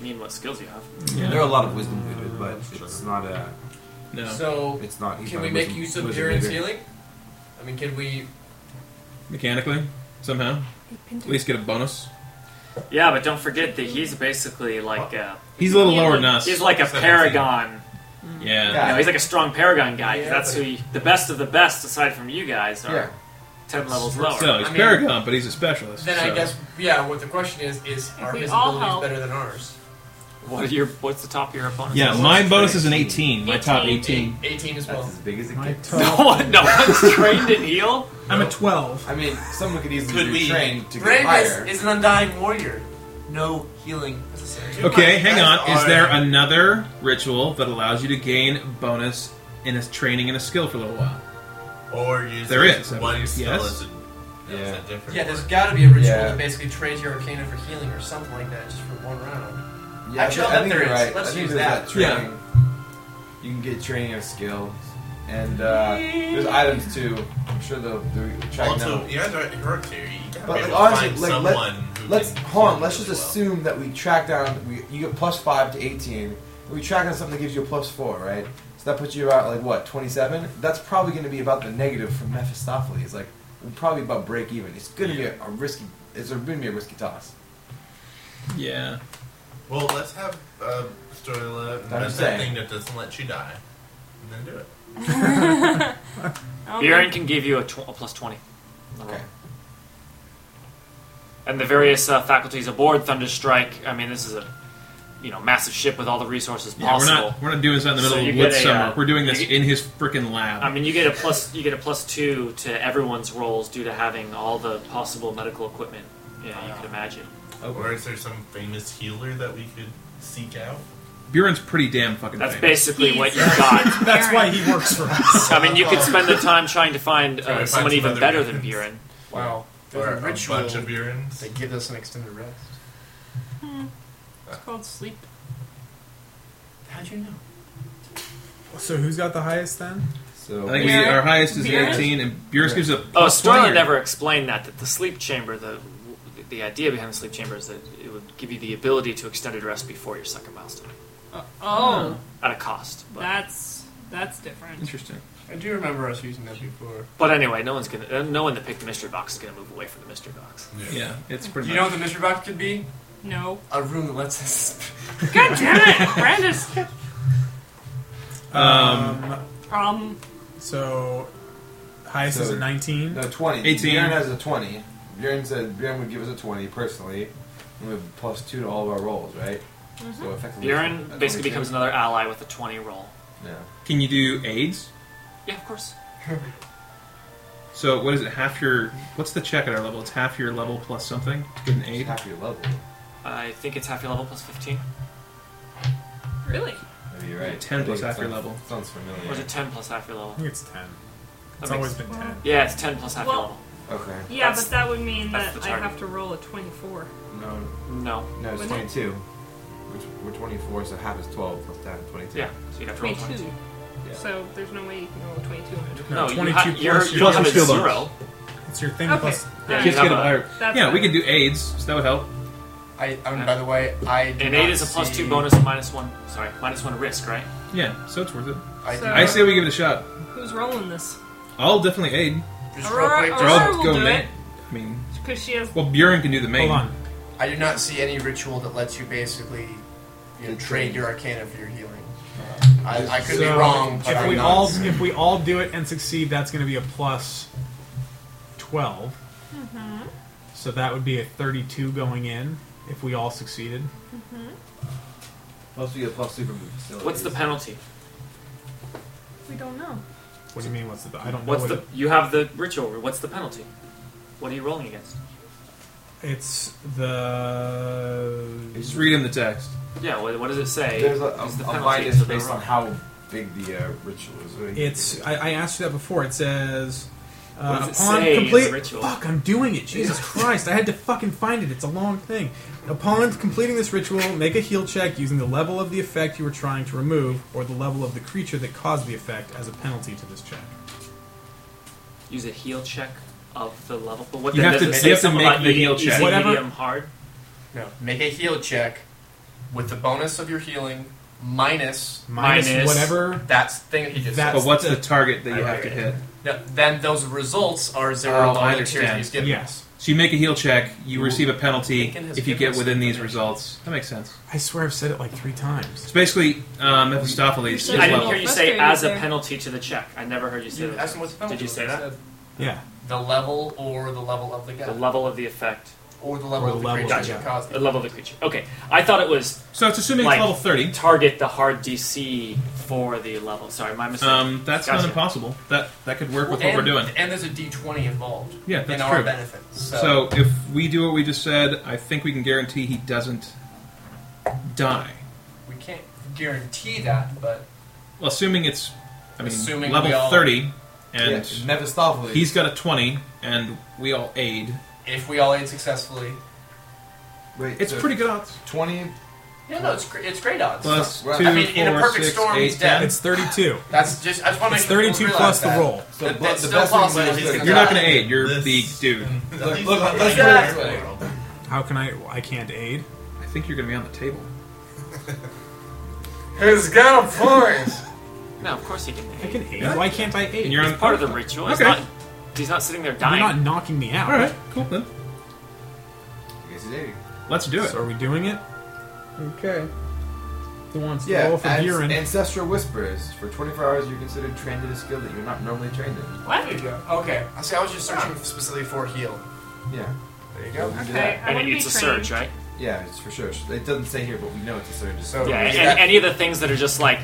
S2: mean what skills you have.
S4: Yeah, There are a lot of wisdom leaders, but it's not a.
S9: So
S4: it's not. he's
S9: Can
S4: not
S9: we
S4: a
S9: make
S4: wisdom-
S9: use of
S4: wisdom
S9: Bearing's
S4: leader.
S9: healing? I mean, can we?
S5: Mechanically, somehow. At least get a bonus.
S2: Yeah, but don't forget that he's basically like a.
S5: He's a little lower than us.
S2: He's like a
S5: Seventeen.
S2: paragon.
S5: Yeah.
S2: You know, he's like a strong paragon guy. 'cause
S5: Yeah,
S2: that's
S5: but-
S2: who he- the best of the best, aside from you guys, are
S5: Yeah.
S2: ten levels lower.
S5: So he's
S9: I mean,
S5: Paragon, but he's a specialist.
S9: Then I
S5: so-
S9: guess yeah. What the question is is are
S3: we
S9: his
S3: all
S9: abilities
S3: help-
S9: better than ours?
S2: What are your? What's the top of your opponent's?
S5: Yeah,
S2: level?
S5: mine bonus is an 18. My top 18.
S9: Eighteen as well.
S4: As big as it gets.
S2: No one, no one's trained in heal.
S6: I'm a twelve.
S4: I mean, someone could easily
S9: Could
S4: be
S9: we-
S4: trained to get higher.
S9: Ramus is an undying warrior. No healing necessary.
S5: Okay, hang on. Is there another ritual that allows you to gain bonus in a training and a skill for a little while?
S12: Or use
S5: There is. I
S12: one
S5: believe.
S12: skill
S5: Yes.
S12: as a, as a different
S9: Yeah, there's
S12: one.
S9: got to be a ritual
S4: Yeah.
S9: that basically trades your arcana for healing or something like that, just for one round.
S4: Yeah, I,
S9: Actually,
S4: thi-
S9: I'll
S4: I
S9: bet
S4: think
S9: there
S4: you're
S9: is.
S4: right. I
S9: Let's
S4: think
S9: use
S4: there's
S9: that.
S4: training. You can get training of skill, and uh, there's items too. I'm sure they'll, they'll track
S12: Also,
S4: down.
S12: you guys are at her theory. You gotta
S4: But
S12: be
S4: like,
S12: able to
S4: honestly,
S12: find
S4: like,
S12: someone
S4: let,
S12: who
S4: let's
S12: can
S4: hold on.
S12: heal
S4: Let's
S12: really
S4: just
S12: well.
S4: assume that we track down. We, you get plus five to eighteen. and we track down something that gives you a plus four, right? So that puts you about like what twenty-seven. That's probably going to be about the negative from Mephistopheles. Like we're probably about break even. It's going to be a, a risky. It's going to be a risky toss.
S5: Yeah.
S12: Well, let's have uh, Storyla
S4: I'm
S12: invent that
S4: saying.
S12: thing that doesn't let you die, and then do it.
S2: Buren can give you a, tw- a plus 20.
S4: Okay.
S2: And the various uh, faculties aboard Thunderstrike. I mean, this is a you know massive ship with all the resources
S5: Yeah, we're
S2: possible.
S5: not we're not doing this out in the
S2: So
S5: middle
S2: you
S5: of woods
S2: get a,
S5: somewhere.
S2: uh,
S5: we're doing this
S2: you
S5: in his freaking lab.
S2: I mean, you get a plus you get a plus two to everyone's rolls due to having all the possible medical equipment. Yeah, you could imagine.
S12: Or is there some famous healer that we could seek out?
S5: Buren's pretty damn fucking.
S2: That's
S5: famous.
S2: basically what you got.
S6: That's why he works for us.
S2: I mean, you could spend the time trying to find
S12: Trying to
S2: uh,
S12: find
S2: someone
S12: some
S2: even
S12: other
S2: better
S12: means.
S2: than Buren.
S9: Wow.
S12: Or
S9: There's
S12: a
S9: a ritual
S12: bunch of urines.
S9: that gives us an extended rest.
S3: It's called sleep.
S9: How'd you know?
S6: So who's got the highest then?
S4: So
S5: I think we, our highest is an
S2: Buren?
S5: 18, and Buren's gives a.
S2: Oh,
S5: plus
S2: Sterling
S5: 20.
S2: never explained that. That the sleep chamber, the the idea behind the sleep chamber is that it would give you the ability to extended rest before your second milestone
S3: Oh,
S2: at a cost. But,
S3: that's that's different.
S5: Interesting.
S9: I do remember us using that before.
S2: but anyway, no one's gonna. uh, No one that picked the mystery box is gonna move away from the mystery box.
S5: Yeah, it's pretty.
S9: you know
S5: much.
S9: what the mystery box could be?
S3: No.
S9: A room that lets us.
S3: God damn it, Brandis.
S5: Um,
S3: Um,
S6: So highest is
S4: So-
S6: a nineteen.
S4: No, 20.
S5: 18.
S4: Bjorn has a 20. Bjorn said Bjorn would give us a 20 personally. And we have plus 2 to all of our rolls, right? So effectively.
S2: Buren
S4: a
S2: basically
S4: 22.
S2: becomes another ally with a twenty roll.
S4: Yeah.
S5: can you do aids?
S2: Yeah, of course.
S5: So what is it? Half your what's the check at our level? It's half your level plus something to get an aid.
S4: Half your level.
S2: I think it's half your level plus fifteen,
S3: really?
S4: Maybe you're right.
S5: 10
S4: I think
S5: plus
S4: it
S5: half your
S4: sounds-
S5: level.
S4: Sounds familiar.
S2: or is it ten plus half your level?
S6: I think it's ten. It's
S2: That
S6: always
S2: makes-
S6: been ten.
S2: Yeah, it's ten plus half your
S3: Well-
S2: level.
S4: Okay.
S3: Yeah,
S2: That's-
S3: but that would mean
S2: that's
S3: that
S2: the
S3: I
S2: target.
S3: have to roll a twenty-four.
S4: No,
S2: No.
S4: no it's
S3: Wasn't it?
S4: 22. Which- We're 24, so half is 12 plus that is 22.
S2: Yeah. So you have to roll
S3: Twenty-two.
S2: twenty.
S4: Yeah.
S3: So there's no way you can roll a twenty-two.
S6: No,
S2: No, you
S6: 22
S2: ha- you're,
S6: plus
S2: you
S6: your-
S2: have a
S5: plus your skill
S2: zero.
S6: It's your thing
S3: Okay.
S6: plus.
S2: Yeah,
S5: Kids
S2: you
S5: get a
S2: have a-
S5: higher-
S3: That's
S5: yeah, we
S3: fine.
S5: could do aids. So that would help.
S9: I, I mean, by the way, I. Do
S2: And
S9: not
S2: eight is a plus
S9: see-
S2: two bonus and minus one. Sorry, minus one risk, right?
S5: Yeah, so it's worth it.
S9: I, do
S3: So-
S5: I
S9: not-
S5: say we give it a shot.
S3: Who's rolling this?
S5: I'll definitely aid.
S9: just real
S3: Aurora,
S9: quick,
S5: Or
S9: just-
S3: Aurora
S5: I'll
S3: will
S5: go
S3: do
S5: main.
S3: it
S5: I mean,
S3: because she has.
S5: well, Buren can do the main.
S6: Hold on.
S9: I do not see any ritual that lets you basically you know, trade your arcana for your healing. I, I could be
S6: So,
S9: wrong, but
S6: if
S9: I'm
S6: we
S9: not.
S6: all if we all do it and succeed, that's going to be a plus twelve. So that would be a 32 going in if we all succeeded.
S20: Plus we get plus two from the facility.
S2: What's the penalty?
S11: We don't know.
S6: What do you mean? What's the? I don't know.
S2: What's
S6: what
S2: the? You have the ritual. What's the penalty? What are you rolling against?
S6: it- it's the.
S5: Just read him the text.
S2: Yeah. What, what does it say?
S20: There's a,
S2: Is
S20: a,
S2: the
S20: a
S2: penalty
S20: minus
S2: to the
S20: based on
S2: rock?
S20: how big the uh, ritual is.
S6: It's. I, I asked you that before. It says. Uh,
S20: What does it
S6: upon
S20: say in the
S6: complete
S20: ritual?
S6: fuck, I'm doing it. Jesus Christ, I had to fucking find it. It's a long thing. Upon completing this ritual, make a heal check using the level of the effect you were trying to remove, or the level of the creature that caused the effect as a penalty to this check.
S2: Use a heal check of the level. But what
S6: You
S2: then
S6: have
S2: does
S6: to-
S2: it
S6: you
S2: say
S6: have to
S2: something
S6: make
S2: about
S6: the
S2: easy,
S6: heal check.
S2: Easy,
S6: Whatever-
S2: medium, hard.
S6: No.
S9: Make a heal check with the bonus of your healing minus
S6: Minus whatever-
S9: That's thing he just.
S6: That's
S5: But what's the, target that you
S9: I
S5: have to
S9: like
S5: hit?
S9: No, then those results are zero.
S5: Oh,
S9: dollar
S5: I
S9: tiers that
S5: understand.
S9: he's given.
S5: So you make a heal check. You
S9: Ooh.
S5: receive a penalty
S9: Lincoln has
S5: if you
S9: given
S5: get
S9: us
S5: within these results. That makes sense.
S6: I swear I've said it like three times.
S5: It's basically um, Mephistopheles.
S2: I didn't
S5: level.
S2: hear you say as a penalty to the check. I never heard you say
S9: You
S2: that.
S9: asked him what's the
S2: Did you
S9: penalty,
S2: say
S9: he
S2: that?
S9: said-
S6: Yeah.
S9: The level or the level of the guy.
S2: The level of the effect.
S9: Or the level Or of the the level, creature yeah. caused it.
S2: The level of the creature. Okay. I thought it was.
S5: So it's assuming it's
S2: like,
S5: level 30.
S2: Target the hard DC for the level. Sorry, my mistake.
S5: Um, that's
S2: Gotcha.
S5: not impossible. That that could work with what
S9: and,
S5: we're doing.
S9: And there's a D20 involved.
S5: Yeah, that's
S9: in
S5: true.
S9: our benefit.
S5: So. if we do what we just said, I think we can guarantee he doesn't die.
S9: we can't guarantee that, but
S5: Well, assuming it's, I mean,
S9: Assuming
S5: level
S9: we all-
S5: thirty, and
S9: Yeah, Mephistopheles.
S5: He's got a twenty, and we all aid.
S9: if we all aid successfully,
S20: Wait,
S5: It's pretty good odds.
S20: Twenty
S9: yeah, no, it's gre- it's great odds.
S5: Plus
S9: I
S5: two,
S9: mean, in a
S5: four,
S9: perfect
S5: six,
S9: storm,
S5: eight,
S9: he's dead.
S5: ten.
S6: It's 32.
S9: That's just I just want to
S6: It's
S9: make sure people
S6: 32
S9: realize
S6: plus the
S9: that.
S6: roll.
S9: That-
S6: So
S9: that's
S6: but the
S9: still
S6: best thing
S9: possible.
S6: is that-
S9: He's
S5: You're not
S9: dead.
S5: going to aid. You're the dude.
S6: Look,
S9: look, let's
S6: let's
S9: go this
S6: go
S9: way.
S6: How can I? I can't aid.
S5: I think you're going to be on the table.
S9: He's got a point.
S2: No, of course he can.
S6: I can aid.
S5: Yeah.
S6: Why can't I aid?
S5: And you're
S2: It's
S5: on-
S2: part of the ritual. It's
S5: Okay.
S2: not, he's not sitting there dying.
S6: You're not knocking me out.
S5: All right, cool then. Let's do it.
S6: So are we doing it? Okay. The ones that
S20: Yeah,
S6: roll from
S20: ans-
S6: here and
S20: ancestral whispers. For 24 hours, you're considered trained in a skill that you're not normally trained in.
S9: What? There you go. Okay. I see. I was just searching specifically for heal.
S20: Yeah.
S9: There you go.
S20: So we do
S9: Okay,
S20: that.
S9: I And it wanna be eats a surge, trained. right?
S20: Yeah, it's for sure. It doesn't say here, but we know it's a surge. So
S2: yeah, and, and any of the things that are just like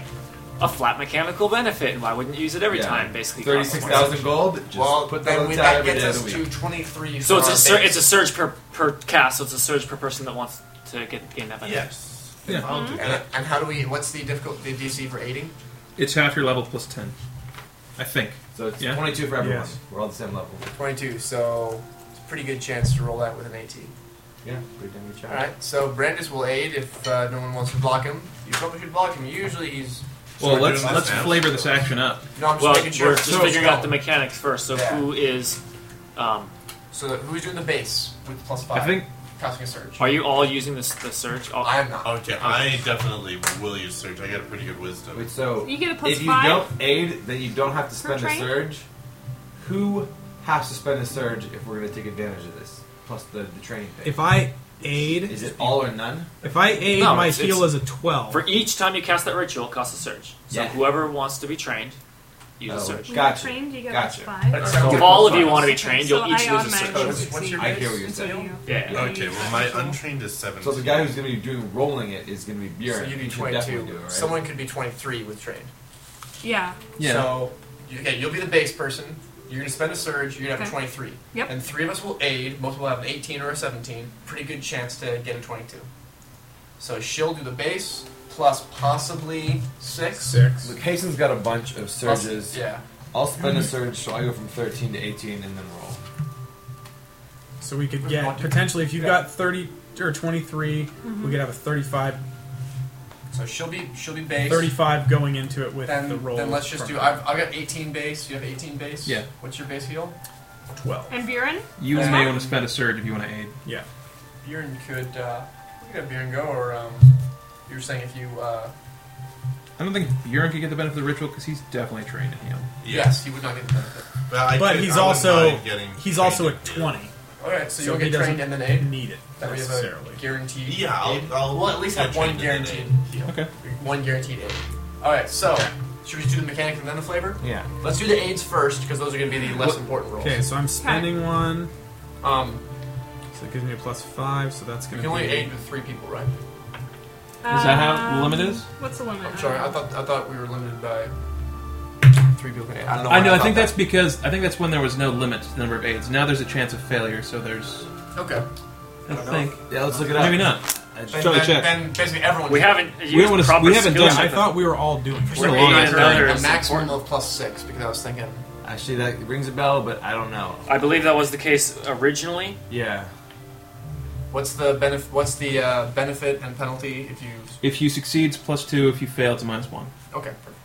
S2: a flat mechanical benefit, and why wouldn't you use it every
S20: Yeah.
S2: time? Basically,
S20: 36,000 gold, just
S9: well,
S20: put that
S9: then
S20: on
S9: we,
S20: the
S9: that
S20: tab every
S9: gets
S20: day
S9: us
S20: of the
S9: to
S20: week.
S9: 23.
S2: So
S9: for
S2: it's a
S9: our
S2: sur-
S9: base.
S2: it's a surge per per cast. So it's a surge per person that wants to get gain that benefit.
S12: Yes.
S5: Yeah.
S9: I'll do that. And how do we? What's the difficult the DC for aiding?
S5: It's half your level plus ten. I think.
S20: So it's
S5: Yeah?
S20: 22 for everyone.
S5: Yes.
S20: We're all the same level.
S9: 22, so it's a pretty good chance to roll that with an 18.
S20: Yeah, pretty damn good shot.
S9: Alright, so Brandis will aid if uh, no one wants to block him. You probably should block him. Usually he's.
S5: Well, let's let's flavor this action up.
S9: No, I'm just
S2: well,
S9: making sure.
S2: we're just
S9: So-
S2: figuring out the mechanics first. So
S9: Yeah.
S2: who is? Um,
S9: So who's doing the base with plus 5?
S2: I think-
S9: Casting a surge.
S2: are you all using this the surge? All-
S9: I am not.
S12: Okay, I definitely will use surge. I got a pretty good wisdom.
S20: Wait, so
S11: You get a plus
S20: if you
S11: five
S20: don't aid, then you don't have to
S11: per
S20: spend a
S11: train?
S20: surge. Who has to spend a surge if we're going to take advantage of this? Plus the, the training thing.
S6: if I aid,
S20: is it all or none?
S6: If I aid,
S2: No,
S6: my
S2: it's-
S6: heal
S2: it's-
S6: is a 12.
S2: For each time you cast that ritual, it costs a surge. So
S20: Yeah.
S2: whoever wants to be trained, use
S20: Oh,
S2: a surge.
S20: You're gotcha, trained, you get gotcha. plus five. That's
S2: So
S20: cool.
S2: if all of you
S20: Plus
S2: want to be
S20: five.
S2: trained,
S20: So
S2: you'll each
S20: I
S2: use a surge.
S20: automatically succeed. I hear what you're saying.
S2: Yeah.
S12: Okay, well, my untrained is
S20: So
S12: 17.
S20: the guy who's going to be doing rolling it is going to be Bjorn.
S9: So you'd
S20: He
S9: be
S20: should definitely
S9: 22.
S20: do it, right?
S9: Someone could be 23 with train.
S11: Yeah.
S20: Yeah.
S9: So, you, okay, you'll be the base person. You're going to spend a surge. You're going to have
S11: Okay.
S9: a 23.
S11: Yep.
S9: And three of us will aid. Most will have an 18 or a 17. Pretty good chance to get a 22. So she'll do the base plus possibly six.
S20: Look, Hasten's got a bunch of
S9: Plus-
S20: surges.
S9: yeah.
S20: I'll spend a surge, so I go from 13 to 18 and then roll.
S6: So we could get potentially if you've got 30 or 23, we could have a 35,
S9: So she'll be she'll be base.
S6: 35 going into it with
S9: Then,
S6: the roll.
S9: then let's just
S6: from
S9: do. I've, I've got 18 base. You have 18 base.
S5: Yeah.
S9: What's your base heal?
S5: 12.
S11: And Buren?
S5: You
S9: Yeah.
S5: may want to spend a surge if you want to aid.
S6: Yeah.
S9: Buren could. Uh, we could have Buren go, or um, you were saying if you. Uh,
S5: I don't think Bjorn could get the benefit of the ritual because he's definitely trained in heal.
S9: Yes, he would not get the benefit.
S6: but he's also he's also at 20.
S9: All right, so,
S6: So
S9: you'll
S6: he
S9: get trained and
S6: doesn't
S9: then aid.
S6: need it
S9: That we have
S6: necessarily.
S9: a guaranteed.
S12: Yeah, I'll-
S9: aid.
S12: I'll-
S9: well, at least
S12: I'll
S9: have one
S12: train and then
S9: guaranteed. deal.
S5: Okay.
S9: One guaranteed aid. All right, so should we just do the mechanic and then the flavor?
S20: Yeah.
S9: Let's do the aids first because those are going to be the less important roles.
S6: Okay, so I'm spending one.
S9: Um,
S6: So it gives me a plus five, so that's
S9: You
S6: going
S9: can
S6: to
S9: only
S6: be.
S9: aid with three people, right?
S6: Is that how the limit
S3: Um,
S6: is?
S3: What's the limit?
S9: I'm sorry, I thought I thought we were limited by three people. Can aid. I don't know.
S5: I
S9: why
S5: know. I, think
S9: thought
S5: that's because I think that's when there was no limit to the number of aids. Now there's a chance of failure, so there's.
S9: that. okay.
S5: I
S9: don't
S5: don't
S9: know.
S5: think.
S16: Yeah, let's look it up.
S5: Maybe not.
S16: Then-
S5: Charlie,
S9: then-
S5: check.
S9: then basically everyone-
S2: We haven't
S5: We
S2: used
S5: haven't- we
S2: proper
S5: haven't
S2: skill
S5: done-
S2: set.
S5: I thought we were all doing it.
S2: We're
S5: We're
S2: aiding
S5: all
S2: and
S5: doing it.
S2: abetting.
S9: a maximum of plus six because I was thinking.
S16: Actually, that rings a bell, but I don't know.
S2: I believe that was the case originally.
S16: Yeah.
S9: What's the benefit? What's the uh, benefit and penalty if you?
S5: If you succeed, it's plus two. If you fail, it's minus one.
S9: Okay, perfect.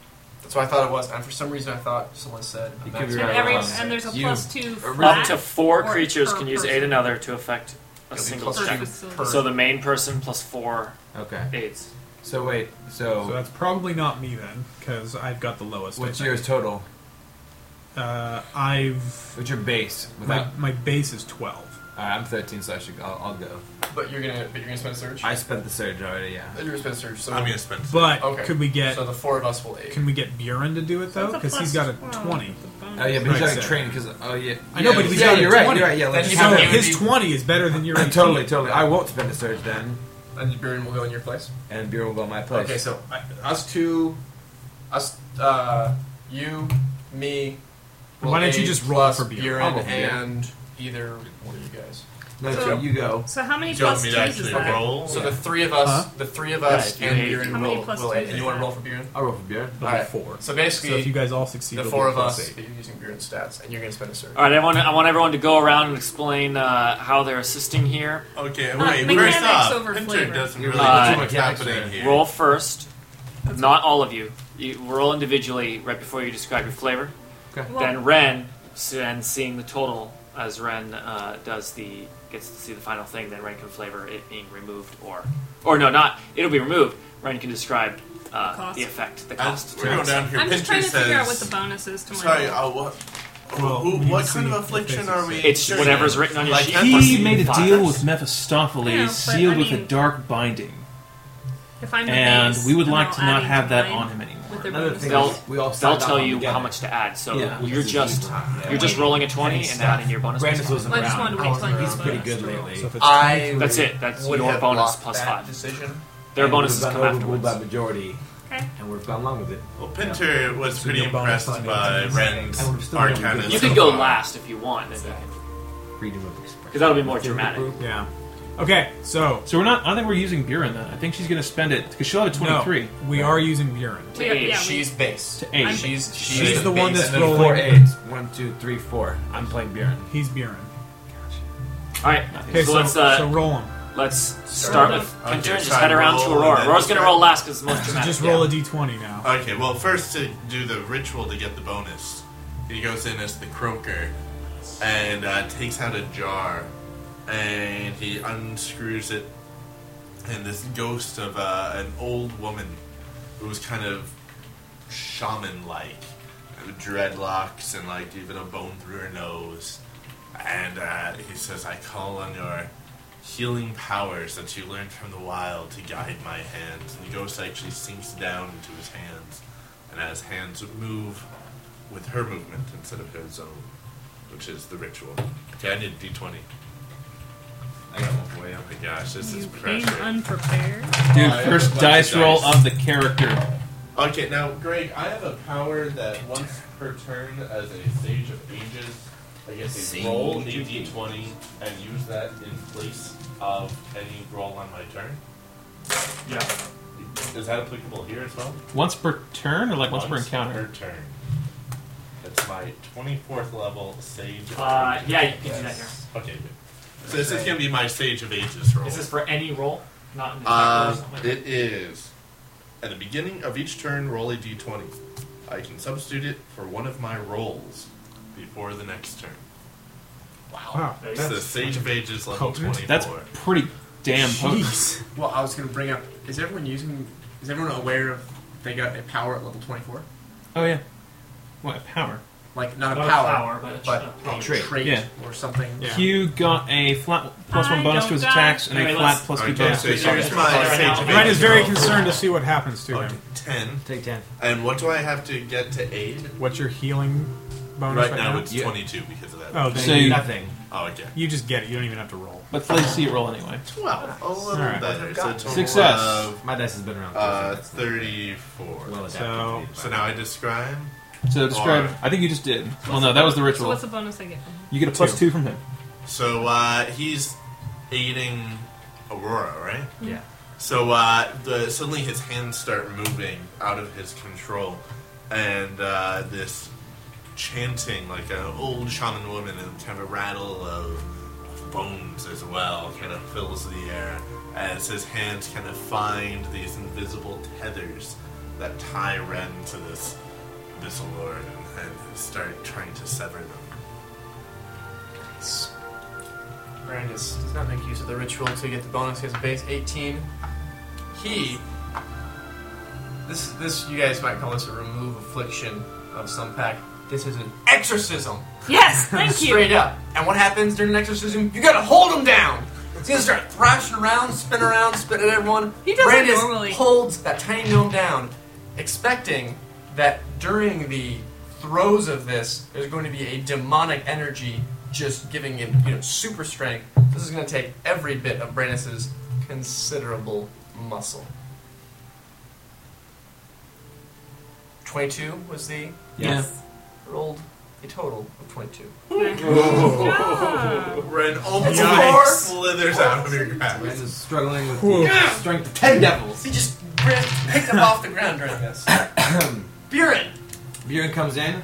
S9: That's what I thought it was, and for some reason I thought someone said. a
S5: You could
S9: maximum
S5: be
S9: of
S5: right.
S3: Every,
S9: plus six.
S3: and there's a
S5: You-
S3: plus two.
S2: Up to
S3: flat
S2: four
S3: or
S2: creatures
S3: per
S2: can use
S3: person.
S2: aid another to affect a
S9: It'll be
S2: single
S9: plus
S2: check.
S9: two per-
S2: So the main person plus four
S16: Okay.
S2: aids.
S16: So wait.
S4: Oh.
S6: So
S16: So
S6: that's probably not me then, because I've got the lowest. I
S16: what's
S6: think.
S16: yours total?
S6: Uh, I've.
S16: What's your base?
S6: My,
S16: Without.
S6: my base is 12.
S16: Alright, I'm 13, so I should. I'll, I'll go.
S9: But you're gonna, but you're gonna spend a surge.
S16: I spent the surge already. Yeah.
S9: You're gonna spend a surge. So
S12: I'm gonna spend.
S6: But
S9: okay.
S6: could we get.
S9: So the four of us will aid.
S6: Can we get Buren to do it though?
S3: it's a
S6: Because he's got
S3: plus
S6: a
S3: 12.
S6: 20.
S16: Oh yeah, but he's
S6: Right,
S16: not
S6: so-
S16: trained because. Oh yeah.
S6: I know,
S16: Yeah,
S6: but he's
S16: yeah,
S6: got a
S16: you're right.
S6: 20.
S16: You're right. Yeah.
S9: Then
S16: Let's
S9: you
S16: just
S6: So
S16: have
S9: have it
S16: it.
S9: would
S6: his
S9: be-
S6: 20 is better than your 18.
S16: Totally, totally. I won't spend the surge then,
S9: And Buren will go in your place.
S16: and Buren will go in my place.
S9: Okay, so I, us two, us, uh, you, me. will
S6: Why don't you
S9: aid
S6: just roll
S9: plus
S6: for Buren?
S9: Buren
S16: I'll go for Buren.
S9: and either one of you guys.
S16: No,
S3: So-
S16: so you go.
S3: So how many
S12: Do you want
S3: plus
S12: me
S3: twos
S12: to
S3: is
S12: actually
S3: that?
S12: roll?
S9: So
S12: Yeah.
S9: the three of us,
S6: Huh?
S9: the three of us,
S2: Yeah, if you
S9: and
S2: aid-
S9: Buren
S3: How many
S9: will,
S3: plus
S9: will
S3: twos
S9: aid.
S3: is
S9: And you want
S3: that?
S9: to roll for Buren?
S16: I'll roll for Buren.
S6: It'll be
S9: Alright.
S6: four.
S9: So basically,
S6: So if you guys all succeed,
S9: the
S6: it'll
S9: four
S6: be
S9: of
S6: plus
S9: us,
S6: eight.
S9: you're using Buren's stats, and you're going to spend a surge.
S2: All right, I want I want everyone to go around and explain uh, how they're assisting here.
S12: Okay,
S3: Uh,
S12: wait.
S3: mechanics
S12: first off,
S3: over
S12: Hunter
S3: flavor.
S12: doesn't really
S2: Uh,
S12: know what's
S16: mechanics
S12: happening
S16: over.
S12: here.
S2: Roll first, not all of you. You roll individually right before you describe your flavor.
S3: Well,
S2: then Ren, s- and seeing the total as Ren uh, does the gets to see the final thing, then Ren can flavor it being removed or or no, not it'll be removed. Ren can describe uh,
S3: Cost.
S2: the effect, the
S12: As
S2: cost.
S12: we're going down here.
S3: I'm just
S12: Pinterest
S3: trying to figure out what
S12: says-
S3: the bonus is to my
S12: Sorry,
S3: roll.
S12: uh, what,
S6: Well,
S12: who-
S6: we need
S12: what
S6: to
S12: kind
S6: see
S12: of
S6: if
S12: affliction
S6: they
S12: are we?
S2: It's
S12: sure.
S2: whatever's written on your
S12: Like,
S2: sheet.
S12: that's
S2: Plus
S5: He
S2: the
S5: made a
S2: five.
S5: deal with
S3: Yeah,
S5: Mephistopheles,
S3: but
S5: sealed
S3: I
S5: with a
S3: mean-
S5: dark binding.
S3: If I'm the
S5: And
S3: base,
S5: we would
S3: I'm
S5: like to
S3: all
S5: not
S3: adding
S5: have that
S3: mine
S5: on him anymore.
S3: with their
S16: Another
S3: bonus.
S16: thing
S2: They'll-
S16: is we all
S2: They'll
S16: signed
S2: tell
S16: off
S2: you
S16: together.
S2: how much to add. So
S5: Yeah.
S2: you're just
S16: Yeah.
S2: you're just rolling a twenty and
S16: stuff.
S2: adding your bonus.
S16: Brandis
S2: plus
S16: wasn't
S3: I just
S16: around.
S3: wanted to wait till I
S16: He's
S3: got
S16: pretty
S3: bonus
S16: good
S3: to roll.
S16: lately.
S6: So if it's
S9: I
S2: That's it. That's
S9: would
S2: your
S9: have
S2: bonus
S9: blocked
S2: plus
S9: that
S2: five.
S9: decision.
S2: Their
S16: And
S2: bonuses
S16: we've been
S2: come
S16: overruled
S2: afterwards.
S16: by majority,
S3: Okay.
S16: and we've gone along with it.
S12: Well, Pinter was pretty
S16: your bonus
S12: impressed
S16: on it.
S12: by Ren's
S16: I would've still been
S12: arcana.
S16: good.
S2: You
S12: so
S2: can go
S12: far.
S2: last if you want, because
S16: Freedom of expression.
S2: that'll be more dramatic.
S6: Yeah. Okay, so.
S5: So we're not. I don't think we're using Buren then. I think she's going to spend it because she'll have a
S6: No,
S5: twenty-three
S6: we are using Buren.
S2: To
S3: Yeah,
S2: aid.
S3: yeah, we-
S9: She's base.
S5: to eight.
S9: She's, she's,
S6: She's the one
S9: base.
S6: that's
S16: And then four
S6: rolling.
S16: aids. One, two, three, four. I'm playing Buren.
S6: He's Buren.
S2: All right.
S6: Okay,
S2: so,
S6: so,
S2: let's uh,
S6: so roll him.
S2: let's start with
S12: Okay,
S2: Pinter and just
S12: so
S2: head
S12: I
S2: around
S12: roll
S2: to
S12: and
S2: Aurora.
S12: then
S2: Aurora's gonna
S12: describe.
S2: roll last because it's most
S6: So
S2: dramatic.
S6: just roll
S2: yeah.
S6: a d20 now.
S12: Okay, well, first to do the ritual to get the bonus, he goes in as the croaker and uh, takes out a jar and he unscrews it. And this ghost of uh, an old woman who was kind of shaman like, dreadlocks and like even a bone through her nose. And uh, he says, I call on your healing powers that you learned from the wild to guide my hands. And the ghost actually sinks down into his hands, and as hands move with her movement instead of his own, which is the ritual. Okay, I need a d20.
S16: I got one for you.
S12: Oh my gosh, this is
S3: You came
S12: pressure.
S3: unprepared.
S5: Dude,
S12: I
S5: first
S12: have a Uh, bunch
S5: dice
S12: of
S5: roll
S12: dice.
S5: of the character.
S12: okay, now, Greg, I have a power that once per turn as a Sage of Ages, I guess I roll a d20 and use that in place of any roll on my turn.
S2: Yeah.
S12: Is that applicable here as well?
S5: Once per turn, or like once, per encounter.
S12: per turn. That's my 24th level Sage of
S2: Uh,
S12: Ages.
S2: yeah, you can do that here.
S12: Okay, good. So this is going to be my Sage of Ages roll.
S2: This is for any roll, not an attack roll or
S12: Uh,
S2: something.
S12: it is. At the beginning of each turn, roll a d20. I can substitute it for one of my rolls before the next turn.
S6: Wow.
S12: It's the Sage of Ages level
S6: potent.
S12: 24.
S5: That's pretty damn potent.
S6: Jeez.
S19: Well, I was going to bring up. Is everyone using? Is everyone aware of they got a power at level twenty four?
S5: Oh yeah. What power?
S19: Like not,
S2: Not
S19: a
S2: a
S19: power,
S2: power, but a tr-
S9: Oh,
S19: but
S2: a
S19: trait,
S5: yeah.
S19: or something.
S6: Yeah.
S5: Hugh got a flat plus one
S3: I
S5: bonus to
S3: don't
S5: his
S3: got
S5: attacks and
S2: Anyway,
S5: a flat
S2: let's-
S5: plus two
S12: Okay,
S5: bonus
S12: so
S5: to his
S12: here's
S5: offense.
S12: my
S2: Right
S12: Sage
S2: now.
S12: of
S2: Mine
S6: Brent is
S12: Ages
S6: very
S12: roll.
S6: concerned to see what happens to
S12: Okay,
S6: him.
S12: 10.
S16: Take ten.
S12: And what do I have to get to aid?
S6: What's your healing
S10: bonus right,
S12: Right now it's
S10: it's
S12: 22 because of that.
S10: Oh, then
S12: So
S10: you-
S12: you-
S10: nothing.
S12: Oh, okay.
S10: You just get it. You don't even have to roll.
S5: But let's see it roll anyway.
S12: Well, a little
S10: Alright.
S12: better. So a total
S5: Success.
S12: Of,
S5: My dice has been around
S12: Uh, 34.
S5: Well
S12: so,
S5: adapted.
S12: so now I describe.
S5: So describe.
S12: Or-
S5: I think you just did. Well, no, that was the ritual.
S3: So what's the bonus I get? from
S5: You get a plus
S12: Two.
S5: two, from him.
S12: So uh, he's aiding Aurora, right?
S5: Yeah.
S12: So uh, the, suddenly his hands start moving out of his control, and uh, this chanting like an old shaman woman, and kind of a rattle of bones as well, kind of fills the air as his hands kind of find these invisible tethers that tie Ren to this this lord, and, and start trying to sever them.
S9: Brandis does not make use of the ritual to get the bonus. He has a base 18. He. This, this you guys might call this a remove affliction of some pack. This is an exorcism.
S3: Yes, thank you.
S9: Straight up. And what happens during an exorcism? You gotta hold him down. He's gonna start thrashing around, spin around, spit at everyone.
S3: He doesn't
S9: Brandis
S3: normally.
S9: holds that tiny gnome down, expecting that during the throes of this, there's going to be a demonic energy just giving him, you know, super strength. This is gonna take every bit of Brandis's considerable muscle. Twenty-two was the
S5: Yeah.
S9: rolled a total of twenty-two.
S12: Ren almost
S9: Yikes.
S12: slithers out of your grasp.
S4: Ren is struggling with
S9: Whoa.
S4: the strength of ten devils.
S9: He just ran- picked up off the ground during this. Buren!
S4: Buren comes in,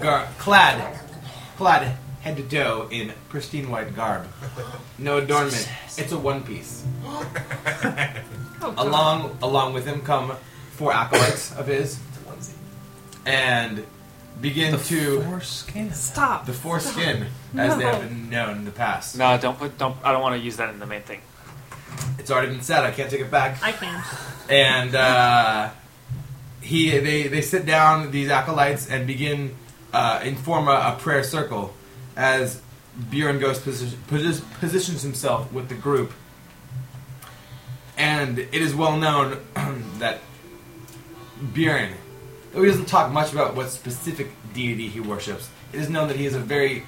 S4: gar- clad, clad head to toe in pristine white garb, no adornment. It's a one piece. along along with him come four acolytes of his, and begin to
S3: Stop.
S4: the foreskin
S3: Stop.
S4: as they
S3: No.
S4: have been known in the past.
S2: No, don't put. Don't. I don't want to use that in the main thing.
S4: It's already been said. I can't take it back.
S3: I can.
S4: and uh, he they, they sit down these acolytes and begin uh, and form a, a prayer circle as Bjorn goes position, posi- positions himself with the group and it is well known that Bjorn though he doesn't talk much about what specific deity he worships it is known that he is a very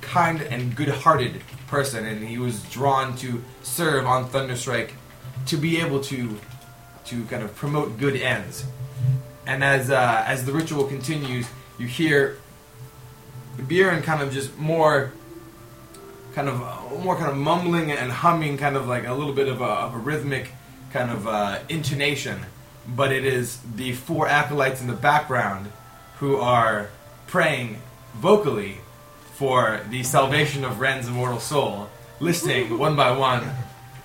S4: kind and good-hearted person and he was drawn to serve on Thunderstrike to be able to to kind of promote good ends. And as uh, as the ritual continues, you hear Biren kind of just more kind of uh, more kind of mumbling and humming, kind of like a little bit of a, of a rhythmic kind of uh, intonation. But it is the four acolytes in the background who are praying vocally for the salvation of Ren's immortal soul, listing one by one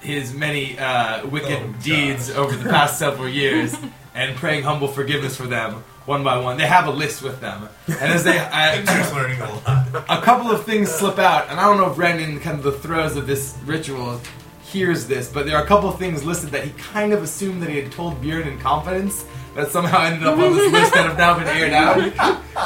S4: his many uh, wicked deeds over the past several years and praying humble forgiveness for them one by one. They have a list with them, and as they
S12: Pinter's
S4: I,
S12: learning a lot.
S4: a couple of things slip out, and I don't know if Ren, in kind of the throes of this ritual, hears this, but there are a couple of things listed that he kind of assumed that he had told Bjorn in confidence that somehow ended up on this list that have now been aired out.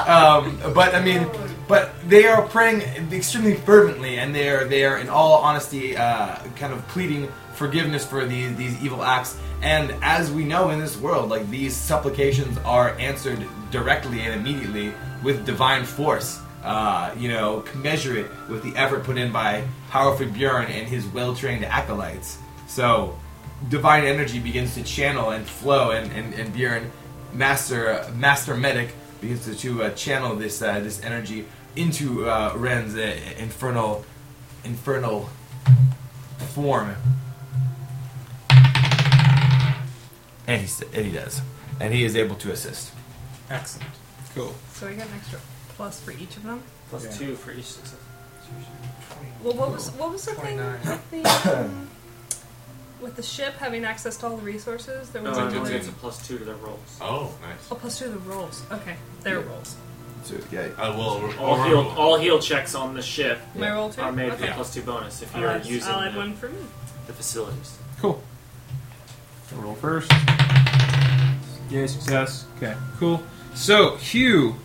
S4: Um, but I mean, but they are praying extremely fervently, and they are they are in all honesty, uh, kind of pleading forgiveness for these these evil acts. And as we know in this world, like these supplications are answered directly and immediately with divine force uh, you know, commensurate with the effort put in by powerful Bjorn and his well-trained acolytes. So, divine energy begins to channel and flow, and and, and Bjorn, master master medic, begins to, to uh, channel this uh, this energy into uh, Ren's uh, infernal infernal form.
S16: And he, s- and he does.
S4: And he is able to assist.
S6: Excellent.
S5: Cool.
S3: So we got an extra plus for each of them.
S2: Plus two for each success.
S3: Well, what was what was the thing with the um, with the ship having access to all the resources? There
S2: No,
S3: was
S2: Oh, it's,
S3: only-
S2: it's a plus two to their rolls.
S12: Oh, nice.
S3: Oh, plus two of the rolls. Okay, their rolls.
S4: So, yeah.
S12: I will.
S2: All heal, all heal checks on the ship
S3: My roll too?
S2: are made with
S3: Okay.
S2: a plus two bonus if
S3: I'll
S2: you're
S3: add-
S2: using
S3: I'll add
S2: the,
S3: one for me.
S2: the facilities.
S5: Cool. So roll first. Yay, success. Okay, cool. So Hugh,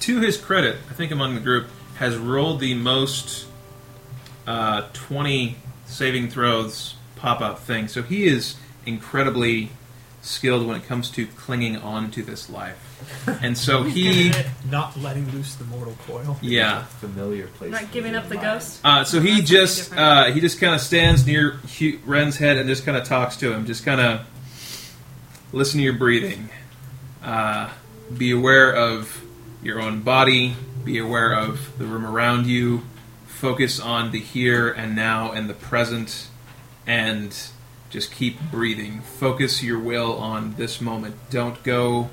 S5: to his credit, I think among the group, has rolled the most uh, twenty saving throws pop up thing. So he is incredibly skilled when it comes to clinging on to this life. And so he,
S6: not letting loose the mortal coil.
S5: yeah,
S20: familiar place.
S3: Not giving up the ghost.
S5: Uh, so he just uh, he just kind of stands near Hugh, Ren's head and just kind of talks to him. Just kind of listen to your breathing. Uh, be aware of your own body. Be aware of the room around you. Focus on the here and now and the present, and just keep breathing. Focus your will on this moment. Don't go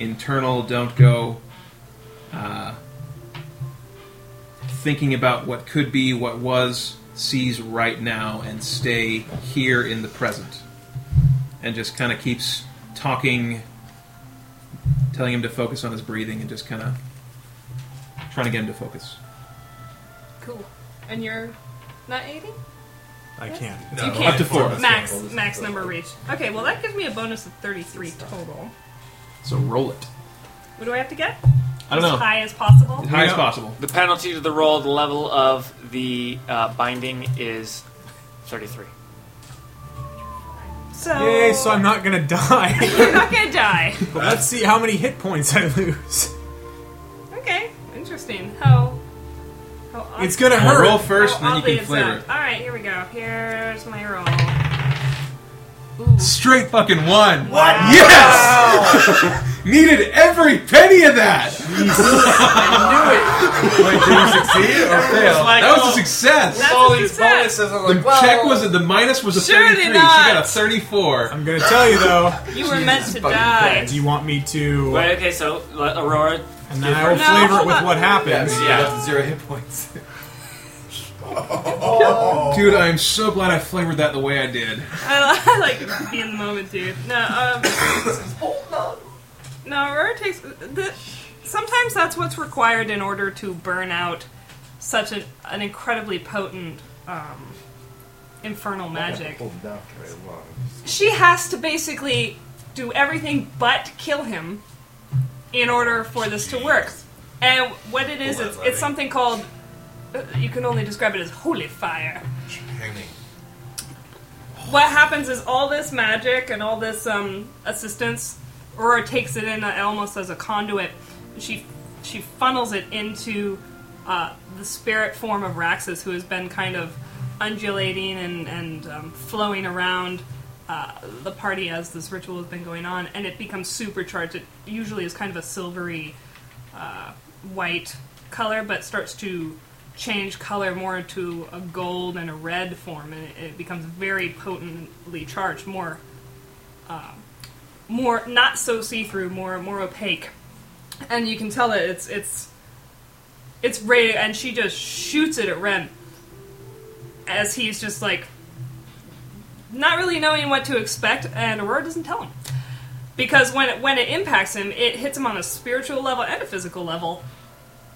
S5: internal. Don't go. Uh, thinking about what could be, what was, sees right now, and stay here in the present. And just kind of keeps talking, telling him to focus on his breathing, and just kind of trying to get him to focus.
S3: Cool. And you're not aiding?
S6: I can't.
S5: No. Up to four.
S3: Max, max number reach. Okay, well that gives me a bonus of 33 total.
S5: So roll it.
S3: What do I have to get?
S5: I don't
S3: as
S5: know.
S3: high as possible.
S5: As high as possible.
S2: The penalty to the roll, the level of the uh, binding is 33.
S3: So
S6: Yay! So I'm not gonna die.
S3: you're not gonna die.
S6: But let's see how many hit points I lose.
S3: Okay, interesting. How? how odd-
S6: It's gonna Well, hurt. roll first,
S3: how
S6: and then you
S3: oddly
S6: can
S3: it's
S6: flavor
S3: not.
S6: it.
S3: All right, here we go. Here's my roll.
S5: Straight fucking one.
S3: What?
S5: Yes. Needed every penny of that. that
S3: oh.
S5: was a success.
S12: all these bonuses. I'm
S5: The
S12: like, well,
S5: check was the minus was a
S3: Surely
S5: 33. She got a
S3: not.
S5: 34.
S6: I'm gonna tell you though.
S3: You were meant to die.
S6: Do you want me to?
S2: Wait, okay, so let Aurora.
S6: And
S2: give
S6: then I
S2: her-
S6: will flavor it with what happens.
S20: zero hit points.
S5: Dude, I'm so glad I flavored that the way I did.
S3: I, I like to be in the moment, dude. No, um, no, Aurora takes. The, sometimes that's what's required in order to burn out such an, an incredibly potent um, infernal magic.
S20: Hold it down for very long.
S3: She has to basically do everything but kill him in order for this to work. And what it is, it's, it's something called. uh, You can only describe it as holy fire.
S12: Penny.
S3: what happens is all this magic and all this um, assistance, Aurora takes it in uh, almost as a conduit. She she funnels it into uh, the spirit form of Raxus, who has been kind of undulating and and um, flowing around uh, the party as this ritual has been going on, and it becomes supercharged. It usually is kind of a silvery uh, white color, but starts to change color more to a gold and a red form, and it, it becomes very potently charged, more, uh, more not so see-through, more more opaque, and you can tell that it's it's it's ready, and she just shoots it at Ren as he's just like not really knowing what to expect, and Aurora doesn't tell him. Because when it, when it impacts him, it hits him on a spiritual level and a physical level,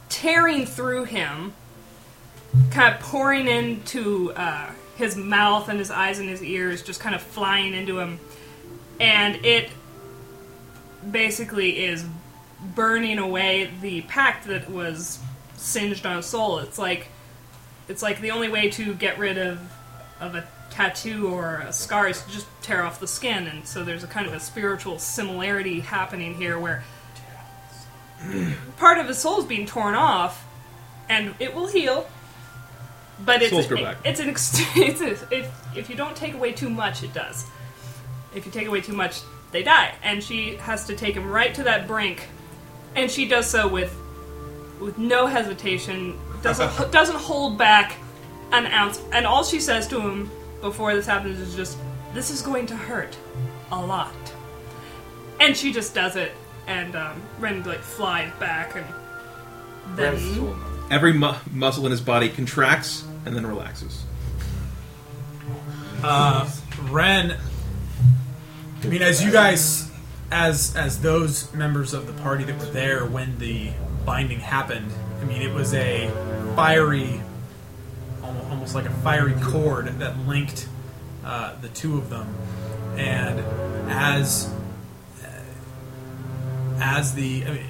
S3: tearing through him, kind of pouring into uh, his mouth and his eyes and his ears, just kind of flying into him. And it basically is burning away the pact that was singed on his soul. It's like it's like the only way to get rid of of a tattoo or a scar is to just tear off the skin and so there's a kind of a spiritual similarity happening here where part of his soul's being torn off and it will heal but it's
S5: Souls grow back.
S3: it's an ex- it's a, if if you don't take away too much it does if you take away too much they die and she has to take him right to that brink and she does so with with no hesitation, doesn't doesn't hold back an ounce. And all she says to him before this happens is just, "This is going to hurt a lot." And she just does it, and um, Ren like flies back, and then
S5: Every mu- muscle in his body contracts and then relaxes.
S6: Uh, Ren. I mean, as you guys, as as those members of the party that were there when the binding happened, I mean, it was a fiery, almo- almost like a fiery cord that linked uh, the two of them, and as uh, as the I mean,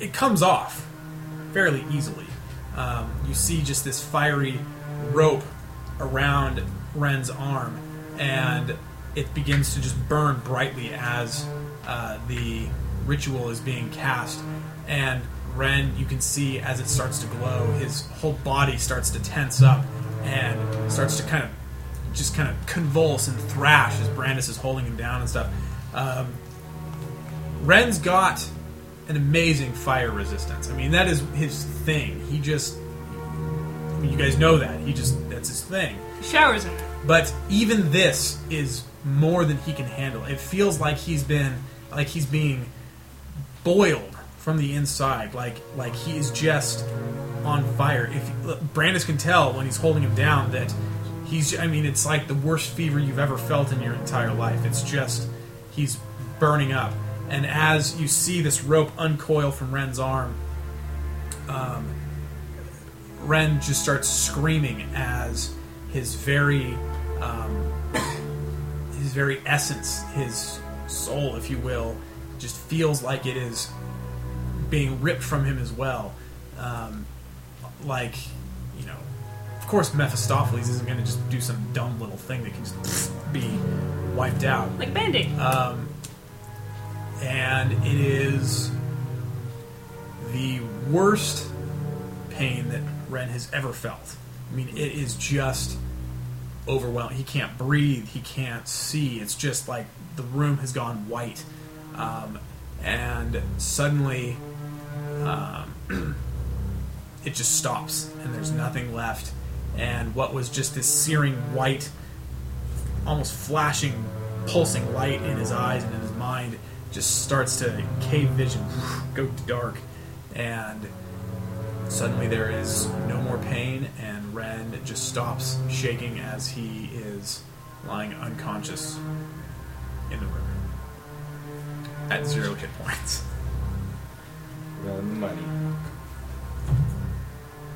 S6: it, it comes off fairly easily. Um, you see just this fiery rope around Ren's arm, and it it begins to just burn brightly as uh, the ritual is being cast. And Ren, you can see as it starts to glow, his whole body starts to tense up and starts to kind of just kind of convulse and thrash as Brandis is holding him down and stuff. Um, Ren's got an amazing fire resistance. I mean, that is his thing. He just, I mean, you guys know that. He just, that's his thing.
S3: Showers in
S6: But even this is more than he can handle. It feels like he's been, like he's being boiled from the inside. Like, like he is just on fire. If look, Brandis can tell when he's holding him down that he's, I mean, it's like the worst fever you've ever felt in your entire life. It's just, he's burning up. And as you see this rope uncoil from Ren's arm, um, Ren just starts screaming as his very um, his very essence, his soul, if you will, just feels like it is being ripped from him as well. Um, like you know, of course, Mephistopheles isn't going to just do some dumb little thing that can just be wiped out.
S3: Like Band-Aid.
S6: Um, and it is the worst pain that Ren has ever felt. I mean, it is just overwhelming. He can't breathe. He can't see. It's just like the room has gone white, um, and suddenly, um, it just stops, and there's nothing left. And what was just this searing white, almost flashing, pulsing light in his eyes and in his mind just starts to cave vision, go dark, and suddenly there is no more pain, and Ren just stops shaking as he is lying unconscious in the room at zero hit points.
S20: Well, money.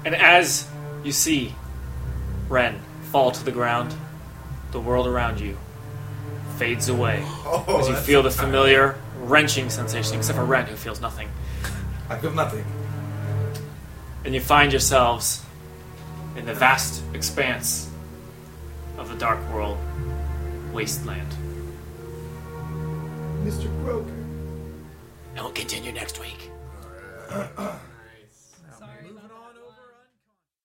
S2: And as you see Ren fall to the ground, the world around you fades away
S20: Oh,
S2: as you
S20: that's
S2: feel the
S20: nice.
S2: familiar wrenching sensation, except for Ren, who feels nothing.
S20: I feel nothing.
S2: And you find yourselves in the vast expanse of the Dark World wasteland.
S20: Mr. Broker.
S9: And we'll continue next week.